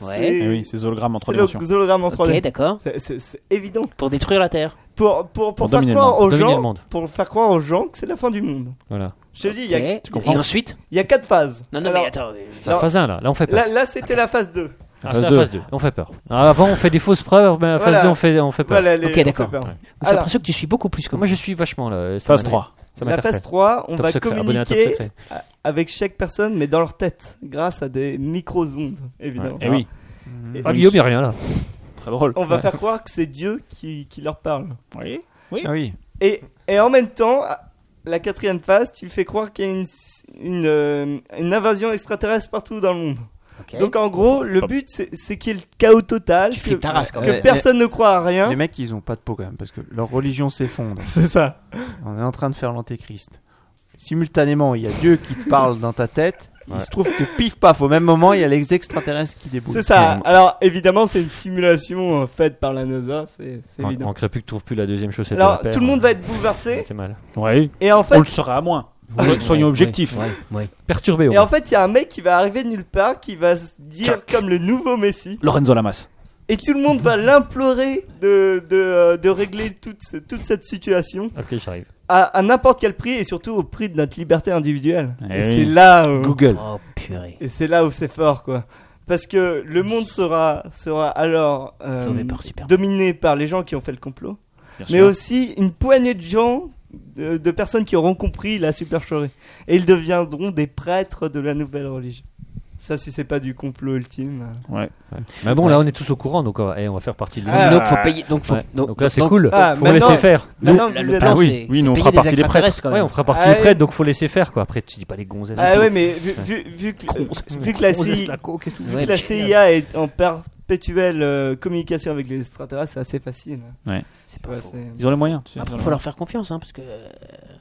Speaker 6: Ouais.
Speaker 7: ces-
Speaker 4: Ah
Speaker 3: Eh oui, ces hologrammes en
Speaker 7: ces
Speaker 3: trois
Speaker 7: lo-
Speaker 3: dimensions.
Speaker 7: hologrammes en 3D.
Speaker 6: Ok, d'accord.
Speaker 7: C'est- c'est c'est évident
Speaker 6: Pour détruire la Terre.
Speaker 7: pour pour, pour,
Speaker 3: Pour
Speaker 7: faire
Speaker 3: dominer le
Speaker 7: croire
Speaker 4: monde.
Speaker 7: aux
Speaker 4: Dominer
Speaker 7: gens
Speaker 4: le monde.
Speaker 7: pour faire croire aux gens que c'est la fin du monde.
Speaker 4: Voilà.
Speaker 7: Je te dis, il y a-
Speaker 6: Ok.
Speaker 7: il
Speaker 6: Et ensuite
Speaker 7: y, a quatre phases.
Speaker 6: Non, non,
Speaker 7: Alors,
Speaker 6: mais attends. euh,
Speaker 4: C'est la
Speaker 7: Non.
Speaker 4: phase 1 là, là on fait peur.
Speaker 7: Là, là, c'était la phase 2.
Speaker 4: Ah,
Speaker 3: phase
Speaker 4: c'est la
Speaker 3: deux.
Speaker 4: phase 2, on fait peur. Ah, avant on fait des fausses preuves, mais la phase
Speaker 7: Voilà.
Speaker 4: 2 on fait, on fait peur.
Speaker 7: Voilà, les-
Speaker 6: Ok,
Speaker 7: on fait
Speaker 6: d'accord.
Speaker 7: peur.
Speaker 6: J'ai
Speaker 7: Alors,
Speaker 6: l'impression que tu suis beaucoup plus que
Speaker 4: Moi
Speaker 6: moi.
Speaker 4: je suis vachement là. ça
Speaker 3: Phase
Speaker 4: m'inter-
Speaker 3: 3.
Speaker 4: Ça
Speaker 7: la phase
Speaker 4: m'interpelle.
Speaker 7: 3, on
Speaker 4: Top
Speaker 7: va
Speaker 4: secret, abonné à Top
Speaker 7: communiquer
Speaker 4: Secret.
Speaker 7: a- avec chaque personne, mais dans leur tête, grâce à des micro-ondes, évidemment.
Speaker 3: Eh oui.
Speaker 7: Et-
Speaker 4: Ah, Guillaume, il y a rien là.
Speaker 3: Très drôle.
Speaker 7: On va faire croire que c'est Dieu qui, qui leur parle.
Speaker 3: Oui.
Speaker 5: Ah oui.
Speaker 7: Et, et en même temps, à la quatrième phase, tu fais croire qu'il y a une, une, euh, une invasion extraterrestre partout dans le monde.
Speaker 6: Ok.
Speaker 7: Donc en gros, le but, c'est c'est qu'il y ait le chaos total,
Speaker 6: Tu
Speaker 7: que,
Speaker 6: flippes ta race quand
Speaker 7: que
Speaker 6: même.
Speaker 5: Ouais.
Speaker 7: personne ne croit à rien.
Speaker 5: Les mecs, ils ont pas de peau quand même, parce que leur religion s'effondre.
Speaker 7: C'est ça.
Speaker 5: On est en train de faire l'antéchrist. Simultanément, il y a Dieu qui te parle dans ta tête. Il se trouve que pif paf, au même moment, il y a les extraterrestres qui déboulent.
Speaker 7: C'est ça. Alors évidemment, c'est une simulation euh, faite par la NASA, c'est c'est
Speaker 4: On
Speaker 7: évident.
Speaker 4: on crée plus que trouve plus la deuxième chaussette. de la hein.
Speaker 7: Alors
Speaker 4: paire.
Speaker 7: tout le monde va être bouleversé.
Speaker 4: C'est mal.
Speaker 3: Ouais.
Speaker 7: Et en
Speaker 3: On
Speaker 7: fait,
Speaker 3: le saura à moins.
Speaker 6: Ouais,
Speaker 3: Soyons
Speaker 6: ouais,
Speaker 3: objectifs.
Speaker 6: ouais, ouais.
Speaker 4: Perturbé au
Speaker 7: et en
Speaker 4: moins.
Speaker 7: fait, il y a un mec qui va arriver de nulle part, qui va se dire comme le nouveau Messie.
Speaker 3: Lorenzo Lamas.
Speaker 7: Et tout le monde va l'implorer de, de, euh, de régler toute, ce- toute cette situation
Speaker 4: Ok, j'arrive.
Speaker 7: à, à n'importe quel prix et surtout au prix de notre liberté individuelle.
Speaker 3: Eh
Speaker 7: et
Speaker 3: oui.
Speaker 7: c'est là où,
Speaker 5: Google.
Speaker 6: Oh purée.
Speaker 7: et c'est là où c'est fort quoi. Parce que le monde sera, sera alors euh,
Speaker 6: Sauvé par Superman.
Speaker 7: dominé par les gens qui ont fait le complot,
Speaker 3: Bien
Speaker 7: mais
Speaker 3: sûr.
Speaker 7: aussi une poignée de gens, de, de personnes qui auront compris la supercherie. Et ils deviendront des prêtres de la nouvelle religion. Ça, si c'est pas du complot ultime. euh.
Speaker 3: Ouais.
Speaker 4: Mais bon, là on est tous au courant, donc euh, eh, on va faire partie de
Speaker 7: Ah,
Speaker 4: l'univers.
Speaker 6: Donc faut payer. Donc faut.
Speaker 4: Ouais. Donc là c'est cool,
Speaker 7: Ah,
Speaker 4: faut
Speaker 7: maintenant-
Speaker 4: laisser faire.
Speaker 6: Nous,
Speaker 7: Maintenant,
Speaker 6: là,
Speaker 7: vous
Speaker 6: le
Speaker 7: êtes
Speaker 6: plan,
Speaker 3: Ah oui,
Speaker 6: c'est-
Speaker 3: oui,
Speaker 6: c'est
Speaker 3: nous, on
Speaker 6: payer
Speaker 3: fera
Speaker 6: des
Speaker 3: partie des
Speaker 6: extraterrestres, quand
Speaker 4: Ouais,
Speaker 6: même.
Speaker 4: on fera partie
Speaker 7: Ah,
Speaker 4: des prêtres, donc faut laisser faire quoi. Après tu dis pas les gonzesses.
Speaker 7: Ah ouais, mais vu, vu, vu que, vu que la,
Speaker 4: Gonzesses,
Speaker 7: CI
Speaker 4: la coke et tout.
Speaker 7: vu que la
Speaker 6: euh,
Speaker 7: CIA est en perpétuelle euh, communication avec les extraterrestres, c'est assez facile.
Speaker 6: C'est
Speaker 7: Ouais,
Speaker 6: pas faux.
Speaker 7: c'est-
Speaker 3: Ils ont les moyens. tu sais.
Speaker 6: Après, Ah, faut leur faire confiance, hein, parce que euh, ils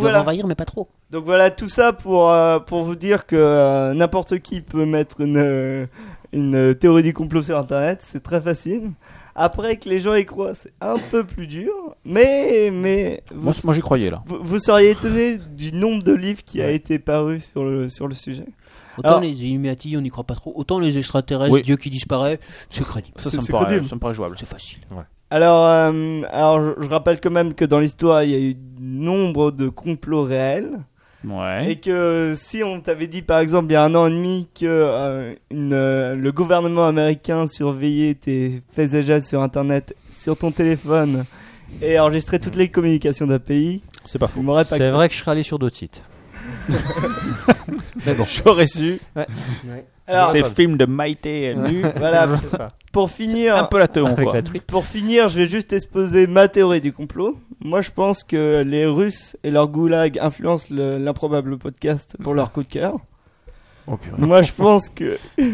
Speaker 6: doivent
Speaker 7: voilà.
Speaker 6: envahir, mais pas trop.
Speaker 7: Donc voilà tout ça pour euh, pour vous dire que euh, n'importe qui peut mettre une euh, une euh, théorie du complot sur internet, c'est très facile. Après que les gens y croient, c'est un peu plus dur, mais mais vous,
Speaker 3: Moi, c- moi, j'y croyais là.
Speaker 7: vous, vous seriez étonné du nombre de livres qui a
Speaker 3: Ouais.
Speaker 7: été paru sur le sur le sujet.
Speaker 6: Autant
Speaker 7: Alors-
Speaker 6: les Illuminati, on n'y croit pas trop. Autant les extraterrestres,
Speaker 3: Oui.
Speaker 6: Dieu qui disparaît, c'est crédible.
Speaker 3: Ça, ça, me
Speaker 7: c'est
Speaker 3: paraît,
Speaker 7: crédible.
Speaker 3: ça me paraît jouable.
Speaker 6: C'est facile.
Speaker 7: Alors, euh, alors je, je rappelle quand même que dans l'histoire, il y a eu nombre de complots réels.
Speaker 3: Ouais.
Speaker 7: Et que euh, si on t'avait dit, par exemple, il y a un an et demi, que euh, une, euh, le gouvernement américain surveillait tes faits et gestes sur Internet, sur ton téléphone, et enregistrait toutes les communications d'un pays,
Speaker 3: C'est pas faux.
Speaker 7: tu m'aurais pas
Speaker 4: C'est vrai que je serais allé sur d'autres sites. Mais bon.
Speaker 3: J'aurais su.
Speaker 7: Alors,
Speaker 3: Ces films de Maïté nu.
Speaker 7: voilà, pour finir...
Speaker 3: Un peu la teon,
Speaker 4: Avec
Speaker 3: quoi.
Speaker 4: la truite.
Speaker 7: Pour finir, je vais juste exposer ma théorie du complot. Moi, je pense que les Russes et leur goulag influencent le- l'improbable podcast pour leur coup de cœur.
Speaker 5: Oh purée.
Speaker 7: Moi, je pense que je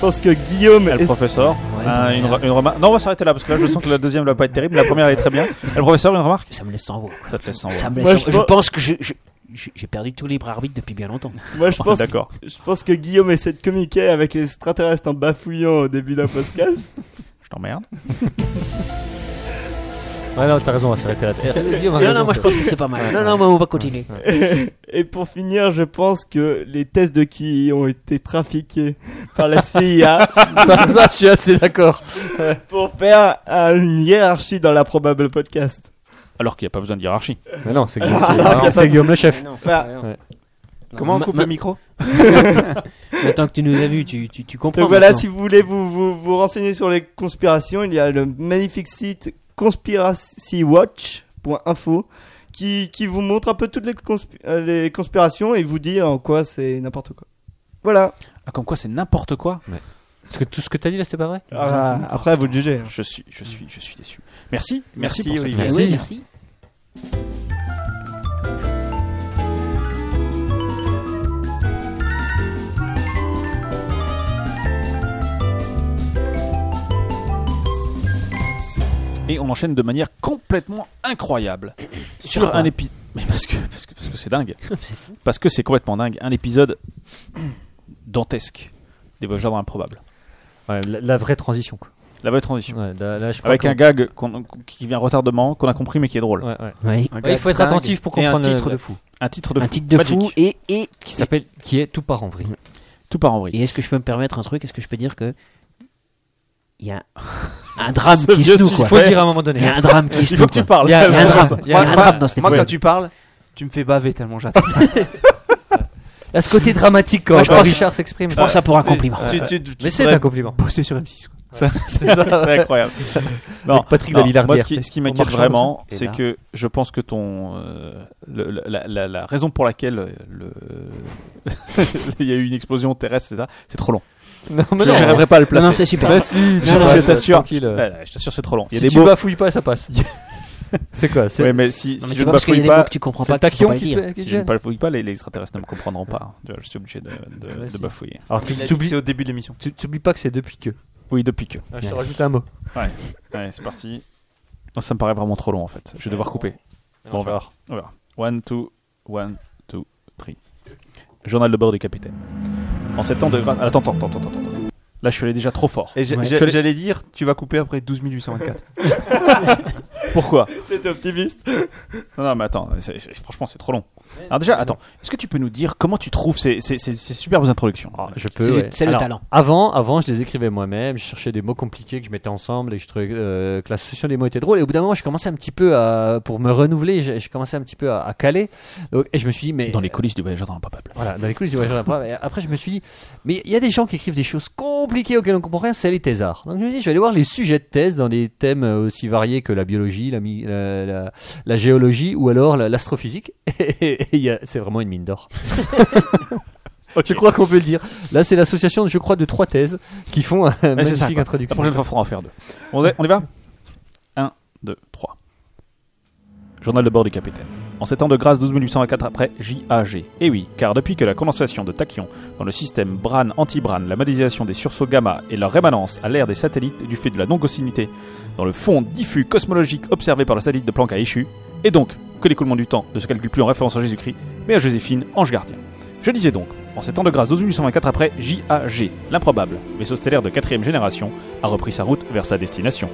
Speaker 7: pense que Guillaume
Speaker 3: Ah, Le
Speaker 7: est-
Speaker 3: professeur,
Speaker 6: Ouais,
Speaker 3: un-
Speaker 6: c'est
Speaker 3: une,
Speaker 6: bien.
Speaker 3: re- une remarque. Non, on va s'arrêter là parce que là, je sens que la deuxième va pas être terrible. La première, elle est très bien. Ah, Le professeur, une remarque
Speaker 6: Ça me laisse sans voix.
Speaker 3: Ça te laisse sans voix.
Speaker 6: Ça me laisse
Speaker 7: Moi,
Speaker 6: sans-
Speaker 7: je
Speaker 6: je,
Speaker 7: pense-
Speaker 6: pense que je- je- je- j'ai perdu tout libre arbitre depuis bien longtemps.
Speaker 7: moi, je pense,
Speaker 3: D'accord.
Speaker 7: je pense que Guillaume essaie de communiquer avec les extraterrestres en bafouillant au début d'un podcast.
Speaker 3: Je t'emmerde.
Speaker 4: Ouais, non, t'as raison, on va s'arrêter là. Eh, Guillaume a
Speaker 6: Non,
Speaker 4: raison,
Speaker 6: non, moi je
Speaker 4: ça.
Speaker 6: pense que c'est pas mal. Non, non, mais on va continuer.
Speaker 7: Et pour finir, je pense que les tests de qui ont été trafiqués par la CIA
Speaker 4: ça, ça, je suis assez d'accord.
Speaker 7: pour faire euh, une hiérarchie dans l'improbable podcast.
Speaker 3: Alors qu'il n'y a pas besoin de hiérarchie.
Speaker 4: Mais non, c'est Guillaume, c'est Guillaume le chef.
Speaker 7: Voilà.
Speaker 6: Comment on coupe le micro Maintenant que tu nous as vu, tu, tu, tu comprends.
Speaker 7: Donc voilà,
Speaker 6: maintenant.
Speaker 7: si vous voulez vous, vous, vous renseigner sur les conspirations, il y a le magnifique site conspiracywatch.info qui, qui vous montre un peu toutes les, conspi- euh, les conspirations et vous dit en quoi c'est n'importe quoi. Voilà.
Speaker 3: Ah, comme quoi, c'est n'importe quoi.
Speaker 4: Parce que tout ce que t'as dit là, c'est pas vrai.
Speaker 7: Ah, après, vous le jugez.
Speaker 3: Je suis, je suis, je suis déçu. Merci, merci,
Speaker 5: Merci,
Speaker 3: pour cette
Speaker 5: Olivier.
Speaker 6: Eh
Speaker 3: classe.
Speaker 6: oui, merci.
Speaker 3: Et on enchaîne de manière complètement incroyable sur un épisode. Mais parce que, parce que, parce que c'est dingue.
Speaker 6: C'est fou.
Speaker 3: Parce que c'est complètement dingue. Un épisode dantesque des Voyageurs dans l'improbable.
Speaker 4: Ouais, la, la vraie transition. Quoi.
Speaker 3: La vraie transition.
Speaker 4: Ouais, là, là, je crois
Speaker 3: Avec
Speaker 4: qu'on-
Speaker 3: un gag qu'on- qui vient retardement, qu'on a compris mais qui est drôle.
Speaker 4: Ouais, ouais.
Speaker 6: Oui.
Speaker 4: Ouais, il faut être attentif pour
Speaker 5: Et un
Speaker 4: comprendre.
Speaker 5: titre
Speaker 4: le-
Speaker 5: de fou.
Speaker 3: Un titre de
Speaker 6: Un
Speaker 3: fou.
Speaker 6: titre de fou
Speaker 3: Magic.
Speaker 6: et, et,
Speaker 4: qui s'appelle qui est tout part en vrille.
Speaker 3: Tout part en vrille.
Speaker 6: Et est-ce que je peux me permettre un truc Est-ce que je peux dire que il y a un drame
Speaker 3: Ce
Speaker 6: qui
Speaker 3: vieux
Speaker 6: se noue quoi
Speaker 4: Faut le dire à un moment donné.
Speaker 6: Il y a un drame qui se
Speaker 3: Il
Speaker 6: noue.
Speaker 3: faut que tu
Speaker 6: quoi.
Speaker 3: parles.
Speaker 4: Il y a-
Speaker 6: Il y a un
Speaker 4: Ouais,
Speaker 6: drame. Il y a un drame dans cette
Speaker 5: Moi, quand
Speaker 6: émission.
Speaker 5: tu parles, tu me fais baver tellement j'attends.
Speaker 4: Il y a ce côté dramatique quand
Speaker 6: Moi, je
Speaker 4: quand
Speaker 6: pense-
Speaker 4: Richard s'exprime.
Speaker 6: Je pense ça pour un compliment.
Speaker 5: Tu- tu- tu- tu
Speaker 4: Mais c'est
Speaker 5: devrais
Speaker 4: un compliment.
Speaker 5: Bosser sur M6. quoi.
Speaker 3: C'est ça, c'est incroyable. Non,
Speaker 4: Patrick
Speaker 3: non,
Speaker 4: Lalillardière,
Speaker 3: moi, ce qui,
Speaker 4: c'est-
Speaker 3: ce qui
Speaker 4: en
Speaker 3: m'inquiète
Speaker 4: marchant
Speaker 3: vraiment,
Speaker 5: comme ça.
Speaker 3: c'est
Speaker 5: Et là.
Speaker 3: que je pense que ton euh, le- le- la, la- la raison pour laquelle euh, le il y a eu une explosion terrestre, c'est ça, c'est trop long.
Speaker 4: Non, mais
Speaker 3: je
Speaker 4: non.
Speaker 3: n'arriverai pas à le placer.
Speaker 6: Non, non, c'est super.
Speaker 4: Bah si,
Speaker 3: je
Speaker 4: non, non,
Speaker 3: t'assure.
Speaker 4: tranquille. euh.
Speaker 3: Ouais, ouais, je t'assure, c'est trop long. Il y a
Speaker 4: si
Speaker 3: des
Speaker 4: tu
Speaker 3: mots.
Speaker 4: bafouilles pas, ça passe. c'est quoi C'est
Speaker 3: Ouais, mais si,
Speaker 6: Non,
Speaker 3: si
Speaker 6: mais
Speaker 3: je
Speaker 6: c'est
Speaker 3: ne
Speaker 6: pas parce qu'il y a
Speaker 3: bafouille
Speaker 6: des mots
Speaker 3: pas,
Speaker 6: que tu comprends
Speaker 4: c'est
Speaker 6: pas
Speaker 4: le
Speaker 6: que tu
Speaker 4: taquillon
Speaker 6: peux pas le
Speaker 4: qui,
Speaker 6: dire.
Speaker 4: fait- qui
Speaker 3: si je ne
Speaker 4: gêne.
Speaker 3: bafouille pas, les, les extraterrestres ne me comprendront pas. hein. Je- Je suis obligé de, de-
Speaker 4: Ouais,
Speaker 3: de
Speaker 4: si.
Speaker 3: bafouiller.
Speaker 4: Alors
Speaker 5: Il a
Speaker 4: tu
Speaker 5: dit que
Speaker 4: t'oublies-
Speaker 5: C'est au début de l'émission.
Speaker 4: tu- t'oublies pas que c'est depuis que.
Speaker 3: Oui, depuis que.
Speaker 4: je te rajoute un mot.
Speaker 3: Allez, c'est parti. Oh, ça me paraît vraiment trop long en fait. Je vais devoir couper. Bon, on verra. On verra. One, two, one, two, three. Journal de bord du capitaine. En sept ans de. gra- Attends, attends, attends, attends, attends. Là, je suis allé déjà trop fort.
Speaker 5: Et j'ai-
Speaker 6: Ouais.
Speaker 5: j'ai-
Speaker 3: Je l'ai-
Speaker 5: j'allais dire, tu vas couper après 12 824.
Speaker 3: Pourquoi
Speaker 7: T'es optimiste.
Speaker 3: Non, non, mais attends. c'est- c'est- franchement, c'est trop long. Alors déjà, attends. Est-ce que tu peux nous dire comment tu trouves ces, ces- ces- ces superbes introductions
Speaker 4: Alors, Ah, je peux.
Speaker 6: C'est
Speaker 4: ouais.
Speaker 6: le- c'est le
Speaker 4: Alors,
Speaker 6: talent.
Speaker 4: Avant, avant, je les écrivais moi-même. Je cherchais des mots compliqués que je mettais ensemble et que je trouvais euh, que l'association des mots était drôle. Et au bout d'un moment, je commençais un petit peu à, pour me renouveler, je, je commençais un petit peu à, à caler. Donc, et je me suis dit, mais
Speaker 3: Dans les coulisses du voyageur dans l'impapable.
Speaker 4: Voilà, dans les coulisses du voyageur d'un Prince. Et Après, je me suis dit, mais il y a des gens qui écrivent des choses compliquées auxquelles on ne comprend rien, c'est les thésards. Donc, je me suis dit, je vais aller voir les sujets de thèse dans des thèmes euh, aussi variés que la biologie, la, mi- la, la- la géologie ou alors la- l'astrophysique. Et il y a- c'est vraiment une mine d'or. Je crois qu'on peut le dire. Là, c'est l'association, je crois, de trois thèses qui font un magnifique
Speaker 3: ça, quoi. La
Speaker 4: introduction.
Speaker 3: prochaine fois, il faudra en faire deux. On, est- on y va 1, 2, 3. Journal de bord du capitaine. En sept ans de grâce 12824 après JAG. Et Eh oui, car depuis que la condensation de tachyons dans le système Bran-anti-Bran, la modélisation des sursauts gamma et leur rémanence à l'ère des satellites du fait de la non-gossinité dans le fond diffus cosmologique observé par le satellite de Planck à Échu, et donc que l'écoulement du temps ne se calcule plus en référence à Jésus-Christ, mais à Joséphine, ange gardien. Je disais donc, en sept ans de grâce 12824 après JAG, l'improbable vaisseau stellaire de quatrième génération a repris sa route vers sa destination.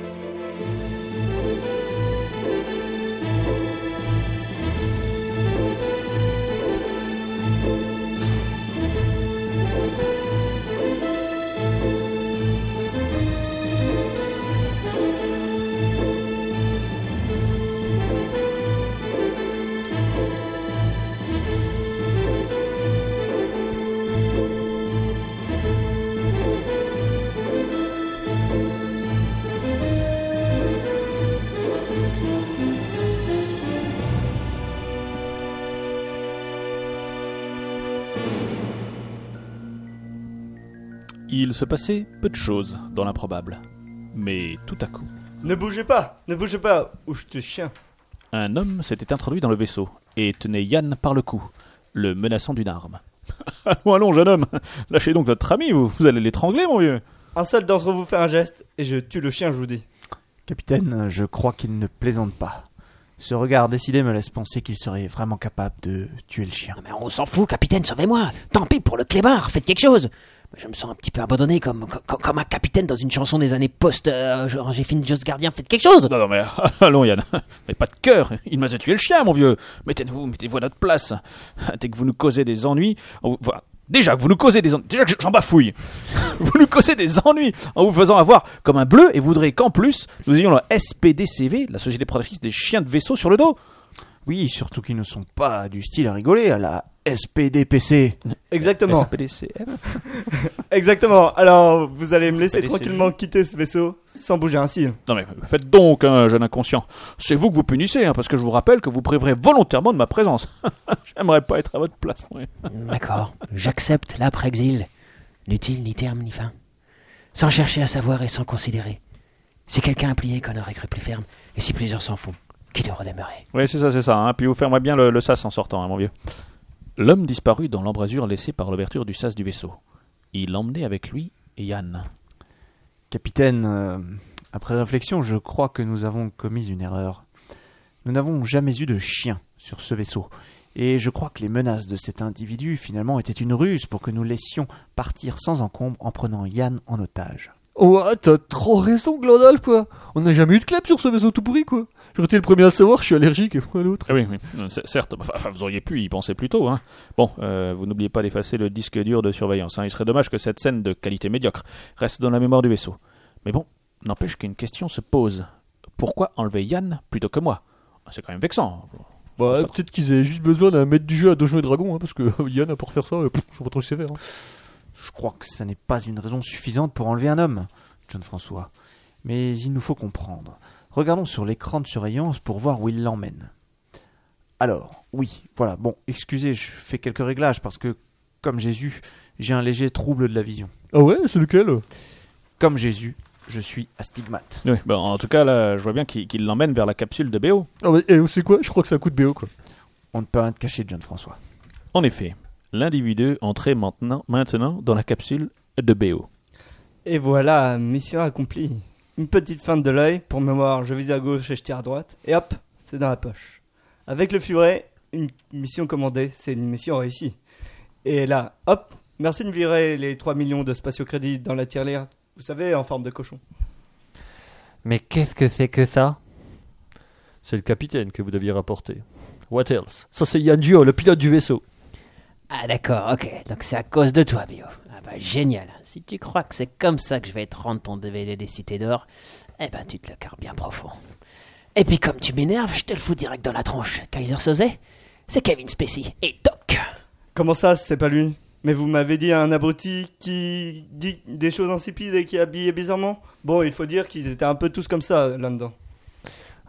Speaker 3: Il se passait peu de choses dans l'improbable. Mais tout à coup,
Speaker 7: Ne bougez pas, ne bougez pas, ou je te chien.
Speaker 3: un homme s'était introduit dans le vaisseau et tenait Yann par le cou, le menaçant d'une arme. allons, allons, jeune homme, lâchez donc votre ami, vous, vous allez l'étrangler, mon vieux.
Speaker 7: Un seul d'entre vous fait un geste et je tue le chien, je vous dis.
Speaker 5: Capitaine, je crois qu'il ne plaisante pas. Ce regard décidé me laisse penser qu'il serait vraiment capable de tuer le chien.
Speaker 6: Non, mais on s'en fout, capitaine, sauvez-moi. Tant pis pour le clébard, faites quelque chose. Mais Je me sens un petit peu abandonné comme, comme, comme un capitaine dans une chanson des années post euh, genre, J'ai fini Just Gardien, faites quelque chose.
Speaker 3: Non, non, mais allons, Yann, mais pas de cœur, il m'a tué le chien, mon vieux. Mettez-vous, mettez-vous à notre place. Dès que vous nous causez des ennuis, on vous- voilà. Déjà que vous nous causez des ennuis, déjà que j'en bafouille, vous nous causez des ennuis en vous faisant avoir comme un bleu et vous voudrez qu'en plus nous ayons la SPDCV, la Société Protectrice des Chiens de Vaisseau, sur le dos.
Speaker 5: Oui, surtout qu'ils ne sont pas du style à rigoler à la SPDPC.
Speaker 7: Exactement.
Speaker 5: SPDCF.
Speaker 7: Exactement. Alors, vous allez me laisser
Speaker 3: pas les
Speaker 7: tranquillement quitter ce vaisseau sans bouger hein. un cil.
Speaker 3: Non mais faites donc, hein, jeune inconscient. C'est vous que vous punissez, hein, parce que je vous rappelle que vous prévrez volontairement de ma présence. J'aimerais pas être à votre place. moi.
Speaker 6: D'accord, j'accepte l'après-exil. N'utile ni terme ni fin. Sans chercher à savoir et sans considérer. Si quelqu'un a plié qu'on aurait cru plus ferme, et si plusieurs s'en font, qui de redémarrer
Speaker 3: Oui, c'est ça, c'est ça. hein. Puis vous fermez bien le, le sas en sortant, hein, mon vieux. L'homme disparut dans l'embrasure laissée par l'ouverture du sas du vaisseau. Il emmenait avec lui Yann.
Speaker 5: Capitaine, euh, après réflexion, je crois que nous avons commis une erreur. Nous n'avons jamais eu de chien sur ce vaisseau, et je crois que les menaces de cet individu finalement étaient une ruse pour que nous laissions partir sans encombre en prenant Yann en otage.
Speaker 4: Ouais, Oh, t'as trop raison, Glandalf, quoi. On n'a jamais eu de clap sur ce vaisseau tout pourri, quoi. J'aurais été le premier à savoir, je suis allergique, et moi l'autre.
Speaker 3: Ah oui, oui. Euh, c'est- certes, enfin, enfin, vous auriez pu y penser plus tôt. Hein. Bon, euh, vous n'oubliez pas d'effacer le disque dur de surveillance. hein. Il serait dommage que cette scène de qualité médiocre reste dans la mémoire du vaisseau. Mais bon, n'empêche qu'une question se pose. Pourquoi enlever Yann plutôt que moi Ah, C'est quand même vexant.
Speaker 4: Bah, peut-être qu'ils avaient juste besoin d'un maître du jeu à Donjons et Dragons, hein, parce que Yann, à pour faire ça, euh, pff, je sais pas trop ce qu'il sait faire. hein.
Speaker 5: Je crois que ça n'est pas une raison suffisante pour enlever un homme, John François. Mais il nous faut comprendre. Regardons sur l'écran de surveillance pour voir où il l'emmène. Alors, oui, voilà, bon, excusez, je fais quelques réglages parce que, comme Jésus, j'ai un léger trouble de la vision.
Speaker 4: Ah ouais, c'est lequel
Speaker 5: Comme Jésus, je suis astigmate.
Speaker 3: Oui, bah, en tout cas, là, je vois bien qu'il qu'il l'emmène vers la capsule de BO.
Speaker 4: Ah bah, et c'est quoi Je crois que ça coûte BO, quoi.
Speaker 5: On ne peut rien te cacher, John François.
Speaker 3: En effet, l'individu entrait maintenant, maintenant dans la capsule de BO.
Speaker 7: Et voilà, mission accomplie. Une petite feinte de l'œil, pour mémoire, je vise à gauche et je tire à droite, et hop, c'est dans la poche. Avec le furet, une mission commandée, c'est une mission réussie. Et là, hop, merci de virer les 3 millions de spatio-crédits dans la tirelire, vous savez, en forme de cochon.
Speaker 4: Mais qu'est-ce que c'est que ça C'est le capitaine que vous deviez rapporter. What else Ça, c'est Yann Dio, le pilote du vaisseau.
Speaker 6: Ah d'accord, ok, donc c'est à cause de toi, Bio. Ah bah génial, si tu crois que c'est comme ça que je vais te rendre ton DVD des Cités d'Or, eh ben tu te le carres bien profond. Et puis comme tu m'énerves, je te le fous direct dans la tronche. Kaiser Sosé, c'est Kevin Spacey et Doc.
Speaker 7: Comment ça, c'est pas lui Mais vous m'avez dit un abruti qui dit des choses insipides et qui est habillé bizarrement Bon, il faut dire qu'ils étaient un peu tous comme ça, là-dedans.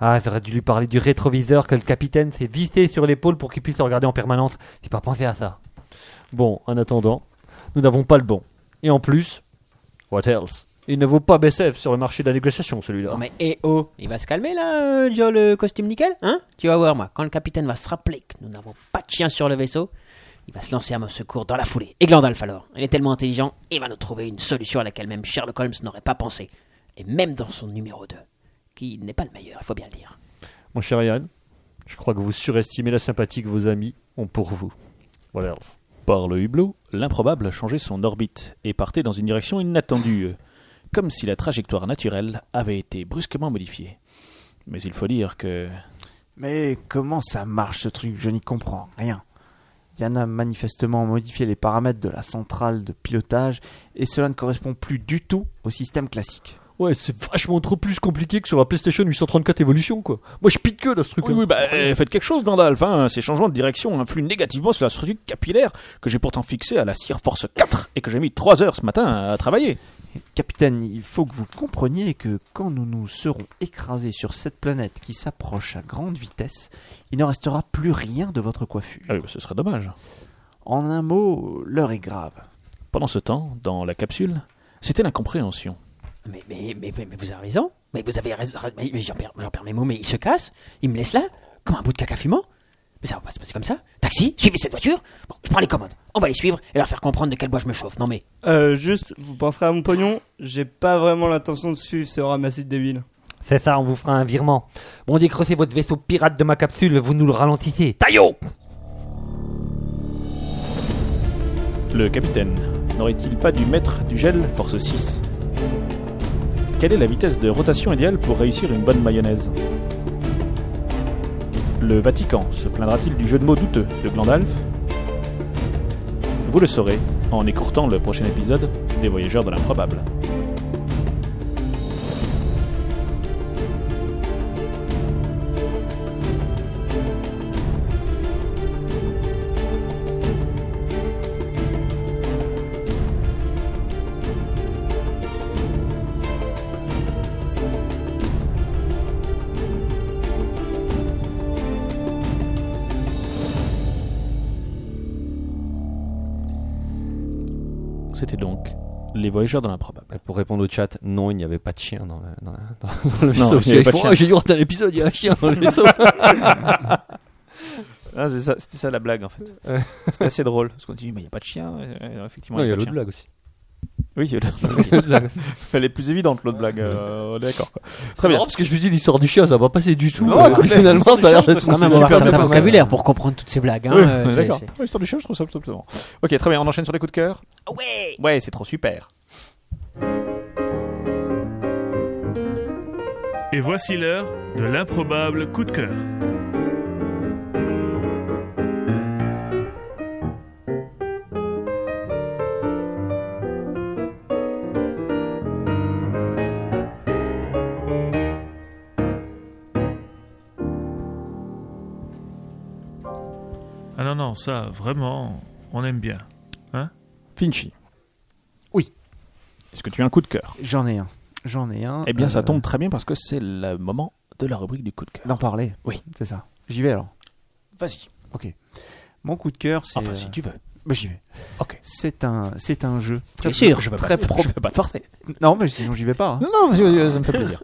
Speaker 4: Ah, j'aurais dû lui parler du rétroviseur que le capitaine s'est vissé sur l'épaule pour qu'il puisse le regarder en permanence. J'ai pas pensé à ça. Bon, en attendant, nous n'avons pas le bon. Et en plus, what else Il ne vaut pas BSF sur le marché de la négociation, celui-là.
Speaker 6: Non mais eh oh, il va se calmer là, euh, Joe le costume nickel, hein Tu vas voir moi, quand le capitaine va se rappeler que nous n'avons pas de chien sur le vaisseau, il va se lancer à mon secours dans la foulée. Et Glandalf alors, il est tellement intelligent, il va nous trouver une solution à laquelle même Sherlock Holmes n'aurait pas pensé. Et même dans son numéro 2, qui n'est pas le meilleur, il faut bien le dire.
Speaker 4: Mon cher Yann, je crois que vous surestimez la sympathie que vos amis ont pour vous. What else
Speaker 3: Par le hublot, l'improbable changeait son orbite et partait dans une direction inattendue, comme si la trajectoire naturelle avait été brusquement modifiée. Mais il faut dire que...
Speaker 5: Mais comment ça marche ce truc Je n'y comprends rien. Yann a manifestement modifié les paramètres de la centrale de pilotage et cela ne correspond plus du tout au système classique.
Speaker 4: Ouais, c'est vachement trop plus compliqué que sur la PlayStation 834 Evolution, quoi. Moi, je pique que là, ce hein. truc-là.
Speaker 3: Oui, oui, bah, euh, faites quelque chose, Gandalf. Hein. Ces changements de direction influent négativement sur la structure capillaire que j'ai pourtant fixée à la cire Force 4 et que j'ai mis 3 heures ce matin à travailler.
Speaker 5: Capitaine, il faut que vous compreniez que quand nous nous serons écrasés sur cette planète qui s'approche à grande vitesse, il ne restera plus rien de votre coiffure.
Speaker 3: Ah oui, bah, ce serait dommage.
Speaker 5: En un mot, l'heure est grave.
Speaker 3: Pendant ce temps, dans la capsule, c'était l'incompréhension.
Speaker 6: Mais, mais, mais, mais, mais vous avez raison. Mais vous avez raison. Mais, mais j'en perds, j'en perds mes mots, mais il se casse. Il me laisse là, comme un bout de caca fumant. Mais ça va pas se passer comme ça. Taxi, suivez cette voiture. Bon, je prends les commandes. On va les suivre et leur faire comprendre de quel bois je me chauffe. Non mais.
Speaker 7: Euh, juste, vous penserez à mon pognon, j'ai pas vraiment l'intention de suivre ce ramassis de débiles.
Speaker 4: C'est ça, on vous fera un virement. Bon, décrochez votre vaisseau pirate de ma capsule, vous nous le ralentissez. Taillot
Speaker 3: Le capitaine n'aurait-il pas dû mettre du gel force 6 Quelle est la vitesse de rotation idéale pour réussir une bonne mayonnaise Le Vatican se plaindra-t-il du jeu de mots douteux de Glandalf Vous le saurez en écourtant le prochain épisode des Voyageurs de l'improbable. c'était donc Les Voyageurs dans l'improbable.
Speaker 4: Pour répondre au chat, non, il n'y avait pas de chien dans le, dans la- dans- dans le
Speaker 3: Non,
Speaker 4: vaisseau.
Speaker 3: il n'y avait
Speaker 4: Ils
Speaker 3: pas de
Speaker 4: font,
Speaker 3: chien.
Speaker 4: Ah, j'ai dû rater un épisode, il y a un chien dans le vaisseau.
Speaker 3: Ah, c'est ça- C'était ça la blague en fait.
Speaker 4: Ouais.
Speaker 3: C'était assez drôle. Parce qu'on dit, mais il n'y a pas de chien. euh, effectivement,
Speaker 4: Non,
Speaker 3: il n'y a pas de
Speaker 4: Ah, il y a l'autre
Speaker 3: chien.
Speaker 4: blague aussi.
Speaker 3: Oui, il y a
Speaker 4: Il y a l'autre blague aussi.
Speaker 3: Elle est plus évidente, l'autre blague. euh, on est d'accord. quoi.
Speaker 4: C'est
Speaker 3: Très bien.
Speaker 4: marrant parce que je me dis l'histoire du chien, ça va passer du tout.
Speaker 3: Non,
Speaker 4: Euh,
Speaker 3: écoute,
Speaker 4: finalement,
Speaker 3: l'histoire
Speaker 4: ça a
Speaker 3: du
Speaker 4: l'air
Speaker 3: chien,
Speaker 4: d'être
Speaker 3: je
Speaker 6: Quand
Speaker 3: trouve
Speaker 6: même
Speaker 3: super
Speaker 6: avoir un
Speaker 3: bien
Speaker 6: certain
Speaker 3: pensé.
Speaker 6: vocabulaire pour comprendre toutes ces blagues. hein,
Speaker 3: Oui,
Speaker 6: euh,
Speaker 3: on est
Speaker 6: c'est-
Speaker 3: d'accord.
Speaker 6: c'est-
Speaker 3: Ouais, Histoire du chien, je trouve ça absolument. Ok, très bien. On enchaîne sur les coups de cœur. Ouais. Ouais, c'est trop super.
Speaker 8: Et voici l'heure de l'improbable coup de cœur. Ah non, non, ça, vraiment, on aime bien. Hein
Speaker 3: Finchy. Oui. Est-ce que tu as un coup de cœur
Speaker 5: J'en ai un. J'en ai un.
Speaker 3: Eh bien, ça
Speaker 5: euh,
Speaker 3: tombe très bien parce que c'est le moment de la rubrique du coup de cœur.
Speaker 5: D'en parler.
Speaker 3: Oui.
Speaker 5: C'est ça. J'y vais alors.
Speaker 3: Vas-y.
Speaker 5: Mon coup de cœur, c'est.
Speaker 3: Enfin,
Speaker 5: euh,
Speaker 3: si tu veux.
Speaker 5: bah, j'y vais.
Speaker 3: Ok.
Speaker 5: C'est un, c'est un jeu.
Speaker 6: Bien sûr.
Speaker 3: Je veux
Speaker 5: Très
Speaker 3: pas, te-
Speaker 5: pro-
Speaker 3: je veux pas te forcer.
Speaker 5: Non, mais sinon j'y vais pas. hein.
Speaker 3: Non, non, vas-y, vas-y, ça me fait plaisir.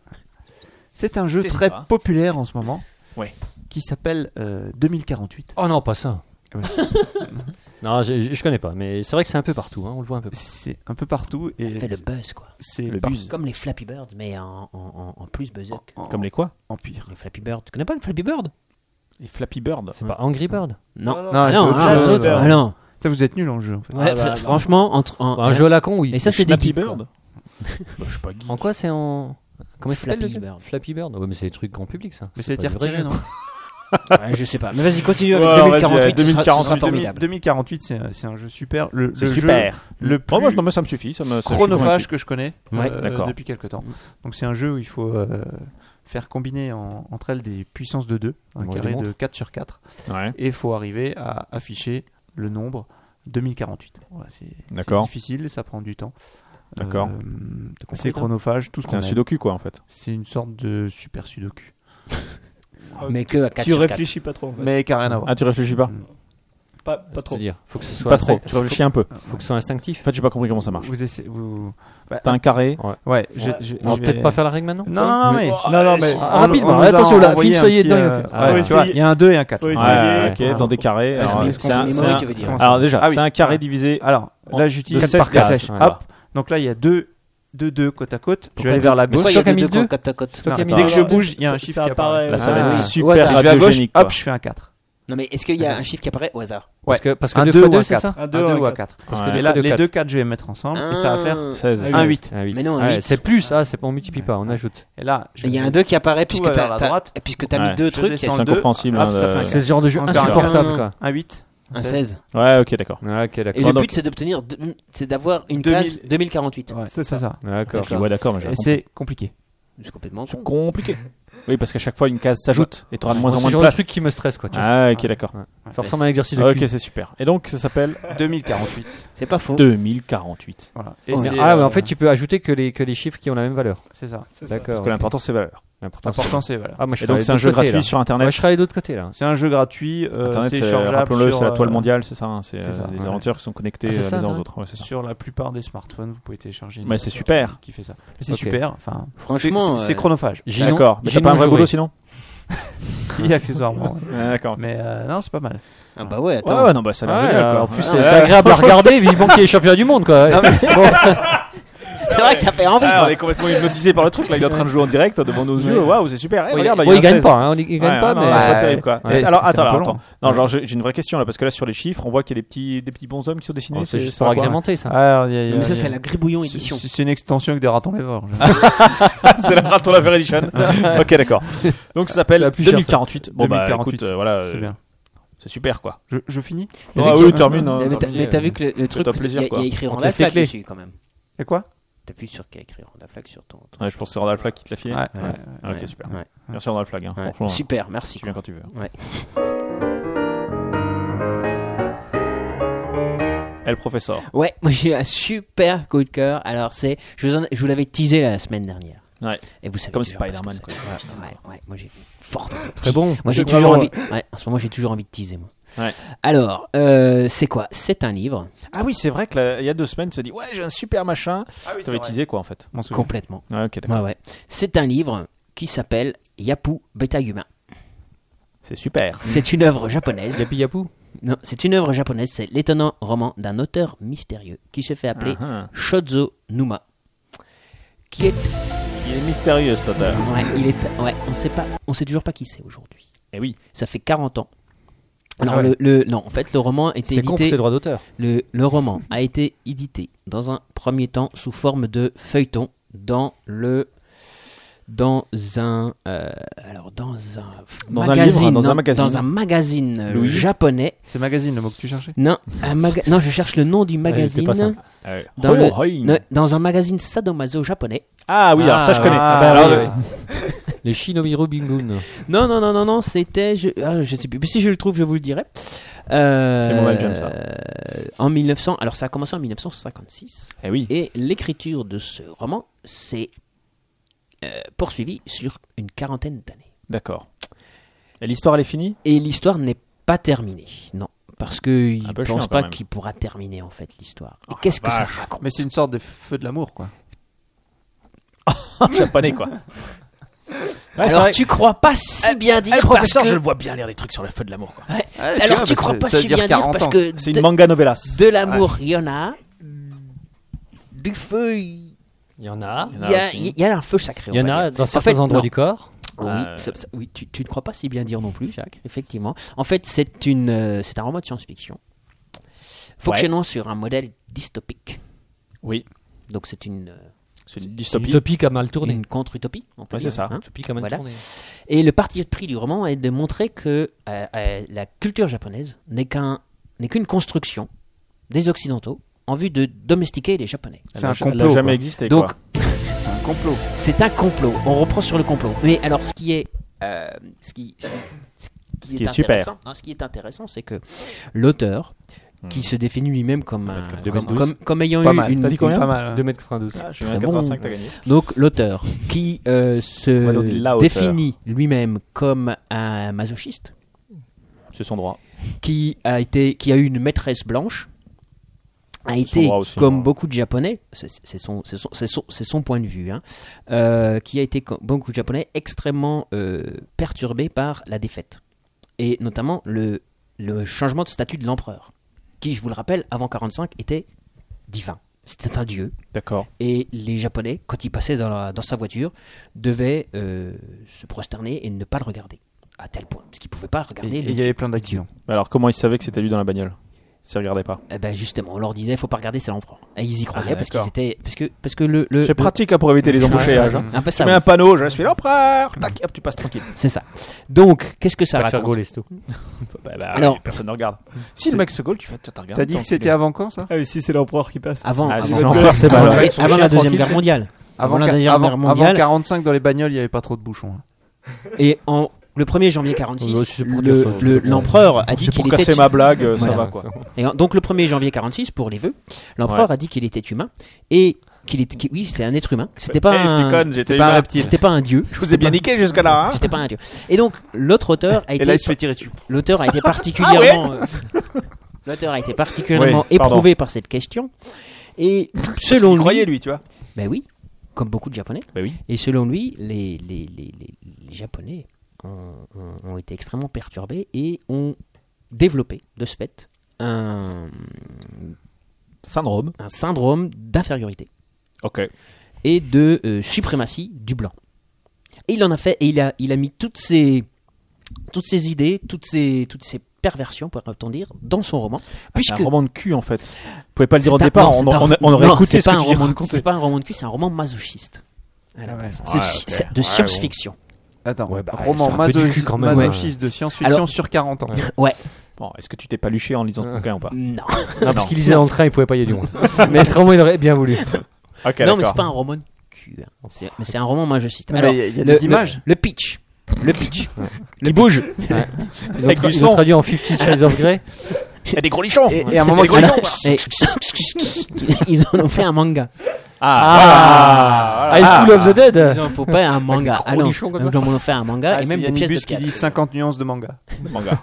Speaker 5: C'est un jeu
Speaker 3: T'hésites
Speaker 5: très
Speaker 3: pas, hein.
Speaker 5: populaire en ce moment.
Speaker 3: Ouais.
Speaker 5: Qui s'appelle euh, 2048.
Speaker 4: Oh non, pas ça.
Speaker 5: Ah bah,
Speaker 4: Non, je, je- je connais pas, mais c'est vrai que c'est un peu partout, hein, on le voit un peu. partout.
Speaker 5: C'est un peu partout
Speaker 6: Ça
Speaker 5: et
Speaker 6: fait le buzz, quoi.
Speaker 5: c'est
Speaker 3: le
Speaker 5: par-
Speaker 3: buzz.
Speaker 6: Comme les Flappy Birds, mais en, en- en- en plus buzzer.
Speaker 5: en-
Speaker 3: Comme les quoi
Speaker 5: en pire.
Speaker 6: Les Flappy Birds. Tu connais pas le Flappy Bird
Speaker 3: Les Flappy Bird.
Speaker 4: C'est pas Angry Bird
Speaker 7: Ah
Speaker 6: Non.
Speaker 5: Non, c'est
Speaker 6: non,
Speaker 5: autre
Speaker 6: hein,
Speaker 5: chose.
Speaker 6: l'autre,
Speaker 5: Ouais.
Speaker 6: ah non.
Speaker 5: Ça, vous êtes nul en jeu. En fait.
Speaker 6: Ouais,
Speaker 4: Ah bah,
Speaker 6: fr-
Speaker 4: non.
Speaker 6: franchement, entre. en-
Speaker 4: Bah, Un jeu à la con, oui.
Speaker 6: Et ça, c'est des
Speaker 3: Flappy
Speaker 6: geeks, quoi.
Speaker 3: Bird Bah, Je suis pas geek.
Speaker 4: En quoi c'est en. Comment il s'appelle
Speaker 6: Flappy
Speaker 4: le jeu
Speaker 6: Bird.
Speaker 4: Flappy Bird. Ouais, mais c'est des trucs grand public ça.
Speaker 5: Mais ça a
Speaker 4: C'est
Speaker 5: été
Speaker 4: pas des vrais
Speaker 5: retiré,
Speaker 4: jeux.
Speaker 5: non
Speaker 6: Ouais, je sais pas. Ah, Mais vas-y, continue avec
Speaker 3: Ouais, vas-y,
Speaker 6: 2048. ce sera- ce sera
Speaker 3: 2048,
Speaker 6: formidable.
Speaker 5: 2048, c'est un, c'est un jeu super. Le,
Speaker 3: C'est
Speaker 5: le jeu
Speaker 3: super.
Speaker 5: le plus
Speaker 3: Oh, moi, je- non, mais ça me suffit. Ça me, ça, je suis
Speaker 5: chronophage que je connais
Speaker 6: Ouais,
Speaker 5: euh,
Speaker 3: d'accord.
Speaker 5: depuis quelque temps. Donc c'est un jeu où il faut euh, faire combiner en- entre elles des puissances de 2, un
Speaker 4: Bon, je
Speaker 5: carré
Speaker 4: démontre.
Speaker 5: de 4 sur 4,
Speaker 3: convaincu. Ouais.
Speaker 5: et il faut arriver à afficher le nombre 2048. Voilà, c'est c'est
Speaker 3: D'accord.
Speaker 5: difficile, ça prend du temps.
Speaker 3: D'accord.
Speaker 5: Euh, c'est chronophage, tout ce
Speaker 3: C'est
Speaker 5: qu'on
Speaker 3: un
Speaker 5: aime.
Speaker 3: sudoku, quoi, en fait.
Speaker 5: C'est une sorte de super sudoku.
Speaker 4: Ah
Speaker 6: Mais que à 4
Speaker 7: Tu
Speaker 6: sur 4.
Speaker 7: réfléchis pas trop en fait.
Speaker 5: Mais qui a rien à voir.
Speaker 3: Ah, tu réfléchis pas
Speaker 7: Pas, pas trop.
Speaker 4: C'est-à-dire, faut que ce soit.
Speaker 3: Pas trop.
Speaker 4: instinct-
Speaker 3: Tu réfléchis un peu.
Speaker 4: Faut que ce soit
Speaker 3: En
Speaker 4: instinctif.
Speaker 3: fait, j'ai pas compris comment ça marche.
Speaker 5: Vous essayez, vous... bah,
Speaker 3: T'as un carré.
Speaker 5: Ouais, je-
Speaker 7: Ouais.
Speaker 5: je-
Speaker 4: On va
Speaker 5: je
Speaker 4: peut-être
Speaker 5: vais-
Speaker 4: pas faire la règle maintenant
Speaker 5: Non, non, non, mais.
Speaker 7: Non, non, mais.
Speaker 4: Ah, rapidement, attention, là, Phil, ça y est, dedans, il a fait. Ah,
Speaker 5: ouais,
Speaker 7: ouais.
Speaker 5: tu vois, il y a un 2 et un 4.
Speaker 7: Ouais,
Speaker 3: Ouais,
Speaker 7: essayer.
Speaker 3: ok, dans des carrés.
Speaker 6: Ah,
Speaker 3: Alors,
Speaker 6: mais
Speaker 3: euh,
Speaker 6: ce qu'on-
Speaker 3: c'est un-
Speaker 6: les
Speaker 3: c'est
Speaker 6: mots,
Speaker 3: un-
Speaker 6: tu veux dire.
Speaker 3: Alors, déjà,
Speaker 5: Ah oui.
Speaker 3: c'est un carré divisé
Speaker 5: Alors,
Speaker 3: En-
Speaker 5: là,
Speaker 3: de
Speaker 5: j'utilise
Speaker 3: 16
Speaker 5: par quatre
Speaker 3: cases,
Speaker 5: flèches.
Speaker 4: voilà.
Speaker 5: Hop. Donc là, il y a 2 deux, deux côte à côte. je vais aller
Speaker 4: Pourquoi
Speaker 5: vers la
Speaker 4: deux-
Speaker 5: gauche.
Speaker 6: Pourquoi il y
Speaker 4: Stock à
Speaker 6: a deux
Speaker 4: mille
Speaker 6: deux
Speaker 4: deux
Speaker 6: côte à côte
Speaker 4: Stock à
Speaker 5: Dès
Speaker 4: mille
Speaker 5: que
Speaker 4: deux.
Speaker 5: je bouge, il y a un chiffre
Speaker 7: ça
Speaker 5: qui apparaît.
Speaker 7: apparaît.
Speaker 3: Là, ça va
Speaker 4: Ah.
Speaker 3: être
Speaker 4: Si je
Speaker 5: Ouais,
Speaker 3: super
Speaker 5: je vais à gauche,
Speaker 3: radiogénique. quoi.
Speaker 5: hop, je fais un 4.
Speaker 6: Non, mais est-ce qu'il y a un chiffre qui apparaît au hasard
Speaker 5: Ouais.
Speaker 4: Parce que, parce
Speaker 5: Un
Speaker 4: que 2
Speaker 5: deux
Speaker 4: fois
Speaker 5: ou
Speaker 4: 2,
Speaker 5: un
Speaker 4: c'est
Speaker 5: quatre.
Speaker 4: ça
Speaker 7: Un
Speaker 5: Un
Speaker 7: 2
Speaker 5: 2 ou
Speaker 7: ou
Speaker 5: un
Speaker 7: 4.
Speaker 5: 4.
Speaker 3: Parce
Speaker 4: Ouais.
Speaker 5: Et
Speaker 3: que
Speaker 5: là,
Speaker 4: deux,
Speaker 5: les
Speaker 4: quatre.
Speaker 5: deux 4, je vais les mettre ensemble. Et ça va faire
Speaker 3: 16.
Speaker 6: Ah,
Speaker 5: un
Speaker 6: oui.
Speaker 5: 8.
Speaker 4: Ah, huit.
Speaker 6: Mais non, un
Speaker 4: Ouais,
Speaker 6: huit.
Speaker 4: C'est plus, ah, c'est pas on multiplie pas, on ajoute.
Speaker 5: Et là, je
Speaker 6: Il y a
Speaker 5: vais-
Speaker 6: un 2 qui apparaît
Speaker 5: Tout
Speaker 6: puisque
Speaker 5: vers
Speaker 6: t'as
Speaker 5: la
Speaker 6: t'as-
Speaker 5: droite.
Speaker 6: puisque t'as mis
Speaker 3: Ouais.
Speaker 6: deux
Speaker 5: Je
Speaker 6: trucs.
Speaker 5: descends
Speaker 6: il y a-
Speaker 5: le
Speaker 3: c'est
Speaker 5: deux.
Speaker 3: incompréhensible,
Speaker 5: Hop,
Speaker 3: hein,
Speaker 5: ça fait un
Speaker 3: de-
Speaker 5: quatre.
Speaker 4: C'est ce genre de jeu
Speaker 5: Encore un.
Speaker 4: insupportable quoi.
Speaker 5: Un 8.
Speaker 6: Un 16.
Speaker 3: Ouais, ok, d'accord.
Speaker 4: Ah, ok,
Speaker 6: Et
Speaker 4: d'accord.
Speaker 6: le
Speaker 3: Pendant
Speaker 6: but, c'est d'obtenir, deux- c'est d'avoir une
Speaker 5: 2000.
Speaker 6: case 2048.
Speaker 5: Ouais,
Speaker 7: C'est ça.
Speaker 4: D'accord.
Speaker 3: Ouais, d'accord, mais j'ai
Speaker 5: Et c'est compliqué.
Speaker 6: C'est complètement
Speaker 3: C'est
Speaker 6: con.
Speaker 3: compliqué. Oui, parce qu'à chaque fois, une case s'ajoute et t'auras de moins en
Speaker 4: C'est
Speaker 3: moins
Speaker 4: le
Speaker 3: de
Speaker 4: genre de
Speaker 3: place.
Speaker 4: truc qui me stresse quoi. tu vois.
Speaker 3: Ah, ok, d'accord.
Speaker 4: Ça ressemble à un exercice de
Speaker 3: Ok,
Speaker 4: cul.
Speaker 3: c'est super. Et donc, ça s'appelle
Speaker 5: Oh. 2048.
Speaker 6: C'est pas faux.
Speaker 3: 2048.
Speaker 5: Voilà.
Speaker 6: Oh,
Speaker 5: c'est,
Speaker 4: Ah, mais
Speaker 5: euh,
Speaker 4: en fait, tu peux ajouter que les, que les chiffres qui ont la même valeur.
Speaker 5: c'est ça.
Speaker 7: C'est ça.
Speaker 4: D'accord.
Speaker 3: Parce que l'important, c'est valeur.
Speaker 4: L'important, c'est-
Speaker 5: L'important, c'est voilà.
Speaker 4: Ah, moi, je
Speaker 3: Et
Speaker 4: serais
Speaker 3: donc,
Speaker 4: allé
Speaker 3: c'est
Speaker 4: de
Speaker 3: un jeu
Speaker 4: l'autre côté,
Speaker 3: gratuit
Speaker 4: là.
Speaker 3: sur
Speaker 4: Moi,
Speaker 3: Internet.
Speaker 4: je serais allé de l'autre côté là.
Speaker 5: C'est un jeu gratuit, euh,
Speaker 3: Internet, c'est-
Speaker 5: téléchargeable.
Speaker 3: rappelons-le,
Speaker 5: sur,
Speaker 3: c'est la toile
Speaker 5: euh,
Speaker 3: mondiale, c'est ça. hein, c'est
Speaker 5: c'est
Speaker 3: euh,
Speaker 5: ça,
Speaker 3: des
Speaker 5: ouais.
Speaker 3: aventures qui sont connectées
Speaker 4: Ah, c'est
Speaker 3: euh, les uns
Speaker 4: ça,
Speaker 3: aux
Speaker 4: Internet.
Speaker 3: autres. Ouais, c'est ça.
Speaker 5: Sur la plupart des smartphones, vous pouvez télécharger. une
Speaker 3: Mais
Speaker 5: app
Speaker 3: c'est super.
Speaker 5: Qui fait ça. Mais C'est
Speaker 4: Ok.
Speaker 5: super. Enfin,
Speaker 6: Franchement,
Speaker 5: c'est c'est
Speaker 6: euh,
Speaker 5: chronophage.
Speaker 4: Ginon-
Speaker 3: D'accord. Mais t'as
Speaker 4: Ginon
Speaker 3: pas un vrai
Speaker 4: Jaurès.
Speaker 3: boulot sinon
Speaker 5: si, accessoirement.
Speaker 3: D'accord.
Speaker 5: Mais euh, non, c'est pas mal.
Speaker 6: Ah bah ouais,
Speaker 3: Ouais,
Speaker 6: attends.
Speaker 3: ouais, non, bah ça a l'air
Speaker 4: Ouais,
Speaker 3: génial. quoi.
Speaker 4: en plus,
Speaker 3: Ouais,
Speaker 4: c'est
Speaker 3: ouais.
Speaker 4: c'est agréable à regarder, vivement qu'il y ait les championnats du monde quoi. Bon.
Speaker 6: C'est vrai que ça fait envie.
Speaker 3: Ah, on
Speaker 6: quoi.
Speaker 3: est complètement hypnotisé par le truc là, il est en train de jouer en direct devant nos yeux. Waouh, c'est super. Eh,
Speaker 4: Bon,
Speaker 3: regarde, là,
Speaker 4: il
Speaker 3: y a un
Speaker 4: gagne
Speaker 3: 16.
Speaker 4: pas, hein, on y- il gagne
Speaker 3: Ouais,
Speaker 4: pas,
Speaker 3: non, non, c'est
Speaker 4: mais.
Speaker 3: pas terrible quoi.
Speaker 4: Ouais,
Speaker 3: Mais
Speaker 5: c'est-
Speaker 3: alors
Speaker 5: c'est un
Speaker 3: attends,
Speaker 5: peu
Speaker 3: alors,
Speaker 5: long.
Speaker 3: attends. Non, genre j'ai j'ai une vraie question là parce que là sur les chiffres, on voit qu'il y a des petits des petits bonshommes qui sont dessinés.
Speaker 4: Oh, C'est juste
Speaker 3: ça,
Speaker 4: pour
Speaker 3: quoi.
Speaker 4: agrémenter ça.
Speaker 5: Alors, il y a- il y a-
Speaker 6: Mais ça,
Speaker 5: il y a-
Speaker 6: c'est la gribouillon
Speaker 5: c'est-
Speaker 6: édition.
Speaker 5: c'est- C'est une extension avec des ratons lèvres.
Speaker 3: Ah C'est la Raton Laveur Edition. ok, d'accord. Donc ça s'appelle
Speaker 5: C'est la plus chère, ça.
Speaker 3: 2048. Bon bah
Speaker 5: 2048.
Speaker 3: écoute, euh, voilà,
Speaker 5: C'est
Speaker 3: euh,
Speaker 5: bien.
Speaker 3: c'est super quoi.
Speaker 5: Je, je finis.
Speaker 3: Ah
Speaker 6: vu
Speaker 3: oui,
Speaker 6: que-
Speaker 3: termine. hein,
Speaker 6: Mais t'as-
Speaker 3: termine.
Speaker 6: Mais t'as vu que le- le truc,
Speaker 3: un
Speaker 6: il y
Speaker 3: plaisir,
Speaker 6: a- il y
Speaker 3: quoi.
Speaker 6: a écrit
Speaker 4: On te
Speaker 6: en
Speaker 4: laisse les
Speaker 6: flac
Speaker 4: clés.
Speaker 6: dessus quand même.
Speaker 5: Et quoi
Speaker 6: T'appuies sur qu'il y a écrit en flac sur ton.
Speaker 3: Ouais, je pense que c'est Randall Flag qui te l'a filé.
Speaker 5: Ouais,
Speaker 3: Ouais.
Speaker 5: ouais, ouais.
Speaker 3: Ah, Ok,
Speaker 6: Ouais,
Speaker 3: super.
Speaker 6: ouais,
Speaker 3: Merci Randall Flag. hein,
Speaker 6: ouais.
Speaker 3: Franchement, tu
Speaker 6: Super, merci.
Speaker 3: viens quand tu veux.
Speaker 6: Ouais.
Speaker 3: Elle professeur.
Speaker 6: Ouais, moi j'ai un super coup de cœur. Alors c'est, je vous, en- je vous l'avais teasé la semaine dernière.
Speaker 3: Ouais.
Speaker 6: Et vous savez
Speaker 3: Comme
Speaker 6: déjà parce que
Speaker 3: Spider-Man,
Speaker 6: c'est- Ouais, ouais, ouais, moi j'ai fort.
Speaker 4: Très bon.
Speaker 6: Moi j'ai
Speaker 4: Très
Speaker 6: toujours
Speaker 4: bon.
Speaker 6: envie. Ouais, en ce moment j'ai toujours envie de teaser moi.
Speaker 3: Ouais.
Speaker 6: Alors, euh, c'est quoi C'est un livre,
Speaker 3: Ah oui, c'est vrai qu'il y a deux semaines, tu se dit Ouais, j'ai un super machin.
Speaker 5: oui,
Speaker 3: Ça va teaser quoi en fait
Speaker 5: M'en souviens.
Speaker 6: complètement.
Speaker 3: Ouais, ok, d'accord.
Speaker 6: Ouais, ouais. C'est un livre qui s'appelle Yapu Beta Humain.
Speaker 3: C'est super.
Speaker 6: C'est une œuvre japonaise.
Speaker 4: Yapi Yapou
Speaker 6: Non, c'est une œuvre japonaise. C'est l'étonnant roman d'un auteur mystérieux qui se fait appeler
Speaker 3: Ah, ah.
Speaker 6: Shozo Numa. Qui est.
Speaker 3: Il est mystérieux cet auteur.
Speaker 6: Ouais, il est. Ouais, on sait pas. On sait toujours pas qui c'est aujourd'hui.
Speaker 3: Eh oui.
Speaker 6: Ça fait 40 ans. Alors,
Speaker 4: Ah ouais.
Speaker 6: le, le- non, en fait, le roman était
Speaker 4: C'est con pour
Speaker 6: édité.
Speaker 4: ses droits d'auteur.
Speaker 6: Le, le roman a été édité dans un premier temps sous forme de feuilleton dans le dans un euh, alors dans un
Speaker 3: Dans un
Speaker 6: magazine
Speaker 3: livre, hein, dans un
Speaker 6: non,
Speaker 3: magazine.
Speaker 6: dans un magazine, euh,
Speaker 3: Louis.
Speaker 6: japonais
Speaker 5: C'est magazine le mot que tu cherchais
Speaker 6: non un maga- non je cherche le nom du magazine
Speaker 3: pas simple. Euh,
Speaker 6: dans,
Speaker 3: Hoi
Speaker 6: le-
Speaker 3: Hoi.
Speaker 6: ne- dans un magazine sadomaso japonais
Speaker 3: Ah oui, alors ça je connais.
Speaker 4: Ah,
Speaker 5: bah
Speaker 3: Alors,
Speaker 4: oui,
Speaker 3: euh,
Speaker 4: oui. Les Shinomiru Bingun.
Speaker 6: non non non non non c'était je ah, je sais plus mais si je le trouve je vous le dirai Euh,
Speaker 3: C'est mon mal, j'aime ça.
Speaker 6: euh, en 1900 alors ça a commencé en 1956
Speaker 3: Eh oui.
Speaker 6: Et l'écriture de ce roman s'est euh, poursuivie sur une quarantaine d'années.
Speaker 3: D'accord. Et l'histoire elle est finie
Speaker 6: Et l'histoire n'est pas terminée, non. Parce qu'il
Speaker 3: Un
Speaker 6: ne
Speaker 3: peu
Speaker 6: pense
Speaker 3: chiant, quand
Speaker 6: pas
Speaker 3: même. Oh,
Speaker 6: qu'il pourra terminer en fait l'histoire. Et qu'est-ce que ça raconte
Speaker 5: Mais c'est une sorte de feu de l'amour quoi.
Speaker 3: Japonais quoi. Ouais, c'est
Speaker 6: Alors
Speaker 3: vrai.
Speaker 6: tu crois pas si bien dire
Speaker 3: Eh,
Speaker 6: parce
Speaker 3: professeur,
Speaker 6: que...
Speaker 3: je le vois bien lire des trucs sur le feu de l'amour quoi.
Speaker 6: Alors tu crois pas si bien dire parce que
Speaker 3: C'est
Speaker 6: de,
Speaker 3: une manga novellas.
Speaker 6: de l'amour il y en a, du feu il
Speaker 4: Il y en a.
Speaker 6: il y, a, il y a un feu sacré. on
Speaker 4: Il y en
Speaker 6: va
Speaker 4: a
Speaker 6: dire.
Speaker 4: dans
Speaker 6: En fait,
Speaker 4: certains endroits
Speaker 6: non.
Speaker 4: du corps.
Speaker 6: Oui,
Speaker 3: Euh,
Speaker 6: ça- ça- oui, tu, tu ne crois pas si bien dire non plus, Jacques. Effectivement. En fait, c'est une, euh, c'est un roman de science-fiction fonctionnant sur un modèle dystopique.
Speaker 3: Oui.
Speaker 6: Donc c'est une, euh,
Speaker 3: C'est une
Speaker 4: C'est une
Speaker 3: dystopie.
Speaker 4: utopie qui a mal tourné.
Speaker 6: une contre-utopie. on peut
Speaker 3: Ouais,
Speaker 6: dire,
Speaker 3: c'est ça.
Speaker 6: hein.
Speaker 4: Utopie qui a mal
Speaker 6: Voilà.
Speaker 4: tourné.
Speaker 6: Et le parti de prix du roman est de montrer que euh, euh, la culture japonaise n'est qu'un, n'est qu'une construction des occidentaux en vue de domestiquer les japonais.
Speaker 5: C'est un
Speaker 3: Elle a- elle a
Speaker 5: complot,
Speaker 3: jamais
Speaker 5: quoi.
Speaker 3: existé
Speaker 6: Donc
Speaker 3: quoi.
Speaker 5: C'est un complot.
Speaker 6: C'est un complot. On reprend sur le complot. Mais alors, ce qui est, euh, ce qui, ce- ce qui
Speaker 3: Ce
Speaker 6: est,
Speaker 3: qui est super. Hmm.
Speaker 6: intéressant, non, ce qui est intéressant, c'est que l'auteur, qui se définit lui-même comme,
Speaker 3: Un mètre
Speaker 6: un-
Speaker 3: 92.
Speaker 6: comme, comme- comme ayant
Speaker 5: Pas
Speaker 6: eu
Speaker 5: mal.
Speaker 6: une,
Speaker 3: T'as dit combien
Speaker 6: une-
Speaker 3: Pas
Speaker 5: Euh,
Speaker 3: mal.
Speaker 4: 2m92.
Speaker 3: Ah, je
Speaker 6: Très
Speaker 3: suis 85, t'as gagné.
Speaker 6: donc l'auteur qui euh,
Speaker 3: On va dire la
Speaker 6: se
Speaker 3: hauteur.
Speaker 6: définit lui-même comme un masochiste,
Speaker 3: C'est son droit.
Speaker 6: qui a été, qui a eu une maîtresse blanche, a
Speaker 3: son
Speaker 6: été
Speaker 3: droit aussi,
Speaker 6: comme
Speaker 5: hein.
Speaker 3: ouais.
Speaker 6: beaucoup de Japonais, c'est c'est son, c'est son, c'est son, c'est son point de vue, hein, euh, qui a été comme beaucoup de Japonais extrêmement euh, perturbé par la défaite et notamment le, le changement de statut de l'empereur, qui, je vous le rappelle, avant 45 était divin, c'était un dieu.
Speaker 3: D'accord.
Speaker 6: Et les Japonais, quand ils passaient dans, la- dans sa voiture, devaient euh, se prosterner et ne pas le regarder. À tel point. Parce qu'ils ne pouvaient pas regarder.
Speaker 5: Et
Speaker 6: le
Speaker 5: Il y avait plein d'actions.
Speaker 3: Alors comment il savait que c'était lui dans la bagnole S'il regardait pas.
Speaker 6: Eh ben justement, on leur disait, faut pas regarder, c'est l'empereur. Et ils y croyaient
Speaker 3: Ah,
Speaker 6: parce qu'ils
Speaker 3: d'accord.
Speaker 6: étaient. Parce que, parce que le. le
Speaker 3: C'est
Speaker 6: le-
Speaker 3: pratique hein, pour éviter les embouteillages.
Speaker 5: ouais,
Speaker 3: hein.
Speaker 5: ouais.
Speaker 6: Un peu
Speaker 3: Tu
Speaker 6: ça.
Speaker 3: mets
Speaker 6: oui.
Speaker 3: un panneau, je suis l'empereur. Tac, hop, tu passes tranquille.
Speaker 6: C'est ça. Donc, qu'est-ce que ça
Speaker 4: Pas de faire
Speaker 6: raconte
Speaker 4: gauler, c'est tout.
Speaker 3: Bah, bah,
Speaker 6: Alors-
Speaker 3: personne ne regarde. Si le mec se gaule, tu fais, t'as regardé.
Speaker 5: T'as dit que c'était avant quand ça
Speaker 7: Ah oui, si c'est l'empereur qui passe.
Speaker 6: Avant,
Speaker 3: Ah,
Speaker 6: avant,
Speaker 3: c'est
Speaker 6: avant-
Speaker 3: l'empereur, c'est
Speaker 6: avant-
Speaker 3: malade.
Speaker 6: avant la deuxième guerre mondiale. Avant la
Speaker 5: quar-
Speaker 6: Deuxième Guerre mondiale.
Speaker 5: avant 45 dans les bagnoles, il n'y avait pas trop de bouchons. hein.
Speaker 6: Et en le 1er janvier
Speaker 4: Ouais, c'est
Speaker 6: 46,
Speaker 4: pour dire
Speaker 6: le-
Speaker 4: ça,
Speaker 6: le-
Speaker 4: c'est-
Speaker 6: l'empereur a dit
Speaker 3: C'est pour
Speaker 6: qu'il était.
Speaker 3: casser ma blague, euh, ça
Speaker 6: Voilà.
Speaker 3: va quoi.
Speaker 6: Et en- donc le 1er janvier 46 pour les vœux, l'empereur a dit qu'il était humain et qu'il était qu'il- oui, c'était un être humain. C'était pas
Speaker 3: Eh, je
Speaker 6: un
Speaker 3: déconne, j'étais
Speaker 6: c'était pas
Speaker 3: humain.
Speaker 6: un reptile. C'était pas un dieu.
Speaker 3: Je vous ai bien niqué jusque-là. hein.
Speaker 6: C'était pas un dieu. Et donc l'autre auteur a
Speaker 5: Et
Speaker 6: été
Speaker 5: là, il se fait tirer dessus.
Speaker 6: l'auteur
Speaker 3: Ah
Speaker 6: a été particulièrement euh, l'auteur a été particulièrement
Speaker 3: Oui, pardon.
Speaker 6: éprouvé par cette question et selon
Speaker 3: Il croyait
Speaker 6: lui,
Speaker 3: lui, tu vois.
Speaker 6: ben oui, comme beaucoup de japonais.
Speaker 3: Bah oui.
Speaker 6: Et selon lui, les, les, les, les- les Japonais ont, ont- ont été extrêmement perturbés et ont développé, de ce fait, un,
Speaker 3: Syndrome. Ah,
Speaker 6: un syndrome d'infériorité
Speaker 3: Ok.
Speaker 6: et de euh, suprématie du blanc. Et il en a fait, et il a, il a mis toutes ses, toutes ses idées, toutes ses, toutes ses perversions, pourrait-on dire, dans son roman.
Speaker 3: C'est
Speaker 6: Puisque
Speaker 3: un roman de cul en fait. Vous pouvez pas le dire au
Speaker 6: C'est un-
Speaker 3: départ,
Speaker 6: non,
Speaker 3: on,
Speaker 6: c'est un-
Speaker 3: on, on aurait
Speaker 6: non,
Speaker 3: écouté
Speaker 6: c'est
Speaker 3: ce
Speaker 6: pas un
Speaker 3: que tu viens
Speaker 6: roman
Speaker 3: de
Speaker 6: de cul, C'est
Speaker 3: compter.
Speaker 6: pas un roman de cul, c'est un roman masochiste. à la base. C'est
Speaker 3: Ouais,
Speaker 6: si-
Speaker 3: ok.
Speaker 6: c'est de
Speaker 3: Ouais,
Speaker 6: science-fiction.
Speaker 5: Attends,
Speaker 4: Ouais, bah,
Speaker 5: roman
Speaker 4: c'est un peu du cul
Speaker 5: masochiste,
Speaker 4: quand même,
Speaker 5: masochiste de science-fiction
Speaker 6: Alors-
Speaker 5: sur 40 ans.
Speaker 6: Ouais,
Speaker 3: Bon, est-ce que tu t'es pas luché en lisant ce
Speaker 4: Ah.
Speaker 3: bouquin ou pas
Speaker 6: non.
Speaker 4: Non, parce qu'il lisait dans le train, il pouvait pas y aller du monde. Mais autrement, il aurait bien voulu.
Speaker 3: Ok,
Speaker 6: non, mais
Speaker 3: d'accord.
Speaker 6: c'est pas un roman de cul. hein. C'est- Mais c'est un roman magiciste.
Speaker 5: Mais
Speaker 6: Alors,
Speaker 5: il y a- il y a
Speaker 6: le,
Speaker 5: des images.
Speaker 6: Le, le pitch. Le pitch.
Speaker 3: Qui bouge
Speaker 4: Ils ont
Speaker 3: Avec
Speaker 4: tra-
Speaker 3: du
Speaker 4: ils ont
Speaker 3: son.
Speaker 4: traduit en 50 Shades of Grey.
Speaker 3: Il y a des gros lichons
Speaker 5: Et, et à un moment,
Speaker 6: Alors, et- ils en ont fait un manga.
Speaker 3: Ah,
Speaker 4: High School of the Dead
Speaker 6: Ils en font pas un manga.
Speaker 4: gros
Speaker 6: Ah non,
Speaker 4: nichons comme ça.
Speaker 6: ils en ont fait un manga
Speaker 5: Ah,
Speaker 6: et
Speaker 5: c'est
Speaker 6: même des pièces de
Speaker 5: Yannibus qui
Speaker 6: théâtre.
Speaker 5: dit 50 nuances de manga.
Speaker 3: Manga.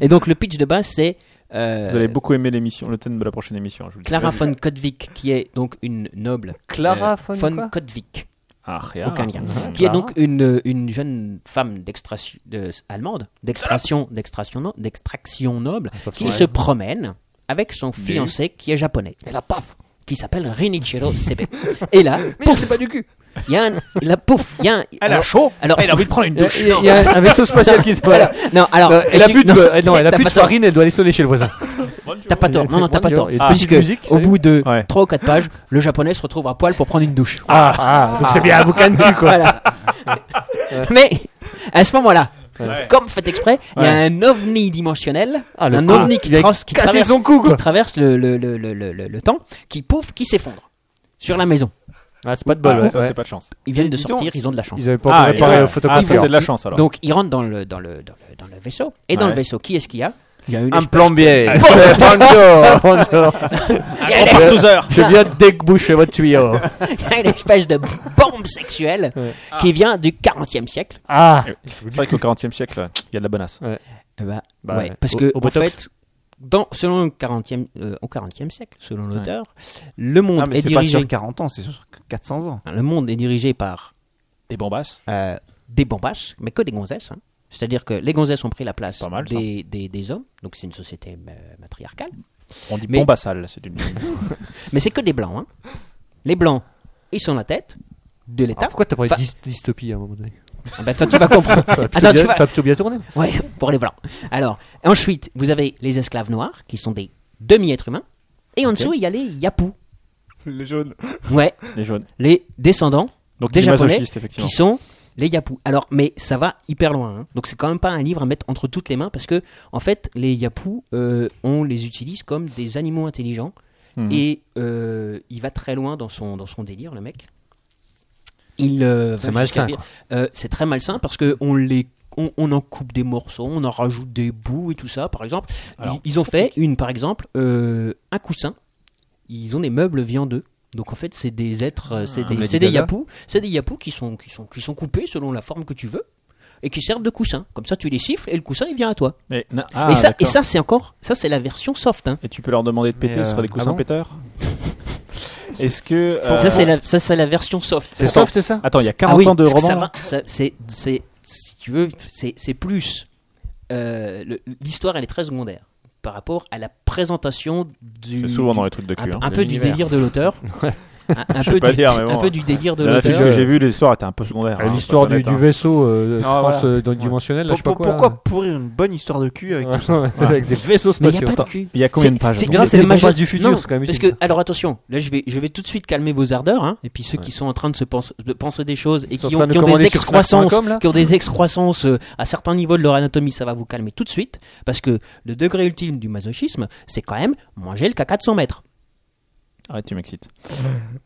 Speaker 6: Et donc le pitch de base, c'est euh,
Speaker 3: Vous allez beaucoup aimer l'émission, le thème de la prochaine émission. Je vous le dis.
Speaker 6: Clara von Kodvik, qui est donc une noble.
Speaker 4: Clara von quoi
Speaker 6: Kodvik,
Speaker 3: Ah, rien.
Speaker 6: aucun lien.
Speaker 3: Mhm.
Speaker 6: Qui est
Speaker 4: Clara.
Speaker 6: donc une, une jeune femme d'extraction de- allemande, d'extraction d'extraction no- d'extraction noble, qui se promène avec son fiancé qui est japonais. Et la paf qui s'appelle Rinichiro Sebe. Et là,
Speaker 4: Merde,
Speaker 6: pouf,
Speaker 4: c'est pas du cul.
Speaker 6: il y a un, la pouf, il y a un,
Speaker 5: Elle a chaud,
Speaker 6: alors,
Speaker 5: elle a envie de prendre une
Speaker 4: Il y a-
Speaker 5: douche.
Speaker 4: il y a, il y a un- un vaisseau spatial qui se voilà.
Speaker 6: non, alors,
Speaker 4: Euh, elle a
Speaker 6: tu-
Speaker 4: plus de,
Speaker 6: non,
Speaker 4: euh, non, elle a
Speaker 6: t'as
Speaker 4: plus de
Speaker 6: pas tort.
Speaker 4: farine, elle doit aller sonner chez le voisin.
Speaker 6: T'as pas tort, non, non, t'as pas tort.
Speaker 4: Et
Speaker 3: Ah.
Speaker 6: Puisque,
Speaker 3: Musique,
Speaker 6: au
Speaker 3: salut.
Speaker 6: bout de
Speaker 3: Ouais.
Speaker 6: 3 ou 4 pages, le japonais se retrouve à poil pour prendre une douche.
Speaker 4: Ah, ah, donc c'est bien un bouquin de cul, quoi.
Speaker 6: Voilà. Mais, à ce moment-là, comme fait exprès, il y a un ovni dimensionnel,
Speaker 4: Ah, le
Speaker 6: un
Speaker 4: con.
Speaker 6: ovni qui,
Speaker 4: Il a
Speaker 6: trans- qui
Speaker 4: cassé
Speaker 6: traverse,
Speaker 4: son cou,
Speaker 6: qui
Speaker 4: quoi.
Speaker 6: traverse le, le, le, le, le, le- le temps, qui pouf, qui s'effondre sur la maison.
Speaker 4: Ah, c'est pas de bol,
Speaker 3: Ah,
Speaker 4: ouais,
Speaker 3: ça,
Speaker 4: ouais.
Speaker 3: c'est pas de chance.
Speaker 6: Ils viennent de
Speaker 5: Ils ont-
Speaker 6: sortir, ils ont de la chance.
Speaker 4: Ils avaient pas
Speaker 3: Ah,
Speaker 4: encore préparé
Speaker 3: et-
Speaker 4: au
Speaker 3: ah,
Speaker 4: photographe.
Speaker 3: ça, c'est de la chance alors.
Speaker 6: Donc, ils rentrent dans le, dans le, dans le, dans le vaisseau. Et dans
Speaker 3: Ouais.
Speaker 6: le vaisseau, qui est-ce qu'il y a Il y a une
Speaker 5: Un
Speaker 6: espèce-
Speaker 5: plombier.
Speaker 4: Bonjour, bonjour.
Speaker 6: il y a une-
Speaker 4: Je viens de déboucher votre tuyau.
Speaker 6: il y a une espèce de bombe sexuelle
Speaker 4: Ouais.
Speaker 6: qui vient du 40e siècle.
Speaker 4: Ah,
Speaker 3: C'est vrai qu'au 40e siècle, il y a de la bonasse.
Speaker 6: Eh ben,
Speaker 4: Bah
Speaker 6: ouais,
Speaker 4: ouais.
Speaker 6: parce
Speaker 4: Au-
Speaker 6: que
Speaker 4: au
Speaker 6: en
Speaker 4: Botox.
Speaker 6: fait, dans, selon le 40e, euh, au 40e siècle, selon l'auteur, le monde
Speaker 5: Ah, mais
Speaker 6: est
Speaker 5: c'est pas
Speaker 6: dirigé.
Speaker 5: sur 40 ans, c'est sur 400 ans.
Speaker 6: le monde est dirigé par
Speaker 3: Des bombasses.
Speaker 6: euh, des bombasses, mais que des gonzesses. hein. C'est-à-dire que les gonzesses ont pris la place
Speaker 3: Pas mal, ça.
Speaker 6: des, des, des hommes, donc c'est une société euh, matriarcale.
Speaker 3: On dit
Speaker 6: Mais-
Speaker 3: bombassales, c'est une.
Speaker 6: Mais c'est que des blancs. hein. Les blancs, ils sont la tête de
Speaker 4: Ah,
Speaker 6: l'État.
Speaker 4: pourquoi t'as parlé de
Speaker 6: Enfin-
Speaker 4: dys- dystopie à un moment donné
Speaker 6: Ah ben, toi, tu vas comprendre.
Speaker 4: ça a, plutôt
Speaker 6: Attends,
Speaker 4: bien,
Speaker 6: tu vas-
Speaker 4: ça a plutôt bien tourné.
Speaker 6: Ouais, pour les blancs. Alors, ensuite, vous avez les esclaves noirs, qui sont des demi-êtres humains. Et en dessous, il y a les yapous.
Speaker 7: Les jaunes.
Speaker 6: Ouais,
Speaker 3: Les jaunes.
Speaker 6: les descendants
Speaker 3: Donc
Speaker 6: des
Speaker 3: des
Speaker 6: japonais
Speaker 3: masochistes, effectivement.
Speaker 6: qui sont les yapous. Alors, mais ça va hyper loin. hein. Donc, c'est quand même pas un livre à mettre entre toutes les mains parce que, en fait, les yapous, euh, on les utilise comme des animaux intelligents
Speaker 3: Mhm.
Speaker 6: et euh, il va très loin dans son, dans son délire, le mec. Il, euh, va
Speaker 4: C'est malsain,
Speaker 6: jusqu'à dire- Euh, c'est très malsain parce que on les on, on en coupe des morceaux, on en rajoute des bouts et tout ça, par exemple.
Speaker 3: Alors.
Speaker 6: ils, ils ont fait une, par exemple, euh, un coussin. Ils ont des meubles viandeux. Donc en fait, c'est des êtres, euh,
Speaker 3: Ah,
Speaker 6: c'est des,
Speaker 4: Lady
Speaker 6: c'est des
Speaker 4: Gaga.
Speaker 6: yapous, c'est des yapous qui sont, qui sont, qui sont coupés selon la forme que tu veux et qui servent de coussin. Comme ça, tu les siffles et le coussin il vient à toi.
Speaker 3: Mais- na- ah,
Speaker 6: et ça, et
Speaker 3: d'accord.
Speaker 6: ça c'est encore, ça c'est la version soft. hein.
Speaker 3: Et tu peux leur demander de péter,
Speaker 5: Mais,
Speaker 3: ce sera des
Speaker 5: euh,
Speaker 3: coussins
Speaker 4: ah bon
Speaker 3: péteurs Est-ce que. euh,
Speaker 6: Ça c'est la, ça c'est la version soft.
Speaker 4: C'est soft ça
Speaker 3: Attends, il y a
Speaker 6: Ah
Speaker 3: 40
Speaker 6: oui,
Speaker 3: ans de
Speaker 6: parce que
Speaker 3: roman.
Speaker 6: ça
Speaker 3: là
Speaker 6: va- ça- c'est, c'est- si tu veux, c'est, c'est plus. euh, le- l'histoire, elle est très secondaire par rapport à la présentation du.
Speaker 3: C'est souvent
Speaker 6: du-
Speaker 3: dans les trucs de
Speaker 6: un,
Speaker 3: cul. hein.
Speaker 6: un peu du
Speaker 4: l'univers.
Speaker 6: délire de l'auteur. un, un peu,
Speaker 3: pas
Speaker 6: du,
Speaker 3: dire, mais
Speaker 6: un
Speaker 3: bon.
Speaker 6: peu du délire de
Speaker 3: La
Speaker 6: l'auteur.
Speaker 3: film que j'ai vu, l'histoire était un peu secondaire. hein,
Speaker 4: Euh, Ah, L'histoire
Speaker 3: faut
Speaker 4: du,
Speaker 3: être
Speaker 4: du
Speaker 3: honnête,
Speaker 4: vaisseau euh,
Speaker 5: Ah,
Speaker 4: trans
Speaker 5: voilà.
Speaker 4: euh, dans- dimensionnel, là, je sais pas
Speaker 5: Pour-
Speaker 4: quoi.
Speaker 5: Pourquoi pourrir une bonne histoire de cul avec
Speaker 4: là. Ouais, Avec des vaisseaux
Speaker 6: Mais il n'y
Speaker 4: spatiaux.
Speaker 6: a pas de cul.
Speaker 3: hein. Il y a combien
Speaker 6: C'est-
Speaker 3: de pages
Speaker 6: c'est-
Speaker 3: donc
Speaker 4: bien,
Speaker 6: le-
Speaker 4: c'est
Speaker 6: le
Speaker 4: les
Speaker 6: maje-
Speaker 4: bombardes du futur,
Speaker 6: Non,
Speaker 4: c'est quand même
Speaker 6: Parce que,
Speaker 4: utile, ça.
Speaker 6: alors attention, là je vais, je vais tout de suite calmer vos ardeurs, hein, et puis ceux qui sont en train de se penser, de penser des choses et
Speaker 4: Ils sont
Speaker 6: qui
Speaker 4: en
Speaker 6: ont,
Speaker 4: train de
Speaker 6: qui ont des
Speaker 4: commander sur
Speaker 6: excroissances,
Speaker 4: Fnac.com, là Hmm.
Speaker 6: qui ont des excroissances euh, à certains niveaux de leur anatomie, ça va vous calmer tout de suite, parce que le degré ultime du masochisme, c'est quand même manger le caca de 100 mètres.
Speaker 3: Arrête, tu m'excites.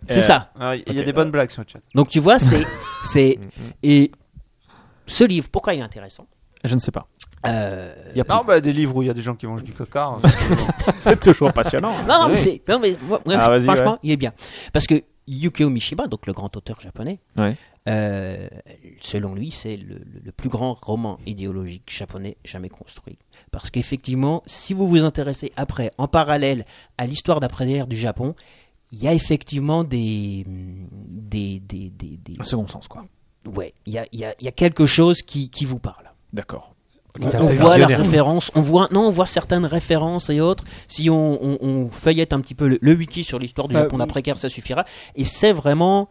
Speaker 6: C'est
Speaker 4: Eh.
Speaker 3: Euh,
Speaker 6: ça.
Speaker 5: Alors, Il y a
Speaker 3: Ok.
Speaker 5: des bonnes blagues sur le chat.
Speaker 6: Donc tu vois, c'est,
Speaker 4: Hmm,
Speaker 6: c'est, et ce livre, pourquoi il est intéressant
Speaker 3: Je ne sais pas.
Speaker 6: Euh,
Speaker 3: Il y a
Speaker 5: Non,
Speaker 3: pas.
Speaker 5: bah des livres où il y a des gens qui mangent du coca. hein.
Speaker 3: C'est toujours passionnant.
Speaker 6: Non, non, mais
Speaker 3: Oui.
Speaker 6: c'est. Non, mais moi, moi,
Speaker 3: Ah, vas-y,
Speaker 6: franchement,
Speaker 3: ouais.
Speaker 6: il est bien. Parce que Yukio Mishima, donc le grand auteur japonais,
Speaker 3: Ouais.
Speaker 6: euh, selon lui, c'est le, le- le plus grand roman idéologique japonais jamais construit. Parce qu'effectivement, si vous vous intéressez après, en parallèle à l'histoire d'après-guerre du Japon, il y a effectivement des. mm, des, des, des, des-
Speaker 3: Un second sens, quoi.
Speaker 6: ouais, il y a, il y a- il y a quelque chose qui, qui vous parle.
Speaker 3: D'accord.
Speaker 6: On,
Speaker 4: T'as
Speaker 6: on
Speaker 4: un
Speaker 6: voit la
Speaker 4: visionnaire.
Speaker 6: référence, on voit, non, on voit certaines références et autres. Si on, on- on feuillette un petit peu le, le wiki sur l'histoire du
Speaker 7: Euh,
Speaker 6: Japon d'après-guerre, ça suffira. Et c'est vraiment,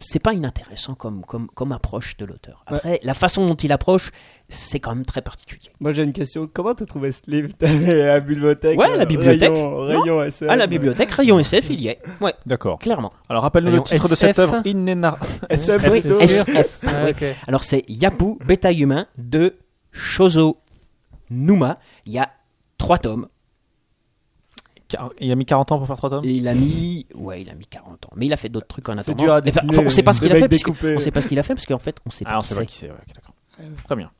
Speaker 6: c'est pas inintéressant comme, comme, comme approche de l'auteur. Après, la façon dont il approche, c'est quand même très particulier.
Speaker 7: Moi j'ai une question. Comment t'as trouvé ce livre T'es allé à la bibliothèque
Speaker 6: Ouais, à la
Speaker 7: euh,
Speaker 6: bibliothèque.
Speaker 7: Rayon,
Speaker 6: Non,
Speaker 7: rayon SM.
Speaker 6: À la bibliothèque, rayon SF, il y est. Ouais,
Speaker 3: D'accord.
Speaker 6: clairement.
Speaker 3: Alors rappelle-nous le
Speaker 4: Rayon
Speaker 3: titre de
Speaker 4: SF.
Speaker 3: cette œuvre inénar...
Speaker 7: SM
Speaker 6: Oui,
Speaker 7: plutôt.
Speaker 6: SF.
Speaker 4: Ah,
Speaker 6: Ouais.
Speaker 4: ok.
Speaker 6: Alors c'est Yapu, Bêta Humain de Shozo Numa. Il y a trois tomes.
Speaker 3: Car- Il a mis 40 ans pour faire 3 tomes
Speaker 6: Et il a mis, ouais, il a mis 40 ans. Mais il a fait d'autres trucs en
Speaker 7: C'est
Speaker 6: attendant.
Speaker 7: dur à
Speaker 6: Enfin,
Speaker 7: dessiner.
Speaker 6: enfin, on sait pas ce
Speaker 7: le
Speaker 6: qu'il a
Speaker 7: mec
Speaker 6: fait. parce que-
Speaker 7: découpé.
Speaker 6: On sait pas ce qu'il a fait parce qu'en fait, on sait pas
Speaker 3: Ah, on
Speaker 6: qui
Speaker 3: sait pas qui
Speaker 6: c'est.
Speaker 3: c'est. ouais, ok, d'accord. Très bien.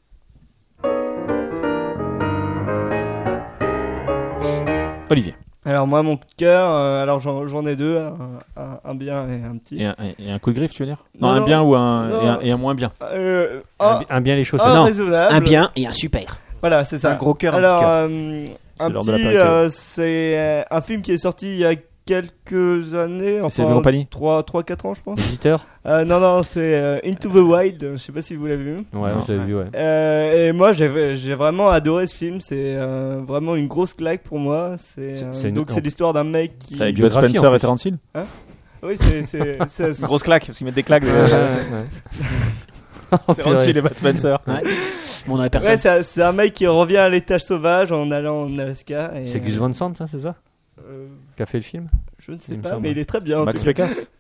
Speaker 3: Olivier.
Speaker 7: Alors moi, mon coup de cœur, euh, alors j'en j'en ai deux, un, un- un bien et un petit.
Speaker 3: Et un, et un coup de griffe, tu veux dire
Speaker 7: Non,
Speaker 3: non, un
Speaker 7: non,
Speaker 3: bien ou un,
Speaker 7: non.
Speaker 3: et un, et un moins bien.
Speaker 7: Euh,
Speaker 4: Un bi- un bien, les choses,
Speaker 7: un
Speaker 4: non.
Speaker 7: raisonnable.
Speaker 4: Un bien
Speaker 6: et un super.
Speaker 7: Voilà, c'est ça.
Speaker 4: Un gros cœur, un
Speaker 7: Alors,
Speaker 4: petit cœur.
Speaker 7: euh,
Speaker 4: C'est
Speaker 7: un
Speaker 4: l'heure de
Speaker 7: petit,
Speaker 4: l'apéritif.
Speaker 7: euh, c'est euh, un film qui est sorti il y a quelques années.
Speaker 4: C'est Laurent Pagny
Speaker 7: 3-4 ans, je pense.
Speaker 4: Visiteur
Speaker 7: Euh, non, non, c'est euh, Into the Wild. Je sais pas si vous l'avez vu.
Speaker 4: Ouais, Non. je l'avais vu, ouais.
Speaker 7: Euh, et moi, j'ai j'ai vraiment adoré ce film. C'est euh, vraiment une grosse claque pour moi. C'est euh,
Speaker 3: c'est une-
Speaker 7: donc c'est l'histoire d'un mec qui.
Speaker 3: C'est avec Bud Spencer et Terence Hill
Speaker 7: Hein Oui, c'est c'est c'est- c'est-
Speaker 3: Grosse claque, parce qu'ils mettent des claques. de-
Speaker 4: Oh,
Speaker 3: C'est Terence Hill et Bud Spencer.
Speaker 6: Mon
Speaker 7: Ouais, c'est un- c'est un mec qui revient à l'étage sauvage en allant en Alaska. et,
Speaker 4: C'est Gus
Speaker 7: euh,
Speaker 4: Van Sant, hein, c'est ça Qui a fait le film
Speaker 7: Je ne sais
Speaker 4: Il me
Speaker 7: pas,
Speaker 4: semble.
Speaker 7: mais il est très bien. en
Speaker 4: Max
Speaker 7: tout cas.
Speaker 4: Pécasse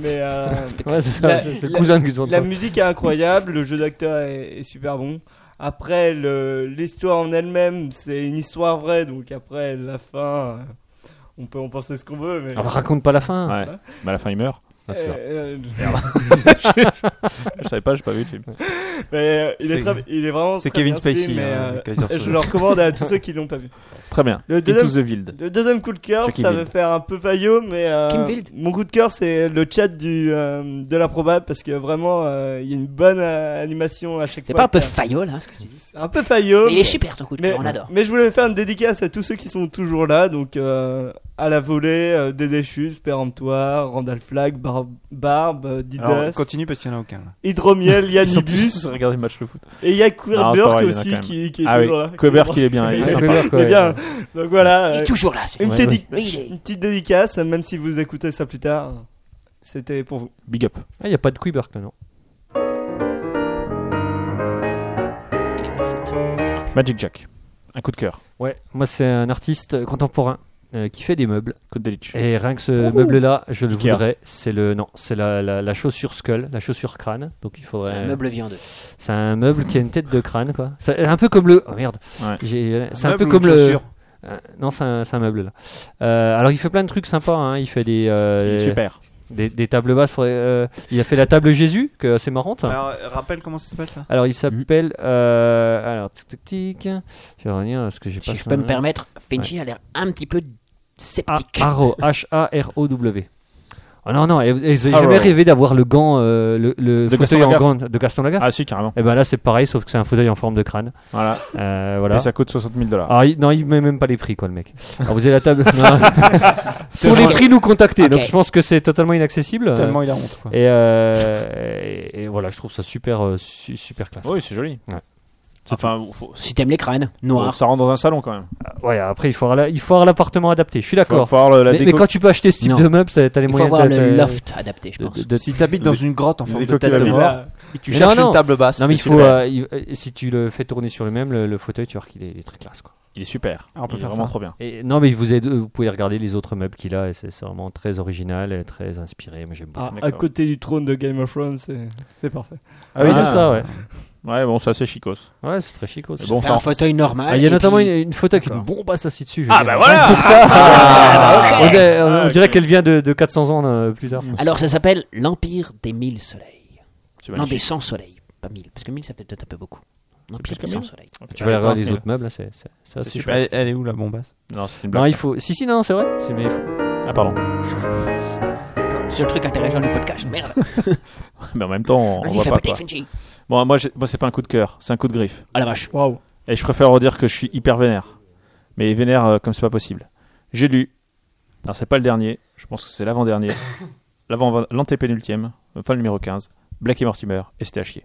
Speaker 7: Mais euh,
Speaker 4: Max Pécasse. Ouais, c'est ça,
Speaker 7: la-
Speaker 4: c'est- c'est le
Speaker 7: la-
Speaker 4: cousin de Gus Van Sant.
Speaker 7: La musique est incroyable, le jeu d'acteur est, est super bon. Après, le- l'histoire en elle-même, c'est une histoire vraie, donc après, la fin, euh, on peut en penser ce qu'on veut. Mais...
Speaker 4: Ah, bah, raconte pas la fin.
Speaker 3: Ouais. Bah, à la fin, il meurt. Ah, c'est ça.
Speaker 7: Euh, euh,
Speaker 3: Merde. je savais pas, j'ai pas vu le film.
Speaker 7: Mais, euh, il, est
Speaker 3: C'est-
Speaker 7: très- il est vraiment.
Speaker 3: c'est
Speaker 7: très
Speaker 3: Kevin
Speaker 7: bien ce
Speaker 3: Spacey,
Speaker 7: film, mais,
Speaker 3: hein,
Speaker 7: euh,
Speaker 3: Kaiser
Speaker 7: je
Speaker 3: Soze.
Speaker 7: le recommande à tous ceux qui l'ont pas vu.
Speaker 3: Très bien.
Speaker 7: Le
Speaker 3: Into
Speaker 7: deuxième,
Speaker 3: the Wild.
Speaker 7: le deuxième coup de cœur,
Speaker 3: Chucky
Speaker 7: ça va
Speaker 3: Wild.
Speaker 7: faire un peu faillot, mais euh,
Speaker 3: Kim Wild.
Speaker 7: mon coup de cœur, c'est le chat du, euh, de l'improbable parce que vraiment, euh, il y a une bonne euh, animation à chaque
Speaker 6: C'est
Speaker 7: fois.
Speaker 6: pas un peu
Speaker 7: T'as-
Speaker 6: faillot, là, ce que tu dis
Speaker 7: un peu faillot.
Speaker 6: Mais il est super, ton coup de
Speaker 7: Euh, Mais-
Speaker 6: cœur, on adore.
Speaker 7: Mais je voulais faire une dédicace à tous ceux qui sont toujours là, donc euh, à la volée, euh, Dédé Chus, Péremptoire, Randall Flagg, Bar- Barbe, euh, Didas.
Speaker 5: Alors, continue parce qu'il y en a aucun, là.
Speaker 7: Hydromiel,
Speaker 5: Ils sont tous-
Speaker 7: Yannibus.
Speaker 5: tous à regarder le match de foot.
Speaker 7: Et il y a
Speaker 5: Non,
Speaker 7: Queer
Speaker 5: c'est pas vrai,
Speaker 7: Burke
Speaker 5: il y en a
Speaker 7: aussi
Speaker 5: quand même.
Speaker 7: qui, qui est
Speaker 5: Ah oui,
Speaker 7: toujours là.
Speaker 5: Queer Burke, il est bien, il est sympa.
Speaker 7: Queer Burke, ouais.
Speaker 5: Il est bien.
Speaker 7: Donc voilà.
Speaker 6: Il est
Speaker 7: euh,
Speaker 6: toujours là, ce
Speaker 7: Une,
Speaker 6: mec.
Speaker 7: dédi-
Speaker 6: Ouais, ouais.
Speaker 7: une petite dédicace, même si vous écoutez ça plus tard. C'était pour vous.
Speaker 3: Big up.
Speaker 4: Ah, il n'y a pas de Quiberk là, non
Speaker 3: Magic Jack. Un coup de cœur.
Speaker 4: Ouais, moi c'est un artiste contemporain euh, qui fait des meubles.
Speaker 3: Côte d'Elitch.
Speaker 4: Et rien que ce
Speaker 3: Ouhou.
Speaker 4: meuble-là, je le
Speaker 3: Ikea.
Speaker 4: voudrais. C'est le non, c'est la, la, la chaussure skull, la chaussure crâne. Donc il faudrait.
Speaker 6: C'est un meuble viandeux.
Speaker 4: C'est un meuble qui a une tête de crâne, quoi. C'est un peu comme le. Oh merde. J'ai- C'est un,
Speaker 5: meuble
Speaker 4: peu
Speaker 5: ou
Speaker 4: comme
Speaker 5: une
Speaker 4: le.
Speaker 5: chaussure
Speaker 4: Euh, non, c'est un, c'est un meuble là. Euh, alors il fait plein de trucs sympas. hein. Il fait des. euh,
Speaker 5: Il est super.
Speaker 4: Des, des tables basses. faudrait, euh, il a fait la table Jésus, que c'est marrante.
Speaker 5: Alors, rappelle comment ça s'appelle ça
Speaker 4: Alors, il s'appelle. euh, alors, tic tic tic. Je vais revenir à ce que j'ai pas.
Speaker 6: Si je peux me permettre, Finchi a l'air un petit peu sceptique.
Speaker 4: Haro, H-A-R-O-W. Oh non, non, et, et vous avez
Speaker 6: Harrow.
Speaker 4: jamais rêvé d'avoir le gant, euh, le, le
Speaker 3: Ah, De
Speaker 4: fauteuil
Speaker 3: Gaston
Speaker 4: en
Speaker 3: Lagaffe.
Speaker 4: gant de Gaston Lagaffe
Speaker 3: Ah si, carrément.
Speaker 4: Et ben là, c'est pareil, sauf que c'est un fauteuil en forme de crâne.
Speaker 3: Voilà.
Speaker 4: Euh, voilà. Ah.
Speaker 3: Et ça coûte 60 000 dollars.
Speaker 4: Alors, il- non, il met même pas les prix, quoi, le mec. Alors, vous avez la table. Non. Pour les prix, nous contacter. Donc,
Speaker 3: Ok.
Speaker 4: je pense que c'est totalement inaccessible.
Speaker 3: Tellement
Speaker 4: Euh,
Speaker 3: il a honte, quoi.
Speaker 4: Et, euh, et, et voilà, je trouve ça super, euh, su- super classe.
Speaker 3: Oui, c'est joli.
Speaker 4: Ouais.
Speaker 3: Enfin, faut-
Speaker 6: Si t'aimes les crânes, noirs.
Speaker 3: Faut- Ça rentre dans un salon quand même.
Speaker 4: Ouais, après, il faut avoir la- il faut avoir l'appartement adapté. Je suis d'accord.
Speaker 3: Faut- faut avoir le- la
Speaker 4: mais, mais
Speaker 3: déco-
Speaker 4: quand tu peux acheter ce type
Speaker 3: Non.
Speaker 4: de meuble, ça- t'as les
Speaker 3: Il faut
Speaker 4: moyens
Speaker 3: avoir
Speaker 4: de-
Speaker 3: le
Speaker 4: de-
Speaker 3: loft
Speaker 6: adapté, je
Speaker 4: de-
Speaker 6: pense.
Speaker 4: de- de-
Speaker 5: Si t'habites dans une grotte en
Speaker 4: Une
Speaker 5: forme de
Speaker 4: déco
Speaker 5: tête
Speaker 4: qui va
Speaker 5: de
Speaker 4: bien.
Speaker 5: mort, et tu
Speaker 4: Mais
Speaker 5: cherches
Speaker 4: non,
Speaker 5: une
Speaker 4: non.
Speaker 5: table basse,
Speaker 4: Non, mais il
Speaker 5: c'est
Speaker 4: faut.
Speaker 5: super.
Speaker 4: euh, il- euh, si tu le fais tourner sur lui-même, le, le fauteuil, tu vois qu'il est, il est très classe. Quoi.
Speaker 3: Il est super.
Speaker 5: Ah, on peut
Speaker 3: il est
Speaker 5: faire
Speaker 3: vraiment
Speaker 5: ça.
Speaker 3: trop bien.
Speaker 4: Et, non, mais vous, êtes- vous pouvez regarder les autres meubles qu'il a. et C'est c'est vraiment très original et très inspiré. Moi, j'aime beaucoup.
Speaker 7: Ah, à côté du trône de Game of Thrones, c'est c'est parfait.
Speaker 4: Ah oui, c'est ça, ouais.
Speaker 3: Ouais, bon, ça c'est chicos.
Speaker 4: Ouais, c'est très chic aussi.
Speaker 3: Bon, enfin,
Speaker 4: Ah, Il y a notamment une, une photo avec une bombe assassinée dessus. je
Speaker 3: Ah,
Speaker 4: veux
Speaker 3: bah
Speaker 4: dire.
Speaker 3: voilà
Speaker 4: Pour ça
Speaker 3: Ah, bah,
Speaker 4: On,
Speaker 3: ok.
Speaker 4: dirait- on- on
Speaker 3: Ah, ok. Mm.
Speaker 4: dirait qu'elle vient de, de 400 ans euh, plus tard.
Speaker 6: Alors, ça s'appelle l'Empire des Mille Soleils.
Speaker 4: C'est
Speaker 6: Non,
Speaker 4: magnifique.
Speaker 6: des Cent Soleils. Pas mille, parce que mille, ça fait peut-être un peu beaucoup. L'Empire
Speaker 4: plus que
Speaker 6: des Cent
Speaker 4: mille
Speaker 6: Soleils.
Speaker 4: Ok. Tu vas aller voir les autres meubles, là, c'est- c'est- c'est assez
Speaker 5: super.
Speaker 4: chouette.
Speaker 5: Elle, elle est où la bombasse
Speaker 3: Non, c'est une
Speaker 4: Non, il faut. Si, si, non, non, c'est vrai. C'est- mais il faut-
Speaker 3: Ah, pardon.
Speaker 6: C'est le truc intéressant du podcast. Merde.
Speaker 3: Mais en même temps, on, on
Speaker 6: Vas-y,
Speaker 3: voit
Speaker 6: fais
Speaker 3: pas.
Speaker 6: péter,
Speaker 3: quoi.
Speaker 6: Finchi.
Speaker 3: Bon, moi, j'ai- moi, c'est pas un coup de cœur, c'est un coup de griffe.
Speaker 6: À la vache.
Speaker 3: Et je préfère redire que je suis hyper vénère. Mais vénère euh, comme c'est pas possible. J'ai lu. Alors, c'est pas le dernier. Je pense que c'est l'avant-dernier. l'avant l'antépénultième. Enfin, le numéro 15. Black et Mortimer. Et c'était à chier.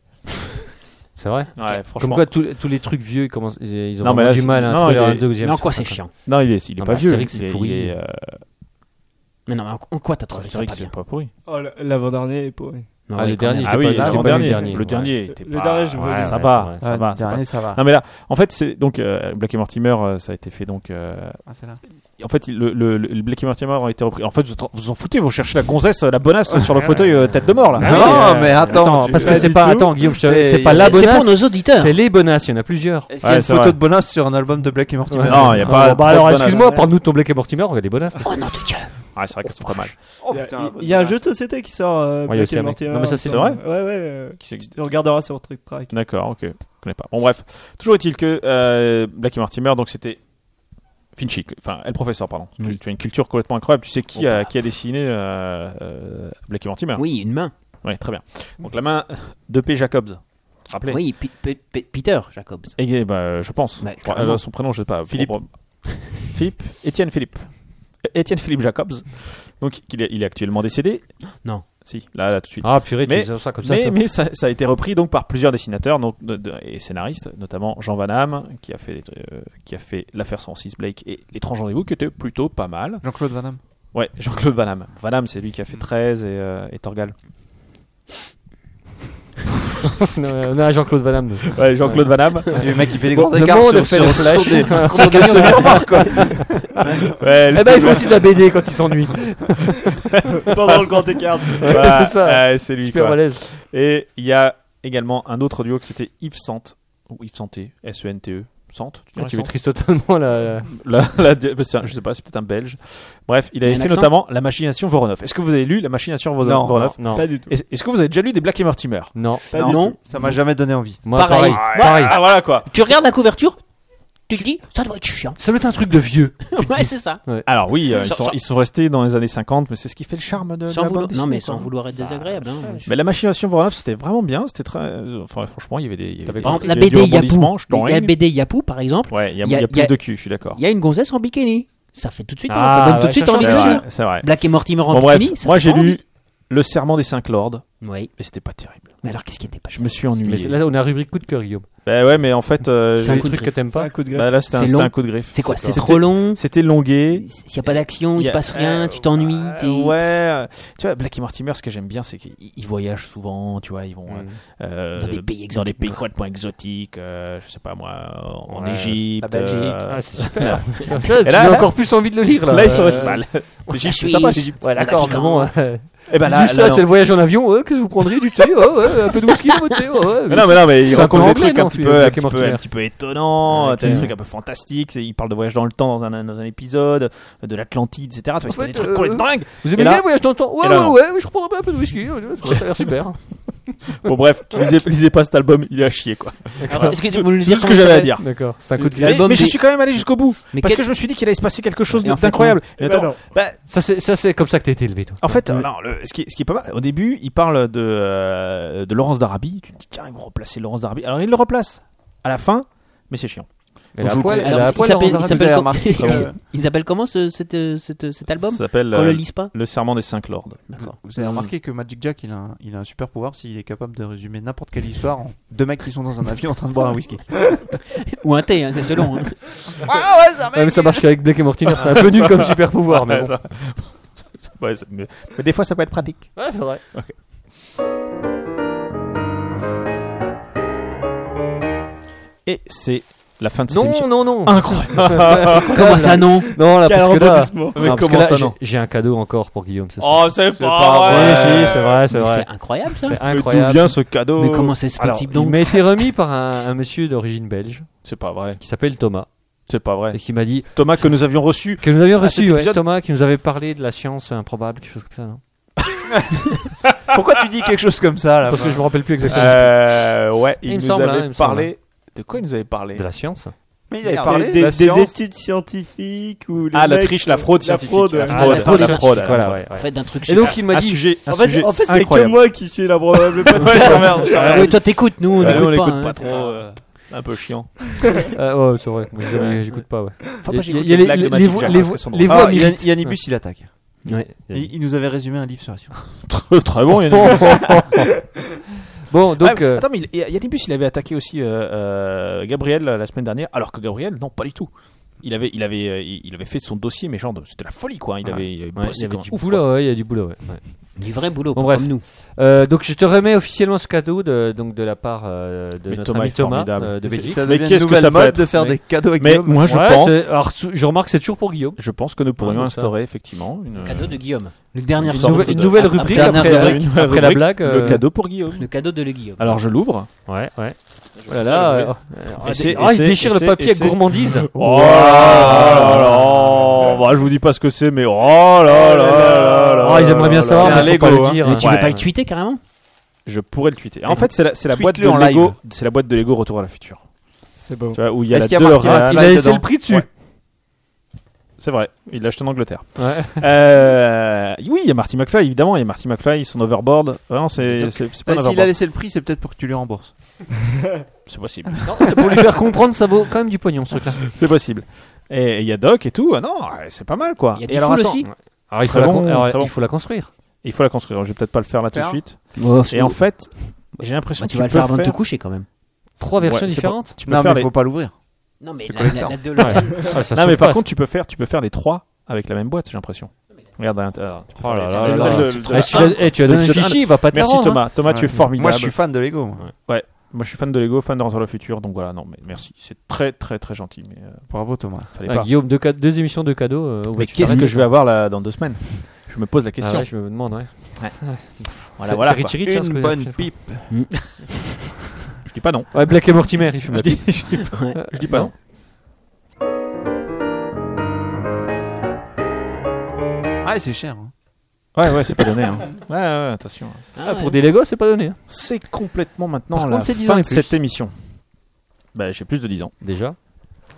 Speaker 4: C'est vrai
Speaker 3: Ouais, franchement.
Speaker 4: Comme quoi, tous, tous les trucs vieux, ils, commencent- ils ils ont
Speaker 3: Non, mais
Speaker 4: vraiment
Speaker 3: là,
Speaker 4: du
Speaker 3: c'est-
Speaker 4: mal à
Speaker 3: non,
Speaker 4: introduire
Speaker 3: il
Speaker 4: un
Speaker 3: est-
Speaker 4: deuxième.
Speaker 6: Mais en quoi
Speaker 4: ça,
Speaker 6: c'est
Speaker 4: quoi.
Speaker 6: chiant
Speaker 3: Non, il est, il est
Speaker 4: Ah
Speaker 3: pas
Speaker 4: bah,
Speaker 3: vieux.
Speaker 4: Astérix,
Speaker 3: il
Speaker 4: c'est
Speaker 3: est,
Speaker 4: pourri.
Speaker 3: il est, euh,
Speaker 6: Mais non, mais en- en quoi t'as trouvé ça
Speaker 3: Astérix,
Speaker 6: pas bien
Speaker 3: c'est pas pourri.
Speaker 7: Oh, l- L'avant-dernier est pourri.
Speaker 6: Non,
Speaker 4: Ah, le dernier,
Speaker 3: Ah
Speaker 4: j'étais
Speaker 3: oui,
Speaker 4: pas- j'étais pas
Speaker 3: l'avant-dernier.
Speaker 4: le dernier.
Speaker 3: Le dernier,
Speaker 4: Ouais.
Speaker 3: était
Speaker 7: Le
Speaker 3: pas-
Speaker 7: dernier, je me
Speaker 3: ouais,
Speaker 7: dis.
Speaker 3: ça
Speaker 4: Ouais,
Speaker 3: va,
Speaker 4: c'est vrai,
Speaker 3: ça
Speaker 4: le
Speaker 3: va. ça
Speaker 5: Ah, dernier,
Speaker 3: va.
Speaker 5: ça va.
Speaker 3: Non mais là, en fait, c'est donc euh, Black et Mortimer, euh, ça a été fait donc. euh,
Speaker 5: Ah, c'est là.
Speaker 3: En fait, il- le, le- le- le Black et Mortimer ont été repris. En fait, vous vous en foutez, vous cherchez la gonzesse, euh, la bonasse sur le fauteuil euh, tête de mort là.
Speaker 4: Ah oui, euh, parce que c'est pas. Attends, Guillaume, je te- c'est pas la bonne C'est les bonasses, il y en a plusieurs.
Speaker 5: Est-ce qu'il y a une photo de Bonas sur un album de Black et Mortimer
Speaker 3: Non, il y a pas.
Speaker 4: bah alors, excuse-moi, parle-nous de ton Black et Mortimer, on regarde les bonasses.
Speaker 6: Oh non, Dieu
Speaker 3: Ah, c'est vrai qu'elles sont pas mal.
Speaker 7: Il y a-
Speaker 5: Ah, bah,
Speaker 7: il y a un jeu de société qui sort. euh,
Speaker 3: Ouais, il y a
Speaker 7: Black
Speaker 3: aussi
Speaker 7: and
Speaker 3: un mec-
Speaker 7: Mortimer
Speaker 3: Non, mais ça, c'est
Speaker 7: ensemble.
Speaker 3: vrai
Speaker 7: Ouais, ouais. euh,
Speaker 3: Qui c'est-
Speaker 7: Tu regarderas sur Trick Track.
Speaker 3: D'accord, ok. Je connais pas. Bon, bref. Toujours est-il que euh, Black et Mortimer, donc c'était Finchy, que- enfin, El Professeur, pardon. Tu-
Speaker 6: Oui.
Speaker 3: Tu, as une culture complètement incroyable. Tu sais qui,
Speaker 6: Oh,
Speaker 3: a,
Speaker 6: bah.
Speaker 3: qui a dessiné euh, euh, Blake et Mortimer
Speaker 6: Oui, une main.
Speaker 3: Oui, très bien. Donc la main de P. Jacobs. Tu te rappelais
Speaker 6: Oui, Pi- Pi- Pi- Peter Jacobs.
Speaker 3: Et, eh ben, je pense.
Speaker 6: Bah,
Speaker 3: Enfin,
Speaker 6: carrément.
Speaker 3: euh, son prénom, je sais pas.
Speaker 5: Philippe.
Speaker 3: Bon, bon. Philippe. Étienne Philippe. Euh, Étienne Philippe Jacobs. Donc, il est, il est actuellement décédé.
Speaker 6: Non.
Speaker 3: Si, là, là, tout de suite.
Speaker 4: Ah purée,
Speaker 3: Mais-
Speaker 4: tu dis ça comme ça.
Speaker 3: mais
Speaker 4: toi.
Speaker 3: mais ça, ça a été repris donc par plusieurs dessinateurs donc, de- de- et scénaristes, notamment Jean Van Damme, qui a fait, euh, qui a fait l'affaire 106 Blake et L'étrange rendez-vous, qui était plutôt pas mal.
Speaker 5: Jean-Claude Van Damme.
Speaker 3: Ouais, Jean-Claude Van Damme. Van Damme, c'est lui qui a fait 13 et, euh, et Torgal.
Speaker 4: Non, on a Jean-Claude Van Damme. nous.
Speaker 3: Ouais, Jean-Claude Van Damme.
Speaker 5: Et le mec, il fait des
Speaker 4: Bon,
Speaker 5: grands
Speaker 4: le
Speaker 5: écarts
Speaker 4: monde
Speaker 5: sur,
Speaker 4: fait
Speaker 5: sur,
Speaker 4: le
Speaker 5: sur
Speaker 4: flash.
Speaker 5: des-
Speaker 4: Sur des miroirs, quoi.
Speaker 3: Ouais, le-
Speaker 4: Eh ben, il faut aussi de la BD quand il s'ennuie.
Speaker 7: Pendant le grand écart.
Speaker 3: Voilà,
Speaker 4: c'est ça.
Speaker 3: ouais, c'est lui.
Speaker 4: Super
Speaker 3: quoi.
Speaker 4: malaise.
Speaker 3: Et il y a également un autre duo que c'était Yves Sante, ou Yves Santé, S-E-N-T-E, Sante, E, tu dirais
Speaker 4: Tu
Speaker 3: Sante
Speaker 4: maîtrises totalement la.
Speaker 3: La- la- bah, c'est un- je sais pas, c'est peut-être un belge. Bref, il avait
Speaker 6: Il y a un
Speaker 3: fait
Speaker 6: accent
Speaker 3: notamment La Machination Voronov. Est-ce que vous avez lu La Machination Voro-
Speaker 5: Non,
Speaker 3: Voronov
Speaker 4: Non.
Speaker 7: Pas du tout.
Speaker 3: Est-ce est-ce que vous avez déjà lu des Black et Mortimer
Speaker 4: Non.
Speaker 7: Pas du
Speaker 6: non.
Speaker 7: tout.
Speaker 5: Ça m'a jamais donné envie.
Speaker 4: Moi,
Speaker 6: Pareil.
Speaker 4: pareil. Pareil.
Speaker 3: Ah voilà quoi.
Speaker 6: Tu regardes la couverture, tu te dis, ça doit être chiant.
Speaker 4: Ça doit être un truc de vieux.
Speaker 6: ouais, c'est ça.
Speaker 3: Alors oui, euh, ils,
Speaker 6: Sans-
Speaker 3: sont,
Speaker 6: sans-
Speaker 3: ils sont restés dans les années 50, mais c'est ce qui fait le charme
Speaker 4: Euh,
Speaker 3: de, de
Speaker 6: Sans
Speaker 3: la bande
Speaker 6: vouloir, non,
Speaker 3: dessinée,
Speaker 6: mais
Speaker 3: quoi.
Speaker 6: sans vouloir être désagréable. hein.
Speaker 3: Mais la machination Voronov, c'était vraiment bien. C'était très, euh, enfin franchement, il y avait des, il y avait
Speaker 4: T'avais
Speaker 3: des-
Speaker 4: par
Speaker 3: il
Speaker 4: exemple
Speaker 3: y
Speaker 6: La
Speaker 3: avait du
Speaker 6: BD
Speaker 3: rebondissement,
Speaker 6: Yapou,
Speaker 3: je t'en
Speaker 6: la
Speaker 3: règle.
Speaker 6: BD Yapou, par exemple,
Speaker 3: Ouais, il y a,
Speaker 6: il y
Speaker 3: il y
Speaker 6: a-
Speaker 3: a
Speaker 6: il y
Speaker 3: plus
Speaker 6: a-
Speaker 3: de cul, je suis d'accord.
Speaker 6: il y a une gonzesse en bikini. Ça fait tout de suite,
Speaker 4: Ah,
Speaker 6: ça donne tout de
Speaker 4: ouais,
Speaker 6: suite
Speaker 4: ça
Speaker 6: envie
Speaker 3: C'est
Speaker 6: de
Speaker 4: change.
Speaker 6: lire.
Speaker 3: vrai, c'est vrai.
Speaker 6: Black et Mortimer en
Speaker 3: Bon bref,
Speaker 6: bikini. ça
Speaker 3: moi
Speaker 6: fait
Speaker 3: j'ai
Speaker 6: pas
Speaker 3: lu Le Serment des Cinq Lords,
Speaker 6: envie. Oui.
Speaker 3: mais c'était pas terrible.
Speaker 6: Mais alors, qu'est-ce qui était pas
Speaker 3: Je me suis ennuyé.
Speaker 4: Mais c'est- là, on a la rubrique coup de cœur, Guillaume.
Speaker 3: Bah ouais, mais en fait, euh,
Speaker 4: C'est un
Speaker 3: j'ai-
Speaker 4: truc
Speaker 6: de
Speaker 4: que t'aimes
Speaker 7: C'est
Speaker 4: pas.
Speaker 7: un coup de griffe.
Speaker 3: bah là c'était un,
Speaker 6: C'est
Speaker 3: c'était
Speaker 6: long.
Speaker 3: un coup de griffe.
Speaker 6: C'est quoi C'est
Speaker 3: C'était-
Speaker 6: trop long
Speaker 3: C'était longué.
Speaker 6: S'il n'y a pas d'action, il
Speaker 3: y
Speaker 6: se
Speaker 3: a-
Speaker 6: passe rien,
Speaker 3: euh,
Speaker 6: tu t'ennuies.
Speaker 3: euh,
Speaker 6: t'es-
Speaker 3: ouais, euh, tu vois, Black et Mortimer, ce que j'aime bien, c'est qu'ils ils voyagent souvent, tu vois, ils
Speaker 4: Mm.
Speaker 3: vont euh,
Speaker 6: Dans des pays
Speaker 3: dans des
Speaker 6: exotiques.
Speaker 3: pays complètement exotiques, euh, je sais pas moi, en
Speaker 4: Ouais,
Speaker 3: Égypte,
Speaker 5: la Belgique.
Speaker 3: euh,
Speaker 4: Ah, c'est super. Ça, ça, tu as encore plus envie de le lire, là.
Speaker 3: Là, ils sont restés
Speaker 4: Euh,
Speaker 3: mal. L'Égypte, c'est
Speaker 6: Suisse.
Speaker 3: sympa, l'Égypte.
Speaker 4: Ouais, d'accord, mais bon. euh,
Speaker 3: Eh ben
Speaker 4: c'est
Speaker 3: là,
Speaker 4: juste
Speaker 3: là,
Speaker 4: ça,
Speaker 3: non.
Speaker 4: c'est le voyage en avion. Ouais, Qu'est-ce que vous prendriez Du thé ouais, ouais, Un peu de whisky, un peu de thé. ouais, ouais.
Speaker 3: Mais non, mais non, mais ils
Speaker 4: C'est un
Speaker 3: racontent
Speaker 4: peu
Speaker 3: des
Speaker 4: anglais,
Speaker 3: trucs un
Speaker 4: non,
Speaker 3: petit
Speaker 4: tu-
Speaker 3: peu, un
Speaker 4: Black
Speaker 3: petit
Speaker 4: et
Speaker 3: peu,
Speaker 4: Mortimer.
Speaker 3: un petit peu étonnants,
Speaker 4: Ouais,
Speaker 3: t'as des
Speaker 4: ouais.
Speaker 3: trucs un peu fantastiques, c'est- ils parlent de voyage dans le temps dans un, dans un épisode, euh, de l'Atlantide, etc. Tu vois, ils
Speaker 4: En
Speaker 3: font
Speaker 4: fait,
Speaker 3: des trucs
Speaker 4: euh,
Speaker 3: complètement dingues.
Speaker 4: Vous aimez
Speaker 3: Et là-
Speaker 4: bien le voyage dans le temps Ouais,
Speaker 3: Et là,
Speaker 4: ouais,
Speaker 3: non.
Speaker 4: ouais, je reprendrai un peu de whisky. ouais, Ça a l'air super.
Speaker 3: Bon, bref, lisez, lisez pas cet album, il est à chier, quoi.
Speaker 6: Alors, Est-ce que tu peux nous
Speaker 3: C'est
Speaker 6: dire
Speaker 3: tout ce que j'avais à dire.
Speaker 4: D'accord, c'est un coup de
Speaker 3: Mais,
Speaker 6: L'album
Speaker 3: mais je
Speaker 6: des-
Speaker 3: suis quand même allé jusqu'au bout,
Speaker 6: Mais
Speaker 3: parce
Speaker 6: quel-
Speaker 3: que je me suis dit qu'il allait se passer quelque chose
Speaker 6: Et en fait,
Speaker 3: d'incroyable. Mais attends, bah,
Speaker 4: Ça, c'est- ça, c'est comme ça que t'as été élevé, toi.
Speaker 3: En fait, euh, non, le- ce, qui, est- ce qui est pas mal, au début, il parle de, euh, de Laurence d'Arabie. Tu te dis, tiens, ils vont replacer Laurence d'Arabie. Alors, ils le replacent à la fin, mais c'est chiant.
Speaker 4: Elle a
Speaker 3: joue
Speaker 4: un poil-
Speaker 3: pas-
Speaker 4: elle a
Speaker 6: Alors,
Speaker 4: un
Speaker 6: il
Speaker 4: poil hein, en
Speaker 6: s'appelle- il
Speaker 4: rose
Speaker 6: s'appelle
Speaker 4: arabie.
Speaker 6: comment-
Speaker 5: remarqué, euh,
Speaker 6: Ils s'appellent comment ce- cet euh, cet- cet album
Speaker 3: Ça s'appelle
Speaker 6: Qu'on
Speaker 3: euh,
Speaker 6: le
Speaker 3: le,
Speaker 6: lise pas
Speaker 3: Serment des Cinq Lords. D'accord.
Speaker 5: Vous avez remarqué que Magic Jack, il a un, il a un super pouvoir s'il est capable de résumer n'importe quelle histoire en deux mecs qui sont dans un avion en train de boire un whisky.
Speaker 6: Ou un thé, hein, c'est selon. hein.
Speaker 4: Ouais, mais ça marche qu'avec Blake et Mortimer, c'est un peu nul comme super pouvoir, mais bon.
Speaker 3: Ouais, c'est- mais, mais des fois, ça peut être pratique.
Speaker 4: Ouais, Ah, c'est vrai.
Speaker 3: Et c'est la fin de cette
Speaker 4: Non,
Speaker 3: émission.
Speaker 4: non, non.
Speaker 3: Incroyable.
Speaker 6: Comment ça, non
Speaker 4: Non, là,
Speaker 7: Quel
Speaker 4: parce que là,
Speaker 7: rebondissement.
Speaker 3: Mais
Speaker 4: non, parce que
Speaker 3: comment
Speaker 4: là,
Speaker 3: ça,
Speaker 4: j'ai-
Speaker 3: non
Speaker 4: j'ai un cadeau encore pour Guillaume. ce soir.
Speaker 3: Oh, c'est pas,
Speaker 4: Ouais,
Speaker 3: vrai.
Speaker 4: si, c'est vrai, c'est
Speaker 6: Mais
Speaker 4: vrai.
Speaker 6: C'est incroyable ça.
Speaker 4: C'est
Speaker 3: Mais
Speaker 4: incroyable.
Speaker 3: D'où vient ce cadeau
Speaker 6: Mais comment c'est ce
Speaker 3: Alors,
Speaker 6: petit
Speaker 4: Il
Speaker 6: donc
Speaker 4: m'a été remis par un, un monsieur d'origine belge
Speaker 3: C'est pas vrai.
Speaker 4: qui s'appelle Thomas
Speaker 3: C'est pas vrai.
Speaker 4: et qui m'a dit
Speaker 3: Thomas que nous avions reçu.
Speaker 4: que nous avions
Speaker 3: cet
Speaker 4: reçu ouais,
Speaker 3: épisode-
Speaker 4: Thomas qui nous avait parlé de la science improbable, quelque chose comme ça, non
Speaker 5: Pourquoi tu dis quelque chose comme ça là
Speaker 4: Parce que je me rappelle plus exactement.
Speaker 3: Euh, ouais, il,
Speaker 4: Il me
Speaker 3: nous
Speaker 4: semble, hein, il
Speaker 3: avait
Speaker 4: me
Speaker 3: parlé. De quoi il nous avait parlé
Speaker 4: De la science
Speaker 5: Mais il avait
Speaker 7: Des-
Speaker 5: parlé
Speaker 7: des,
Speaker 5: de la
Speaker 7: des
Speaker 5: science.
Speaker 7: études scientifiques ou les
Speaker 3: Ah, la
Speaker 7: mecs-
Speaker 3: triche, la fraude
Speaker 7: la
Speaker 3: scientifique.
Speaker 7: fraude, euh, ouais.
Speaker 6: Ah, la fraude,
Speaker 3: la
Speaker 6: la
Speaker 3: fraude.
Speaker 4: Voilà, ouais,
Speaker 6: En
Speaker 4: ouais.
Speaker 6: fait, d'un truc.
Speaker 4: Et donc il m'a
Speaker 3: Un
Speaker 4: dit
Speaker 3: Ah, sujet, un
Speaker 7: En fait,
Speaker 3: sujet
Speaker 7: en fait, c'est que
Speaker 3: incroyable.
Speaker 7: moi qui suis l'improbable
Speaker 3: Ouais,
Speaker 7: podcast.
Speaker 3: je t'emmerde, je t'emmerde.
Speaker 6: Oui, toi t'écoutes, nous on
Speaker 3: Ouais, nous, on
Speaker 6: n'écoute
Speaker 3: l'écoute
Speaker 6: pas. hein.
Speaker 3: pas trop. euh, Un peu chiant.
Speaker 4: Euh, ouais, c'est vrai, mais j'aime- j'écoute pas. Ouais.
Speaker 6: Enfin,
Speaker 4: Il y a-
Speaker 6: moi,
Speaker 4: il
Speaker 6: j'écoute.
Speaker 4: y a les-
Speaker 3: blagues de
Speaker 4: les-
Speaker 3: Magic
Speaker 4: les voix-
Speaker 3: Jack,
Speaker 4: les
Speaker 3: parce
Speaker 4: voix-
Speaker 3: qu'elles sont
Speaker 4: les
Speaker 5: Ah,
Speaker 4: voix
Speaker 5: il
Speaker 4: militent.
Speaker 5: y a Nibus, il attaque.
Speaker 6: Ouais.
Speaker 5: Il, il nous avait résumé un livre sur la science.
Speaker 3: Très, bon, il y
Speaker 4: Bon, donc. euh,
Speaker 3: Attends, Ah, mais il- il y a Yanibus, il avait attaqué aussi euh, euh, Gabriel euh, la semaine dernière, alors que Gabriel, non, pas du tout. Il avait, il avait, euh, il il avait fait son dossier, mais genre, de- c'était la folie, quoi. Il
Speaker 4: Ouais.
Speaker 3: avait, il avait
Speaker 4: ouais,
Speaker 3: bossé
Speaker 4: il y avait
Speaker 3: comme
Speaker 4: du
Speaker 3: un ouf,
Speaker 4: boulot, ouais, il y a du boulot. Ouais. Ouais.
Speaker 6: Du vrai boulot,
Speaker 4: Bon,
Speaker 6: pas
Speaker 4: bref.
Speaker 6: comme nous.
Speaker 4: Euh, donc je te remets officiellement ce cadeau de, donc de la part euh, de
Speaker 3: Mais
Speaker 4: notre
Speaker 3: Thomas
Speaker 4: ami
Speaker 3: est
Speaker 4: Thomas
Speaker 3: formidable.
Speaker 4: euh, de
Speaker 5: C'est-
Speaker 4: Belgique.
Speaker 5: Ça
Speaker 3: Mais
Speaker 5: devient
Speaker 3: qu'est-ce
Speaker 5: une
Speaker 3: que
Speaker 5: nouvelle
Speaker 3: ça peut
Speaker 5: mode
Speaker 3: être
Speaker 5: de faire
Speaker 4: Mais-
Speaker 5: des cadeaux avec
Speaker 3: Mais
Speaker 5: Guillaume.
Speaker 3: moi, je
Speaker 4: Ouais,
Speaker 3: pense,
Speaker 4: c'est- alors, sou- je remarque que c'est toujours pour Guillaume.
Speaker 3: Je pense que nous pourrions
Speaker 4: Ouais, ça.
Speaker 3: instaurer effectivement une,
Speaker 6: Cadeau de Guillaume. Le dernier
Speaker 4: Une
Speaker 3: sorte
Speaker 4: nouvelle,
Speaker 3: de-
Speaker 4: une nouvelle
Speaker 6: ap-
Speaker 4: rubrique
Speaker 6: dernière
Speaker 4: après, la-
Speaker 3: une nouvelle
Speaker 4: après la
Speaker 3: rubrique,
Speaker 4: blague.
Speaker 3: le
Speaker 4: euh,
Speaker 3: cadeau pour Guillaume.
Speaker 6: Le cadeau de le Guillaume.
Speaker 3: Alors je l'ouvre.
Speaker 4: Ouais, ouais. Oh là là, euh, oh,
Speaker 3: Et c'est- et
Speaker 4: ah, il
Speaker 3: c'est-
Speaker 4: déchire
Speaker 3: et
Speaker 4: le
Speaker 3: c'est-
Speaker 4: papier
Speaker 3: et
Speaker 4: avec
Speaker 3: c'est-
Speaker 4: gourmandise.
Speaker 3: Oh là là Bah, Je vous dis pas ce que c'est, mais oh là là là là
Speaker 4: Oh, ils aimeraient bien
Speaker 3: là
Speaker 4: savoir,
Speaker 5: c'est
Speaker 4: mais
Speaker 5: un
Speaker 4: faut pas
Speaker 5: Lego,
Speaker 4: le
Speaker 5: hein.
Speaker 4: dire.
Speaker 6: Mais tu
Speaker 4: Ouais.
Speaker 6: veux pas le tweeter carrément
Speaker 3: Je pourrais le tweeter. En fait, c'est la, c'est la
Speaker 5: Tweet-le
Speaker 3: boîte de
Speaker 5: en live.
Speaker 3: Lego. C'est la boîte de Lego Retour à la future.
Speaker 7: C'est beau.
Speaker 3: Tu vois, où il y a
Speaker 5: Est-ce
Speaker 3: la
Speaker 5: qu'il y a
Speaker 3: deux
Speaker 5: marqué
Speaker 3: Lorraine.
Speaker 5: la
Speaker 4: Il a
Speaker 5: Là,
Speaker 4: laissé
Speaker 5: dedans.
Speaker 4: le prix dessus.
Speaker 3: Ouais. C'est vrai, il l'a acheté en Angleterre. Euh, oui, il y a Marty McFly, évidemment, il y a Marty McFly, son overboard. Vraiment, c'est c'est- c'est pas un
Speaker 5: Bah, S'il a
Speaker 3: overboard.
Speaker 5: laissé le prix, c'est peut-être pour que tu lui rembourses.
Speaker 3: C'est possible.
Speaker 4: C'est pour lui faire comprendre, ça vaut quand même du pognon ce truc-là.
Speaker 3: C'est possible. Et il y a Doc et tout. Ah non, c'est pas mal quoi.
Speaker 6: Il y a
Speaker 3: Et
Speaker 6: Tifoul
Speaker 3: attends.
Speaker 6: aussi.
Speaker 4: Alors, il faut,
Speaker 3: Très
Speaker 4: la,
Speaker 3: bon,
Speaker 4: con- alors,
Speaker 3: très bon.
Speaker 4: il faut la construire.
Speaker 3: Il faut la construire. Je vais peut-être pas le faire là tout de
Speaker 5: Faire.
Speaker 3: suite.
Speaker 6: Oh,
Speaker 3: Et en fait, j'ai l'impression
Speaker 6: bah,
Speaker 3: que
Speaker 6: tu vas le
Speaker 3: peux
Speaker 6: faire avant de te coucher quand même.
Speaker 4: Trois versions
Speaker 3: Ouais, c'est
Speaker 4: différentes.
Speaker 3: Tu peux
Speaker 5: Non, mais
Speaker 3: faire
Speaker 5: il
Speaker 3: les-
Speaker 5: faut pas l'ouvrir.
Speaker 6: Non, mais
Speaker 5: C'est
Speaker 6: la, la, la de la-
Speaker 4: Ouais. Ah, ça
Speaker 3: Non,
Speaker 4: sauve
Speaker 3: mais par
Speaker 4: pas,
Speaker 3: contre, tu peux faire, tu peux faire les trois avec la même boîte. J'ai l'impression. Regarde à l'intérieur. Tu peux
Speaker 4: Oh
Speaker 3: faire
Speaker 4: là
Speaker 3: les-
Speaker 4: là
Speaker 3: les
Speaker 4: là
Speaker 3: salles
Speaker 4: là.
Speaker 3: de- de-
Speaker 4: Eh, tu, as, eh, tu as donné un
Speaker 3: Épisode un.
Speaker 4: fichier, il va pas te la
Speaker 3: Merci
Speaker 4: rendre,
Speaker 3: Thomas. Thomas, tu es
Speaker 5: Ouais. Moi,
Speaker 3: formidable.
Speaker 5: je suis fan de Lego. moi.
Speaker 3: Moi, je suis fan de Lego, fan de Retour vers le futur. Donc voilà, non, mais merci. C'est très, très, très gentil. Mais euh,
Speaker 5: Bravo, Thomas.
Speaker 3: fallait
Speaker 4: hein. Ah,
Speaker 3: pas.
Speaker 4: Guillaume, deux, ca- deux émissions de cadeaux. euh, où
Speaker 3: Mais
Speaker 4: vas-tu
Speaker 3: qu'est-ce
Speaker 4: t'arrêter
Speaker 3: que je vais avoir là dans deux semaines Je me pose la
Speaker 4: Ah
Speaker 3: question.
Speaker 4: ouais, Je me demande, ouais.
Speaker 3: Voilà,
Speaker 4: C'est-
Speaker 3: voilà.
Speaker 4: c'est
Speaker 3: quoi.
Speaker 4: Richie Rich, hein, ce que-
Speaker 5: Une bonne pipe.
Speaker 3: Je dis pas non.
Speaker 4: Ouais, Black et Mortimer, il fume la pipe.
Speaker 3: Je dis pas non.
Speaker 5: Ah, c'est cher. hein.
Speaker 3: Ouais, ouais, c'est pas donné. hein. Ouais, ouais, attention. hein.
Speaker 6: Ah,
Speaker 4: Ah,
Speaker 6: ouais.
Speaker 4: pour des Lego, c'est pas donné. hein.
Speaker 3: C'est complètement maintenant
Speaker 4: Par
Speaker 3: la
Speaker 4: contre, c'est 10 ans
Speaker 3: fin
Speaker 4: et
Speaker 3: de
Speaker 4: plus.
Speaker 3: cette émission. Bah, j'ai plus de 10 ans.
Speaker 4: Déjà.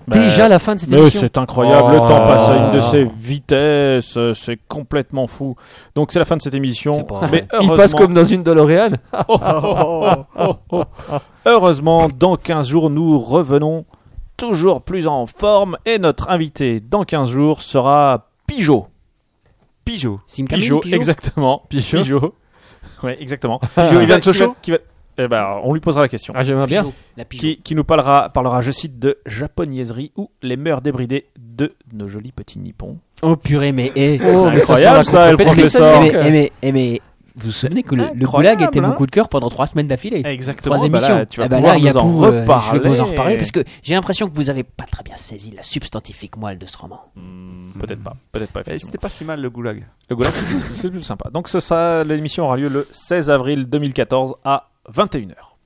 Speaker 3: Bah,
Speaker 4: Déjà la fin de cette
Speaker 3: Mais
Speaker 4: émission.
Speaker 3: c'est incroyable, le
Speaker 4: Oh.
Speaker 3: temps passe à une de ses vitesses, c'est complètement fou. Donc c'est la fin de cette émission. Mais
Speaker 4: Il
Speaker 3: heureusement,
Speaker 4: passe comme dans une DeLorean.
Speaker 3: Oh, oh, oh, oh, oh. heureusement, dans 15 jours, nous revenons toujours plus en forme et notre invité dans 15 jours sera Pigeot.
Speaker 5: Pigeot.
Speaker 6: Simcamine,
Speaker 3: Pigeot,
Speaker 6: Pigeot
Speaker 3: exactement.
Speaker 4: Pigeot.
Speaker 3: Ouais, exactement.
Speaker 5: Pigeot,
Speaker 3: Qui
Speaker 5: il vient
Speaker 3: va-
Speaker 5: de Sochaux
Speaker 3: qui va- eh ben, on lui posera la question.
Speaker 4: Ah, j'aimerais bien.
Speaker 6: Pigeot, La pigeon.
Speaker 3: qui, qui nous parlera, parlera, je cite, de japonaiserie ou les mœurs débridées de nos jolis petits nippons.
Speaker 6: Oh purée, mais. eh.
Speaker 4: Oh, mais ça sent la
Speaker 3: incroyable, ça, le
Speaker 4: contre-pétrie,
Speaker 3: professeur.
Speaker 4: ça,
Speaker 6: Eh,
Speaker 4: donc,
Speaker 6: mais,
Speaker 4: euh,
Speaker 6: eh, mais, eh, mais, vous vous souvenez que le, le
Speaker 3: Incroyable,
Speaker 6: goulag était
Speaker 3: hein.
Speaker 6: mon coup de cœur pendant trois semaines d'affilée.
Speaker 3: Exactement.
Speaker 6: Trois
Speaker 3: Bah
Speaker 6: émissions.
Speaker 3: là, tu vas
Speaker 6: Ah bah
Speaker 3: pouvoir
Speaker 6: là, il y a
Speaker 3: nous en
Speaker 6: pour, euh,
Speaker 3: reparler.
Speaker 6: Je vais vous en reparler parce que j'ai l'impression que vous avez pas très bien saisi la substantifique moelle de ce roman.
Speaker 3: Hmm, Peut-être pas, peut-être pas.
Speaker 5: Eh,
Speaker 3: effectivement.
Speaker 5: C'était pas si mal le goulag.
Speaker 3: Le goulag, c'est- c'est plus sympa. Donc ce sera- l'émission aura lieu le 16 avril 2014 à 21h.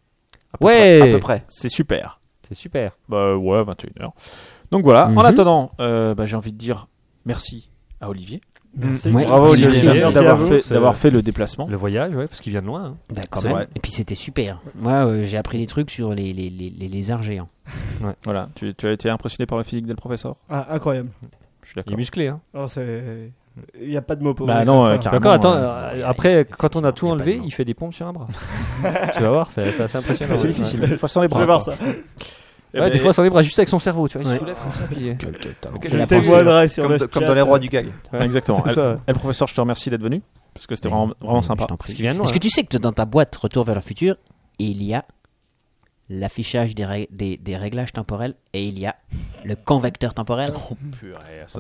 Speaker 5: À peu
Speaker 4: Ouais,
Speaker 5: près.
Speaker 3: C'est super.
Speaker 4: c'est super.
Speaker 3: Bah ouais, 21h. Donc voilà. En
Speaker 4: Mhm.
Speaker 3: attendant, euh, bah, j'ai envie de dire merci à Olivier
Speaker 7: Merci.
Speaker 6: Ouais.
Speaker 7: Bravo,
Speaker 6: Merci,
Speaker 7: Olivier.
Speaker 6: merci.
Speaker 7: Merci à
Speaker 3: d'avoir
Speaker 7: vous.
Speaker 3: fait,
Speaker 4: C'est-
Speaker 3: d'avoir fait le déplacement.
Speaker 4: Le voyage, ouais, parce qu'il vient de loin. hein.
Speaker 6: Bah, quand
Speaker 3: C'est
Speaker 6: même.
Speaker 3: vrai.
Speaker 6: Et puis c'était super. Moi, euh, j'ai appris des trucs sur les, les, les, les lézards géants.
Speaker 3: Voilà. Tu, tu as été impressionné par le physique de le professeur.
Speaker 7: Ah, incroyable.
Speaker 3: Je suis
Speaker 4: Il est
Speaker 3: d'accord.
Speaker 4: musclé. Hein.
Speaker 7: Oh, c'est. Il n'y a pas de mots pour
Speaker 3: Bah
Speaker 7: dire
Speaker 3: non,
Speaker 7: ça.
Speaker 3: euh, carrément.
Speaker 4: D'accord, attends.
Speaker 3: ouais.
Speaker 4: euh,
Speaker 6: Ouais,
Speaker 4: après, quand on
Speaker 6: effectivement,
Speaker 4: a tout
Speaker 6: il y a pas
Speaker 4: enlevé,
Speaker 6: de nom.
Speaker 4: il fait des pompes sur un bras. tu vas voir, c'est c'est assez impressionnant.
Speaker 3: Ah, C'est
Speaker 4: ouais.
Speaker 3: difficile. Il faut sans les
Speaker 7: Je
Speaker 3: bras.
Speaker 7: vais voir ça.
Speaker 3: Eh
Speaker 4: Ouais,
Speaker 3: ben,
Speaker 4: des fois, sans les bras, juste avec son cerveau, tu vois, il
Speaker 6: Ouais.
Speaker 4: se soulève comme ça. Puis... euh, il- Bah,
Speaker 6: C'est la pensée.
Speaker 7: témoignerai sur
Speaker 5: Comme,
Speaker 7: le
Speaker 5: de- comme
Speaker 7: chat.
Speaker 5: dans les rois du gag.
Speaker 3: Exactement.
Speaker 4: C'est ça.
Speaker 3: Eh, professeur, je te remercie d'être venu parce que c'était
Speaker 6: Mais-
Speaker 3: vraiment, vraiment
Speaker 6: mais
Speaker 3: sympa.
Speaker 6: je t'en prie.
Speaker 4: Parce qu'il vient de loin.
Speaker 6: Est-ce que tu sais que dans ta boîte Retour vers le futur, il y a l'affichage des, ré- des, des réglages temporels et il y a le convecteur temporel.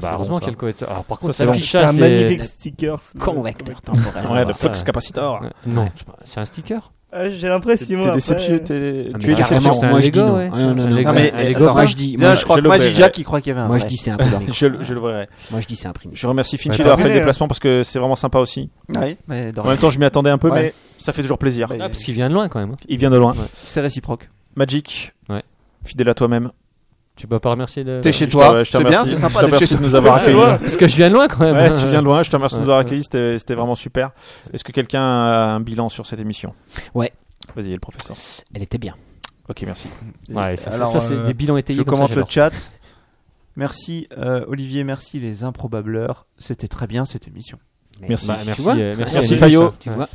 Speaker 4: Bah, heureusement qu'il y a le collecteur. Alors, par contre,
Speaker 3: c'est bon.
Speaker 7: C'est un
Speaker 4: l'affichage, c'est.
Speaker 7: magnifique sticker. ce-
Speaker 6: Convecteur temporel.
Speaker 3: Ah, Ouais, le
Speaker 4: ça,
Speaker 3: Fox
Speaker 4: ouais.
Speaker 3: Capacitor.
Speaker 4: Ouais. Non, c'est pas- c'est un sticker.
Speaker 7: Ah, J'ai l'impression.
Speaker 3: T'es
Speaker 7: après,
Speaker 3: déception.
Speaker 7: euh,
Speaker 3: t'es-
Speaker 6: Ah,
Speaker 3: Tu es
Speaker 6: mais carrément,
Speaker 3: déception.
Speaker 4: c'est un
Speaker 6: moi je dis
Speaker 4: Lego,
Speaker 6: non.
Speaker 4: ouais.
Speaker 6: Ah, non, non,
Speaker 4: Un
Speaker 6: non.
Speaker 4: Lego.
Speaker 6: Ah, mais,
Speaker 4: Un Lego.
Speaker 6: attends,
Speaker 4: Attends,
Speaker 6: moi je dis,
Speaker 5: Tiens,
Speaker 6: moi,
Speaker 5: je crois
Speaker 3: je
Speaker 5: que
Speaker 3: le
Speaker 5: Magic
Speaker 3: verrai.
Speaker 5: Jack, il Ah, croit qu'il y avait un.
Speaker 6: moi, je
Speaker 5: vrai.
Speaker 6: dis c'est imprimé.
Speaker 3: Je, le- je le verrai.
Speaker 6: moi je dis c'est imprimé.
Speaker 3: Je remercie Finch
Speaker 7: Bah,
Speaker 3: d'avoir fait
Speaker 7: terminé,
Speaker 3: le
Speaker 7: hein.
Speaker 3: déplacement parce que c'est vraiment sympa aussi.
Speaker 5: Ouais, mais dans-
Speaker 3: En même temps, je m'y attendais un peu,
Speaker 5: Ouais.
Speaker 3: mais ça fait toujours plaisir.
Speaker 5: Ouais.
Speaker 4: Ah, parce qu'il vient de loin quand même. hein.
Speaker 3: Il vient de loin.
Speaker 5: c'est réciproque.
Speaker 3: Magic,
Speaker 4: Ouais.
Speaker 3: fidèle à toi-même.
Speaker 4: Tu peux pas remercier le. Ah,
Speaker 5: T'es chez
Speaker 3: je te-
Speaker 5: toi.
Speaker 3: je te
Speaker 5: C'est bien,
Speaker 3: remercie.
Speaker 5: c'est
Speaker 3: Je
Speaker 5: sympa
Speaker 3: te
Speaker 5: d'être
Speaker 3: remercie
Speaker 5: chez
Speaker 3: de
Speaker 5: toi.
Speaker 3: nous avoir
Speaker 5: C'est
Speaker 3: accueillis.
Speaker 5: loin.
Speaker 4: Parce que je viens de loin quand même.
Speaker 3: Ouais,
Speaker 4: hein.
Speaker 3: tu viens de loin. Je te remercie de nous avoir
Speaker 4: Ouais.
Speaker 3: accueillis. C'était c'était vraiment super. Est-ce que quelqu'un a un bilan sur cette émission
Speaker 6: Ouais.
Speaker 3: Vas-y, le professeur.
Speaker 6: Elle était bien.
Speaker 3: Ok, merci.
Speaker 4: Ouais, ça, ça-
Speaker 5: Alors,
Speaker 4: ça, c'est
Speaker 5: euh,
Speaker 4: des bilans étayés.
Speaker 5: Je
Speaker 4: comme ça,
Speaker 5: commente le
Speaker 4: j'adore.
Speaker 5: chat. Merci euh, Olivier, merci les improbableurs. C'était très bien cette émission.
Speaker 6: Mais-
Speaker 3: Merci.
Speaker 4: Bah, merci,
Speaker 6: vois
Speaker 4: euh, merci,
Speaker 3: Merci,
Speaker 4: Yannis.
Speaker 3: Fayot.
Speaker 6: Tu vois,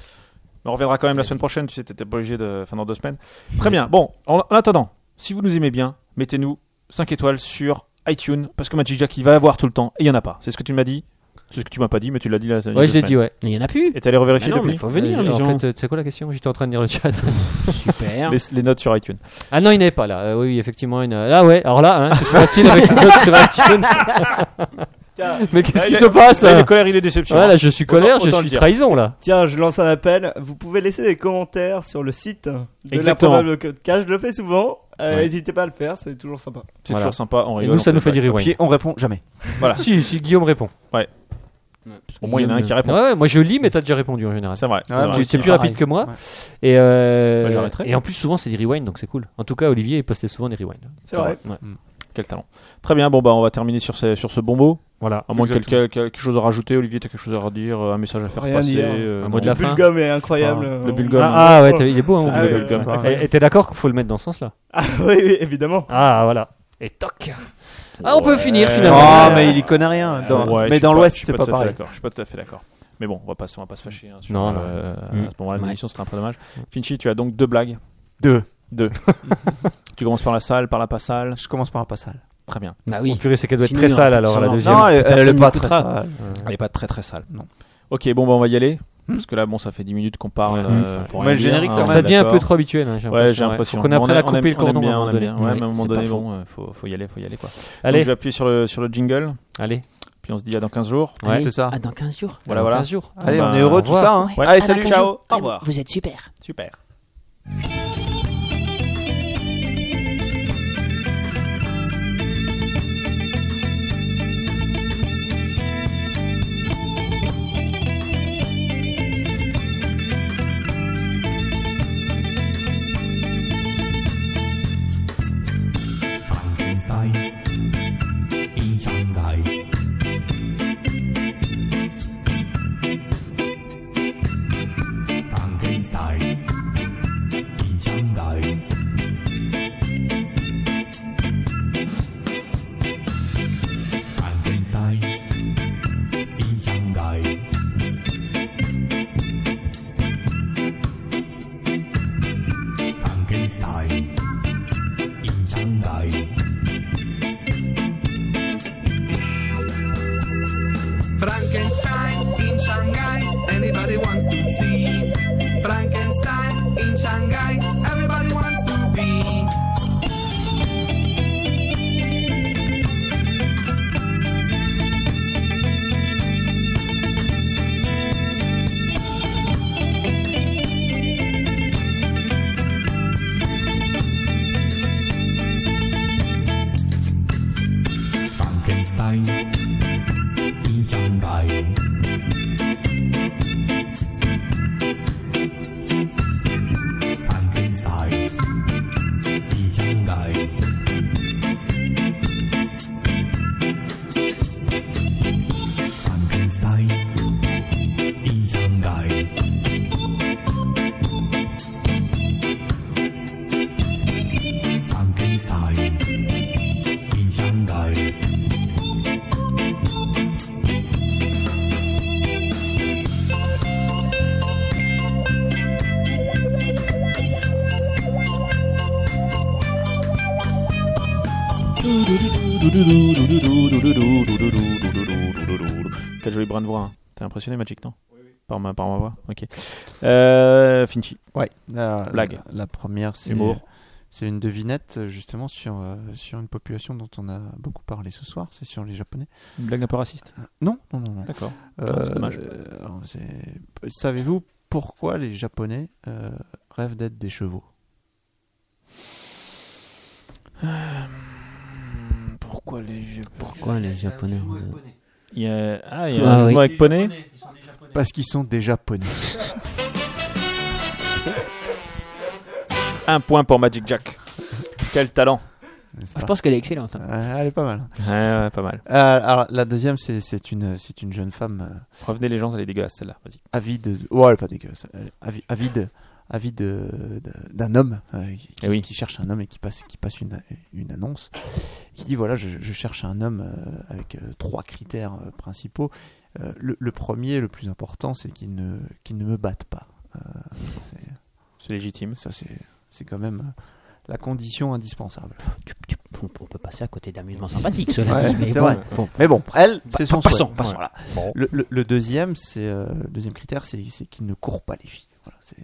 Speaker 3: Mais On reviendra quand même la semaine prochaine, tu sais, t'étais pas obligé de. Enfin, dans deux semaines. Très bien. Bon, en, en attendant, si vous nous aimez bien, mettez-nous 5 étoiles sur iTunes, parce que Magic Jack, il va y avoir tout le temps, et il y en a pas. C'est ce que tu m'as dit C'est ce que tu m'as pas dit, mais tu l'as dit la semaine
Speaker 4: Ouais, je l'ai dit, ouais.
Speaker 6: il y en a plus.
Speaker 3: Et t'es allé revérifier
Speaker 6: Mais non, mais
Speaker 3: depuis
Speaker 6: faut venir
Speaker 4: Euh,
Speaker 6: les
Speaker 4: en
Speaker 6: gens.
Speaker 4: fait, euh, tu sais quoi la question J'étais en train de lire le chat.
Speaker 6: Super.
Speaker 3: les, les notes sur iTunes.
Speaker 4: Ah non, il n'est pas là. Euh, oui, oui, effectivement, il n'a- Ah ouais, alors là, hein, c'est facile avec une note sur iTunes. Mais qu'est-ce qui se passe
Speaker 3: Ah, il
Speaker 4: hein
Speaker 3: est colère, il est déception.
Speaker 4: Ouais, là, je suis colère, je
Speaker 3: autant le
Speaker 4: suis
Speaker 3: dire.
Speaker 4: trahison là.
Speaker 7: Tiens, je lance un appel. Vous pouvez laisser des commentaires sur le site de la
Speaker 3: Exactement.
Speaker 7: probable podcast. Je le fais souvent. Euh,
Speaker 3: Ouais.
Speaker 7: N'hésitez pas à le faire, c'est toujours sympa.
Speaker 3: C'est
Speaker 4: Voilà.
Speaker 3: toujours sympa, on
Speaker 4: Et
Speaker 3: rigole.
Speaker 4: nous,
Speaker 3: on
Speaker 4: ça nous
Speaker 3: fait
Speaker 4: fait
Speaker 3: des
Speaker 4: du rewind.
Speaker 5: Puis on répond jamais.
Speaker 4: Si, si Guillaume répond.
Speaker 3: blagues. Au moins, il y en a un qui répond.
Speaker 4: Ouais, ouais, moi je lis, mais t'as déjà répondu en général.
Speaker 3: C'est vrai. c'est
Speaker 5: Ouais,
Speaker 3: vrai.
Speaker 5: tu-
Speaker 4: Tu es
Speaker 5: c'est
Speaker 4: plus
Speaker 5: pareil.
Speaker 4: rapide que moi.
Speaker 5: Ouais.
Speaker 4: Et, euh,
Speaker 3: Bah, j'arrêterai.
Speaker 4: et en plus, souvent, c'est des rewinds, donc c'est cool. En tout cas, Olivier, il postait souvent des rewinds.
Speaker 7: C'est vrai.
Speaker 4: Ouais.
Speaker 3: Quel talent. Très bien, bon, bah, on va terminer sur ce, sur ce bon mot.
Speaker 4: Voilà.
Speaker 3: À moins que
Speaker 4: Exactement.
Speaker 3: quelqu'un quelque chose à rajouter, Olivier, t'as quelque chose à redire, un message à faire
Speaker 7: Rien
Speaker 3: passer.
Speaker 7: dire.
Speaker 3: euh,
Speaker 4: Un
Speaker 3: non.
Speaker 4: mot de la
Speaker 7: Le
Speaker 4: fin.
Speaker 7: bulgum est incroyable.
Speaker 3: Le
Speaker 7: On-
Speaker 3: bulgum.
Speaker 4: Ah, ah, ouais, t'as- il est beau, hein,
Speaker 7: Ah,
Speaker 4: Olivier.
Speaker 7: ouais,
Speaker 3: Bulgum.
Speaker 7: ouais.
Speaker 4: Et et t'es d'accord qu'il faut le mettre dans ce sens-là
Speaker 7: Ah oui, oui, évidemment.
Speaker 4: Ah, voilà. Et toc Ah, on peut finir finalement.
Speaker 5: Ah, mais il y connaît rien. Dans-
Speaker 3: Ah Ouais, je
Speaker 5: mais
Speaker 3: suis
Speaker 5: dans l'Ouest,
Speaker 3: je suis
Speaker 5: c'est pas
Speaker 3: tout à fait
Speaker 5: pareil.
Speaker 3: d'accord, Je suis pas tout à fait d'accord. Mais bon, on va pas, se- on va pas se fâcher. hein, sur,
Speaker 4: Non, non.
Speaker 3: euh,
Speaker 4: Mm.
Speaker 3: À ce moment-là,
Speaker 4: Ouais.
Speaker 3: l'émission, ce serait un peu dommage. Finchy, tu as donc deux blagues.
Speaker 5: Deux.
Speaker 3: Deux. tu commences par la salle, par la pas salle.
Speaker 5: Je commence par la passale.
Speaker 3: Très bien.
Speaker 6: Bah
Speaker 4: Oh,
Speaker 6: oui.
Speaker 4: purée, c'est qu'elle doit être
Speaker 6: Sinon,
Speaker 4: très
Speaker 6: il y
Speaker 4: sale
Speaker 6: aura
Speaker 4: alors, la
Speaker 6: personne.
Speaker 4: deuxième.
Speaker 5: Non, elle, elle
Speaker 4: Personne
Speaker 5: est pas très
Speaker 4: n'écoutera.
Speaker 5: sale.
Speaker 3: Elle est pas très très sale.
Speaker 5: Non.
Speaker 3: Ok, bon, bah, on va y aller. Parce que là, bon, ça fait 10 minutes qu'on parle. euh,
Speaker 4: Mm.
Speaker 3: pour
Speaker 5: Mais
Speaker 3: rien
Speaker 5: le générique,
Speaker 3: dire,
Speaker 5: ça
Speaker 3: hein,
Speaker 5: va.
Speaker 4: Ça
Speaker 3: on est
Speaker 4: devient un peu
Speaker 3: d'accord.
Speaker 4: trop habituel. hein, j'ai
Speaker 3: Ouais, j'ai l'impression.
Speaker 4: Faut qu'on
Speaker 3: Mais on
Speaker 4: apprenne
Speaker 3: a-
Speaker 4: à
Speaker 3: on aime-
Speaker 4: couper le
Speaker 3: on aime
Speaker 4: cordon. à un
Speaker 3: bien,
Speaker 4: moment
Speaker 3: on aime
Speaker 4: donné.
Speaker 3: bien. Ouais, mais à un
Speaker 4: Ouais,
Speaker 3: moment
Speaker 4: c'est
Speaker 3: donné,
Speaker 4: pas faux.
Speaker 3: bon, euh, faut, faut y aller, faut y aller quoi. Donc,
Speaker 4: Allez,
Speaker 3: je vais appuyer sur le, sur le jingle,
Speaker 4: allez.
Speaker 3: puis on se dit à dans 15 jours.
Speaker 5: Ouais,
Speaker 6: Allez,
Speaker 5: c'est ça.
Speaker 6: à dans 15 jours.
Speaker 3: Voilà,
Speaker 4: Dans
Speaker 3: voilà.
Speaker 4: 15 jours.
Speaker 5: Allez,
Speaker 3: Bah,
Speaker 5: on est heureux de
Speaker 4: au
Speaker 5: tout ça. hein.
Speaker 6: Ouais.
Speaker 5: Allez,
Speaker 6: À dans
Speaker 5: salut.
Speaker 6: 15
Speaker 3: ciao,
Speaker 6: jours.
Speaker 3: au revoir.
Speaker 6: Vous êtes super.
Speaker 3: Super.
Speaker 2: Frankenstein in Shanghai, anybody wants to see. Frankenstein in Shanghai, everybody wants to be.
Speaker 3: Quel joli brin de voix. hein. T'es impressionné, Magic, non par ma, par ma voix Ok. Euh, Finchy.
Speaker 5: Ouais. Alors,
Speaker 3: Blague.
Speaker 5: Euh, La, la première, c'est
Speaker 3: Humour.
Speaker 5: C'est une devinette euh, justement sur, euh, sur une population dont on a beaucoup parlé ce soir, c'est sur les Japonais.
Speaker 3: Une blague un peu raciste.
Speaker 5: Non, non, non, non.
Speaker 3: D'accord.
Speaker 5: Euh,
Speaker 3: c'est dommage.
Speaker 5: euh, alors, c'est- Savez-vous pourquoi les Japonais euh, rêvent d'être des chevaux
Speaker 3: Pourquoi les
Speaker 6: Pourquoi les Japonais
Speaker 3: Il y a... Ah, il y a
Speaker 6: Ah,
Speaker 3: un
Speaker 6: oui.
Speaker 3: jeu avec poney
Speaker 5: Parce qu'ils sont des Japonais.
Speaker 3: Un point pour Magic Jack. Quel talent.
Speaker 5: n'est-ce
Speaker 6: Je
Speaker 5: pas
Speaker 6: pense qu'elle est excellente. hein.
Speaker 5: Euh, Elle est pas mal.
Speaker 3: Ouais, ouais, pas mal.
Speaker 5: Euh, alors, la deuxième, c'est- c'est une, c'est une jeune femme euh,
Speaker 3: Revenez les gens, elle est dégueulasse celle-là. Vas-y.
Speaker 5: avide. Oh, elle est pas dégueulasse. Elle est avi- Avide, avide euh, de- d'un homme euh, qui,
Speaker 3: Eh oui.
Speaker 5: qui cherche un homme et qui passe, qui passe une, une annonce qui dit voilà, je, je cherche un homme euh, avec euh, trois critères euh, principaux. Euh, le, le premier, le plus important, c'est qu'il ne, qu'il ne me batte pas. Euh, ça, c'est-
Speaker 3: C'est légitime.
Speaker 5: ça, c'est c'est quand même euh, la condition indispensable.
Speaker 6: Tu- tu- on, on peut passer à côté d'amusement sympathique, cela
Speaker 5: Ouais,
Speaker 6: dit, mais
Speaker 5: c'est
Speaker 6: bon,
Speaker 5: vrai.
Speaker 6: bon. Bah,
Speaker 5: Mais bon, elle, c'est son
Speaker 6: passons,
Speaker 5: souhait. Voilà. Le, le- le deuxième, c'est euh, le deuxième critère, c'est c'est qu'il ne court pas les filles. Voilà, c'est-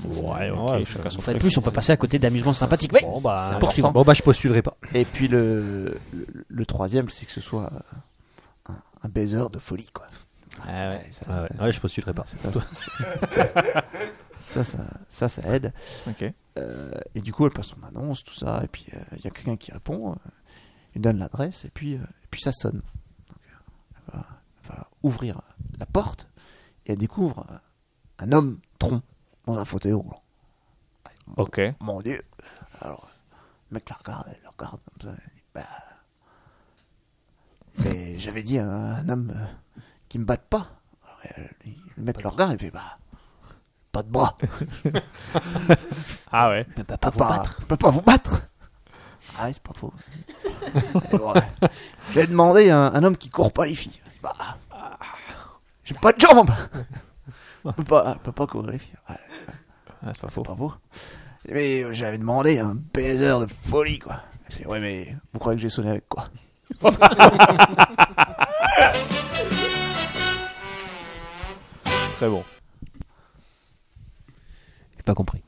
Speaker 5: ça, c'est-
Speaker 3: Ouais,
Speaker 5: ok.
Speaker 3: ouais, chacun son
Speaker 6: Une fois de
Speaker 3: truc.
Speaker 6: plus, on peut passer à côté d'amusement sympathique. Mais
Speaker 4: Bon, bah,
Speaker 6: c'est
Speaker 5: important.
Speaker 4: Bon, bah, je postulerai pas.
Speaker 5: Et puis le, le, le troisième, c'est que ce soit euh, un, un baiser de folie, quoi.
Speaker 4: Ah
Speaker 5: ouais. Ça,
Speaker 4: Ah
Speaker 5: ça,
Speaker 4: ouais,
Speaker 5: ça,
Speaker 4: ouais, je postulerai pas.
Speaker 5: Ça, ça, ça- ça, ça, ça, ça aide.
Speaker 3: Ok.
Speaker 5: Euh, et du coup, elle passe son annonce, tout ça, et puis euh, il y a quelqu'un qui répond, euh, il donne l'adresse, et puis, euh, et puis ça sonne. Donc, elle, va, elle va ouvrir la porte, et elle découvre euh, un homme tronc dans un fauteuil roulant.
Speaker 3: Ok.
Speaker 5: Mon Dieu Alors, le mec la regarde, elle le regarde comme ça, elle dit, bah... Mais j'avais dit à un homme euh, qui me batte pas. Alors, elle- le mec le regarde, et puis bah... Pas de bras
Speaker 3: Ah ouais. Ah
Speaker 6: On peut pas, pas vous
Speaker 5: pas-
Speaker 6: battre.
Speaker 5: je peux pas vous battre.
Speaker 2: Ah, c'est pas faux. J'ai demandé à un, un homme qui court pas les filles. Bah, ah, j'ai pas de jambes. Je peux pas, je peux pas courir les filles. Ouais.
Speaker 3: Ah,
Speaker 2: c'est pas, faux. Mais euh, j'avais demandé un baiser de folie, quoi. J'ai dit, ouais, mais vous croyez que j'ai sonné avec quoi
Speaker 13: Très bon.
Speaker 3: J'ai pas compris.